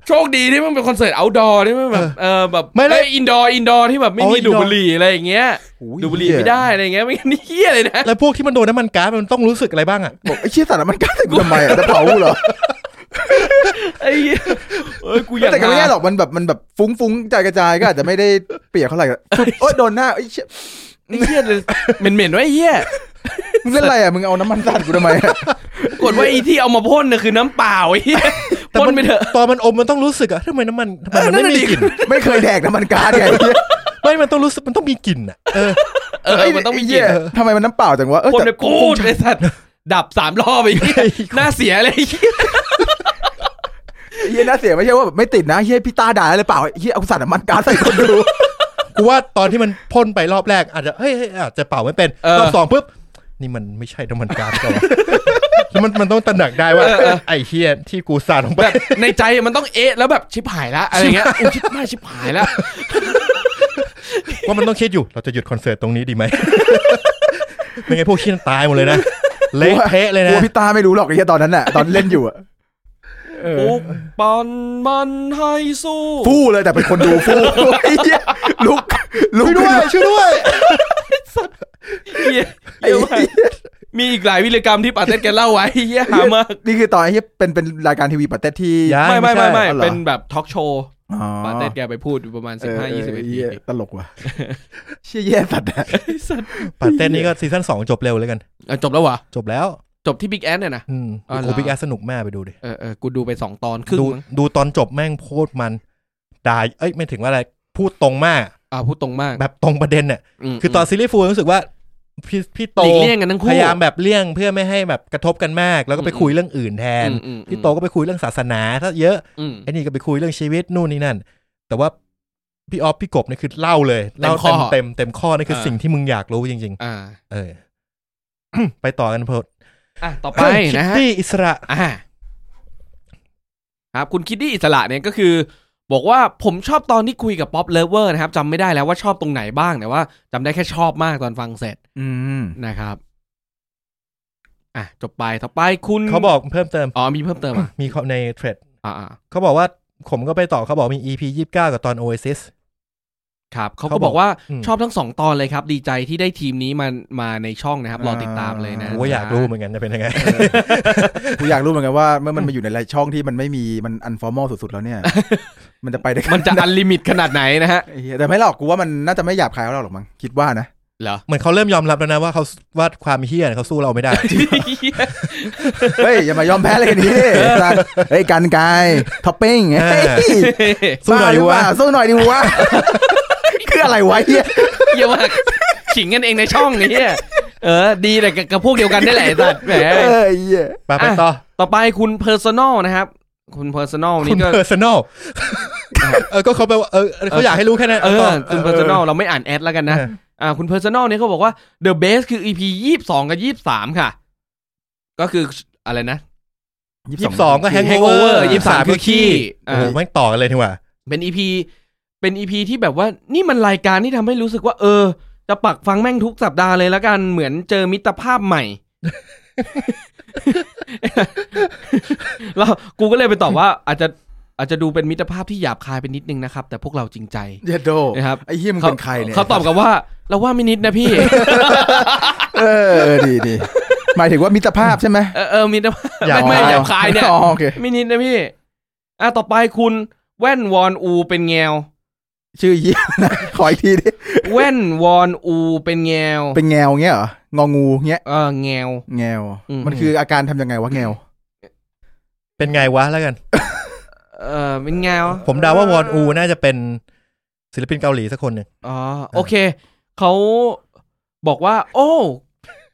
Speaker 2: โชคดีที่มันเป็นคอนเสิร์ตเอาดอร์ที่มันแบบเออแบบ
Speaker 1: ไม่ได้
Speaker 2: อินดอร์อินดอร์ที่แบบไม่
Speaker 1: อ๋อ
Speaker 2: มีดูด
Speaker 1: indoor
Speaker 2: บุหรี่อะไรอย่างเงี้ย
Speaker 3: โอ้ย
Speaker 2: ดูดบุหรี่
Speaker 3: เหี้ย
Speaker 2: ไม่ได้อะไรอย่างเงี้ยไม่งั้นนี่เหี้ยเลยนะ
Speaker 1: แล้วพวกที่มันโดนน้ำมันก๊าซมันต้องรู้สึกอะไรบ้างอ่ะ
Speaker 3: บอกไอ้เชี่ยสารมันกัดใส่กูทำไมอ่ะจะเผากูเหรอ
Speaker 2: ไอ้เหี้ยเอ้ยกูอยาก
Speaker 3: แต่ก็ไม่แน่ห
Speaker 2: ห
Speaker 3: รอกมันแบบมันแบบฟุ้งฟุ้งๆกระจายกระจายก็อาจจะไม่ได้เปียกเท่าไหร่ปุ๊บโอ๊ยโดนหน้าไอ้เชี่ย
Speaker 2: ไอ้เหี้ยเลยเหม็นเหม็นๆไว้ไอ้เหี้ย
Speaker 3: มึงเล่นอะไรอ่ะมึงเอาน้ำมันสาดกูทำไมอะ
Speaker 2: ปรากดว่าไอ้ที่เอามาพ่นเนี่ยคือน้ำเปล่าไอ้เหี้ย
Speaker 1: แต่
Speaker 2: พ่น
Speaker 1: มั
Speaker 2: ไปเถอะ
Speaker 1: ตอนมันอมมันต้องรู้สึกอ่ะทำไมน้ำมันทำไมมั
Speaker 2: เออ
Speaker 1: น
Speaker 2: นั่น
Speaker 1: ไม่
Speaker 2: น่ะ
Speaker 1: มี
Speaker 2: ดิ
Speaker 1: กลิ่น
Speaker 3: ไม่เคยแดกน้ำมันก๊าซไง
Speaker 1: ไม่มันต้องรู้สึกมันต้องมีกลิ่นอ่ะเออ
Speaker 2: เออมันต้องมีกลิ่น
Speaker 3: ไเหี้ยทำไมมันน้ำเปล่าจังวะเออ
Speaker 2: พ่น
Speaker 3: แต่
Speaker 2: ไปพูดไอ้สัตว์ดับสามรอบไอ้เหี้ยหน้าเสียเลยไอ้เหี้ย
Speaker 3: เฮียน่าเสียไม่ใช่ว่าแบบไม่ติดนะเฮียพี่ตาด่าอะไรเปล่าเฮียเอาสารน้ำมันก๊าซใส่คนดู
Speaker 1: กูว่าตอนที่มันพ่นไปรอบแรก อาจจะเฮ้ยเฮ้ยอาจจะเป่าไม่เป็น
Speaker 2: เออ
Speaker 1: รอบสองปุ๊บนี่มันไม่ใช่น้ำมัน ก๊าซก็วะ มันมันต้องตระหนักได้ว่า
Speaker 2: เออเออ
Speaker 1: ไอ้เฮียที่กูสาดลงไป
Speaker 2: แบบในใจมันต้องเอ๊ะแล้วแบบชิบหายละอะไรเงี้ยอุ๊ยชิบหายชิบหายละ
Speaker 1: ว่ามันต้องคิดอยู่ เราจะหยุดคอนเสิร์ตตรงนี้ดี ไหม ไม่งั้นพวกเชี่ยนตายหมดเลยนะเละเทะเลย
Speaker 3: กลั
Speaker 1: นะ
Speaker 3: วพี่ตาไม่รู้หรอกไอ้เฮียตอนนั้นน่ะตอนเล่นอยู่อะ
Speaker 2: ปุ๊บปันมันให้สู้
Speaker 3: ฟู่เลยแต่เป็นคนดูฟู่ไอ้เฮียลุกลุก
Speaker 1: ช่วยด้วยช่วยด้วย
Speaker 2: เหี้ย
Speaker 3: ไอ้
Speaker 2: เยอะมา
Speaker 3: เหี้
Speaker 2: ก
Speaker 3: ย
Speaker 2: มีอีกหลายวิรกรรมที่ปาเต้แกเล่าไว้เหี้ยหามาก
Speaker 3: นี่คือตอนที่เป็นเป็นรายการทีวีปาเต็ดที่
Speaker 1: ยั ง
Speaker 2: ไม่ไม่
Speaker 1: ใช่
Speaker 2: ไม่ไม่
Speaker 3: อ๋อหรอ
Speaker 2: เป็นแบบทอล์กโชว์
Speaker 3: อ๋อ
Speaker 2: ปาเต้แกไปพูดอยู่ประมาณ
Speaker 3: เอ
Speaker 2: สิบ
Speaker 3: อ
Speaker 2: ห้ายี่สิบนาที
Speaker 3: เออเหี้ยตลกว่ะ เชี่ยแย่สัตว์อะ
Speaker 1: ปาเต้นนี่ก็ซีซั่นสองจบเร็วเลยกัน
Speaker 2: เอาจบแล้ววะ
Speaker 1: จบแล้ว
Speaker 2: จบที่บิ๊กแอนเนี่ยนะ
Speaker 1: อืม
Speaker 2: อ๋อเหรอ
Speaker 1: โอปิกแอสสนุกมากไปดูดิ
Speaker 2: เออเออกูดูไปสองตอนครึ่ง
Speaker 1: ดู
Speaker 2: มั้ง
Speaker 1: ดูตอนจบแม่งโคตรมันด่าเอ้ยไม่ถึงว่าอะไรพูดตรงมาก
Speaker 2: อ่าพูดตรงมาก
Speaker 1: แบบตรงประเด็นเนี่ย
Speaker 2: ม
Speaker 1: คือตอนซีรีส์ฟูลรู้สึกว่าพี่พี่โต
Speaker 2: หลีกเลี่ยงกันทั้งคู่
Speaker 1: พยายามแบบเลี่ยงเพื่อไม่ให้แบบกระทบกันมาก แล้วก็ไปคุยเรื่องอื่นแทน
Speaker 2: อืมอืมอืม
Speaker 1: พี่โตก็ไปคุยเรื่องศาสนาถ้าเยอะ
Speaker 2: อืม
Speaker 1: ไอ้นี่ก็ไปคุยเรื่องชีวิตนู่นนี่นั่น แต่ว่าพี่ออฟพี่กบเนี่ยคือเล่าเลย
Speaker 2: เต็
Speaker 1: เล่าม
Speaker 2: ข้อ
Speaker 1: เต็มเต็มเต็มข้อนี่คืออา สิ่งที่มึงอยากรู้จริง
Speaker 2: อ่า
Speaker 1: ๆ เออ ไปต่อกันเพอ
Speaker 2: อ่ะต่อไป
Speaker 1: คิต
Speaker 2: นะฮะ
Speaker 1: ตี้อิสระ
Speaker 2: อ่าครับคุณคิดดี้อิสระเนี่ยก็คือ บอกว่าผมชอบตอนที่คุยกับป๊อปเลเวอร์นะครับจำไม่ได้แล้วว่าชอบตรงไหนบ้างแต่ว่าจำได้แค่ชอบมากตอนฟังเสร็จ
Speaker 3: อืม
Speaker 2: นะครับ อ่ะจบไปต่อไปคุณ
Speaker 1: เขาบอกเพิ่มเติม
Speaker 2: อ๋อมีเพิ่มเติม อ่ะ
Speaker 1: มีข้อในเทรด
Speaker 2: อ่าอ่า
Speaker 1: เขาบอกว่าผมก็ไปต่อเขาบอกมี EP ยี่สิบเก้ากับตอน Oasis
Speaker 2: ครับเขาก็
Speaker 1: เขา
Speaker 2: บบ อ
Speaker 1: อก
Speaker 2: กว่า
Speaker 1: อืม
Speaker 2: ชอบทั้งสองตอนเลยครับ ดีใจที่ได้ทีมนี้มามาในช่องนะครับรอติดตามเลยนะ
Speaker 1: โอ้ยอยากรู้เหมือนกันจะเป็นยังไง
Speaker 3: กูอยากรู้เหมือนกันว่าเมื่อมันมาอยู่ในรายช่องที่มันไม่มีมันอันฟอร์มอลสุดๆแล้วเนี่ย มันจะไปได้
Speaker 2: มันจะอันลิมิตขนาดไหนนะฮะ
Speaker 3: ไอ้เหี้ยแต่ไม่หรอกกูว่ามันน่าจะไม่หยาบคายเท่าเราหรอกมั้งคิดว่านะ
Speaker 2: เห รอ
Speaker 1: เหมือนเขาเริ่มยอมรับแล้วนะว่าเขาว่าความเฮี้ยเนี่ยเขาสู้เราไม่ได้
Speaker 3: เฮ้ย อย่ามายอมแพ้เลยกันนี้เฮ้ยกันไกายท็อปปิ้ง
Speaker 1: เออ
Speaker 3: เฮ้ย
Speaker 1: สู้หน่อยดีวะ
Speaker 3: บ้ารืเปล่าสู้หน่อยดิวะ คืออะไรวะเฮีย
Speaker 2: เหี้ยอะมากขิงกันเองในช่องนี้ยเออ ดีแต่กับกับพวกเดียวกันได้แหละไอ้สัตว์แหม
Speaker 3: เออเหี้ย
Speaker 1: ไปไปต่อ
Speaker 2: ต่อไปคุณ Personal นะครับ คุณ Personal
Speaker 1: คุ
Speaker 2: นี่
Speaker 1: ณ
Speaker 2: ก็
Speaker 1: เพอร์ซั นอลเออก็เขาแปลว่าเออเขาอยากให้รู้แค่นั้น
Speaker 2: เอ
Speaker 1: ต่
Speaker 2: อคุณ Personal เราไม่อ่านแอดแล้วกันนะ
Speaker 1: เออ
Speaker 2: อ่าคุณ Personal เนี่ยเขาบอกว่า The Best คือ EP 22 กับ 23 ค่ะ ก็คืออะไรนะ
Speaker 1: ยี่สิบสองก็แฮง
Speaker 2: แฮงโอเวอร์ยี่สามคือขี้
Speaker 1: โอ้โห
Speaker 2: อ่า
Speaker 1: แม่งต่อกันเลยนี่หว่า
Speaker 2: เป็นอีพีเป็นอีพีที่แบบว่านี่มันรายการที่ทำให้รู้สึกว่า เออ จะปักฟังแม่งทุกสัปดาห์เลยแล้วกันเหมือนเจอมิตรภาพใหม่ เรากูก็เลยไปตอบว่า อาจจะอาจจะดูเป็นมิตรภาพที่หยาบคายไปนิดนึงนะครับ แต่พวกเราจริงใจ
Speaker 3: เยดโด
Speaker 2: นะครับ
Speaker 3: ไอ้เฮียมึงเป็นใครเนี่ย
Speaker 2: เขาตอบกลับว่า เราว่าไม่นิดนะพี่
Speaker 3: เออดีดี หมายถึงว่ามิตรภาพใช่ไหม
Speaker 2: เออเออมิตรภาพ
Speaker 1: หยาบ
Speaker 2: ไม่ไม่
Speaker 1: อ๋อ
Speaker 2: หยาบคายเนี่ย
Speaker 3: อ๋อโอเค
Speaker 2: ไม่นิดนะพี่ อ่ะต่อไปคุณแว่นวอนอูเป็นแงว
Speaker 3: ชื่อเฮีย นะขออีกทีดิ
Speaker 2: แว่นวอนอูเป็นแงว
Speaker 3: เป็นแงวเงี้ยเหรององูเงี้ย
Speaker 2: เออแงว
Speaker 3: แงว
Speaker 2: อืม
Speaker 3: มันคืออาการทำยังไงวะแงว
Speaker 1: เป็นไงวะแล้วกัน
Speaker 2: เออเป็นไงวะ
Speaker 1: ผมเดาว่าวอนอูน่าจะเป็นศิลปินเกาหลีสักคนหนึ่ง
Speaker 2: อ๋อโอเค เขาบอกว่า โอ้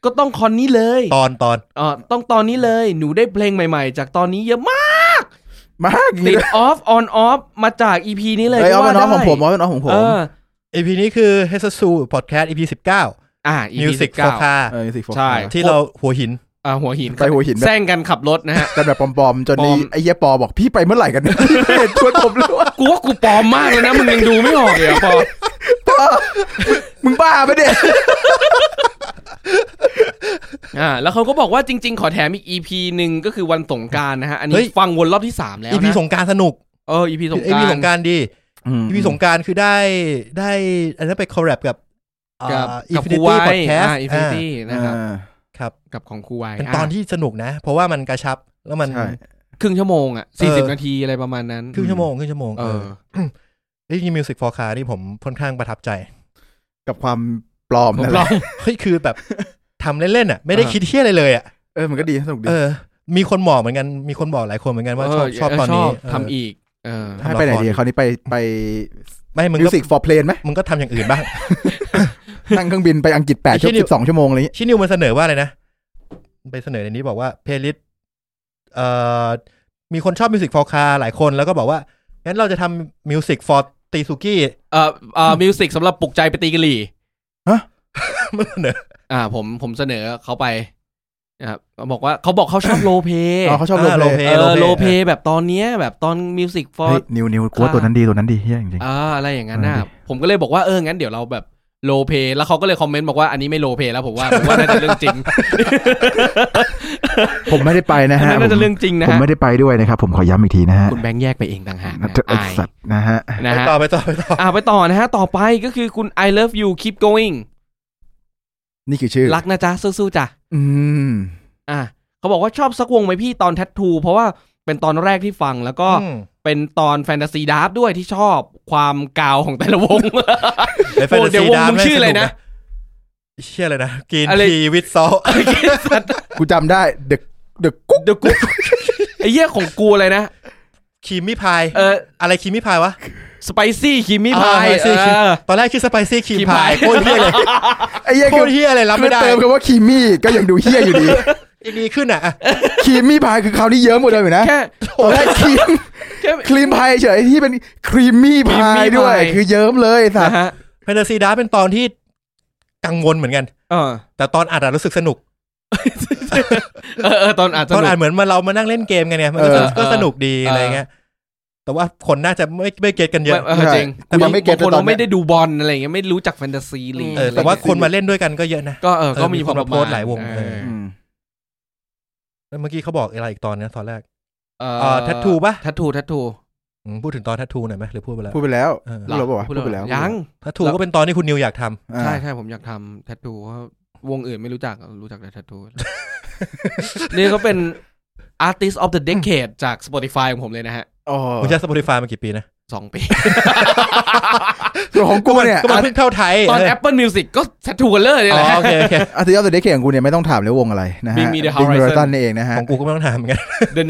Speaker 2: ก็ต้องคอนนี้เลย
Speaker 1: ตอนตอน
Speaker 2: เออต้องตอนนี้เลย หนูได้เพลงใหม่ๆ จากตอนนี้เยอะมาก
Speaker 3: มากจริง
Speaker 2: ติ ด
Speaker 3: ด้วย
Speaker 2: ออฟออนออฟมาจากอีพีนี้เลย
Speaker 3: เอ้ย
Speaker 2: ก็
Speaker 3: เอาเป็
Speaker 2: ว่าน
Speaker 3: น้อง
Speaker 2: ได้
Speaker 3: ของผมเอาเป็นน้องของผม
Speaker 2: เออ
Speaker 1: อีพีนี้คือเฮสซูพอดแคสต์อีพีสิบเก้า
Speaker 2: อ่าอี
Speaker 1: มิว
Speaker 2: พี
Speaker 1: สิ
Speaker 2: สิ
Speaker 1: ก
Speaker 2: บเก้า
Speaker 1: โฟคา
Speaker 3: เออสิโฟ
Speaker 2: ใช่
Speaker 1: ที่เราหัวหิน
Speaker 2: อ่าหัวหิน
Speaker 3: ไปหัวหินแบ
Speaker 2: แซ
Speaker 3: บ
Speaker 2: งกันขับรถนะฮะ
Speaker 3: กันแบบปลอมๆจน
Speaker 2: ปลอม
Speaker 3: ไอ้เฮียปอบอกพี่ไปเมื่อไหร่กันเนี่ยพี่ไม่เห็นชวนผมเลยว่า
Speaker 2: กูว่ากูปลอมมากเลยนะมึงยังดูไม่ออกเลย อะพอ
Speaker 3: มึงบ้าไปะเนี่ย
Speaker 2: อ่า แล้วเขาก็บอกว่าจริง ๆ ขอแถมอีกอีพีหนึ่งก็คือวันสงกรารนะฮะอันนี้
Speaker 1: เฮ้ย
Speaker 2: ฟังวนรอบที่สามแล้ว
Speaker 1: อีพี
Speaker 2: นะ
Speaker 1: สงกรารสนุก
Speaker 2: เอออีพีสง
Speaker 1: อี
Speaker 2: กราร
Speaker 1: พีสงกรารดีอีพีสงกรารคือได้ได้อันนั้นไปคอร์รัปกับ
Speaker 2: กับ
Speaker 1: อี
Speaker 2: กับ
Speaker 1: ฟิ
Speaker 2: ค
Speaker 1: นิ
Speaker 2: รู
Speaker 1: ตี้
Speaker 2: ไว้
Speaker 1: พอดแคสต์
Speaker 2: อ่าอินฟินิตี้นะครับ
Speaker 3: อ่า
Speaker 1: ครับ
Speaker 2: กับของครูไว้
Speaker 1: เป็นตอนที่สนุกนะ เพราะว่ามันกระชับแล้วมัน
Speaker 3: ใช่
Speaker 2: ครึ่งชั่วโมงอ่ะ
Speaker 1: เอ
Speaker 2: สี่สิบ
Speaker 1: อ
Speaker 2: นาทีอะไรประมาณนั้น
Speaker 1: ครึ่งชั่วโมงครึ่งชั่วโมง
Speaker 2: เออ
Speaker 1: นี่มิวสิกโฟคาที่ผมค่อนข้างประทับใจ
Speaker 3: กับความปลอม
Speaker 2: ผม
Speaker 3: นั่
Speaker 2: ล
Speaker 3: นแห
Speaker 2: อ
Speaker 3: ละ
Speaker 2: ง
Speaker 1: เฮ้ยคือแบบทำเล่นๆอ่ะ ไม่ได้
Speaker 2: เออ
Speaker 1: คิดเที่ยอะไรเลยอ่ะ
Speaker 3: เออมันก็ดีสนุกดี
Speaker 1: เออ มีคนบอกเหมือนกันมีคนบอกหลายคนเหมือนกันว่าชอบชอบตอนนี้
Speaker 2: ทำอีก เออ
Speaker 3: ให้ไปไหนดีคราวนี้ไปไป
Speaker 1: ไม่มึง
Speaker 3: มิว
Speaker 1: ก็
Speaker 3: สิกฟอร์เพลนไหม
Speaker 1: มึงก็ทำอย่างอื่นบ้าง
Speaker 3: นั่งเครื่องบินไปอังกฤษแปด
Speaker 1: ไอ้
Speaker 3: ชั่ว
Speaker 1: ที่
Speaker 3: สิบสองชั่วโมงอะไรอย่างงี้
Speaker 1: ชินิวมันเสนอว่าอะไรนะ ไปเสนอในนี้บอกว่าเพล y l i ิ t เอ่อมีคนชอบมิวสิกฟอร์คาหลายคนแล้วก็บอกว่า งั้นเราจะทำมิวสิกฟอร์ตีซูกี้
Speaker 2: เออเออมิวสิกสำหรับปลุกใจไปตีกะหรี่
Speaker 1: มันเสนอ
Speaker 2: อ่า ผมผมเสนอเขาไปนะครับเขาบอกว่าเขาบอกเขาชอบโลเพ
Speaker 3: อ๋อเขาชอบโรล
Speaker 1: อ่า
Speaker 3: เพล
Speaker 1: role
Speaker 3: ย์
Speaker 1: play
Speaker 2: เออ
Speaker 1: role play
Speaker 2: โลเพแบบตอนเนี้ย แบบตอนมิวสิกฟอ
Speaker 3: เฮ้ย
Speaker 2: ร์
Speaker 3: นิวนิวกลัวตัวนั้นดีตัวนั้นดีเฮียจริง
Speaker 2: อ่าอะไรอย่างนั้นนะ
Speaker 3: เออดิ
Speaker 2: ผมก็เลยบอกว่าเอองั้นเดี๋ยวเราแบบโลเพแล้วเขาก็เลยคอมเมนต์บอกว่าอันนี้ไม่โลเพแล้วผมว่าผมว่าน่าจะเรื่องจริง
Speaker 3: ๆ ผมไม่ได้ไปนะฮะ
Speaker 2: อันนั้นน่าจะเรื่องจริงนะ
Speaker 3: ผม
Speaker 2: ฮะ
Speaker 3: ไม่ได้ไปด้วยนะครับ ผมขอย้ำอีกทีนะฮะ
Speaker 2: คุณแบงค์แยกไปเองต่างหากนะ
Speaker 3: ไอ้
Speaker 2: อาย
Speaker 3: สัตว์นะฮะ
Speaker 2: นะ
Speaker 1: ไป
Speaker 2: ฮะ
Speaker 1: ต่อไปต่อไปต่อ
Speaker 2: อ่าไปต่อนะฮะ ต่อไปก็คือคุณ I love you keep going
Speaker 3: นี่คือชื่อ
Speaker 2: รักนะจ๊ะ สู้ๆจ้ะ
Speaker 3: อืม
Speaker 2: อ่าเขาบอกว่าชอบสักวงไหมพี่ตอนแท t ทูเพราะว่าเป็นตอนแรกที่ฟังแล้วก็
Speaker 1: อืม
Speaker 2: เป็นตอนแฟนตาซีดาร์ด้วยที่ชอบความกาวของแต่ละวง
Speaker 1: ไอ้แฟนตา
Speaker 2: เดี๋ยว
Speaker 1: ซี
Speaker 2: วง
Speaker 1: ดาม
Speaker 2: มึงชื่ออะไรนะ
Speaker 1: เชี่ยอะไรนะกิน
Speaker 2: อะไร
Speaker 1: ทีวิตซอล
Speaker 3: กูจำได้เด็ก เด็กกุ๊ก
Speaker 2: เดี๋ยวกูไอ้เหี้ยของกูอะไรนะ
Speaker 1: ครีมมี่พาย
Speaker 2: เออ
Speaker 1: อะไรครีมมี่พายวะ
Speaker 2: สไปซี่คิมมี่
Speaker 1: อ่า
Speaker 2: พาย
Speaker 1: spicy ตอนแรกชื่อสไปซี่ครีม
Speaker 2: cream
Speaker 1: พาย
Speaker 2: pie
Speaker 1: โคตรเฮียเลย
Speaker 3: ไอ้เหี้ย
Speaker 1: โค
Speaker 3: คือ
Speaker 1: ตรเฮียเลยรับ
Speaker 3: คือ
Speaker 1: ไม่ได้
Speaker 3: เติมคำว่าคีมี่ก็ยังดูเฮี้ยอยู่ดี
Speaker 1: ยังดีขึ้นอ่ะอ่ะ
Speaker 3: คีมี่พายคือคราวนี้เยอะหมดเลยอยู่นะ
Speaker 2: แค่
Speaker 3: ตอนแรกครีม
Speaker 2: แค่
Speaker 3: ครีมพายเฉยที่เป็นครีมมี่พายด้วย
Speaker 2: creamy pie
Speaker 3: คือเยิ้มเลยสัต
Speaker 2: นะ
Speaker 3: ว์
Speaker 2: ฮะ
Speaker 1: แฟนตาซีดาเป็นตอนที่กังวลเหมือนกัน
Speaker 2: เออ
Speaker 1: แต่ตอนอ่านอะรู้สึกสนุก
Speaker 2: เออเออตอนอาจจะ
Speaker 1: ตอน
Speaker 2: หนุ
Speaker 1: อ่าน
Speaker 2: ก
Speaker 1: เหมือนมาเรามานั่งเล่นเกมกันเนี่ยมันก็
Speaker 2: เออ
Speaker 1: ก็
Speaker 2: เออ
Speaker 1: สนุกดี
Speaker 2: เอออ
Speaker 1: อะไรเงี้ยแต่ว่าคนน่าจะไม่ไม่เก็ตกันเยอะ
Speaker 2: เออจริง
Speaker 3: แต่มันไม่เก็ต
Speaker 2: บางคน
Speaker 3: ตอน
Speaker 2: เขา
Speaker 3: เนี้
Speaker 2: ไม่
Speaker 3: ย
Speaker 2: ได้ดูบอลอะไรอย่างเงี้ยไม่รู้จักแฟนตาซีลีก
Speaker 1: เออ
Speaker 2: อะไร
Speaker 1: แต่
Speaker 2: เงี้ย
Speaker 1: ว่าคนมาเล่นด้วยกันก็เยอะนะ
Speaker 2: ก็เออ
Speaker 1: เออ
Speaker 2: ก็
Speaker 1: มี
Speaker 2: มี
Speaker 1: คนมา
Speaker 2: ปะณ
Speaker 1: โพสต์หลายวง
Speaker 2: เออ
Speaker 3: อืม
Speaker 1: แล้วเมื่อกี้เขาบอกอะไรอีกตอนเนี้ยตอนแรก
Speaker 2: เอ
Speaker 1: เอ่อ tattoo ปะ
Speaker 2: ทัตทูทัตทู
Speaker 1: อืมพูดถึงตอนทัตทูหน่อยไหมหรือพูดไปแล้ว
Speaker 3: พูดไปแล้ว
Speaker 1: เออ
Speaker 3: พูดแล้วปะวะพูดไปแล้ว
Speaker 2: ยัง
Speaker 1: ทัตทู
Speaker 2: แล้ว
Speaker 1: ก็เป็นตอนที่คุณนิวอยากทำ
Speaker 3: อ่า
Speaker 2: ใช่ใช่ผมอยากทำทัตทูเพราะวงอื่นไม่รู้จักรู้จักแต่ทัตทู นี่ก็เป็น Artist of the Decade จาก Spotify ของผมเลยนะฮะ
Speaker 1: คุณใช้ Spotify มากี่ปีนะ
Speaker 2: สองปี
Speaker 3: ส่วนของกู เนี่ย
Speaker 1: ก็มันเพิ่งเข้าไทย
Speaker 2: ตอน Apple Music ก็ทัตทูกันเลยนี่
Speaker 1: อ๋
Speaker 2: แห
Speaker 1: อ
Speaker 2: ละ
Speaker 1: โอเคโอเค
Speaker 3: อาร์ติยอดตัวเด็กเข่งของกูเนี่ยไม่ต้องถามเลยวงอะไรนะฮะ
Speaker 2: Bring Me the
Speaker 3: บิง
Speaker 2: Horizon
Speaker 3: เมอร์ตันนี่เองนะฮะ
Speaker 1: ของกูก็ไม่ต้องถามเหมือน กัน
Speaker 2: The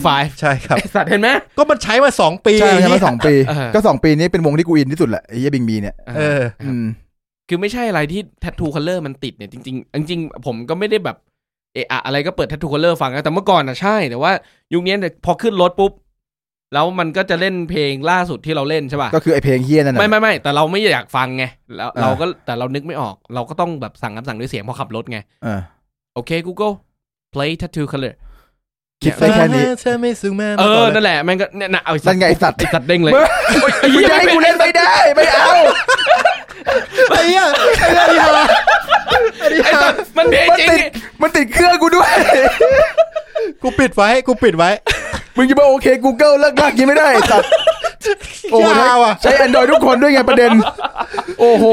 Speaker 2: 1925
Speaker 1: ใช่ ครับ
Speaker 2: ไอ้สัตว์เห็นไหม
Speaker 1: ก็มันใช้มาสองปี
Speaker 3: ใช่ใช่
Speaker 1: เหี้
Speaker 3: มาย สองปี ก็สองปีนี้เป็นวงที่กูอินที่สุดแหละไอ้เหี้ยบิงบีเนี่ย
Speaker 1: เออ
Speaker 3: อืม
Speaker 2: คือไม่ใช่อะไรที่ทัตทูคัลเลอร์มันติดเนี่ยจริงๆจริงๆผมก็ไม่ได้แบบเอะอะอะไรก็เปิดทัตทูคัลเลอร์ฟังนะแต่เมื่อก่อนอ่ะใช่ แต่ว่ายุคนี้เนี่ยพอขึ้นรถปุ๊บ แล้วมันก็จะเล่นเพลงล่าสุดที่เราเล่นใช่ป่ะ
Speaker 3: ก็คือไอเพลงเฮี้ยนั่นแห
Speaker 2: ไม่
Speaker 3: ละ
Speaker 2: ไม่ไม่แต่เราไม่อยากฟังไงแล้ว
Speaker 3: อ่า
Speaker 2: เราก็แต่เรานึกไม่ออก เราก็ต้องแบบสั่งคำสั่งด้วยเสียงเพอขับรถไง
Speaker 3: เออ
Speaker 2: โอเค Google play tattoo color
Speaker 3: คิดได้แค่นี้
Speaker 1: เธอไม่สูงแม่
Speaker 2: เอ
Speaker 1: มาก่
Speaker 2: อ
Speaker 1: นลย
Speaker 2: นั่นแหละแม่งก็เนี่ยนะเอาอ้สั
Speaker 3: นั่
Speaker 2: ต
Speaker 3: น
Speaker 2: ว์
Speaker 3: ไงไอ้สัตว์
Speaker 2: ไอ้สัตว์เด้งเลย
Speaker 3: เมื่อ
Speaker 2: ไอ้
Speaker 3: ไม่
Speaker 2: เหี้ย
Speaker 3: ได้
Speaker 2: ไม่
Speaker 3: กู
Speaker 2: เป็น
Speaker 3: เล่นไม่ได้ไม่เอา
Speaker 1: ไอ้เหี้ยไอ้เหี้ย
Speaker 2: ไอ้สัตว์มันเพ
Speaker 3: มัน
Speaker 2: จริง
Speaker 3: ติดมันติดเครื่องกูด้วย
Speaker 1: กูปิดไว้กูปิดไว้
Speaker 3: มึงจะบอกโอเค Google เลิกลากยังไม่ได้ไอ้สัตว์โอ้โห
Speaker 1: ยาวอ่ะ
Speaker 3: ใช้ Android ทุกคนด้วยไงประเด็น โอ้โห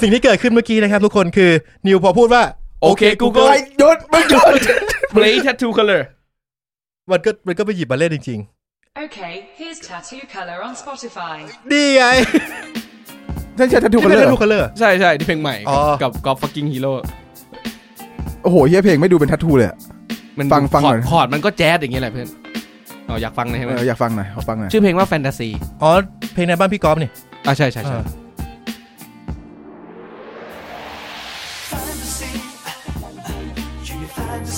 Speaker 1: สิ่งที่เกิดขึ้นเมื่อกี้นะครับทุกคนคือนิวพอพูดว่า
Speaker 2: โอเค Google
Speaker 3: ไอ้ยศมึงยศ
Speaker 2: play tattoo color
Speaker 1: มันก็มันก็ไปหยิบมาเล่นจริง
Speaker 5: Okay, here's Tattoo Color on Spotify.
Speaker 1: ๆ ดีไง
Speaker 3: ฉันใช้ทัตทู
Speaker 1: ที่เป็
Speaker 3: กัน
Speaker 1: น
Speaker 3: เล
Speaker 1: เล่
Speaker 3: ย
Speaker 1: นลูกคัลเลอร์
Speaker 2: ใช่ใช่ที่เพลงใหม่
Speaker 1: อ๋อ
Speaker 2: กับ God fucking hero
Speaker 3: โอ้โหเฮียเพลงไม่ดูเป็นทัตทูเลยอะ
Speaker 2: มัน
Speaker 3: ฟังฟัง
Speaker 2: คอร์
Speaker 3: ห
Speaker 2: ด
Speaker 3: น่อย
Speaker 2: คอร์ดมันก็แจ๊สอย่างเงี้ยแหละเพื่อนอ๋ออยากฟังเลยใช่ไหม
Speaker 3: เอออยากฟังหน่อยขอฟังหน่อย
Speaker 2: ชื่อเพลงว่า fantasy
Speaker 1: อ๋อ เพลงในบ้านพี่กอล์ฟนี่
Speaker 2: อ่ะใช่ใช่ใช่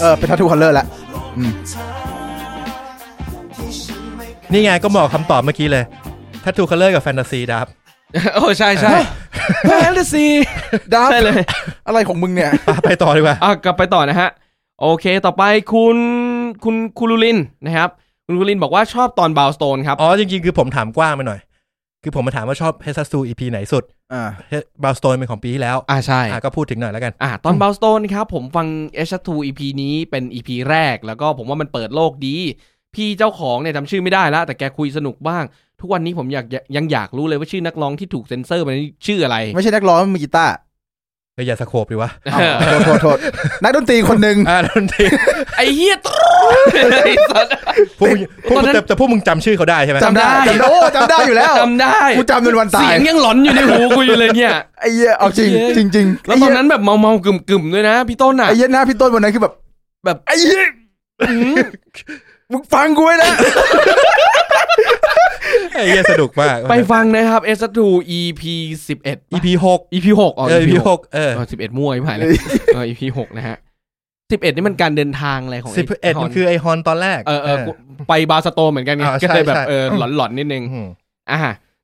Speaker 3: เออเป็นทัตทูคัลเลอร์ละ
Speaker 1: นี่ไงก็บอกคำตอบเมื่อกี้เลยทัตทูคัลเลอร์กับแฟนตาซีดับ
Speaker 2: โอ้ใช่ใช่แฟนตาซี
Speaker 3: ดาบ
Speaker 2: ใช่เลย
Speaker 3: อะไรของมึงเนี่ย
Speaker 1: ไปต่อดีกว่า
Speaker 2: อ่ะกลับไปต่อนะฮะ โอเคต่อไปคุณคุณคุณลูลินนะครับ คุณลูลินบอกว่าชอบตอนบาวสโตนครับ
Speaker 1: อ๋อ จริงๆ คือผมถามกว้างไปหน่อย คือผมมาถามว่าชอบเฮซัสซูอีพีไหนสุด
Speaker 3: อ่า
Speaker 1: บาสโตนเป็นของปีที่แล้ว
Speaker 2: อ่าใช่
Speaker 1: อ่ะก็พูดถึงหน่อยแล้วกัน
Speaker 2: อ่าตอนบาวสโตนครับผมฟัง H2 EP นี้เป็น EP แรกแล้วก็ผมว่ามันเปิดโลกดี พี่เจ้าของเนี่ยจำชื่อไม่ได้ละแต่แกคุยสนุกบ้าง ทุกวันนี้ผมอยากยังอยากรู้เลยว่าชื่อนักร้องที่ถูกเซ็นเซอร์มันชื่ออะไร
Speaker 3: ไม่ใช่นักร้องมือกีตาร์
Speaker 1: เฮ้ยอย่าสโคบดี วะ
Speaker 3: อ้าวโทษโทษโทษนักดนตรีคนหนึ่ง
Speaker 1: อ่าดนต รี
Speaker 2: ไอ้เฮีย ตรไอ้สัส
Speaker 1: พวกมึงพวก
Speaker 2: ตอน
Speaker 1: มึ
Speaker 2: นั้น
Speaker 1: งแต่แต่พวกมึงจำชื่อเขาได้ใช่ไหม
Speaker 3: จำได้จำได้โอ้จำได้อยู่แล้ว
Speaker 2: จำได้
Speaker 3: กูจำจนวันตา
Speaker 2: เสี
Speaker 3: ย
Speaker 2: ยงยังหลอนอยู่ในหูกูอยู่เลยเนี่ย
Speaker 3: ไอ้เหี้ยเอาจริง
Speaker 2: ไอ้เหี้
Speaker 3: จริ
Speaker 2: ย
Speaker 3: งจริง
Speaker 2: แล้วตอนนั้นแบบเมาเมากึ่มกึ่มๆด้วยนะพี่ต้นอ่ะ
Speaker 3: ไอ้เหี้ยหน้าพี่ต้นวันนั้นคือแบบ
Speaker 2: แบบ
Speaker 3: ไอ้เหี้ยมึงฟังกูไว้นะ
Speaker 1: ไอ้เหี้ยสนุกมาก
Speaker 2: ไปฟังนะครับ S2 EP 11
Speaker 1: อีพีหก
Speaker 2: EP 6อ๋อ
Speaker 1: เออ
Speaker 2: EP
Speaker 1: อีพีห
Speaker 2: 6
Speaker 1: กเออ
Speaker 2: อ๋อ11มั่วไอ้ผ่านเลยเออ EP 6นะฮะ11นี่มันการเดินทางอะไรของ
Speaker 1: สิบเอ็ด
Speaker 2: ไฮ
Speaker 1: มันคือไอฮอนตอนแรก
Speaker 2: เออเออกูไปบาร์สโตนเหมือนกันไง
Speaker 1: อ่า
Speaker 2: ก็
Speaker 1: ใช่
Speaker 2: เลยแบบ
Speaker 1: ใช่
Speaker 2: เออหลอนหลอนๆนิดนึง
Speaker 1: ม
Speaker 2: อ่า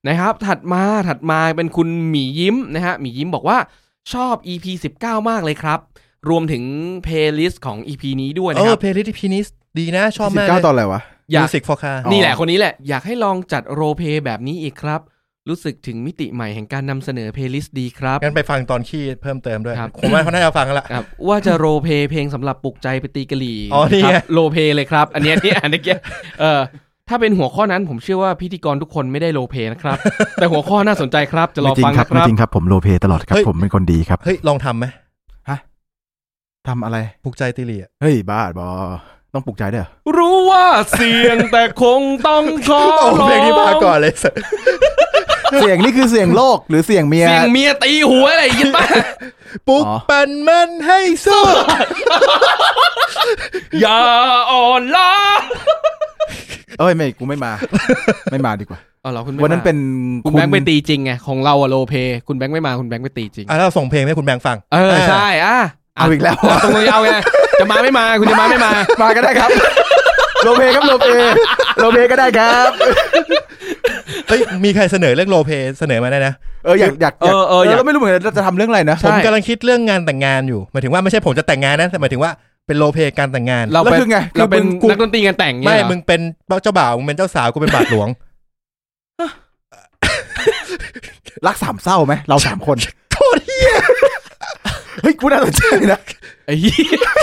Speaker 2: นะครับถัดมาถัดมาเป็นคุณหมียิ้มนะฮะหมียิ้มบอกว่าชอบ EP 19 มากเลยครับ รวมถึงเพลย์ลิสต์ของ EP นี้ด้วย
Speaker 1: เอ
Speaker 2: นะค
Speaker 1: อ
Speaker 2: รับ
Speaker 1: เพลย์ลิสต์พีนิสดีนะ ชอบ
Speaker 3: สิบ
Speaker 1: มาก
Speaker 3: เก้าตอนอะไรวะ
Speaker 2: อยาก
Speaker 1: มิวสิกฟอร์คา
Speaker 3: อ๋อ
Speaker 2: นี่แหละคนนี้แหละ อยากให้ลองจัดโรลเพลย์แบบนี้อีกครับ รู้สึกถึงมิติใหม่แห่งการนำเสนอเพลย์ลิสต์ดีครับ
Speaker 1: งั้นไปฟังตอนขี้เพิ่มเติมด้วย
Speaker 2: ครับ
Speaker 1: ผมว่าเขาน่าจะฟังกันละ
Speaker 2: ครับ ว่าจะโรลเพลย์เพลงสำหรับปลุกใจไปตีกะหรี่
Speaker 1: อ๋อนี่ไง
Speaker 2: ครับโรลเพลย์เลยครับ อันเนี้ยที่อ่านเมื่อกี้เออถ้าเป็นหัวข้อนั้นผมเชื่อว่าพิธีกรทุกคนไม่ได้โรลเพลย์ นะครับ แต่หัวข้อน่าสนใจครับ จะรอฟังนะครับ
Speaker 3: โลเปตลอดครับ
Speaker 1: เฮ้ย
Speaker 3: ผมเป็นคนดีครับ
Speaker 1: เฮ้ย ลองทำไหม
Speaker 3: ทำอะไร
Speaker 1: ปลุกใจติลีอ่ะ
Speaker 3: เฮ้ยบ้าบอต้องปลุกใจด้วยเหรอ
Speaker 2: รู้ว่าเสียงแต่คงต้องขอ
Speaker 1: โอ้
Speaker 2: ร้อง
Speaker 1: เพลงนี้มาก่อนเลย
Speaker 3: เสียงนี่คือเสียงโลกหรือเสียงเมีย
Speaker 2: เสียงเมียตีหัวอะไรอยินป่ ะ
Speaker 1: ปลุก
Speaker 3: อ๋อ
Speaker 1: ปั่นมันให้สู้
Speaker 2: อย่าอ่อนล้า
Speaker 3: เอ้ยไม่กูไม่มา ไม่มาดีกว่า
Speaker 2: อ๋อเหรอคุณไม่
Speaker 3: วันนั้น
Speaker 2: มา
Speaker 3: เป็น
Speaker 2: คุณแบงค์ไปตีจริงไงของเราอะโลเปคุณแบงค์ไม่มาคุณแบงค์ไปตีจริง
Speaker 1: อ่ะแล้วเราส่งเพลงให้คุณแบงค์ฟัง
Speaker 2: เออใช่อ่ะ
Speaker 3: เอาอีกแล้ว
Speaker 2: ตรงนี้เอาไงจะมาไม่มาคุณจะมาไม่มา
Speaker 3: มาก็ได้ครับ โลเปครับโลเปโลเปก็ได้ครับ
Speaker 1: เฮ้ย มีใครเสนอเรื่องโรลเพลย์เสนอมาได้นะ
Speaker 3: เอออยากอยาก
Speaker 2: เออเอออยาก
Speaker 3: เราไม่รู้เหมือนกันจะทำเรื่องอะไรนะ
Speaker 2: ใช่
Speaker 1: ผมกำลังคิดเรื่องงานแต่งงานอยู่หมายถึงว่าไม่ใช่ผมจะแต่งงานนะแต่หมายถึงว่าเป็นโรลเพลย์การแต่งงาน
Speaker 2: เรา
Speaker 3: แล้ว
Speaker 2: เป็น
Speaker 3: คือไงคือ
Speaker 2: เราเป็น
Speaker 3: มึงกู
Speaker 2: นักดนตรีงานแต่ง
Speaker 1: ไม่
Speaker 2: เงี้ยเหรอ
Speaker 1: มึงเป็นเจ้าบ่าว มึงเป็นเจ้าสาว กูเป็นบาทหลวง
Speaker 3: รักสามเศร้าไหมเราสามคน
Speaker 1: โทษเฮีย
Speaker 3: เฮ้ยกูน่าสนใจนะ
Speaker 2: ไอ้เหี้ย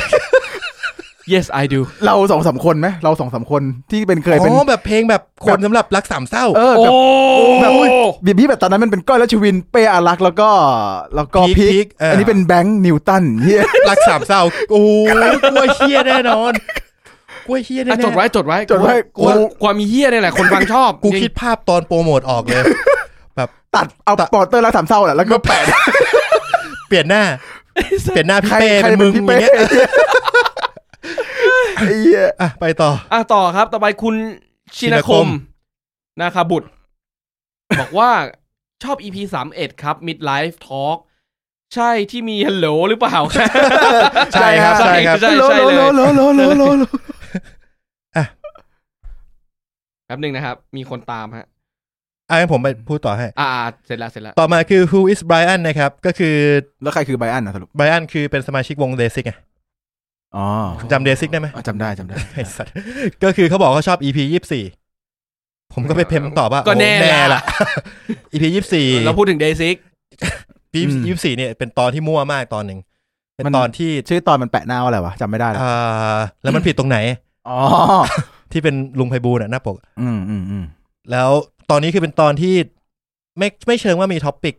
Speaker 2: yes I do
Speaker 3: เราสองสามคนไหมเราสองสามคนที่เป็นเคย
Speaker 1: อ๋
Speaker 3: เป็น
Speaker 1: อแบบเพลงแบบคนสำหรับรักสามเศร้า
Speaker 3: เออ
Speaker 2: โอ้
Speaker 3: แบบ แบบอุ๊ย บีบที่แบบตอนนั้นมันเป็นก้อยรัชวินเป้อารักษ์แล้วก็แล้วก็
Speaker 1: พี
Speaker 3: พี
Speaker 1: คพี
Speaker 3: ค
Speaker 1: คเอออั
Speaker 3: อันนี้เป็นแบงค์นิวตันเฮีย
Speaker 1: รักสามเศร้าโอ้ยกลัวเฮียแน่นอนกลัวเฮียแน่
Speaker 2: อ่ะ
Speaker 1: ๆ
Speaker 2: จดไว้จดไว้
Speaker 3: จนว่า
Speaker 2: กู
Speaker 3: กู
Speaker 2: ความมีเหี้ยเนี่ยแหละคนฟังชอบ
Speaker 1: กู
Speaker 2: จริง
Speaker 1: คิดภาพตอนโปรโมทออกเลย แบบ
Speaker 3: ตัดเอาปอเตอร์รักสามเศร้าแหละแล้วก็แปะ
Speaker 1: เปลี่ยนหน้า เปลี่ยนหน้าพี่
Speaker 3: ใคร
Speaker 1: เป้
Speaker 3: ใคร
Speaker 1: เป็นมึ
Speaker 3: เป็น
Speaker 1: งอ
Speaker 3: พี่
Speaker 1: ย่าง
Speaker 3: เป้
Speaker 1: เงี้ย
Speaker 3: ไอ้เหี้ย
Speaker 1: อ่ะไปต่อ
Speaker 2: อ่ะต่อครับ ต่อไปคุณชินคม
Speaker 1: ชินค
Speaker 2: นาคาบุตร บอกว่าชอบ EP สามเอ็ดครับ Mid Life Talk ใช่ที่มีฮัลโหลหรือเปล่า
Speaker 1: ใช่ครับใช่ครับ
Speaker 2: ใช่
Speaker 3: โล
Speaker 2: ใช่
Speaker 3: โล
Speaker 2: เลย
Speaker 3: โลโลโลโลโลโล
Speaker 2: แป๊บหนึ่งนะครับ มีคนตามฮะ
Speaker 1: อ่ะงั้นผมไปพูดต่อให้
Speaker 2: อ่า เสร็จแล้วเสร็จแล้ว
Speaker 1: ต่อมาคือ Who is Brian นะครับ ก็คือ
Speaker 3: แล้วใครคือไบอันนะสรุป
Speaker 1: ไบรอันคือเป็นสมาชิกวงเดซิกไง
Speaker 3: อ๋อ
Speaker 1: จำเดซิกได้ไหม
Speaker 3: อ่ะจำได้จำได้
Speaker 1: ไอ้สัตว์ก็คือเขาบอกเขาชอบ EP ยี่สี่ผมก็ไปเพมตอบว่า
Speaker 2: ก็แน่
Speaker 1: โอ้
Speaker 2: ล่ะ
Speaker 1: ละ EP ยี่สี่
Speaker 2: เราพูดถึงเดซิก
Speaker 1: ปี
Speaker 3: อืม
Speaker 1: ยี่สี่เนี่ยเป็นตอนที่มั่วมากตอนหนึ่ง เป็น
Speaker 3: มัน
Speaker 1: ตอนที่
Speaker 3: ชื่อตอนมันแปะหน้าว่าอะไรวะจำไม่ได้แล้ว
Speaker 1: อ่าแล้วมันผิดตรงไหน
Speaker 3: อ๋อ
Speaker 1: ที่เป็นลุงไพบูลย์น่ะหน้าปก
Speaker 3: อืมอืมอืม
Speaker 1: แล้วตอนนี้คือเป็นตอนที่ไม่ไม่เชิงว่ามีท็อปปิก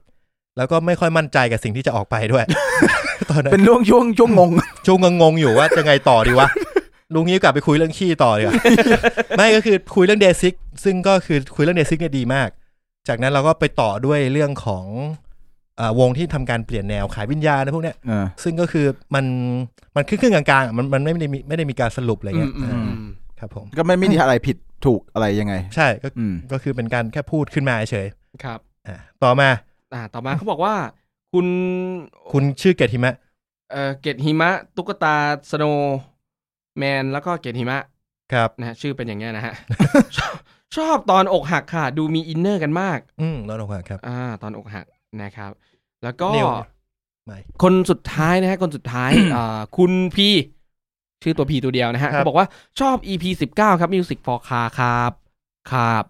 Speaker 1: แล้วก็ไม่ค่อยมั่นใจกับสิ่งที่จะออกไปด้วย ตอนนั้
Speaker 3: เป็น
Speaker 1: น
Speaker 3: เรื่องช่วงช่วงงง
Speaker 1: ช่วงงงๆอยู่ว่าจะไงต่อดีวะ ลุงนี้กลับไปคุยเรื่องขี้ต่อ ดีกว่า ไม่ก็คือคุยเรื่องเดซิกซึ่งก็คือคุยเรื่องเดซิกเนี่ยดีมาก จากนั้นเราก็ไปต่อด้วยเรื่องของเออวงที่ทำการเปลี่ยนแนวขายวิญญาณนะพวกเนี้ย
Speaker 3: เออ
Speaker 1: ซึ่งก็คือมันมันครึ่งๆกลางๆอ่ะมันมันไม่ได้มีไม่ได้มีการสรุปอะไรเงี้ย
Speaker 2: อืมอืมอืม
Speaker 1: ครับผม
Speaker 3: ก็ไม่ไม่มีอะไรผิดถูกอะไรยังไง
Speaker 1: ใช่ก็
Speaker 3: อืม
Speaker 1: ก็คือเป็นการแค่พูดขึ้นมาเฉย
Speaker 2: ครับ
Speaker 1: ๆอ่ะต่อมา
Speaker 2: อ่าต่อมาเขาบอกว่า คุณ
Speaker 1: คุณชื่อเกยรติมะ
Speaker 2: เอ่อเกตหิมะ ตุ๊กตาสโนแมนแล้วก็เกตหิมะ
Speaker 1: ครับ
Speaker 2: นะฮะชื่อเป็นอย่างเงี้ยนะฮ ะ ชอบชอบตอนอกหักค่ะ ดูมีอินเนอร์กันมาก
Speaker 1: อืมน้องนกหักครับ
Speaker 2: อ่า ตอนอกหักนะครับ แล้วก็
Speaker 1: นิวไม่
Speaker 2: คนสุดท้ายนะฮะคนสุด ท้าย อ่าคุณพีชื่อตัวพีตัวเดียวนะฮะ
Speaker 1: ครับ
Speaker 2: เขาบอกว่าชอบ EP สิบเก้าครับ Music for Car ครับครับ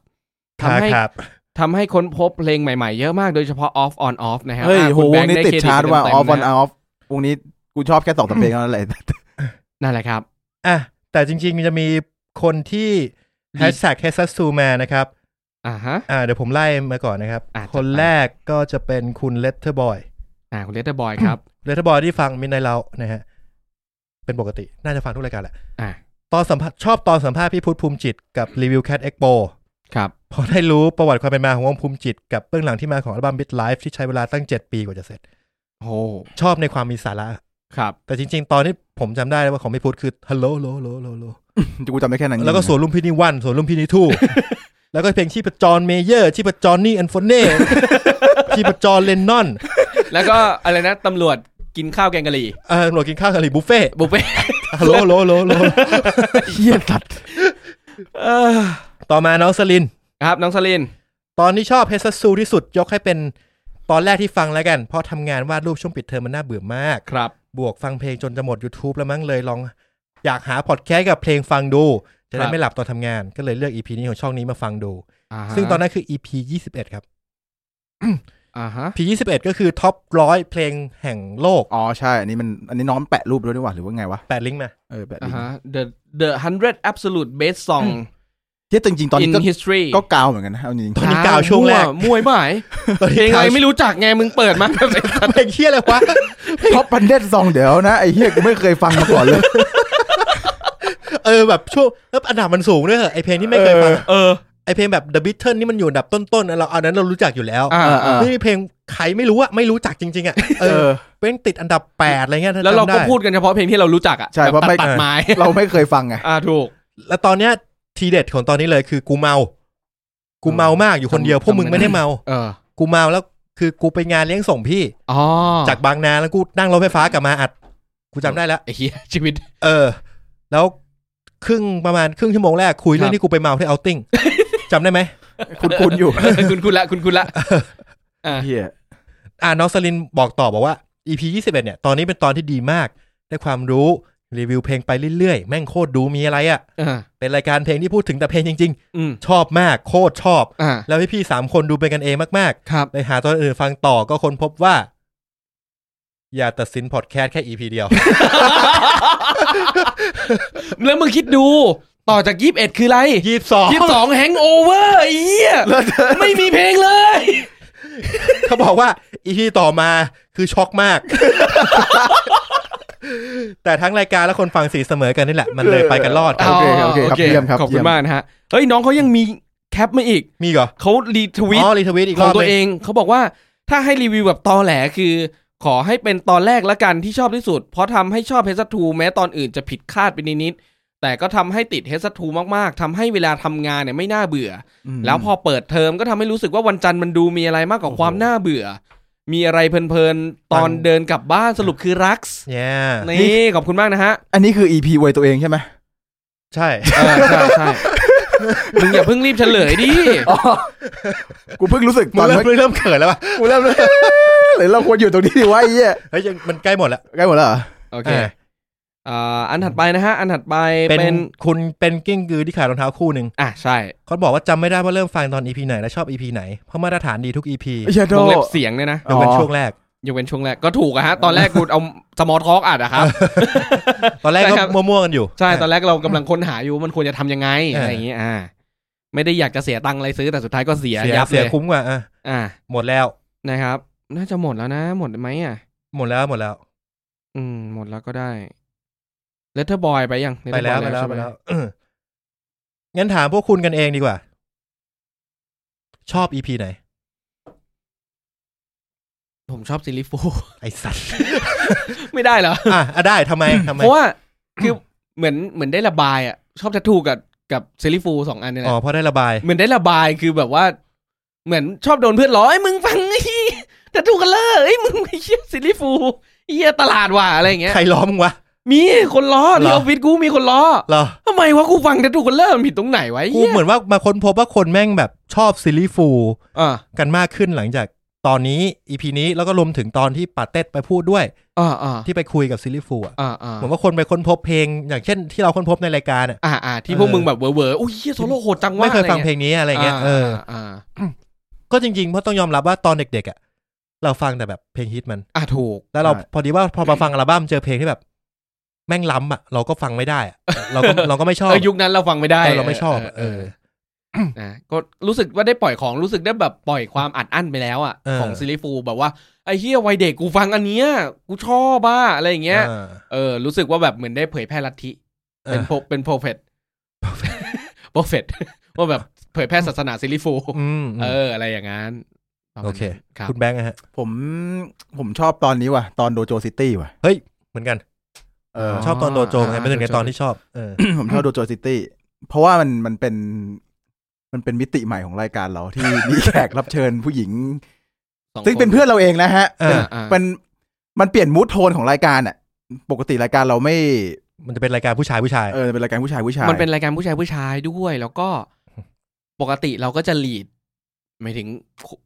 Speaker 2: ทำให้
Speaker 1: ครับ
Speaker 2: ทำให้ค้นพบเพลงใหม่ๆ เยอะมากโดยเฉพาะ off on off นะฮะ
Speaker 3: เฮ้ย
Speaker 2: อ่า
Speaker 3: โห
Speaker 2: คุณ
Speaker 3: ว
Speaker 2: แบ
Speaker 3: ง
Speaker 2: ค์
Speaker 3: นี้
Speaker 2: ไ
Speaker 3: ติดชาร์จว่า
Speaker 2: เคดิต
Speaker 3: off
Speaker 2: เต็
Speaker 3: on
Speaker 2: มๆนะฮะ
Speaker 3: off วงนี้กูชอบแค่สองสามเพลงเท่านั้นแหละ
Speaker 2: นั่นแหละครับ
Speaker 1: อ่ะ แต่จริงๆ จะมีคนที่
Speaker 2: ดี
Speaker 1: แฮชแท็กเฮซัสซูมานะครับ
Speaker 2: อ่าฮะ
Speaker 1: อ่า เดี๋ยวผมไล่มาก่อนนะครับ
Speaker 2: อ่ะ
Speaker 1: คนแรกก็จะเป็นคุณเลตเทอร์บอย
Speaker 2: อ่าคุณเลตเตอร์บอยครับ
Speaker 1: เลตเทอร์บอยที่ฟังมินในเรานะฮะ เป็นปกติ น่าจะฟังทุกรายการแหละ
Speaker 2: อ่า
Speaker 1: ตอนสัมภาษณ์ชอบตอนสัมภาษณ์พี่พุทธภูมิจิตกับรีวิวแค t เอ็กโป
Speaker 2: ครับ
Speaker 1: พอได้รู้ประวัติความเป็นมาของวงภูมิจิต กับเบื้องหลังที่มาของอัลบั้มบิทไลฟ์ที่ใช้เวลาตั้ง 7 ปีกว่าจะเสร็จ
Speaker 2: โห
Speaker 1: ชอบในความมีสาระ
Speaker 2: ครับ
Speaker 1: แต่จริง ๆ ตอนที่ผมจำได้ว่าของพี่พุทธคือฮัลโหลโหลโหลโหลโหล
Speaker 3: กูจำได้แค่นั้นจริงๆ
Speaker 1: แล้วก็สวนลุมพินีวันสวนลุมพินี ทูแล้วก็เพลงชีพจรเมเยอร์ชีพจรนี่แอนโฟเน่ ชีพจรเลนนอน
Speaker 2: แล้วก็ อะไรนะตำรวจกินข้าวแกงกะหรี่
Speaker 1: เออหนวดกินข้าวกับหลีบุฟเฟ่
Speaker 2: บุฟเฟ่
Speaker 1: ฮัลโหลโหลโหลโหล
Speaker 3: เฮี้ยสัตว์
Speaker 2: เออ
Speaker 1: ต่อมาน้องสลิน
Speaker 2: ครับน้องสลิน
Speaker 1: ตอนที่ชอบเฮซัสซูที่สุดยกให้เป็นตอนแรกที่ฟังแล้วกัน เพราะทำงานวาดรูปช่วงปิดเทอมมันน่าเบื่อมาก
Speaker 2: ครับ
Speaker 1: บวกฟังเพลงจนจะหมด YouTube แล้วมั้งเลยลอง อยากหาพอดแคสต์กับเพลงฟังดู จะ
Speaker 2: ค
Speaker 1: ได้
Speaker 2: รับ
Speaker 1: ไม่หลับตอนทำงาน ก็เลยเลือก EP นี้ของช่องนี้มาฟังดู
Speaker 2: อ่าฮะ
Speaker 1: ซึ่งตอนนั้นคือ EP 21ครับ
Speaker 2: อ่าฮะ
Speaker 1: EP 21ก็คือท็อปร้อยเพลงแห่งโลก
Speaker 3: อ๋อใช่ อันนี้มันอันนี้น้องแปะรูปด้วยดีกว่าหรือว่าไงวะ
Speaker 1: แปดลิงก์มา
Speaker 3: เออแปะ
Speaker 2: อ่า
Speaker 3: ลิง
Speaker 2: ฮะ
Speaker 3: ก์
Speaker 2: the the hundred absolute best song
Speaker 3: เฮี้ยจริงๆ ตอนนี้
Speaker 2: in
Speaker 3: ก็
Speaker 2: history
Speaker 3: ก็กาวเหมือนกันนะเอาจริง
Speaker 1: ตอนนี้กาวช่วงแรก
Speaker 2: มวยบ่ายเพลงอะไรไม่รู้จักไงมึงเปิดมา
Speaker 1: เพลงเฮี้ยอะไรวะ
Speaker 3: ๆท็อปพันเด็ดซองเดี๋ยวนะ ไอ้เฮี้ยกูไม่เคยฟังมาก่อนเลย
Speaker 1: เออแบบช่วงแล้วอันดับมันสูงด้วยเหรอไอเพลงที่ไม่เคยฟัง
Speaker 2: เออ
Speaker 1: ไอเพลงแบบ The Beatles นี่มันอยู่อันดับต้นๆนะเราอันนั้นเรารู้จักอยู่แล้ว
Speaker 2: อ่า
Speaker 3: เออ
Speaker 1: นี่เพลงใครไม่รู้อะไม่รู้จักจริง ๆอะเอ
Speaker 3: เอ
Speaker 1: อ
Speaker 3: อ
Speaker 1: เป็นติดอันดับแปดอะไรเงี้ยถ้
Speaker 2: แล้วเรา
Speaker 1: จำไ
Speaker 2: ก็พูดกันเฉพาะเพลงที่เรารู้จักอ่ะ
Speaker 3: ใช่เพราะ
Speaker 2: แบบ
Speaker 3: ไม่
Speaker 2: ตัดไม้
Speaker 3: เราไม่เคยฟังไง
Speaker 2: อ่าถูก
Speaker 1: แล้วตอนเนี้ยทีเด็ดของตอนนี้เลยคือกูเมา กูเมามากอยู่คนเดียว
Speaker 2: จำ
Speaker 1: พวกมึงไม่ได้
Speaker 2: จำไม่ได้
Speaker 1: เมา
Speaker 2: เออ
Speaker 1: กูเมาแล้วคือกูไปงานเลี้ยงส่งพี่
Speaker 2: อ๋อ
Speaker 1: จากบางนาแล้วกูนั่งรถไฟฟ้ากลับมาอัด กูจำได้แล้ว
Speaker 2: ไอ้เหี้ยชีวิต
Speaker 1: เออ แล้วครึ่งประมาณครึ่งชั่วโมงแรกคุยเรื่องที่กูไปเมาที่เอาติ้ง จำได้ไหม
Speaker 3: คุณคุณ อยู่
Speaker 2: คุณคุณละคุณคุณละอ่า
Speaker 3: เฮี้ย
Speaker 1: อ่าน้องสลินบอกต่อบอกว่า EP 21เนี่ย ตอนนี้เป็นตอนที่ดีมาก ได้ความรู้รีวิวเพลงไปเรื่อยๆ แม่งโคตรดูมีอะไรอะ่ะ
Speaker 2: อ่า
Speaker 1: เป็นรายการเพลงที่พูดถึงแต่เพลงจริง
Speaker 2: อืม
Speaker 1: ๆ ชอบมากโคตรชอบ
Speaker 2: อ่า
Speaker 1: แล้วพี่ๆสามคนดูเป็นกันเองมาก
Speaker 2: ครับ
Speaker 1: ๆเลยหาตอนอื่นฟังต่อก็ค้นพบว่า อย่าตัดสินพอดแคสต์แค่ EP เดียว
Speaker 2: แล้วมึงคิดดูต่อจากยี่สิบเอ็ดคืออะไร
Speaker 1: ยี่สิบสอง
Speaker 2: ยี่สิบสองแฮงโอเวอร์เอียไม่มีเพลงเลย
Speaker 1: เขาบอกว่า EP ต่อมาคือช็อกมาก แต่ทั้งรายการและคนฟังสีเสมอกันนี่แหละ มันเลยไปกันรอดค
Speaker 3: า
Speaker 1: รับ
Speaker 3: โเคครับโอเคครับเยี่ยมครับ
Speaker 2: ขอบคุณ
Speaker 3: เยี่ยม
Speaker 2: มากนะฮะ เฮ้ยน้องเขายังมีแคปมาอีก
Speaker 1: มีเหรอ
Speaker 2: เขารีทวิต
Speaker 1: อ๋อรีทวิตอีก
Speaker 2: ข
Speaker 1: ร
Speaker 2: อง
Speaker 1: อบ
Speaker 2: ตัว
Speaker 1: ห
Speaker 2: เอ
Speaker 1: นึ่
Speaker 2: งเขาบอกว่าถ้าให้รีวิวแบบตอแหลคือ ขอให้เป็นตอนแรกละกันที่ชอบที่สุด เพราะทำให้ชอบเฮสทูแม้ตอนอื่นจะผิดคาดไปนิดๆแต่ก็ทำให้ติดเฮสทูมากๆทำให้เวลาทำงานเนี่ยไม่น่าเบื่อ แล้วพอเปิดเทอมก็ทำให้รู้สึกว่าวันจันทร์มันดูมีอะไรมากกว่าความน่าเบื่อ มีอะไรเพลินๆ ตอนเดินกลับบ้านสรุปคือรักส์
Speaker 1: เนี่ย
Speaker 2: นี่ขอบคุณมากนะฮะ
Speaker 3: อันนี้คือ EP ไวยตัวเองใช่ไหม
Speaker 1: ใช่
Speaker 2: เออใช่ใช่มึงอย่าเพิ่งรีบเฉลยดิ
Speaker 3: อ๋อกูเพิ่ง รู้สึกต
Speaker 1: มึ
Speaker 3: องน
Speaker 1: เริ่ม
Speaker 3: เมื่อ
Speaker 1: เริ่มเขินแล้วป่ะ
Speaker 3: กูเริ่มเลยหรือเราควรอยู่ตรงนี้ดีวะไอ้เฮี้ย
Speaker 1: เฮ้ยยังมันใกล้หมดแล้ว
Speaker 3: ใกล้หมดแล้วเหรอ
Speaker 2: โอเค
Speaker 1: อ่า
Speaker 2: อ่าอันถัดไปนะฮะ อันถัดไป
Speaker 1: เป็น
Speaker 2: เป็น
Speaker 1: คุณเป็นกิ้งกือที่ขายรองเท้าคู่หนึ่ง
Speaker 2: อ่ะใช่
Speaker 1: เขาบอกว่าจำไม่ได้ว่าเริ่มฟังตอนอีพีไหนและชอบอีพีไหน เพราะมาตรฐานดีทุกอีพี
Speaker 3: เหี้ยโด
Speaker 2: วงเล็บเสียงเนี่ยนะ
Speaker 1: ยกเป็น
Speaker 3: อ๋อ
Speaker 1: ช่วงแรก
Speaker 2: ยกเว้นช่วงแรกก็ถูกอะฮะ ตอนแรกกูเอาสมอลท็อกอัดอะครับ
Speaker 1: ตอนแรกก็
Speaker 2: ใช่ครับ
Speaker 1: มั่วๆกันอยู่
Speaker 2: ใช่ ตอนแรกเรากำลังค้นหาอยู่ว่ามันควรจะทำยังไงอะไรอย่างงี้อ่า ไม่ได้อยากจะเสียตังค์อะไรซื้อแต่สุดท้ายก็เสีย
Speaker 1: เสีย
Speaker 2: ยับ
Speaker 1: เสี
Speaker 2: เลย ย
Speaker 1: คุ้มกว่าอ่ะ
Speaker 2: อ่า
Speaker 1: หมดแล้ว
Speaker 2: นะครับ น่าจะหมดแล้วนะ หมดไหมอ่ะ
Speaker 1: หมดแล้วหมดแล้ว
Speaker 2: อืม หมดแล้วก็ได้เลเทอร์บอยไปยัง Letter
Speaker 1: ไปแล้ว
Speaker 2: Boy
Speaker 1: ไปแล้ว
Speaker 2: ใช่ห
Speaker 1: ไป
Speaker 2: ม
Speaker 1: แล้วเออ งั้นถามพวกคุณกันเองดีกว่า ชอบอีพีไหน
Speaker 2: ผมชอบซิลิโฟ
Speaker 1: ไอสัตว์
Speaker 2: ไม่ได้เหรอ
Speaker 1: อ่ะอ่ะได้ทำไมทำไม
Speaker 2: เพราะว่า คือเหมือนเหมือนได้ระบายอ่ะ ชอบทัตทูกับกับซิลิฟูสองอันเนี่ยแห
Speaker 1: อ๋อ
Speaker 2: ละ
Speaker 1: เพราะได้ระบาย
Speaker 2: เหมือนได้ระบายคือแบบว่า เหมือนชอบโดนเพื่อนล้อไอ้ยมึงฟังไอ้ ทัตทูกันเลยไอ้ยมึงไอ้เชี่ยซิลิฟูไอ้เหี้ยตลาดว่ะอะไรอย่างเงี้ย
Speaker 1: ใครล้อมึงวะ
Speaker 2: มีคนล้อ
Speaker 1: เหรอ
Speaker 2: ที่ออฟฟิศกูมีคนล้อ
Speaker 1: เหรอ
Speaker 2: ทำไมวะกูฟังทัตทูกันเลยมันผิดตรงไหนไวะไอ้
Speaker 1: กู
Speaker 2: เหี้ย
Speaker 1: เหมือนว่ามาค้นพบว่าคนแม่งแบบชอบซีรีส์ฟูล
Speaker 2: อ่า
Speaker 1: กันมากขึ้นหลังจากตอนนี้อีพีนี้แล้วก็รวมถึงตอนที่ปาเต็ดไปพูดด้วย
Speaker 2: อ่าอ่า
Speaker 1: ที่ไปคุยกับซีรีส์ฟูลอ่ะ
Speaker 2: อ่าอ่า
Speaker 1: เหมือนว่าคนไปค้นพบเพลง อย่างเช่นที่เราค้นพบในรายการอ่ะ
Speaker 2: อ่าอ่าที่พวก
Speaker 1: เออ
Speaker 2: มึงแบบเวอร์เวอร์อุ้ยเหี้ยโซโล่โหดจังวะ
Speaker 1: ไม่เคยฟังเพล
Speaker 2: อะ
Speaker 1: งนี้อะไร
Speaker 2: ไร
Speaker 1: เงี้ยเออ
Speaker 2: อ่าา
Speaker 1: ก็จริงๆเพราะต้องยอมรับว่าตอนเด็กๆอ่ะเราฟังแต่แบบเพลงฮิตมัน
Speaker 2: อ่าถูก
Speaker 1: แล้วเรา
Speaker 3: ใช่
Speaker 1: พอดีว่าพอมาฟังอัลบั้มเจอเพลงที่แบบ แม่งล้ำอ่ะ เราก็ฟังไม่ได้อ่ะเราก็ เราก็ไม่ชอบ
Speaker 2: เออยุคนั้นเราฟังไม่ได้
Speaker 1: เออเราไม่ชอบอะ
Speaker 2: เ
Speaker 1: เออ
Speaker 2: นะก็รู้สึกว่าได้ปล่อยของรู้สึกได้แบบปล่อยความอัดอั้นไปแล้วอ่ะ
Speaker 1: เออ
Speaker 2: ของซิลิฟูแบบว่าไอ้เฮียวัยเด็กกูฟังอันเนี้ยกูชอบบ้าอะไรอย่างเงี้ย
Speaker 1: ออ
Speaker 2: เออรู้สึกว่าแบบเหมือนได้เผยแพร่ลัทธิ
Speaker 1: เออ
Speaker 2: เป็นโพเป็นโปรเฟ ตโปรเฟตว่าแบบเผยแพร่ศาสนาซิลิฟู
Speaker 1: อืม
Speaker 2: เอออะไรอย่างนั้นประมาณนั้น
Speaker 1: โอเค
Speaker 2: ครับ
Speaker 1: คุณแบงค์อะฮะ
Speaker 3: ผมผมชอบตอนนี้ว่ะ ตอนโดโจซิตี้ว่ะ
Speaker 1: เฮ้ย เหมือนกัน
Speaker 3: เออ
Speaker 1: ชอบตอนโดโจไงเป็นหนึ่งในตอนที่ชอบเอ อ
Speaker 3: ผมชอบโดโจซิตี้เพราะว่ามันมันเป็น มันเป็นมิติใหม่ของรายการเราที่ มีแขกรับเชิญผู้หญิง
Speaker 2: สค
Speaker 3: ซึ่งเป็นเพื่อนเราเองนะฮะ
Speaker 1: เอ
Speaker 2: อ่า
Speaker 3: เป็น
Speaker 2: อ่า
Speaker 3: มันมันเปลี่ยนมูทโทนของรายการอ่ะ ปกติรายการเราไม่
Speaker 1: มันจะเป็นรายการผู้ชายผู้ชาย
Speaker 3: เออเป็นรายการผู้ชายผู้ชาย
Speaker 2: มันเป็นรายการผู้ชายผู้ชายด้วย แล้วก็ปกติเราก็จะลีดหมายถึง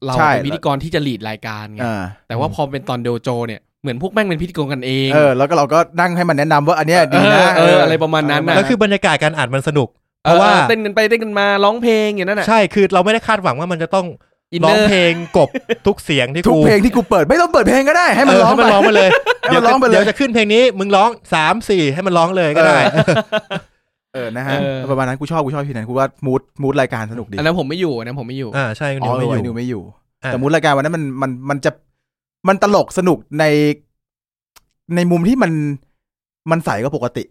Speaker 2: เราเป็นพิธีกรที่จะลีดรายการไง
Speaker 3: อ่า
Speaker 2: แต่ว่าพอเป็นตอนเดลโจเนี่ยเหมือนพวกแม่งเป็นพิธีกรกันเอง
Speaker 3: เออ แล้วก็เราก็นั่งให้มันแนะนำว่าอันเนี้ยดีนะ
Speaker 2: เอออะไรประมาณนั้นนะ
Speaker 1: แล้วคือบรรยากาศการอ่านมันสนุก เพราะว่า
Speaker 2: ออเต้นกันไปเต้นกันมาร้องเพลงอย่างนั้นอ่ะ
Speaker 1: ใช่ คือเราไม่ได้คาดหวังว่ามันจะต้อง
Speaker 2: อิน
Speaker 1: ร้
Speaker 2: เน
Speaker 1: อง
Speaker 2: อร์
Speaker 1: เพล งกบทุกเสียงที่
Speaker 3: ทุก
Speaker 1: กู
Speaker 3: เพลงที่กูเปิดไม่ต้องเปิดเพลงก็ได้ ให้มันร้อง
Speaker 1: เให้มันร้อง
Speaker 3: ไป
Speaker 1: มาเลย
Speaker 3: ให้
Speaker 1: เดี๋ยว
Speaker 3: มั
Speaker 1: น
Speaker 3: ร้องไปเลย
Speaker 1: เดี๋ยวจะขึ้นเพลงนี้ มึงร้องสามสี่ให้มันร้องเลยก็ได้
Speaker 3: เออนะฮะประมาณนั้นกูชอบกูชอบที่นั้นกูว่ามูดมูดรายการสนุกดี
Speaker 2: อันนั้นผมไม่อยู่อันนั้นผมไม่อยู่
Speaker 1: อ่าใช่คุณ
Speaker 3: อ๋
Speaker 1: นิว
Speaker 3: อ
Speaker 1: ไม่
Speaker 3: เออ
Speaker 1: อ
Speaker 3: นิ
Speaker 1: ยู่
Speaker 3: วไม่อยู่
Speaker 1: อ่ะ
Speaker 3: แต่มูดรายการวันนั้นมันมันมันจะมันตลกสนุกในในมุมที่มันมันใสก็ปกติ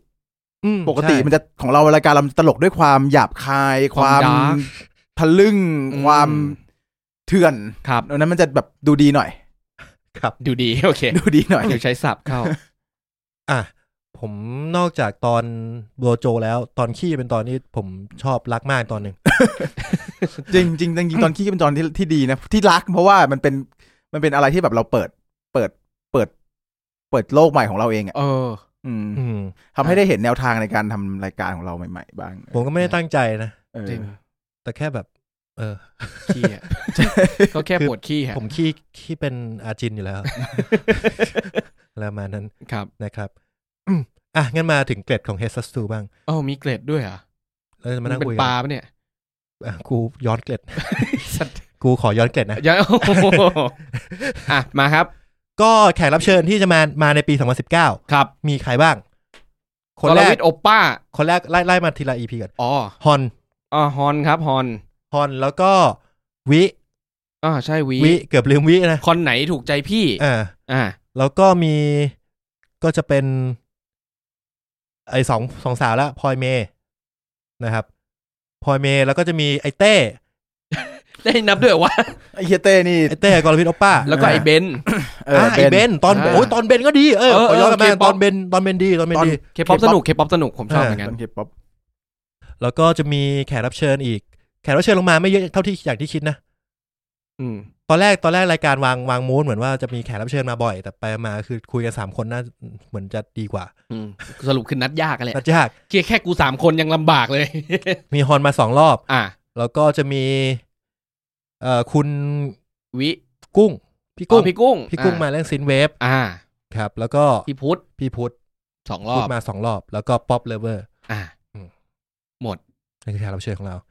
Speaker 1: อืม
Speaker 3: ปกติ
Speaker 1: ใช่
Speaker 3: มันจะของเรารายการเราตลกด้วยความหยาบคายค
Speaker 2: คาว
Speaker 3: วามม
Speaker 2: dark
Speaker 3: ทะลึ่ง
Speaker 2: อืม
Speaker 3: ความเถื่อน
Speaker 2: ครับ
Speaker 3: ดังนั้นมันจะแบบดูดีหน่อย
Speaker 2: ดูดี โอเค
Speaker 3: ดูดีหน่อย
Speaker 2: เดี๋ยวใช้สับ เข้า
Speaker 1: อ่ะผมนอกจากตอนโบโจแล้วตอนขี้เป็นตอนที่ผมชอบรักมากตอนหนึ่ง
Speaker 3: จริงจริงจริงตอนขี้ก็เป็นตอนที่ที่ดีนะ ที่รักเพราะว่ามันเป็นมันเป็นอะไรที่แบบเราเปิดเปิดเปิด เปิดโลกใหม่ของเราเองอ่ะ
Speaker 2: เออ
Speaker 3: อืม
Speaker 1: อืม
Speaker 3: ทำให้ได้เห็นแนวทางในการทำรายการของเราใหม่ ๆ บ้าง
Speaker 1: ผมก็ไม่ได้ตั้งใจนะ
Speaker 3: เออ
Speaker 2: จริง
Speaker 1: แต่แค่แบบ เออ
Speaker 2: ขี้อะก็แค่ปวดขี้ฮะ
Speaker 1: ผมขี้ขี้เป็นอาจินอ ยู่แล้ว แล้วมานั้น
Speaker 2: ครับ
Speaker 1: นะครับ อืมอ่ะ งั้นมาถึงเกร็ดของเฮสัสตูบ้าง
Speaker 2: เอ้ามีเกรดด้วยเหรอ่ะ
Speaker 1: เราจะ
Speaker 2: มั
Speaker 1: มาน นั่ง
Speaker 2: เป็
Speaker 1: คุ
Speaker 2: น
Speaker 1: ย
Speaker 2: ป
Speaker 1: กั
Speaker 2: ลาน ปะเนี่ย
Speaker 1: อ่ะกูย้อนเกร็ด
Speaker 2: สัตว์
Speaker 1: กูขอย้อนเกร็ดนะ
Speaker 2: อย่าโอ้โหอ่ะมาครับ
Speaker 1: ก็แขกรับเชิญที่จะมามาในปี
Speaker 2: ครับ
Speaker 1: 2019 มีใครบ้าง คน
Speaker 2: ว
Speaker 1: แร
Speaker 2: ร
Speaker 1: ก
Speaker 2: วิทย์โอป้า
Speaker 1: คนแรกไล่ไล่มาทีละอีพีก่อน
Speaker 2: อ๋อ
Speaker 1: ฮอน
Speaker 2: อ๋อฮอนครับฮอน
Speaker 1: ฮอนแล้วก็วิ
Speaker 2: อ๋อใช่วี
Speaker 1: วิเกือบลืมวินะ
Speaker 2: คอนไหนถูกใจพี่
Speaker 1: อ่า
Speaker 2: อ่า
Speaker 1: แล้วก็มีก็จะเป็น ไอสองสองสาวละพลอยเมย์นะครับพลอยเมย์แล้วก็จะมีไอเต้
Speaker 2: ได้นับด้วยเหรอวะ
Speaker 3: ไอเฮียเต้นี่
Speaker 1: ไอเต้กอลพิษโอป้า
Speaker 2: แล้วก็ไอ้เบน
Speaker 3: เออ
Speaker 1: ไอเบนตอน
Speaker 2: อ่า
Speaker 1: โอ้ยตอนเบนก็ดีเออ
Speaker 2: เออ
Speaker 1: ขอย้อนกลับมา
Speaker 2: เออ K-pop
Speaker 1: ตอนเบนตอนเบนดีตอนเบนดี
Speaker 2: เคป๊อปสนุกเคป๊อปสนุกผมชอบ
Speaker 1: เออ
Speaker 2: เหมือนกัน
Speaker 3: เป็นเคป๊อป
Speaker 1: แล้วก็จะมีแขกรับเชิญอีก แขกรับเชิญลงมาไม่เยอะเท่าที่อย่างที่คิดนะ
Speaker 2: อืม
Speaker 1: ตอนแรกตอนแรกรายการวางวางมูดเหมือนว่าจะมีแขกรับเชิญมาบ่อย แต่ไปมาคือคุยกันสามคนน่าเหมือนจะดีกว่า
Speaker 2: อืมสรุปคือนัดยากกันแหละ
Speaker 1: น่าจะยาก
Speaker 2: เคลียร์แค่กูสามคนยังลำบากเลย
Speaker 1: มีฮอนมาสองรอบ
Speaker 2: อ่ะ
Speaker 1: แล้วก็จะมี เอ่อคุณ
Speaker 2: วิ
Speaker 1: กุ้ง พี่
Speaker 2: กุ้
Speaker 1: กุ้
Speaker 2: ง
Speaker 1: ง
Speaker 2: พี่กุ้ง
Speaker 1: พี่กุ้ง
Speaker 2: อ่ะ
Speaker 1: มาเรื่องซินเวฟ
Speaker 2: อ่า
Speaker 1: ครับ แล้วก็
Speaker 2: พี่พุทธ
Speaker 1: พี่พุทธ
Speaker 2: สองรอ
Speaker 1: พูด
Speaker 2: บ
Speaker 1: มาสองรอบ แล้วก็ป๊อปเลเวอร์
Speaker 2: อ่ะหมด
Speaker 1: นี่คือแขกรับเชิญของเรา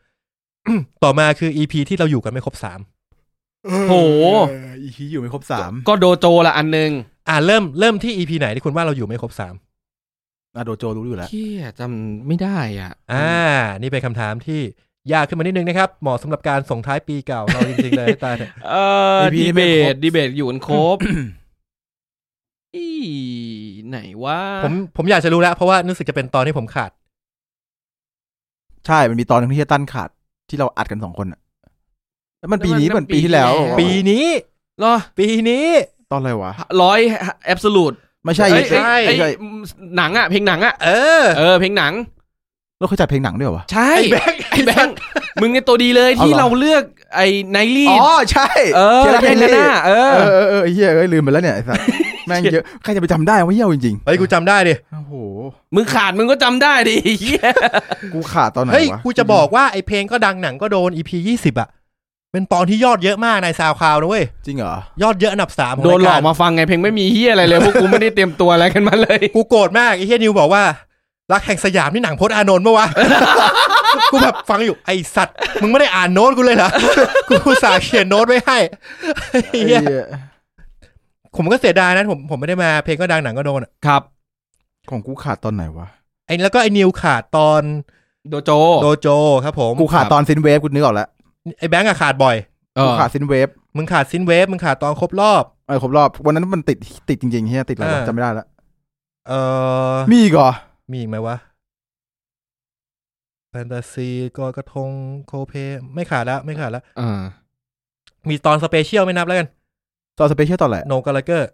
Speaker 1: ต่อมาคือ EP ที่เราอยู่กันไม่ครบสาม
Speaker 2: โห
Speaker 3: เอออีพีอยู่ไม่ครบสาม
Speaker 2: ก็โดโจละอันหนึง
Speaker 1: อ่าเริ่มเริ่มที่ EP ไหนที่คุณว่าเราอยู่ไม่ครบสาม
Speaker 3: อาโดโจรู้อยู่แล้ว
Speaker 2: เที่ยจำไม่ได้อ่ะ
Speaker 1: อ่า นี่เป็นคำถามที่ยากขึ้นมานิดนึงนะครับ เหมาะสำหรับการส่งท้ายปีเก่าเราจริงๆ เลยตาเนี่ย
Speaker 2: เออ
Speaker 3: EP
Speaker 2: ดี
Speaker 3: นี่
Speaker 2: เบ
Speaker 3: ไม่ครบ
Speaker 2: ตดีเบตอยู่กันครบ อีไหนว่า
Speaker 1: ผมผมอยากจะรู้แล้วเพราะว่ารู้สึกจะเป็นตอนที่ผมขาด
Speaker 3: ใช่มันมีตอนหนึงที่เฮียตั้นขาดที่เราอัดกันสองคนอะแล้วมันปีนี้เหมือนปีที่แล้ว
Speaker 1: ปีนี้
Speaker 2: เหรอ
Speaker 1: ปีนี้
Speaker 3: ตอนอะไรวะ
Speaker 2: ร้อยแอบสูต
Speaker 3: ไม่ใช่
Speaker 2: เอ้ย
Speaker 3: ไม่
Speaker 2: เอ้ยเอ้ย
Speaker 3: ใช่ไม่ใช่
Speaker 2: หนังอ่ะเพลงหนังอ่ะ
Speaker 1: เออ
Speaker 2: เออเพลงหนัง
Speaker 3: เราเคยจัดเพลงหนังด้วยเหรอวะ
Speaker 2: ใช่ไอ้แบงค์มึงในตัวดีเลยที่เราเลือกไอ้ไนลี่
Speaker 3: อ๋อใช่
Speaker 2: เออไน
Speaker 3: ที่ยร์เพลง
Speaker 2: ลี่
Speaker 3: นี้
Speaker 2: น่ะเอ
Speaker 3: เอ
Speaker 2: อ
Speaker 3: อเออเออไอ้เฮียเอ้ยลืมไปแล้วเนี่ยไอ้สัส แม่งเยอะใครจะไปจำได้วะเยี่ยวจริง
Speaker 1: เฮ้ยกูจำได้ดิ
Speaker 3: ๆโอ้โห
Speaker 2: มึงขาดมึงก็จำได้ดิไอ้เหี้ย
Speaker 3: กูขาดตอนไหน
Speaker 1: เฮ้ยว
Speaker 3: ะ
Speaker 1: กูจะบอกว่าไอเพลงก็ดังหนังก็โดน EP ยี่สิบอะเป็นตอนที่ยอดเยอะมากในซาวคลาวนะเว้ย
Speaker 3: จริงเหรอ
Speaker 1: ยอดเยอะอันดับสามขง
Speaker 2: โดนหลอก
Speaker 1: รยร
Speaker 2: มาฟังไงเพลงไม่มีเฮียอะไรเลยพวกกูไม่ได้เตรียมตัวอะไรกันมาเลย
Speaker 1: กูโกรธมากไอเฮียนิวบอกว่า รักแห่งสยามนี่หนังพจน์อานนท์ปะวะ กูแบบฟังอยู่ไอสัตว์ มึงไม่ได้อ่านโน้ตกูเลยเหรอ กูอุตสาห์เขียนโน้ตไว้ให้ไอ้เหี้ย
Speaker 3: ไอ้เหี้ย
Speaker 1: ผมก็เสียดายนะผมผมไม่ได้มาเพลงก็ดังหนังก็โดนอะ
Speaker 2: ครับ
Speaker 3: ของกูขาดตอนไหนวะ
Speaker 1: ไอแล้วก็ไอนิวขาดตอน
Speaker 2: โดโจ
Speaker 1: โดโจครับผม
Speaker 3: กูขาดตอนซินเวฟกูนึกออกแล้ว
Speaker 1: ไอแบงก์อะขาดบ่อย
Speaker 2: เอ
Speaker 3: กู
Speaker 2: อ
Speaker 3: ขาดซินเวฟ
Speaker 1: มึงขาดซินเวฟมึงขาดตอนครบรอบ
Speaker 3: เออครบรอบ วันนั้นมันติดติดจริงๆเฮียติดอะไรวะ
Speaker 1: เออ
Speaker 3: จำไม่ได้ละ
Speaker 1: เออ
Speaker 3: มีอีกเหรอ
Speaker 1: มีอีกไหมวะแฟนตาซีกอกระทงโคเพไม่ขาดแล้ว ไม่ขาดแล้ว
Speaker 2: เออ
Speaker 1: มีตอนสเปเชียลไม่นับแล้วกัน
Speaker 3: ตอนสเปเชียลตอนไหน
Speaker 1: โนกาลเกอร์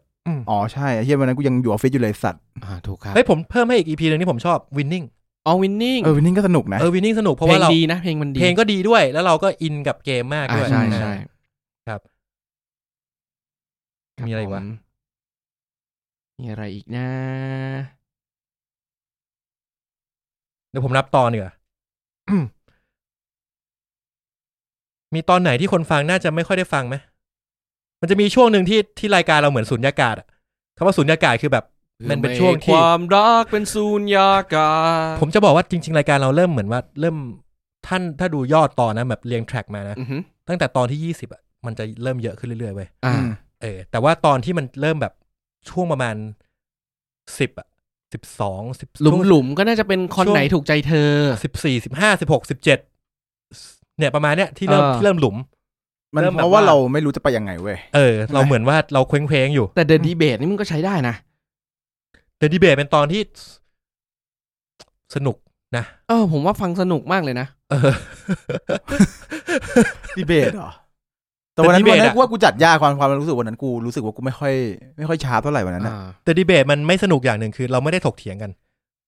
Speaker 3: อ๋อใช่ไอ้เฮียวันนั้นกูยังอยู่ออฟฟิศอยู่เลยสัตว์
Speaker 2: อ่าถูกครับ
Speaker 1: เฮ้ย ผมเพิ่มให้อีกอีพีหนึ่งที่ผมชอบวินนิ่ง
Speaker 2: เอาวินนิ่ง
Speaker 3: เออวันนี้ก็สนุกนะ
Speaker 1: เออวินนิ่งสนุกเพราะ
Speaker 2: เพล
Speaker 1: ว่าง เรา
Speaker 2: ดีนะ เพลงมันดี
Speaker 1: เพลงก็ดีด้วย แล้วเราก็อินกับเกมมาก
Speaker 2: อ่า
Speaker 1: ด้วย
Speaker 2: ใช่ใช่
Speaker 1: ครับ
Speaker 2: คบ
Speaker 1: มีอะไรอีกวะ
Speaker 2: ผมีอะไรอีกนะ
Speaker 1: เดี๋ยวผมนับตอนเนีกว่ย มีตอนไหนที่คนฟังน่าจะไม่ค่อยได้ฟังไหมมันจะมีช่วงหนึ่งที่ที่รายการเราเหมือนสุญญากาศอะคำว่าสุญญากาศคือแบบ มันเป็นช่วงที่
Speaker 2: ความรักเป็นศูนยากาศ
Speaker 1: ผมจะบอกว่าจริง ๆ รายการเราเริ่มเหมือนว่า เริ่มท่านถ้าดูยอดตอนนะแบบเรียงแทร็กมานะ
Speaker 2: อือฮึ
Speaker 1: ตั้งแต่ตอนที่ยี่สิบอ่ะมันจะเริ่มเยอะขึ้นเรื่อยๆเว้ย
Speaker 2: อ่า
Speaker 3: อืม
Speaker 1: เออแต่ว่าตอนที่มันเริ่มแบบช่วงประมาณสิบอ่ะสิบสองสิบ
Speaker 2: หลุมหลุมๆก็น่าจะเป็นคอน
Speaker 1: ช่วง
Speaker 2: ไหนถูกใจเธอ
Speaker 1: สิบสี่สิบห้าสิบหกสิบเจ็ดเนี่ยประมาณเนี้ยที่เริ่ม
Speaker 2: เออ
Speaker 1: ที่เริ่มหลุม
Speaker 3: มัน
Speaker 1: เริ่มแบบ
Speaker 3: เพราะว่า
Speaker 1: ว่า
Speaker 3: เราไม่รู้จะไปยังไงเว้ย
Speaker 1: เออ เราเหมือนว่าเราเคว้งๆอยู่
Speaker 2: แต่เด e d ดีเบตนี่มันก็ใช้ได้นะ
Speaker 1: เดอะดีเบตเป็นตอนที่สนุกนะ
Speaker 2: เออ ผมว่าฟังสนุกมากเลยนะ
Speaker 1: เออ
Speaker 3: ดีเบตเหรอ แต่วันนั้น
Speaker 1: แต่
Speaker 3: วัน
Speaker 1: debate
Speaker 3: นั้น
Speaker 1: อะ
Speaker 3: กูว่ากูจัดยากความความรู้สึกวันนั้นกูรู้สึกว่ากูไม่ค่อย ไม่ค่อยชาร์ปเท่าไหร่วันนั้นนะ
Speaker 2: อ่า
Speaker 1: เดอะดีเบตมันไม่สนุกอย่างหนึ่งคือ เราไม่ได้ถกเถียงกัน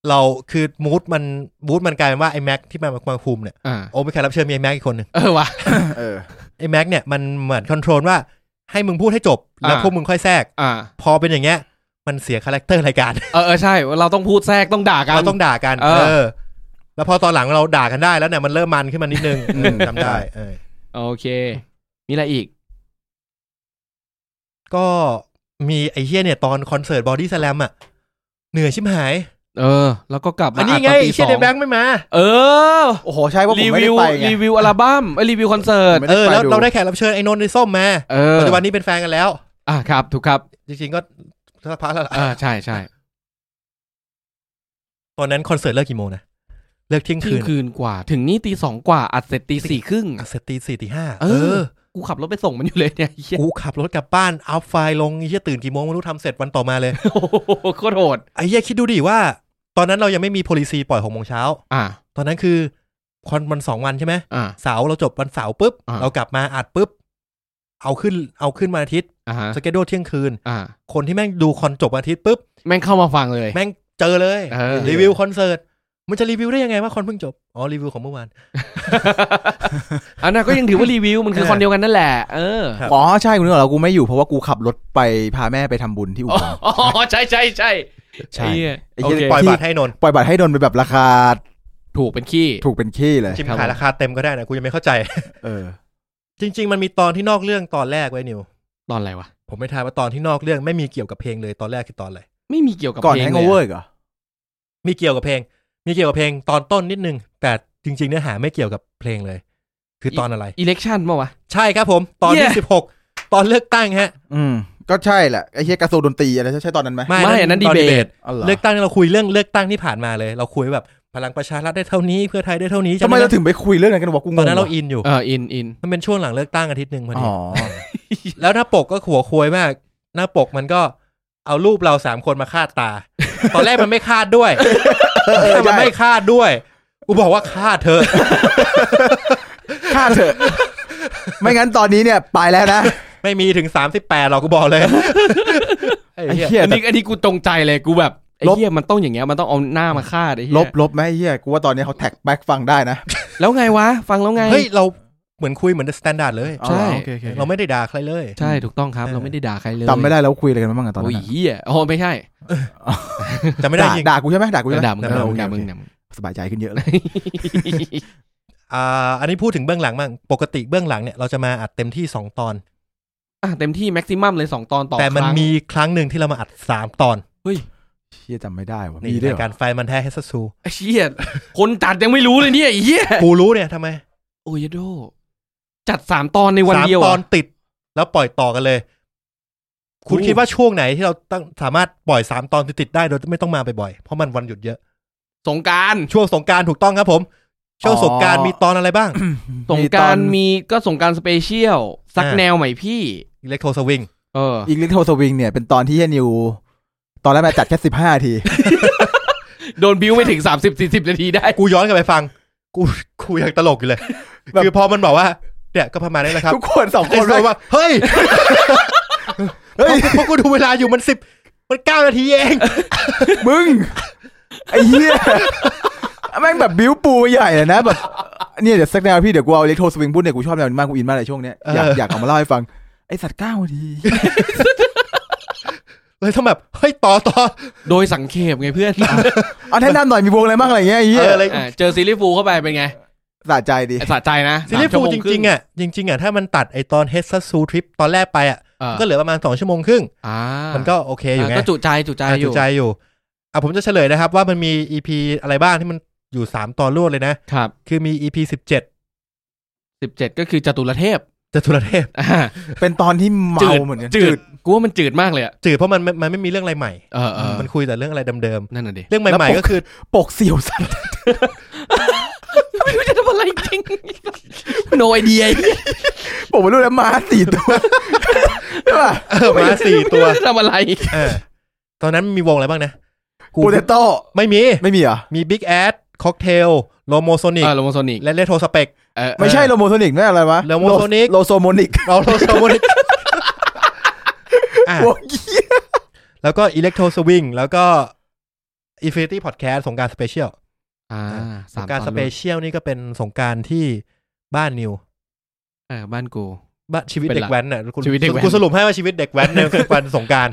Speaker 1: เราคือมูดมันมูดมันกลายเป็นว่าไอ้แม็กที่มามาคุมเนี่ย
Speaker 2: อ่า
Speaker 1: โอ้ไม่แขกรับเชิญมีไอ้แม็กอีกคนหนึ่ง
Speaker 2: เออว่ะ
Speaker 3: เออ
Speaker 1: ไอ้แม็กเนี่ยมันเหมือนคอนโทรลว่าให้มึงพูดให้จบ
Speaker 2: อ่า
Speaker 1: แล้วพวกมึงค่อยแทรก
Speaker 2: อ่า
Speaker 1: พอเป็นอย่างเงี้ย มันเสียคาแรคเตอร์รายการ
Speaker 2: เออเออใช่ เราต้องพูดแทรกต้องด่ากัน
Speaker 1: เราต้องด่ากัน
Speaker 2: เออ
Speaker 1: เออ แล้วพอตอนหลังเราด่ากันได้แล้วเนี่ยมันเริ่มมันขึ้นมานิด นึง
Speaker 3: อืม
Speaker 1: จำได้เออ
Speaker 2: โอเค มีอะไรอีก
Speaker 1: ก็มีไอ้เฮียเนี่ยตอนคอนเสิร์ตบอดี้สแลมอ่ะ เหนื่อยชิบหาย
Speaker 2: เออ แล้วก็กลับมา
Speaker 1: อันนี้ไง
Speaker 2: ต
Speaker 1: ไอ้เฮียเด
Speaker 2: ตี
Speaker 1: นแบงค์ไม่มา
Speaker 2: เออ
Speaker 3: โอ้โหใช่ว่าผม
Speaker 2: รี
Speaker 3: ไม่
Speaker 2: วิ
Speaker 3: ได้
Speaker 2: ว
Speaker 3: ไปไง
Speaker 2: รีวิวอัลบั้มเอ้ยรีวิวคอนเสิร์ต
Speaker 3: ไม่ได้
Speaker 1: เออ แล้ว
Speaker 3: ไปดู
Speaker 1: เราได้แขกรับเชิญไอ้นนท์ไอ้ส้มมา
Speaker 2: เออ
Speaker 1: ปัจจุบันนี้เป็นแฟนกันแล้ว
Speaker 2: อ่าครับ ถูกครับ
Speaker 1: จริงๆก็สักพักแล้วล่ะ
Speaker 2: เออ ใช่ใช่
Speaker 1: ตอนนั้นคอนเสิร์ตเลิกกี่โมงนะเลิกเที่ยง
Speaker 2: เที่
Speaker 1: คื
Speaker 2: ยง
Speaker 1: น
Speaker 2: คืนกว่า ถึงนี่ตีสองกว่า อัดเสร็จตีสี่ครึ่ง
Speaker 1: อ่ะเสร็จตีสี่ตีห้า
Speaker 2: เอ
Speaker 1: เอ
Speaker 2: อ
Speaker 1: อ
Speaker 2: กูขับรถไปส่งมันอยู่เลยเนี่ยไอ้เหี้ย
Speaker 1: กูขับรถกลับบ้านอัพไฟล์ลงไอ้เฮียตื่นกี่โมงไม่รู้ทำเสร็จวันต่อมาเลย
Speaker 2: โอ้โหโคตรโหด
Speaker 1: ไอ้เฮียคิดดูดิว่า ตอนนั้นเรายังไม่มี policy ปล่อยหกโมงเช้า
Speaker 2: อ่า
Speaker 1: ตอนนั้นคือคอนวันสองวันใช่ไหม
Speaker 2: อ่า
Speaker 1: เสาร์เราจบวันเสาร์ปุ๊บ
Speaker 2: อ่า
Speaker 1: เรากลับมาอัดปุ๊บ เอาขึ้นเอาขึ้นวันอาทิตย์
Speaker 2: อ่าฮะ
Speaker 1: สเกดโดเที่ยงคืน
Speaker 2: อ่า
Speaker 1: คนที่แม่งดูคอนจบวันอาทิตย์ปุ๊บ
Speaker 2: แม่งเข้ามาฟังเลย
Speaker 1: แม่งเจอเลย
Speaker 2: เออ
Speaker 1: รีวิวคอนเสิร์ตมันจะรีวิวได้ยังไงว่าคอนเพิ่งจบอ๋อรีวิวของเมื่อวาน
Speaker 2: อันนั้นก็ยังถือว่ารีวิวมันคือ
Speaker 1: เออ
Speaker 2: คนเดียวกันนั่นแหละ เออ
Speaker 1: ครับ
Speaker 3: อ๋อใช่คุณนึกออกแล้วกูไม่อยู่เพราะว่ากูขับรถไปพาแม่ไปทำบุญที่อุ
Speaker 2: อ๋
Speaker 3: บล
Speaker 2: อ ใช่ใช่ใช่
Speaker 3: ใช่
Speaker 2: ไอ้เหี้ย
Speaker 3: ไอ้
Speaker 2: โอ
Speaker 3: เหี้ย
Speaker 2: เค
Speaker 1: ปล่อยบัตรให้นนท์
Speaker 3: ปล่อยบัตรให้โดนไปแบบราคา
Speaker 2: ถูกเป็นขี้
Speaker 3: ถูกเป็นขี้เลย
Speaker 1: ชิม
Speaker 2: ครับ
Speaker 1: ขา
Speaker 2: ผ
Speaker 1: ย
Speaker 2: ม
Speaker 1: ราคาเต็มก็ได้นะกูยังไม่เข้าใจ
Speaker 3: เออ
Speaker 1: จริง ๆ มันมีตอนที่นอกเรื่องตอนแรกไว้นิว
Speaker 2: ตอนอะไรวะ
Speaker 1: ผมไม่ทายว่าตอนที่นอกเรื่องไม่มีเกี่ยวกับเพลงเลยตอนแรกคือตอนอะไร
Speaker 2: ไม่มีเกี่ยวกับ
Speaker 3: ก่อน
Speaker 2: เพล
Speaker 3: แฮ
Speaker 2: งเล
Speaker 3: งเอา
Speaker 2: ย
Speaker 3: เวอ
Speaker 2: อะ
Speaker 3: ร์เหรอ
Speaker 1: มีเกี่ยวกับเพลง มีเกี่ยวกับเพลงตอนต้นนิดนึง แต่จริง ๆ เนื้อหาไม่เกี่ยวกับเพลงเลย คือตอนอะไร
Speaker 2: อิเล็กชันปะวะ
Speaker 1: ใช่ครับผมตอนที่
Speaker 2: เหี้ย
Speaker 1: สิบหกตอนเลือกตั้งฮะ
Speaker 3: อืม ก็ใช่แหละไอ้เฮียกระทรวงดนตรีอะไรใช่ตอนนั้นไหม
Speaker 2: ไม่อันนั้น
Speaker 1: ต
Speaker 2: debate
Speaker 1: debate
Speaker 3: อ๋อเหรอ
Speaker 1: เลือกตั้งเราคุยเรื่องเลือกตั้งที่ผ่านมาเลย เราคุยแบบพลังประชารัฐได้เท่านี้เพื่อไทยได้เท่านี้
Speaker 3: ทำไม
Speaker 1: จำด้
Speaker 3: เรา
Speaker 1: ห
Speaker 3: ถึงไปคุยเรื่องนั้นกันวะกูงง
Speaker 1: ตอนนั้นเรา
Speaker 3: วะ
Speaker 1: อินอยู่
Speaker 2: เอออินอิน
Speaker 1: มันเป็นช่วงหลังเลือกตั้งอาทิตย์หนึ่งพอดี
Speaker 3: อ๋อ
Speaker 1: แล้วหน้าปกก็หัวควยมาก หน้าปกมันก็เอารูปเราสามคนมาคาดตา ตอนแรกมันไม่คาดด้วย
Speaker 3: อ
Speaker 1: มัน
Speaker 3: ใช่
Speaker 1: ไม่คาดด้วยกูบอกว่าคาดเธอะ
Speaker 3: ฆ่าเถอะ ไม่งั้นตอนนี้เนี่ยไปแล้วนะ
Speaker 1: ไม่มีถึงสามสิบแปดหรอกกูบอกเลย ไอ้
Speaker 3: ไอ้
Speaker 1: เหี้ย
Speaker 3: เฮีย
Speaker 2: อัน
Speaker 3: แต่
Speaker 2: นี้อันนี้กูตรงใจเลยกูแบบไอ้
Speaker 3: ลบ
Speaker 2: เหี้ยมันต้องอย่างเงี้ยมันต้องเอาหน้ามาฆ่าไอ้เหี้ย
Speaker 3: ลบลบไหมไอ้เฮียกูว่าตอนนี้เขาแท็กแบ็กฟังได้นะ
Speaker 2: แล้วไงวะ ฟังแล้วไง
Speaker 1: เฮ้ยเราเหมือนคุยเหมือนสแตนดาร์ดเลย
Speaker 2: ใช่
Speaker 3: อ๋อโอเคโอเค
Speaker 1: เราไม่ได้ด่าใครเลย
Speaker 2: ใช่ถูกต้องครับ
Speaker 1: เออ
Speaker 2: เราไม่ได้ด่าใครเลย
Speaker 3: จำไม่ได้แล้วคุยอะไรกันบ้างอะตอน
Speaker 2: โอ้ย
Speaker 3: นั้นอะ
Speaker 2: เหี้ยอ๋อไม่ใช่
Speaker 1: จะไม่ได้
Speaker 3: ด่า
Speaker 1: ยิง
Speaker 3: ด่ากูใช่ไหมด่ากูใช่ไหม
Speaker 2: ด่ามึงด่ามึง
Speaker 3: เออ
Speaker 2: ด่า
Speaker 3: โอ
Speaker 2: มึ
Speaker 3: เค
Speaker 2: งด่ามึง
Speaker 3: สบายใจขึ้นเยอะเลย
Speaker 1: อ่าอันนี้พูดถึงเบื้องหลังบ้างปกติเบื้องหลังเนี่ยเราจะมาอัดเต็มที่สองตอน
Speaker 2: อ่ะเต็มที่แม็กซิมัมเลยสองตอนต่อ
Speaker 1: แต่มั
Speaker 2: ค
Speaker 1: น
Speaker 2: รั้ง
Speaker 1: มีครั้งหนึ่งที่เรามาอัดสามตอน
Speaker 3: เฮียจำไม่ได้วะ
Speaker 1: นี่
Speaker 3: มีด้วย
Speaker 1: ราย
Speaker 3: เหร
Speaker 1: กา
Speaker 3: อ
Speaker 1: รไฟมันแท้เฮสซู
Speaker 2: ไอ้เหี้ยคนจัดยังไม่รู้เลยเนี่ยไอ้เหี้ย
Speaker 1: กูรู้เนี่ยทำไม
Speaker 2: โอ้ยโดจัดสามตอนในวัน
Speaker 1: สาม
Speaker 2: เดียว
Speaker 1: ต
Speaker 2: อะ
Speaker 1: อนติด แล้วปล่อยต่อกันเลย คุณ
Speaker 2: โอ้
Speaker 1: คิดว่าช่วงไหนที่เราตั้งสามารถปล่อยสามตอนติดๆได้โดยไม่ต้องมาบ่อยๆเพราะมันวันหยุดเยอะ
Speaker 2: สงกราร
Speaker 1: ช่วงสงกรารถูกต้องครับผม ช่วงสงกรารมีตอนอะไรบ้าง
Speaker 2: สงก
Speaker 3: ตอ
Speaker 2: ราร
Speaker 3: น
Speaker 2: มีก็สงกรารสเปเชียลซัก
Speaker 1: อ่า
Speaker 2: แนวใหม่พี่
Speaker 1: อิเล็กโทรสวิง
Speaker 2: เออ
Speaker 3: อีกลิทเทิลสวิงเนี่ยเป็นตอนที่เฮียนิว ตอนแรกมาจัดแค่สิบห้าที
Speaker 2: โดนบิ้วไปถึงสามสิบสี่สิบนาทีได้
Speaker 1: กูย้อนกลับไปฟัง กูกูยังตลกอยู่เลย
Speaker 3: แบบ
Speaker 1: คือพอมันบอกว่าเนี่ยก็ประมาณนี้แหละครับ
Speaker 3: ทุกคนสองคน
Speaker 1: ไอ้โซว่าเฮ้ย
Speaker 3: เฮ้ย
Speaker 1: พวกกูดูเวลาอยู่มันสิบมันเก้านาทีเอง
Speaker 3: มึง ไอ้เหี้ยแม่งแบบบิ้วปูใหญ่เลยนะแบบเนี่ยเดี๋ยวสักแนวพี่เดี๋ยวกูเอาเล็กโทรสวิงพูดเนี่ยกูชอบแนวนี้มากกูอินมากเลยช่วงเนี้ยอยากอยากเอามาเล่าให้ฟัง ไอสัตว์เก้าที
Speaker 1: เลยต้องแบบเฮ้ยต่อต่อ
Speaker 2: โดยสังเขปไงเพื่อน
Speaker 3: เอาแนะนำหน่อยมีวงอะไรบ้างอะไรเงี้ยไอ้เหี้ย
Speaker 1: เอออะไร
Speaker 2: อ่ะเจอซีรีส์ฟูลเข้าไปเป็นไง
Speaker 3: สะใจดี
Speaker 2: สะใจนะ
Speaker 1: ซีรีส์ฟูลจริงๆอ่ะจริง ๆอ่ะถ้ามันตัดไอตอนเฮสซัสซูทริปตอนแรกไปอ่ะมันก็
Speaker 2: ก็
Speaker 1: เหลือประมาณสองชั่วโมงครึ่ง
Speaker 2: อ่ามั
Speaker 1: มันก็โอเคอยู่ไง
Speaker 2: ก็จุใจจุใจ
Speaker 1: อ่ะ
Speaker 2: อยู่
Speaker 1: ใจอยู่อ่ะผมจะเฉลยนะครับ ว่ามันมีอีพีอะไรบ้างที่มันอยู่สามตอนรวดเลยนะ
Speaker 2: ครับ
Speaker 1: คือมีอีพีสิบเจ็ด
Speaker 2: สิบเจ็ดก็คือจตุรเทพ
Speaker 1: จตุรเทพ
Speaker 2: อ่า
Speaker 3: เป็นตอนที่เมา
Speaker 2: จืด
Speaker 3: เหมือนกัน
Speaker 2: จืดกูว่ามันจืดมากเลยอ่ะ
Speaker 1: จืดเพราะมันมันมันไม่มีเรื่องอะไรใหม่
Speaker 2: เออเออ
Speaker 1: มันคุยแต่เรื่องอะไรเดิม
Speaker 2: นั่นน่ะดิ
Speaker 1: ๆเรื่องใหม่ๆก็คือ
Speaker 3: ปกเสี่ยวสัตว์
Speaker 2: ไม่รู้จะทำอะไรจริง no idea
Speaker 3: ผมไม่รู้แล้วมาสี่ตัวใช่ป่ะ
Speaker 1: เออมาสี่ตัว
Speaker 2: จะทำอะไร
Speaker 1: เออตอนนั้นมีวงอะไรบ้างนะกู
Speaker 3: ปูเตโต้
Speaker 1: ไม่มี
Speaker 3: ไม่มีเหรอ
Speaker 1: มี Big a d ค็อกเทลโลโมโซนิก
Speaker 2: เออลงมาโซนิก
Speaker 1: และเลโทสเป ก
Speaker 2: เออ
Speaker 3: ไม่ใช่โลโมโซนิกนั่นอะไรวะ
Speaker 1: โลโมโซนิก
Speaker 3: โลโซโมนิก
Speaker 1: เราโลโซนิกอ่ะ
Speaker 3: วงเหี้ย
Speaker 1: แล้วก็อิเล็กโทรสวิงแล้วก็อินฟินิตี้พอดแคสต์สงกรารสเปเชียล
Speaker 2: อ่า
Speaker 1: ส
Speaker 2: สาง ม
Speaker 1: กราร
Speaker 2: ตอน
Speaker 1: สเปเชียลนี่ก็เป็นสงกรารที่บ้านนิว
Speaker 2: เออบ้านกู
Speaker 1: บ้านชีวิตเด็กแว้นน่ะคุณ
Speaker 2: ชีวิตเด็กแว้น
Speaker 1: คุณสรุปให้ว่าชีวิตเด็กแว้น ในวันสงกราร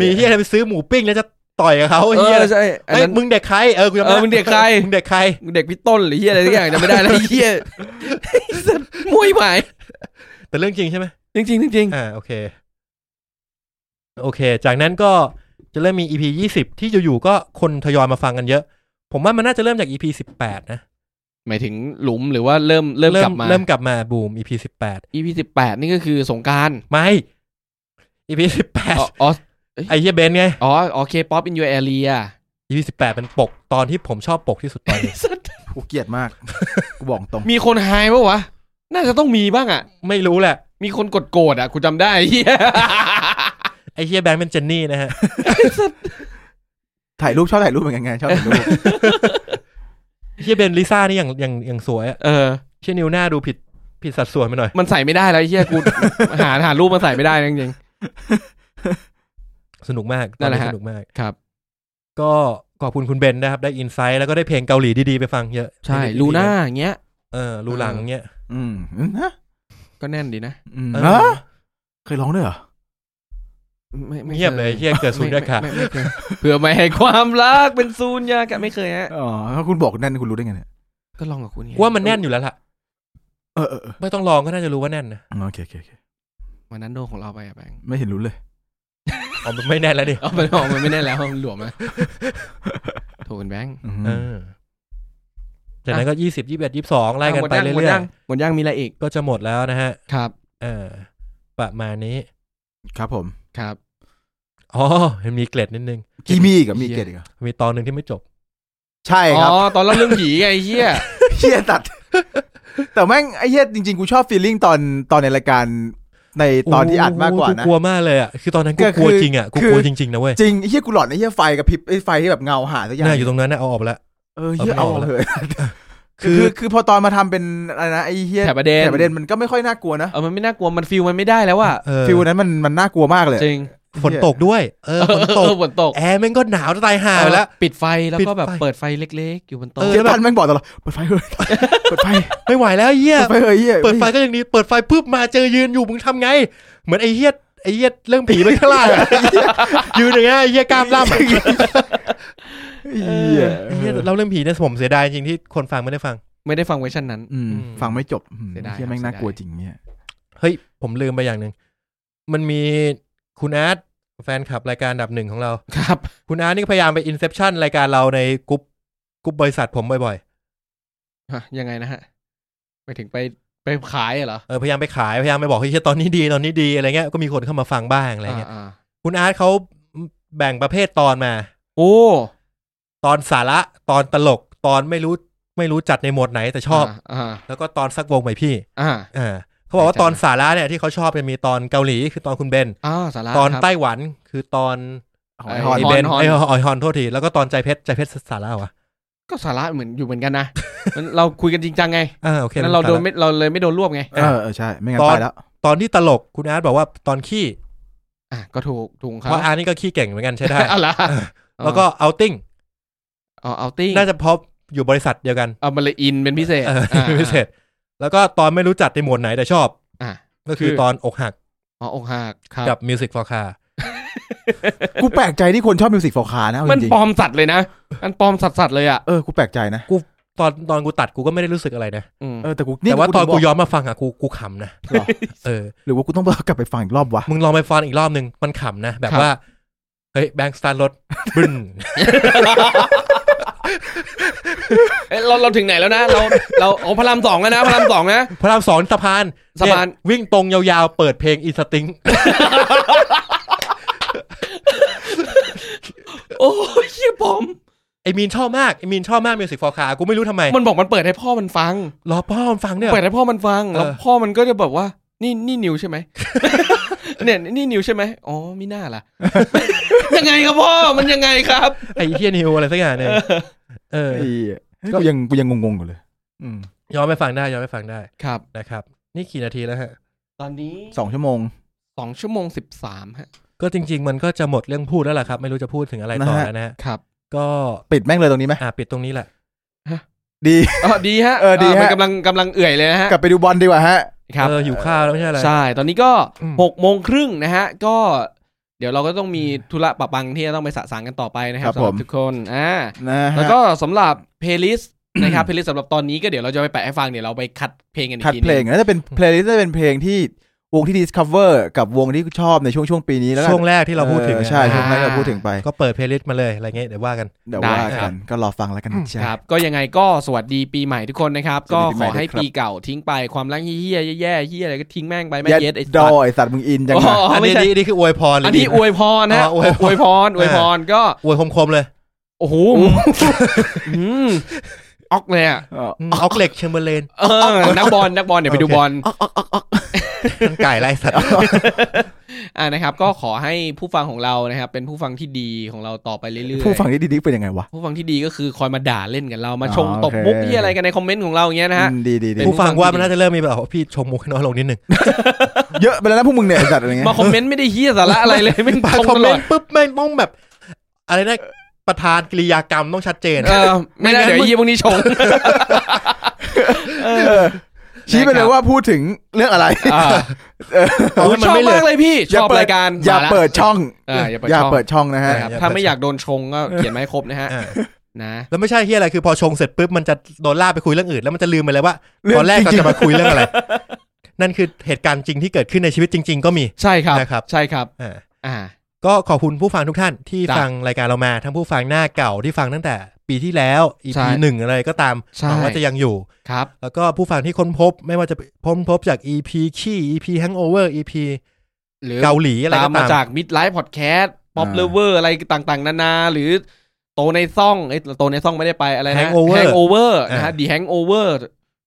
Speaker 1: มีที่อะไรไปซื้อหมูปิ้งแล้วจะต่อยกับเขาไอ้เฮีย
Speaker 2: ใช่อัน
Speaker 1: เอ้ย
Speaker 2: นั้น
Speaker 1: มึงเด็กใครเออกูจำ
Speaker 2: เอ
Speaker 1: ได้
Speaker 2: อมึงเด็กใคร
Speaker 1: มึงเด็กใคร
Speaker 2: เด็กพี่ต้นหรือเฮียอะไรสักอย่างจำไม่ได้แล้วไอ้เฮียสัตว์มวยหมาย
Speaker 1: แต่เรื่องจริงใช่ไหม
Speaker 2: จริงจริงๆจริง
Speaker 1: อ่าโอเค โอเค จากนั้นก็จะเริ่มมี EP ยี่สิบที่อยู่ๆก็คนทยอยมาฟังกันเยอะ ผมว่ามันน่าจะเริ่มจาก EP สิบแปดนะ
Speaker 2: ๆหมายถึงหลุมหรือว่าเริ่มเริ่มกลับมา
Speaker 1: เริ่มกลับมาบูม EP สิบแปด
Speaker 2: EP สิบแปดนี่ก็คือสงกราร
Speaker 1: ไม่ EP สิบแปด
Speaker 2: อ๋ออ๋อ
Speaker 1: ไอ้เฮียเบนไง
Speaker 2: อ๋อโอเคป๊อปอินยูแอเรี ย
Speaker 1: EP สิบแปดเป็นปกตอนที่ผมชอบปกที่สุดตอนนี้
Speaker 3: กูเกลียดมากกูบอกตรง
Speaker 2: มีคนหายปะวะ น่าจะต้องมีบ้างอ่ะ
Speaker 1: ไม่รู้แหละ
Speaker 2: มีคนกดโกรธอ่ะกูจำได้ เฮีย
Speaker 1: ไอ้เฮียแบงค์เป็นเจนนี่นะฮะ
Speaker 3: ถ่ายรูปชอบถ่ายรูปเหมือนกันไงชอบถ่ายรูป
Speaker 1: เฮียเบนลิซ่านี่อย่างอย่างอย่างสวยอะ
Speaker 2: เออ
Speaker 1: เฮียนิวหน้าดูผิดผิดสัดส่วนไปหน่อย
Speaker 2: มันใส่ไม่ได้แล้วไอ้เฮียกู หาหารูปมาใส่ไม่ได้นะจริง
Speaker 1: สนุกมากต
Speaker 2: นั่
Speaker 1: อน
Speaker 2: นแห
Speaker 1: นี้
Speaker 2: ละฮะ
Speaker 1: สนุกมาก
Speaker 2: ครับ
Speaker 1: ก็ขอบคุณคุณเบนนะครับ ได้อินไซต์แล้วก็ได้เพลงเกาหลีดีๆไปฟังเยอะ
Speaker 2: ๆใช่
Speaker 1: เพลงดีๆ
Speaker 2: ลูน่าอย่างเงี้ย
Speaker 1: เออลูหลังเนี้ย
Speaker 3: อืมอืมฮะ
Speaker 2: ก็แน่นดีนะ
Speaker 3: อืม
Speaker 1: เออ
Speaker 3: ฮะเคยร้องด้วยเหรอ
Speaker 2: ไม่ไม่ค
Speaker 1: เงียบเลยเฮียเกิดศูนย์ยากาศ
Speaker 2: ไม่ไม่ไม่เคยเพื่อไม่ให้ความรักเป็นศูนย์ยากาศไม่เคยฮะ
Speaker 3: อ๋อถ้าคุณบอกแน่นคุณรู้ได้ไงเนี่ย
Speaker 2: ก็ลองกับคุณไง
Speaker 1: ว่ามันแน่นอยู่แล้วล่ะ
Speaker 3: เออเออเออ
Speaker 1: ไม่ต้องลองก็น่าจะรู้ว่าแน่นนะ
Speaker 3: อ๋อโอเคโอเคโอเค
Speaker 2: วันนั้นโดนของเราไปอะแบงค์
Speaker 3: ไม่เห็นรู้เลย
Speaker 1: อ๋อมันไม่แน่นแล้วดิ
Speaker 2: เอาไปเอามันไม่ได้แล้วมันหลวม แล้วโถคุณแบงค์
Speaker 3: อืม
Speaker 1: เออจากนั้นก็ยี่สิบยี่สิบเอ็ดยี่สิบสองไล่กันไป
Speaker 2: หมด
Speaker 1: เรื่อย
Speaker 2: งหมดยังมีอะไรอีก
Speaker 1: ๆก็จะหมดแล้วนะฮะ
Speaker 2: ครับ
Speaker 1: เออประมาณนี้
Speaker 3: ครับผม
Speaker 2: ครับ
Speaker 1: อ๋อมีเกล็ดนิดนึง
Speaker 3: กีมีอีกับมีเกตอีกเหรอ
Speaker 1: มีตอนหนึ่งที่ไม่จบ
Speaker 3: ใช่
Speaker 2: อ๋
Speaker 3: ครับ
Speaker 2: อ ตอนเล่าเรื่องผีไงไอ้เหี้ย
Speaker 3: เฮียตัด แต่แม่งไอ้เฮียจริงๆ กูชอบฟีลลิ่งตอนตอนในรายการในตอนที่อัดมากกว่านะ
Speaker 1: ลัวมากเลยอ่ะ คือตอนนั้นกู
Speaker 3: ก็
Speaker 1: ก
Speaker 3: คือ
Speaker 1: ลัวจริงอ่ะ กู
Speaker 3: คื
Speaker 1: ก
Speaker 3: อ
Speaker 1: ลัวจริงๆนะเว้ย
Speaker 3: จริงไอ้เฮียกูหลอนไอ้เฮียไฟกับพริบไอ้ไฟที่แบบเงาหาสักอย่าง
Speaker 1: น่าอยู่ตรงนั้นน่ะเอาออกไปแล้ว
Speaker 3: เออเฮียเอา
Speaker 1: เอาไม่ออก
Speaker 3: เลย
Speaker 1: คื
Speaker 3: คือ อคือพอตอนมาทำเป็นอะไรนะไอ้เฮีย
Speaker 2: แถบประเด็น
Speaker 3: แถบประเด็นมันก็ไม่ค่อยน่ากลัวนะ
Speaker 2: เออมันไม่น่ากลัว มันฟิลมันไม่ได้แล้วอ่ะ
Speaker 1: เออ
Speaker 3: ฟิลนั้นมันมันน่ากลัวมากเลย
Speaker 2: จริง
Speaker 1: ฝนตกด้วย เออ ฝนตก
Speaker 2: เออฝนตก
Speaker 1: แอร์แม่งก็หนาวจะตายห่าไปแล้ว
Speaker 2: เออปิดไฟแล้วก็แบบ
Speaker 1: ปิดไฟ
Speaker 2: เปิดไฟเล็ก ๆ อยู่บน
Speaker 1: เอ
Speaker 2: โต๊ะ
Speaker 1: อ
Speaker 3: เฮียตันแม่งบอกตลอดเปิดไฟเฮ้ย เปิดไฟ
Speaker 1: ไม่ไหวแล้วเฮีย
Speaker 3: เปิดไฟเฮ้ยเฮีย
Speaker 1: เปิดไฟก็อย่างนี้ เปิดไฟปุ๊บมาเจอยืนอยู่มึงทำไง เหมือนไอ้เฮียไอ้เฮียเรื่องผีไปข้างล่างอะ ยืนอย่างเงี้ยไอ้เฮียกล้าม ล่ำอะ
Speaker 3: เฮีย
Speaker 1: ไอ้เฮียเล่าเรื่องผีเนี่ยผมเสียดายจริงที่คนฟังไม่ได้ฟัง
Speaker 2: ไม่ได้ฟังเวอร์ชันนั้น
Speaker 3: อืมฟังไม่จบอืม
Speaker 2: เสียดาย
Speaker 3: เฮี
Speaker 2: ค
Speaker 3: ย
Speaker 2: รับ
Speaker 3: แม่งน่า
Speaker 2: เสียดาย
Speaker 3: กลัวจริงเนี่ย
Speaker 1: เฮ้ย ผมลืมไปอย่างหนึ่ง มันมีคุณอาร์ตแฟนคลับรายการอันดับหนึ่งของเรา
Speaker 2: ครับ
Speaker 1: คุณอาร์ตนี่ก็พยายามไปอินเซ t ชันรายการเราในกรุ๊ปกรุ๊ปบริษัทผมบ่อย
Speaker 2: ฮะยังไงนะฮะ ไปถึงไปไปขายเหรอ
Speaker 1: ๆเออพยายามไปขาย พยายามไปบอกเฮ้ยเหี้ยตอนนี้ดีตอนนี้ดีอะไรเงี้ยก็มีคนเข้ามาฟังบ้าง
Speaker 2: อะ
Speaker 1: อะไรเงี้ย
Speaker 2: อ่า
Speaker 1: คุณอาร์ตเขาแบ่งประเภทตอนมา
Speaker 2: ๆโอ้
Speaker 1: ตอนสาระตอนตลกตอนไม่รู้ไม่รู้จัดในหมวดไหนแต่ชอบ
Speaker 2: อ่า
Speaker 1: แล้วก็ตอนซักวงไหมพี่
Speaker 2: ๆอ่า
Speaker 1: อ่าเขาบอกว่า
Speaker 2: ไม่จัด
Speaker 1: ตอนสาระเนี่ยที่เขาชอบจะมีตอนเกาหลีคือตอนคุณเบน
Speaker 2: อ่าสาระ
Speaker 1: ตอน
Speaker 2: ครับ
Speaker 1: ไต้หวันคือตอน
Speaker 3: ห
Speaker 2: ไอ้
Speaker 3: อย
Speaker 2: ฮ
Speaker 3: ฮ
Speaker 2: อ
Speaker 3: อน น
Speaker 1: ไอ้เบนไอ้ฮอยฮอนโทษทีแล้วก็ตอนใจเพชรใจเพชรสาระวะ
Speaker 2: ก็สาระเหมือนอยู่เหมือนกันนะ งั้นเราคุยกันจริงจังไง
Speaker 1: อ่าโอเค
Speaker 2: นั้นเราโดน
Speaker 1: สระ
Speaker 2: ไม่เราเลยไม่โดนรวบไง
Speaker 3: เออเออใช่ ไม่งั้น
Speaker 1: ตอน
Speaker 3: ตายแล้ว
Speaker 1: ตอนที่ตลกคุณอาร์ตบอกว่าตอนขี้
Speaker 2: อ่ะก็ถูกถูกครับ
Speaker 1: เพราะอาร์นี่ก็ขี้เก่งเหมือนกันใช้ได้
Speaker 2: เอะไร
Speaker 1: แล้วก็เอาติ้ง
Speaker 2: อ๋อเอาติ้ง
Speaker 1: น่าจะเพราะอยู่บริษัทเดียวกัน
Speaker 2: เอามาเลยอินเป็นพิเศษ
Speaker 1: เอออา พิเศษ แล้วก็ตอนไม่รู้จัดในหมวดไหนแต่ชอบ
Speaker 2: อ่ะ
Speaker 1: ก็คือ
Speaker 2: คือ
Speaker 1: ตอนอกหัก
Speaker 2: อ๋ออกหักครับ
Speaker 1: กับ Music for Car
Speaker 3: กูแปลกใจที่คนชอบมิวสิกฟอร์คานะเอา
Speaker 2: มัน
Speaker 3: จริง
Speaker 2: ปลอมสัตว์เลยนะ มันปลอมสัตว์สัตว์เลยอ่ะ
Speaker 3: ๆเออกูแปลกใจนะ
Speaker 1: ตอนตอนกูตัดกูก็ไม่ได้รู้สึกอะไรนะ
Speaker 2: อืม
Speaker 3: เออแต่กู
Speaker 1: แต่ว่าตอนกู
Speaker 3: ถึงบ
Speaker 1: ย้อนมาฟังอ่ะกูกูขำนะ
Speaker 3: เหรอ
Speaker 1: เออ
Speaker 3: หรือว่ากูต้องกลับ ไปฟังอีกรอบวะ
Speaker 1: มึงลองไปฟังอีกรอบหนึ่งมันขำนะ แบบว่า เฮ้ยแบงค์สตาร์รถบึ้น
Speaker 2: เอ้ยเราเราถึงไหนแล้วนะ เราเราโอ้พระรามสองแล้วนะพระรามสองนะ
Speaker 1: พระรามสองสะพาน
Speaker 2: สะพาน
Speaker 1: เยวิ่งตรงยาวๆ เปิดเพลงอินสติ้ง
Speaker 2: โอ้ยเหี้ยปลอม
Speaker 1: ไอมีนชอบมากไอมีนชอบมาก Music for Car กูไม่รู้ทำไม
Speaker 2: มันบอกมันเปิดให้พ่อมันฟัง
Speaker 1: รอพ่อมันฟังเนี่ย
Speaker 2: เปิดให้พ่อมันฟัง แล้ว
Speaker 1: เออ
Speaker 2: พ่อมันก็จะแบบว่า นี่นี่นิวใช่ไหม เนี่ยนี่นิวใช่ไหมอ๋อมิน่าล่ะ ยังไงครับพ่อมันยังไงครับ
Speaker 1: ไอเฮียนิวอะไรสักอย่างเนี่ยเออ
Speaker 3: ไอ้เหี้ย
Speaker 1: ก็
Speaker 3: กูยังกูยังงงๆอยู่เลยอืม
Speaker 1: ย้อนไปฟังได้ย้อนไปฟังได้
Speaker 2: ครับ
Speaker 1: นะครับ นี่กี่นาทีแล้วฮะ
Speaker 2: ตอนนี้
Speaker 3: สองชั่วโมง
Speaker 2: สองชั่วโมงสิบสามฮะ
Speaker 1: ก็จริง ๆ มันก็จะหมดเรื่องพูดแล้วล่ะครับ ไม่รู้จะพูดถึงอะไรต่อแล้วนะฮะ
Speaker 2: ครับ
Speaker 1: ก็
Speaker 3: ปิดแม่งเลยตรงนี้ไหม
Speaker 1: อ่าปิดตรงนี้แหละ
Speaker 3: ดี
Speaker 2: อ๋อดีฮะ
Speaker 3: เออดีฮะ
Speaker 2: มันกำลังกำลังเอื่อยเลยนะฮะ
Speaker 3: กลับไปดูบอลดีกว่าฮะ
Speaker 2: ครับ
Speaker 1: เอออยู่ข้าวแล้วไม่ใช่อะไร
Speaker 2: ใช่ ตอนนี้ก็
Speaker 1: อืม
Speaker 2: หกโมงครึ่งนะฮะ ก็เดี๋ยวเราก็ต้องมีธุระปะปังที่จะต้องไปสะสางกันต่อไปนะครับ
Speaker 3: ครับ
Speaker 2: สำห
Speaker 3: ผ
Speaker 2: รับ
Speaker 3: ม
Speaker 2: ทุกคนอ่า
Speaker 3: นะฮะ
Speaker 2: แล้วก็สำหรับเพลย์ลิสต์นะครับ เพลย์ลิสต์สำหรับตอนนี้ก็เดี๋ยวเราจะไปแปะให้ฟังเดี๋ยวเราไปคัดเพลงกันอีก
Speaker 3: คัด
Speaker 2: ทีห
Speaker 3: เพล
Speaker 2: นึ
Speaker 3: ง
Speaker 2: ง
Speaker 3: น่าจะเป็นเพลย์ลิสต์น่าจะเป็นเพลงที่วงที่ดิสคัฟเวอร์กับวงที่ชอบในช่วงช่วงๆปีนี้แล้วกัน
Speaker 1: ช่วงแรกที่เราพูดถึง
Speaker 3: อ
Speaker 1: อะ
Speaker 3: อใช่ช่วงแรกที่เราพูดถึงไป
Speaker 1: ก็เปิดเพลย์ลิสต์มาเลยอะไรเงี้ยเดี๋ยวว่ากัน
Speaker 3: เดี๋ยวว่ากันก็รอฟังแล้วกันนะ
Speaker 2: ค
Speaker 3: จ๊ะ
Speaker 2: รับ ก็ยังไงก็สวัสดีปีใหม่ทุกคนนะครับ
Speaker 3: ส
Speaker 2: ก็
Speaker 3: วัส
Speaker 2: ขอ
Speaker 3: ดีปีใหม่ด้วยครับ
Speaker 2: ให้ปีเก่าทิ้งไปความรักเฮี้ยๆแย่ๆเฮี้ยอะไรก็ทิ้งแม่งไปแม่
Speaker 3: อ
Speaker 2: เย็
Speaker 3: ย็
Speaker 2: ดไอ้
Speaker 3: ดด
Speaker 2: สั
Speaker 3: อ
Speaker 2: ตว์
Speaker 3: ยสัตว์มึงอินจัง
Speaker 2: อ๋อ
Speaker 3: นะ
Speaker 1: อัน
Speaker 2: ไม่
Speaker 1: นี้
Speaker 2: ใช่
Speaker 1: นี่นี่คืออวยพรหรื
Speaker 2: อันนี้อวยพรนะฮะ
Speaker 1: อวยพ
Speaker 2: อ
Speaker 1: ร
Speaker 2: วยพรอวยพรก็
Speaker 1: อวยคมคมๆเลย
Speaker 2: โอ้โหอืม ออกเลยอ่ะ
Speaker 3: เออ
Speaker 1: อืมออกเหล็กเชมเบอร์เลน
Speaker 2: เออนักบอลนักบอลเดี๋ยวไปดูบอล
Speaker 1: มันไก่ไรสัตว์
Speaker 2: อ่านะครับก็ขอให้ผู้ฟังของเรานะครับ เป็นผู้ฟังที่ดีของเราต่อไปเรื่อยๆ
Speaker 3: ผู้ฟังที่ดีๆเป็นยังไงวะ
Speaker 2: ผู้ฟังที่ดีก็คือคอยมาด่าเล่นกันเรามา
Speaker 3: อ๋อ
Speaker 2: ชมตบ
Speaker 3: โอเค
Speaker 2: มุกที่อะไรกันในคอมเมนต์ของเราอย่างเงี้ยนะฮะ
Speaker 3: อืมดีดีดี
Speaker 2: เป็น
Speaker 1: ผู้ฟังว่ามันน่าจะเริ่มมีแบบว่าพี่ชมมุกให้น้อยลงนิดนึง
Speaker 3: เยอะไปแล้วนะพวกมึงเนี่ยไอ้สัตว์อะไรเงี้ย
Speaker 2: มาคอมเมนต์ไม่ได้เฮี้ยสาระ อะไร เลยไม่
Speaker 1: ปา
Speaker 2: ตรง
Speaker 1: คอม
Speaker 2: ต
Speaker 1: เม
Speaker 2: ลอน ด
Speaker 1: ต์ปุ๊บไม่งต้องแบบ อะไรนะประธานกิริยากรรมต้องชัดเจน
Speaker 2: เออไม่ได้เดี๋ยวไอ้เฮี้ยพวกนี้ชง
Speaker 3: ชี้ไปเลยว่าพูดถึงเรื่องอะไร
Speaker 2: อ่า
Speaker 1: เอาให้
Speaker 2: โอ้ย
Speaker 1: มัน
Speaker 2: ชอบ
Speaker 1: ไม่เหลือ
Speaker 2: มากเลยพี่
Speaker 3: อ
Speaker 2: ช
Speaker 3: ย่า
Speaker 2: อบ
Speaker 3: เปิด
Speaker 2: รายการ
Speaker 3: อย่า
Speaker 2: มาละ
Speaker 3: เปิดช่อง
Speaker 2: อ่าอย่าเปิด
Speaker 3: อย่า
Speaker 2: ช่อง
Speaker 3: เปิดช่องนะฮะ
Speaker 2: นะครับถ้าไม่อยากโดนชงก็เขียนมาให้ครบนะฮะ
Speaker 1: อ่า
Speaker 2: นะ
Speaker 1: แล้วไม่ใช่ที่อะไรคือพอชงเสร็จปุ๊บมันจะโดนล่ากไปคุยเรื่องอื่น แล้วมันจะลืมไปเลยว่า
Speaker 3: เรื่อ
Speaker 1: ต
Speaker 3: ง
Speaker 1: อนแรกเรา
Speaker 3: จริงๆ
Speaker 1: จะมาคุยเรื่องอะไร นั่นคือเหตุการณ์จริงที่เกิดขึ้นในชีวิตจริง ๆ ก็มี
Speaker 2: ใช่ครับ
Speaker 1: นะครับ
Speaker 2: ใช่ครับ
Speaker 1: อ่า
Speaker 2: อ่า
Speaker 1: ก็ขอบคุณผู้ฟังทุกท่านที่
Speaker 2: จ้ะ
Speaker 1: ฟังรายการเรามา ทั้งผู้ฟังหน้าเก่าที่ฟังตั้งแต่ปีที่แล้ว
Speaker 2: ใช่
Speaker 1: EP หนึ่งอะไรก็ตาม
Speaker 2: ใช่
Speaker 1: หวังว่าจะยังอยู่
Speaker 2: ครับ
Speaker 1: แล้วก็ผู้ฟังที่ค้นพบไม่ว่าจะค้นพบจาก EP ขี้ EP Hangover EP
Speaker 2: หรือ
Speaker 1: เกาหลีอะไร
Speaker 2: ตาม
Speaker 1: ก็
Speaker 2: มา
Speaker 1: ตาม
Speaker 2: จากมิดไลฟ์พอดแคสต์ป๊อป
Speaker 3: อ่า
Speaker 2: เลเวอร์อะไรต่างๆ นานา หรือโตในซ่องเอ้ยโตในซ่องไม่ได้ไปอะไรนะ
Speaker 1: Hangover
Speaker 2: โอเวอร์นะฮะ
Speaker 1: อ่า
Speaker 2: ดีแฮงโอเวอร์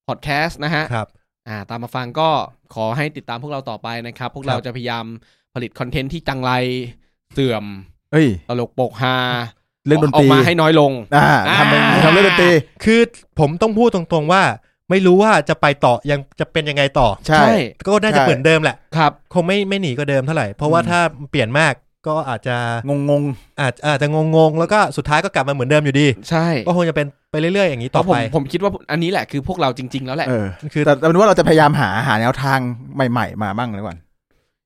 Speaker 2: พอดแคสต์นะฮะ
Speaker 1: ครับ
Speaker 2: อ่าตามมาฟังก็ขอให้ติดตามพวกเราต่อไปนะครับ พวกเรา
Speaker 1: ครับ
Speaker 2: จะพยายามผลิตคอนเทนต์ที่จังไรเสื่อม
Speaker 3: เอ้ย
Speaker 2: ตลกปกฮา
Speaker 3: เรื่องด
Speaker 2: อ
Speaker 3: น
Speaker 2: อ
Speaker 3: ตรี
Speaker 2: กมาให้น้อยลง
Speaker 3: อ่าทำเป็น
Speaker 2: อ่า
Speaker 3: ทำเรื่องดนตรี
Speaker 1: คือผมต้องพูดตรงๆว่า ไม่รู้ว่าจะไปต่อยังจะเป็นยังไงต่อ
Speaker 3: ใช่
Speaker 1: ก็น่าจะ
Speaker 3: ใช่
Speaker 1: เหมือนเดิมแหละ
Speaker 2: ครับ
Speaker 1: คงไม่ไม่หนีก็เดิมเท่าไหร่ เพราะว่าถ้าเปลี่ยนมากก็อาจจะ
Speaker 3: งงง
Speaker 1: อาจอาจจะงงๆ แล้วก็สุดท้ายก็กลับมาเหมือนเดิมอยู่ดี
Speaker 2: ใช่
Speaker 1: ก็คงจะเป็นไปเรื่อยๆ อย่างนี้
Speaker 2: ต่
Speaker 1: ต่
Speaker 2: อ
Speaker 1: อ
Speaker 2: ผม
Speaker 1: ไป
Speaker 2: ผมคิดว่าอันนี้แหละคือพวกเราจริง ๆ แล้วแหละ
Speaker 3: ๆเออ
Speaker 1: คือ
Speaker 3: แต่แต่เป็นว่าเราจะพยายามหาหาแนวทางใหม่ๆมาบ้างแล้วก่อน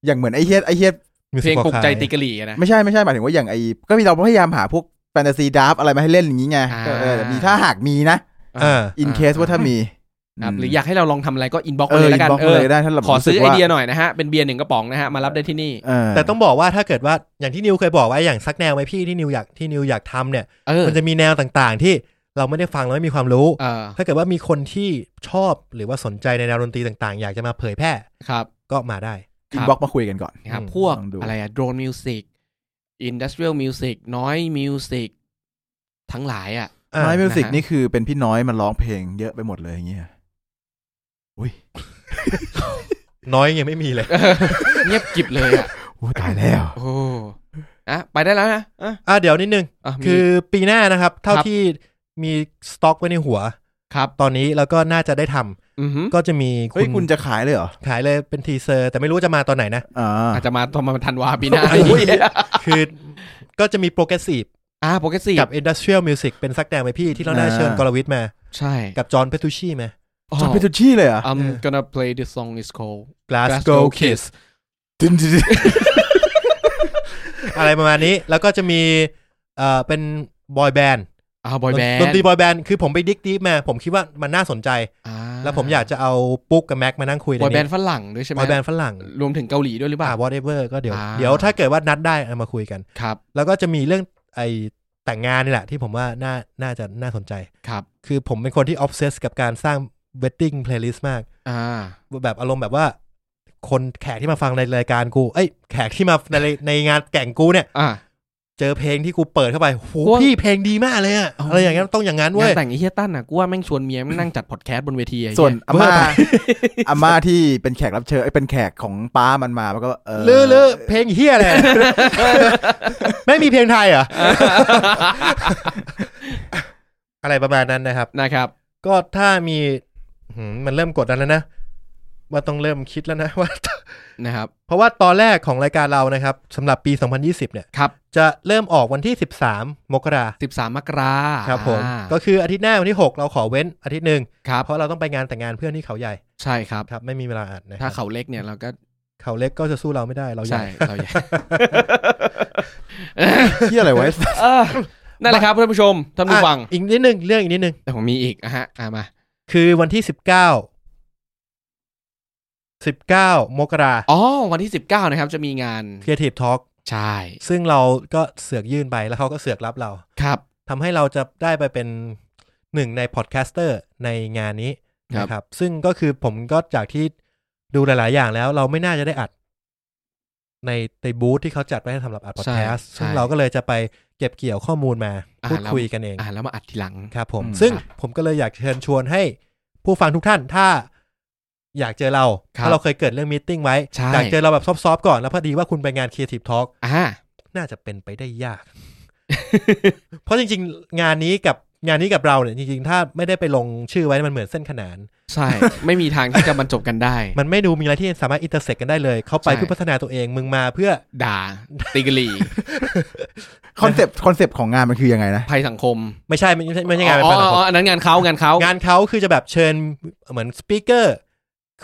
Speaker 3: อย่างเหมือนไอเฮียไอเฮีย
Speaker 2: เพลงปลุกใจติ
Speaker 1: ก
Speaker 2: กะหรี่อะนะ
Speaker 3: ไม่ใช่ไม่ใช่หมายถึงว่าอย่างไอก็มีเราพยายามหาพวกแฟนตาซีดราฟอะไรมาให้เล่นอย่างนี้ไง
Speaker 2: อ่า
Speaker 3: ก็เออมีถ้าหากมีนะ
Speaker 1: เออ
Speaker 3: อินเคสว่าถ้ามี
Speaker 2: ครับหรืออยากให้เราลองทำอะไรก็อินบ็อก
Speaker 3: เอ
Speaker 2: เล
Speaker 3: อย อิ
Speaker 2: แล้ว
Speaker 3: น
Speaker 2: กัน
Speaker 3: บ็อก
Speaker 2: เอ
Speaker 3: เล
Speaker 2: อย
Speaker 3: ได้ถ้าเรา
Speaker 2: ขอซื้อ
Speaker 3: รู้สึก
Speaker 2: ไอ
Speaker 3: ว่า
Speaker 2: เดียหน่อยนะฮะ เป็นเบียร์หนึ่งกระป๋องนะฮะ มารับได้ที่นี่
Speaker 3: เออ
Speaker 1: แต่ต้องบอกว่าถ้าเกิดว่าอย่างที่นิวเคยบอกไว้อย่างซักแนวไหมพี่ที่นิวอยากที่นิวอยากทำเนี่ย
Speaker 2: เออ
Speaker 1: มันจะมีแนวต่างๆ ที่เราไม่ได้ฟังแล้วไม่มีความรู้
Speaker 2: เออ
Speaker 1: ถ้าเกิดว่ามีคนที่ชอบหรือว่าสนใจในแนวดนตรีต่างๆ อยากจะมาเผยแพร่
Speaker 2: ครับ
Speaker 1: ก็มาได้
Speaker 3: อินบ็อกมาคุยกันก่อน
Speaker 2: นะครับ
Speaker 1: อืม
Speaker 2: พวก
Speaker 3: ลองดู
Speaker 2: อะไรอะโดรนมิวสิกอินดัสเทรียลมิวสิกน้อยมิวสิกทั้งหลายอะ
Speaker 1: อ่า
Speaker 3: น้อยมิวสิก
Speaker 2: นะฮะ
Speaker 3: นี่คือเป็นพี่น้อยมันร้องเพลงเยอะไปหมดเลยอย่างเงี้ยอุ้ย
Speaker 1: น้อยยังไม่มีเลย
Speaker 2: เงียบกริบเลยอะ
Speaker 3: โอ้ยตายแล้ว
Speaker 2: โอ้อะไปได้แล้วนะอ่ะ
Speaker 1: อ่าเดี๋ยวนิดนึง
Speaker 2: อ่ะมี
Speaker 1: คือปีหน้านะครับ เท่า
Speaker 2: ครับ
Speaker 1: ที่มีสต็อกไว้ในหัว
Speaker 2: ครับ
Speaker 1: ตอนนี้แล้วก็น่าจะได้ทำ
Speaker 2: อือหือ
Speaker 1: ก็จะมี
Speaker 3: เฮ้ย คุณจะขายเลยเหรอ
Speaker 1: ขายเลยเป็นทีเซอร์ แต่ไม่รู้ว่าจะมาตอนไหนนะ
Speaker 3: อ่า
Speaker 2: อาจจะมาตอนมาธันวาปีหน้า
Speaker 1: โอ้ย คือก็จะมีโปรเกรสซีฟ
Speaker 2: อ่าโปรเกรสซีฟ
Speaker 1: กับอินดัสเทรียลมิวสิกเป็นซักแดงไหมพี่ที่เราได้เชิญกรวิทย์มา
Speaker 2: ใช่
Speaker 1: กับจอห์นเพทูชี่ไหม
Speaker 3: จอห์นเปตูชี่เลยเหรอ่ะ
Speaker 2: อ๋อ I'm gonna play this song is called
Speaker 1: Glasgow Kiss อะไรประมาณนี้ แล้วก็จะมีเอ่อเป็นบอยแบนด์
Speaker 2: อ่าบอยแบนด์
Speaker 1: ดนตรีบอยแบนด์คือผมไปดิกดีฟมา ผมคิดว่ามันน่าสนใจ แล้วผมอยากจะเอาปุ๊กกับแม็กมานั่งคุยใน
Speaker 2: บอยแบ
Speaker 1: นี้
Speaker 2: นด์ฝรั่งด้วยใช่ไหม
Speaker 1: บอยแบนด์ฝรั่ง
Speaker 2: รวมถึงเกาหลีด้วยหรือเปล่า
Speaker 1: ป่า whatever ก็เดี๋ยว
Speaker 2: อ่า
Speaker 1: เดี๋ยวถ้าเกิดว่านัดได้เอามาคุยกัน
Speaker 2: ครับ
Speaker 1: แล้วก็จะมีเรื่องไอแต่งงานนี่แหละ ที่ผมว่าน่าน่าจะน่าสนใจ
Speaker 2: ครับ
Speaker 1: คือผมเป็นคนที่ออฟเซสกับการสร้าง wedding playlist มาก
Speaker 2: อ่า
Speaker 1: แบบอารมณ์แบบว่า คนแขกที่มาฟังในรายการกู เอ้ยแขกที่มาในในงานแต่งกูเนี่ย
Speaker 2: อ่า
Speaker 1: เจอเพลงที่กูเปิดเข้าไปโห
Speaker 2: โอ้ย
Speaker 1: พี่เพลงดีมากเลยอะ
Speaker 2: เอา
Speaker 1: อะไรอย่างเงี้ยต้องอย่างนั้นเว้
Speaker 2: งาย นแต่งไอ้เฮียตั้นอ่ะกูว่าแม่งชวนเมียแม่งนั่งจัดพอดแคสต์บนเวทีไอ้เหี้ย
Speaker 3: ส่วนอา
Speaker 1: เบอร์
Speaker 3: ม่า
Speaker 1: ไป
Speaker 3: อาม่าที่เป็นแขกรับเชิญเอ้ยเป็นแขกของป้ามันมามันก็เออ
Speaker 1: เลือเลือเพลงเฮียอะไร ไม่มีเพลงไทยเหรอ อะไรประมาณนั้นนะครับ
Speaker 2: นะครับ
Speaker 1: ก็ถ้ามีหืมมันเริ่มกดดันแล้วนะ ว่าต้องเริ่มคิดแล้วนะ ว่า
Speaker 2: นะครับ
Speaker 1: เพราะว่าตอนแรกของรายการเรานะครับสำหรับปี 2020 เนี่ย
Speaker 2: ครับ
Speaker 1: จะเริ่มออกวันที่ 13 มกรา
Speaker 2: สิบสามมกรา
Speaker 1: ครับผม
Speaker 2: อ่า
Speaker 1: ก็คืออาทิตย์หน้าวันที่ 6 เราขอเว้นอาทิตย์หนึ่ง
Speaker 2: ครับ
Speaker 1: เพราะเราต้องไปงานแต่งงานเพื่อนที่เขาใหญ่
Speaker 2: ใช่ครับ
Speaker 1: ครับ ไม่มีเวลาอัดนะค
Speaker 2: ถ้า
Speaker 1: รับ
Speaker 2: เขาเล็กเนี่ยเราก็
Speaker 1: เขาเล็กก็จะสู้เราไม่ได้เราให
Speaker 2: ใช่
Speaker 1: ญ่
Speaker 2: เราใหญ่
Speaker 3: เที่ยอะไร ไว้
Speaker 2: เออนั่นแหละครับท่านผู้ชมท่านผู้ฟัง
Speaker 1: อ่ะอีกนิดนึง เรื่องอีกนิดนึง
Speaker 2: แต่ผมมีอีกนะฮะอ่ะมา
Speaker 1: คือวันที่สิบเก้าสิบเก้ามกรา
Speaker 2: อ๋อวันที่สิบเก้านะครับ จะมีงาน
Speaker 1: ครีเอทีฟทอล์ก
Speaker 2: ใช่
Speaker 1: ซึ่งเราก็เสือกยื่นไปแล้วเขาก็เสือกรับเรา
Speaker 2: ครับ
Speaker 1: ทำให้เราจะได้ไปเป็นหนึ่งในพอดแคสเตอร์ในงานนี้
Speaker 2: ครับ
Speaker 1: นะครับ ซึ่งก็คือผมก็จากที่ดูหลาย ๆ อย่างแล้ว เราไม่น่าจะได้อัด ในในบูธที่เขาจัดไว้ให้สำหรับอัดพอดแคสต์ซึ่งเราก็เลยจะไปเก็บเกี่ยวข้อมูลมา
Speaker 2: อ่ะ
Speaker 1: พูด
Speaker 2: แล้ว
Speaker 1: คุยกันเอง
Speaker 2: อ่าแล้วมาอัดทีหลัง
Speaker 1: ครับผม
Speaker 3: อืม
Speaker 1: ซึ่ง
Speaker 2: ครับ
Speaker 1: ผมก็เลยอยากเชิญชวนให้ผู้ฟังทุกท่านถ้าอยากเจอเรา
Speaker 2: ครับ
Speaker 1: ถ้าเราเคยเกิดเรื่องมีตติ้งไว้
Speaker 2: ใช่
Speaker 1: อยากเจอเราแบบซอฟๆก่อน แล้วพอดีว่าคุณไปงาน Creative Talk
Speaker 2: อ่า
Speaker 1: น่าจะเป็นไปได้ ยาก เพราะจริงๆ งานนี้กับงานนี้กับเราเนี่ยจริงๆ ถ้าไม่ได้ไปลงชื่อไว้มันเหมือนเส้นขนาน
Speaker 2: ใช่ ไม่มีทางที่จะบรรจบกันได้
Speaker 1: มันไม่ดูมีอะไรที่สามารถอินเตอร์เซ็กกันได้เลยเขาไป
Speaker 2: ใช่
Speaker 1: เพื่อพัฒนาตัวเองมึงมาเพื่อ
Speaker 2: ด่าติก ลี
Speaker 3: คอนเซปต์คอนเซปต์ของงานมันคือยังไงนะ
Speaker 2: ภัยสังคม
Speaker 1: ไม่ใช่ไม่ใช่ไม่ใช่งาน
Speaker 2: อ๋อ
Speaker 1: ไปฟังหรอก
Speaker 2: อ๋ออันนั้นงานเขางานเขา
Speaker 1: งานเขาคือจะแบบเชิญเหมือนสปีกเกอร์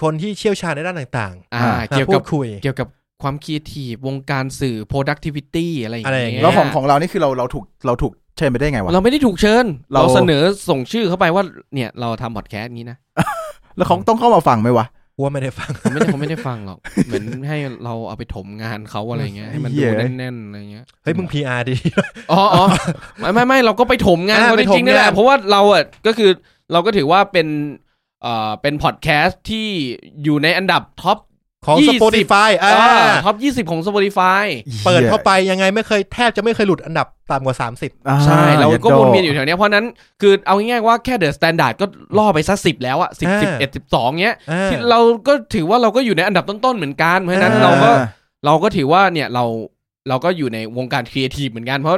Speaker 1: คนที่เชี่ยวชาญในด้านต่าง
Speaker 2: อ่า
Speaker 1: ๆมา
Speaker 2: เกี่ยว
Speaker 1: พู
Speaker 2: กับ
Speaker 1: ดคุย
Speaker 2: เกี่ยวกับความคิดทีวงการสื่อ productivity อะไรอย่าง
Speaker 1: อะไร
Speaker 2: เงี้
Speaker 1: อย่างเงี้
Speaker 2: ย
Speaker 1: ย
Speaker 3: แล้วของของเรานี่คือเราเราถูกเราถูกเชิญไปได้ไงวะ
Speaker 2: เราไม่ได้ถูกเชิญ
Speaker 3: เรา
Speaker 2: เราเสนอส่งชื่อเข้าไปว่าเนี่ยเราทำพอดแคสต์นี้นะ
Speaker 3: แล้วเขาต้องเข้ามาฟังไหมวะ
Speaker 1: โห ว่าไม่ได้ฟัง
Speaker 2: ผมไม่ได้ผมไม่ได้ฟังหรอก เหมือนให้เราเอาไปถมงานเขาอะไร เงี้ยให้มัน
Speaker 3: เหี้
Speaker 2: ดู
Speaker 3: ย
Speaker 2: แน่นๆอะไรเงี้ย
Speaker 1: เฮ้ยมึง PR ดี
Speaker 2: อ๋อ อ๋อไม่ไม่ไม่เราก็ไปถมงาน
Speaker 1: อ่า
Speaker 2: เขา
Speaker 1: ไป
Speaker 2: จ
Speaker 1: ถม
Speaker 2: ริงๆนี่แห
Speaker 1: งา
Speaker 2: ละ
Speaker 1: น
Speaker 2: เพราะว่าเราอ่ะก็คือเราก็ถือว่าเป็นเอ่อเป็นพอดแคสต์ที่อยู่ในอันดับท็อป
Speaker 1: ของ
Speaker 2: ยี่สิบ
Speaker 1: Spotify อ่า
Speaker 2: ท็อปยี่สิบของ Spotify
Speaker 1: เปิดเข้าไปยังไงไม่เคยแทบจะไม่เคยหลุดอันดับต่ำกว่า 30
Speaker 3: อ่า
Speaker 2: ใช่เราก็
Speaker 3: ด
Speaker 2: วนเวียนอยู่แถวเนี้ยเพราะนั้นคือเอาง่ายๆว่าแค่เดอะสแตนดาร์ดก็ล่อไปสักสิบแล้วอะสิบ
Speaker 1: อ่า
Speaker 2: สิบเอ็ดสิบสองเนี้ย
Speaker 1: อ่า
Speaker 2: ที่เราก็ถือว่าเราก็อยู่ในอันดับต้นๆเหมือนกันเพราะฉะนั้น
Speaker 1: อ่า
Speaker 2: เราก็ เราก็ถือว่าเนี่ยเราเราก็อยู่ในวงการครีเอทีฟเหมือนกันเพราะ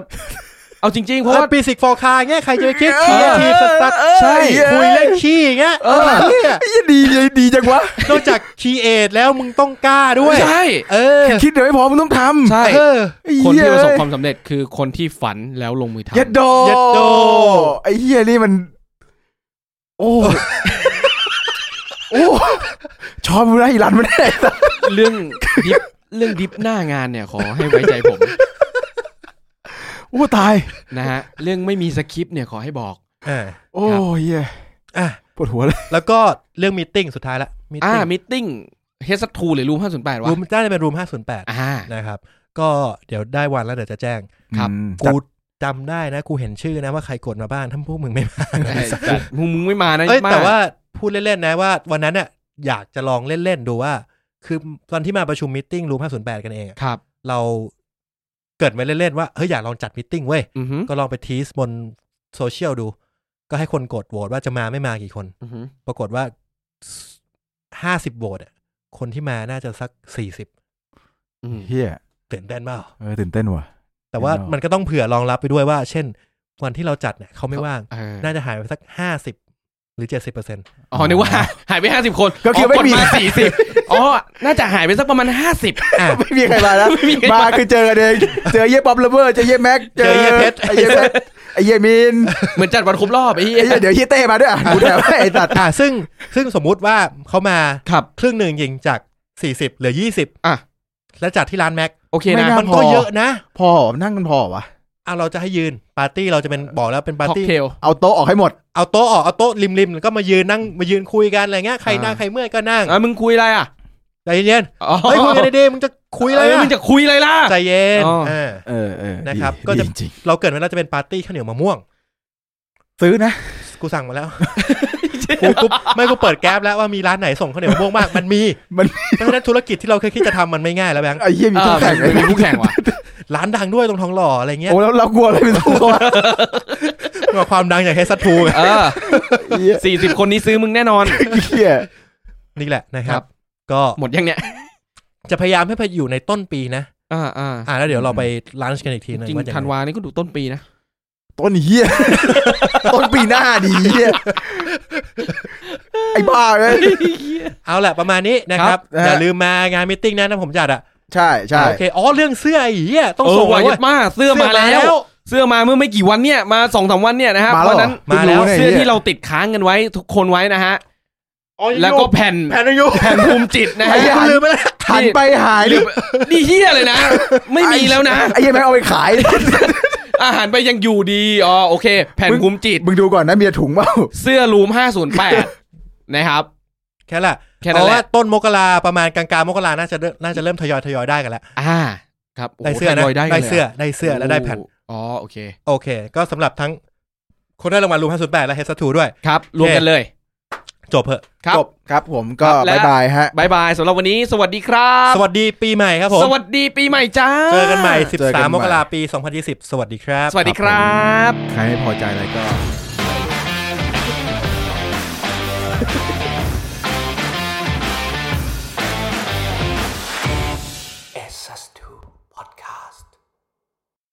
Speaker 2: เอาจริง ๆ เพ
Speaker 1: เพ
Speaker 2: ราะ
Speaker 1: ราะ
Speaker 2: ว่า
Speaker 1: ปีสิกฟอร์คาเงี้ยใครจะไปคิดขี้
Speaker 2: เออ
Speaker 1: ทีสตัด
Speaker 3: ใช่
Speaker 1: คุยเรื่องขี้ เงี้ย
Speaker 2: เออ
Speaker 3: ไอ้เหี้ยดีเลยดีจังวะ
Speaker 1: นอกจากคีเอทแล้วมึงต้องกล้าด้วย
Speaker 2: ใช่
Speaker 1: เออ
Speaker 3: คิดเดี๋ยวไม่พอมึงต้องทำ
Speaker 2: ใช่
Speaker 1: เออ
Speaker 3: ไอ้เหี้
Speaker 2: คน
Speaker 3: ย
Speaker 2: ที่ประสบความสำเร็จคือคนที่ฝันแล้วลงมือ
Speaker 3: เยัด
Speaker 2: ทำ
Speaker 3: โด
Speaker 1: เย็ดโด
Speaker 3: ไอ้เหี้ยนี่มัน โอ้ โอ้ชอบมึงได้อีรันไม่ได้
Speaker 2: เรื่องดิฟเรื่องดิฟหน้างานเนี่ยขอให้ไว้ใจผม
Speaker 3: โอ้ตาย
Speaker 2: นะฮะเรื่องไม่มีสคริปต์เนี่ยขอให้บอก
Speaker 1: อ่า
Speaker 3: โอ้
Speaker 2: ครับ
Speaker 3: เหี้ย
Speaker 1: อ่ะ
Speaker 3: ปวดหัวเลย
Speaker 1: แล้วก็เรื่องมีติ้งสุดท้ายละมี
Speaker 2: อ่า
Speaker 1: ติ้ง
Speaker 2: มิทติ้งเฮสทูหรือรูมห้าศูนย์แปดวะ
Speaker 1: รูมน่าจะเป็นรูม508
Speaker 2: อ่า
Speaker 1: นะครับ ก็เดี๋ยวได้วันแล้วเดี๋ยวจะแจ้ง
Speaker 2: ครับ
Speaker 3: อืม
Speaker 1: กูจำได้นะ กูเห็นชื่อนะว่าใครกดมาบ้านถ้าพวกมึงไม่มา
Speaker 2: ไอ้สัตว์มึงไม่มานะ
Speaker 1: เอ้ย
Speaker 2: มก
Speaker 1: แต่ว่าพูดเล่น ๆ นะว่าวันนั้นอ่ะอยากจะลองเล่น ๆ ดูว่า คือตอนที่มาประชุมมิทติ้งรูม508 กันเองอะ
Speaker 2: ครับ
Speaker 1: เราเกิดมาเล่น ๆ ว่า เฮ้ย อยากลองจัดมิทติ้งเว้ย
Speaker 2: อือหือ
Speaker 1: ก็ลองไปทีสบนโซเชียลดู ก็ให้คนกดโหวตว่าจะมาไม่มากี่คน
Speaker 2: อือหือ
Speaker 1: ปรากฏว่า 50โหวตอะคนที่มาน่าจะสัก 40
Speaker 2: อืม
Speaker 3: เหี้ย
Speaker 1: ตื่นเต้นเปล่า
Speaker 3: เออตื่นเต้นว่ะ
Speaker 1: แต่ว่า
Speaker 3: เห็นออก
Speaker 1: มันก็ต้องเผื่อรองรับไปด้วยว่า เช่น วันที่เราจัดเนี่ยเขาไม่ว่าง
Speaker 2: เออ
Speaker 1: น่าจะหายไปสักห้าสิบหรือเจ็ดสิบเปอร์เซ็นต์
Speaker 2: อ๋อนึกว่าหายไปห้าสิบคน
Speaker 3: ก็คือไม่มี
Speaker 2: อ๋อกดาสี่สิบอ๋อน่าจะหายไปสักประมาณห้าสิบ
Speaker 3: ไม่มีใครมานะ
Speaker 2: ไม่มีใครมาม
Speaker 3: มาคือเจอกันเองเจอเหี้ยป๊อปเลเวอร์เจอเหี้ยแม็ก
Speaker 1: เจอเหี้ยเพชร
Speaker 3: ไอ้เหี้ยเพชรไอ้เหี้ยมิน
Speaker 2: เหมือนจัดวันครบรอบไอ้เหี้
Speaker 3: ไอ้เหี้ย
Speaker 2: ย
Speaker 3: เดี๋ยวเหี้ยเต้มา ด้วยอ่ะกูแถวให้ไอ้สัตว์
Speaker 1: อ่าซึ่งซึ่งสมมุติว่าเขามา
Speaker 2: ครับ
Speaker 1: ครึ่งหนึ่งยิงจากสี่สิบเหลือยี่สิบ
Speaker 2: อ่ะ
Speaker 1: แล้วจัดที่ร้านแม็ก
Speaker 2: โอเค
Speaker 3: ไม่
Speaker 2: นะ
Speaker 3: น่า
Speaker 1: มันก็
Speaker 3: พอ
Speaker 1: เยอะนะ
Speaker 3: พอนั่งกันพอวะ
Speaker 1: อ่ะเราจะให้ยืนปาร์ตี้เราจะเป็นบอกแล้วเป็นปาร์
Speaker 2: ค็อก
Speaker 1: ตี้
Speaker 2: เทล
Speaker 3: เอาโต๊ะออกให้หมด
Speaker 1: เอาโต๊ะออกเอาโต๊ะริมริมๆแล้วก็มายืนนั่งมายืนคุยกันอะไรเงี้ยใครนั่ง
Speaker 2: อ่า
Speaker 1: ใครเมื่อยก็นั่ง
Speaker 2: อ่ะมึงคุยอะไรอ่ะ
Speaker 1: ใจเย็น
Speaker 2: อ๋อ
Speaker 1: เฮ้ยคุยกันดีๆมึงจะคุยอะไร
Speaker 2: เอ
Speaker 1: อะ
Speaker 2: อมึงจะคุยอะไรล่ะ
Speaker 1: ใจเย็น
Speaker 2: อ๋ออ่
Speaker 1: อ่า
Speaker 3: เออเออ
Speaker 1: นะครับ
Speaker 3: ดี
Speaker 1: ก็จะ
Speaker 3: ดีจริง
Speaker 1: เราเกิดไว้เราจะเป็นปาร์ตี้ข้าวเหนียวมะม่วง
Speaker 3: ๆซื้อนะ
Speaker 1: กูสั่ง มาแล้ว กูกูไม่กูเปิดแก๊บแล้วว่ามีร้านไหนส่งข้าวเหนียวมะม่วงมาก มันมี
Speaker 3: มันมี
Speaker 1: เพราะฉะนั้นธุรกิจที่เราเคยคิดจะทำมันไม่ง่ายแล้วแบงค์
Speaker 3: ไอ้เหี้ยมี
Speaker 2: เอ
Speaker 3: คู่
Speaker 2: อ
Speaker 3: แข่ง
Speaker 2: มึงมีคู่แข่งว่ะ
Speaker 1: ร้านดังด้วยตรงทองหล่ออะไรเงี้ย
Speaker 3: โอ้แล้วเรากลัวอะไรเป็นสู้เขาวะ
Speaker 1: มาความดังอย่างเฮสัตทูไง
Speaker 2: เออ
Speaker 3: ไอ้เหี้ย
Speaker 2: สี่สิบคนนี้ซื้อมึงแน่นอน
Speaker 3: เหี้ย
Speaker 1: นี่แหละนะค
Speaker 2: ค
Speaker 1: รั
Speaker 2: รับ บ
Speaker 1: ก็
Speaker 2: หมดยังเนี่ย
Speaker 1: จะพยายามให้ไปอยู่ในต้นปีนะ
Speaker 2: อ่าอ่า
Speaker 1: อ่าแล้วเดี๋ยวเราไปลันช์กันอีกที
Speaker 2: จ
Speaker 1: นึง
Speaker 2: ริง
Speaker 1: ว่าอย่า
Speaker 2: ๆ
Speaker 1: ง
Speaker 2: ธัน
Speaker 1: ไร
Speaker 2: วานี่ก็ดูต้นปีนะ
Speaker 3: ต้นเฮีย ต้นปีหน้าดีเฮียไอ้บ้าเลย
Speaker 1: เอาแหละประมาณนี้นะครับ
Speaker 3: ครับนะฮะ
Speaker 1: อย่าลืมมางานมิทติ้งนะถ้าผมจัดอ่ะ
Speaker 3: ใช่ใช่
Speaker 1: โอเคอ๋อเรื่องเสื้อไอ้เหี้ยต้อง
Speaker 2: เออ
Speaker 1: ส่ง
Speaker 2: ว่ะ
Speaker 1: ไว้
Speaker 2: เย
Speaker 1: เว้ย
Speaker 2: ดมาเสื้อมาแล้ว เสื้อมาเมื่อไม่กี่วันเนี่ยมาสองสามวันเนี่ยนะฮะเพ
Speaker 3: มา
Speaker 2: ราะ
Speaker 3: แล้ว
Speaker 2: ฉะนั้น
Speaker 1: า
Speaker 3: เหรอพิ่ง
Speaker 1: แล้ว
Speaker 3: นี่ย
Speaker 2: เสื้อที่เราติดค้างกันไว้ทุกคนไว้นะฮะแล้วก็แผ่น
Speaker 1: แผ่นอายุ
Speaker 2: แผ่นภูมิจิตนะ
Speaker 3: ไอ้
Speaker 2: ฮะ
Speaker 3: เหี้ย
Speaker 1: กูลืมไปแล้ว
Speaker 3: หันไปหาย
Speaker 2: หรือนี่เฮียเลยนะ ไม่มีแล้วนะ
Speaker 3: ไอ้เหี้ยแม่งเอาไปขาย
Speaker 2: อาหารไปยังอยู่ดี อ๋อโอเค แผ่น
Speaker 3: มึง
Speaker 2: ภูมิจิต
Speaker 3: มึงดูก่อนนะเมียถุงเปล่า
Speaker 2: เสื้อรูม 508 นะครับ
Speaker 1: แค่ละ
Speaker 2: แค่นั้
Speaker 1: เอา
Speaker 2: นแห
Speaker 1: ว่า
Speaker 2: ละ
Speaker 1: ต้นมกราประมาณกลางๆมกราน่าจะเริ่มน่าจะเริ่มทยอยทยอยได้กันแล้ว
Speaker 2: อ่า ครับโโห
Speaker 1: ได้เสื้อนะ
Speaker 2: ทยย
Speaker 1: ได้
Speaker 2: ลย
Speaker 1: เสื้อได้เสื้อและได้แผ่น
Speaker 2: อ๋อโอเค
Speaker 1: โอเค ก็สำหรับทั้งคนได้รางวัลรูม508 และเฮสทูด้วย
Speaker 2: ครับ รวมกันเลย
Speaker 1: จบเหอะ
Speaker 2: ครับ
Speaker 3: จบครับผมก็
Speaker 2: ครับและ
Speaker 3: บายบายฮะ
Speaker 2: บายบายสำหรับวันนี้ สวัสดีครับ
Speaker 1: สวัสดีปีใหม่ครับผม
Speaker 2: สวัสดีปีใหม่จ้า
Speaker 1: เจอกันใหม่
Speaker 3: เจอกัน
Speaker 1: 13
Speaker 3: ให
Speaker 1: ม
Speaker 3: ม่
Speaker 1: กราปี 2020 สวัสดีครับ
Speaker 2: สวัสดีครับ
Speaker 3: ใครไม่พอใจอะไรก็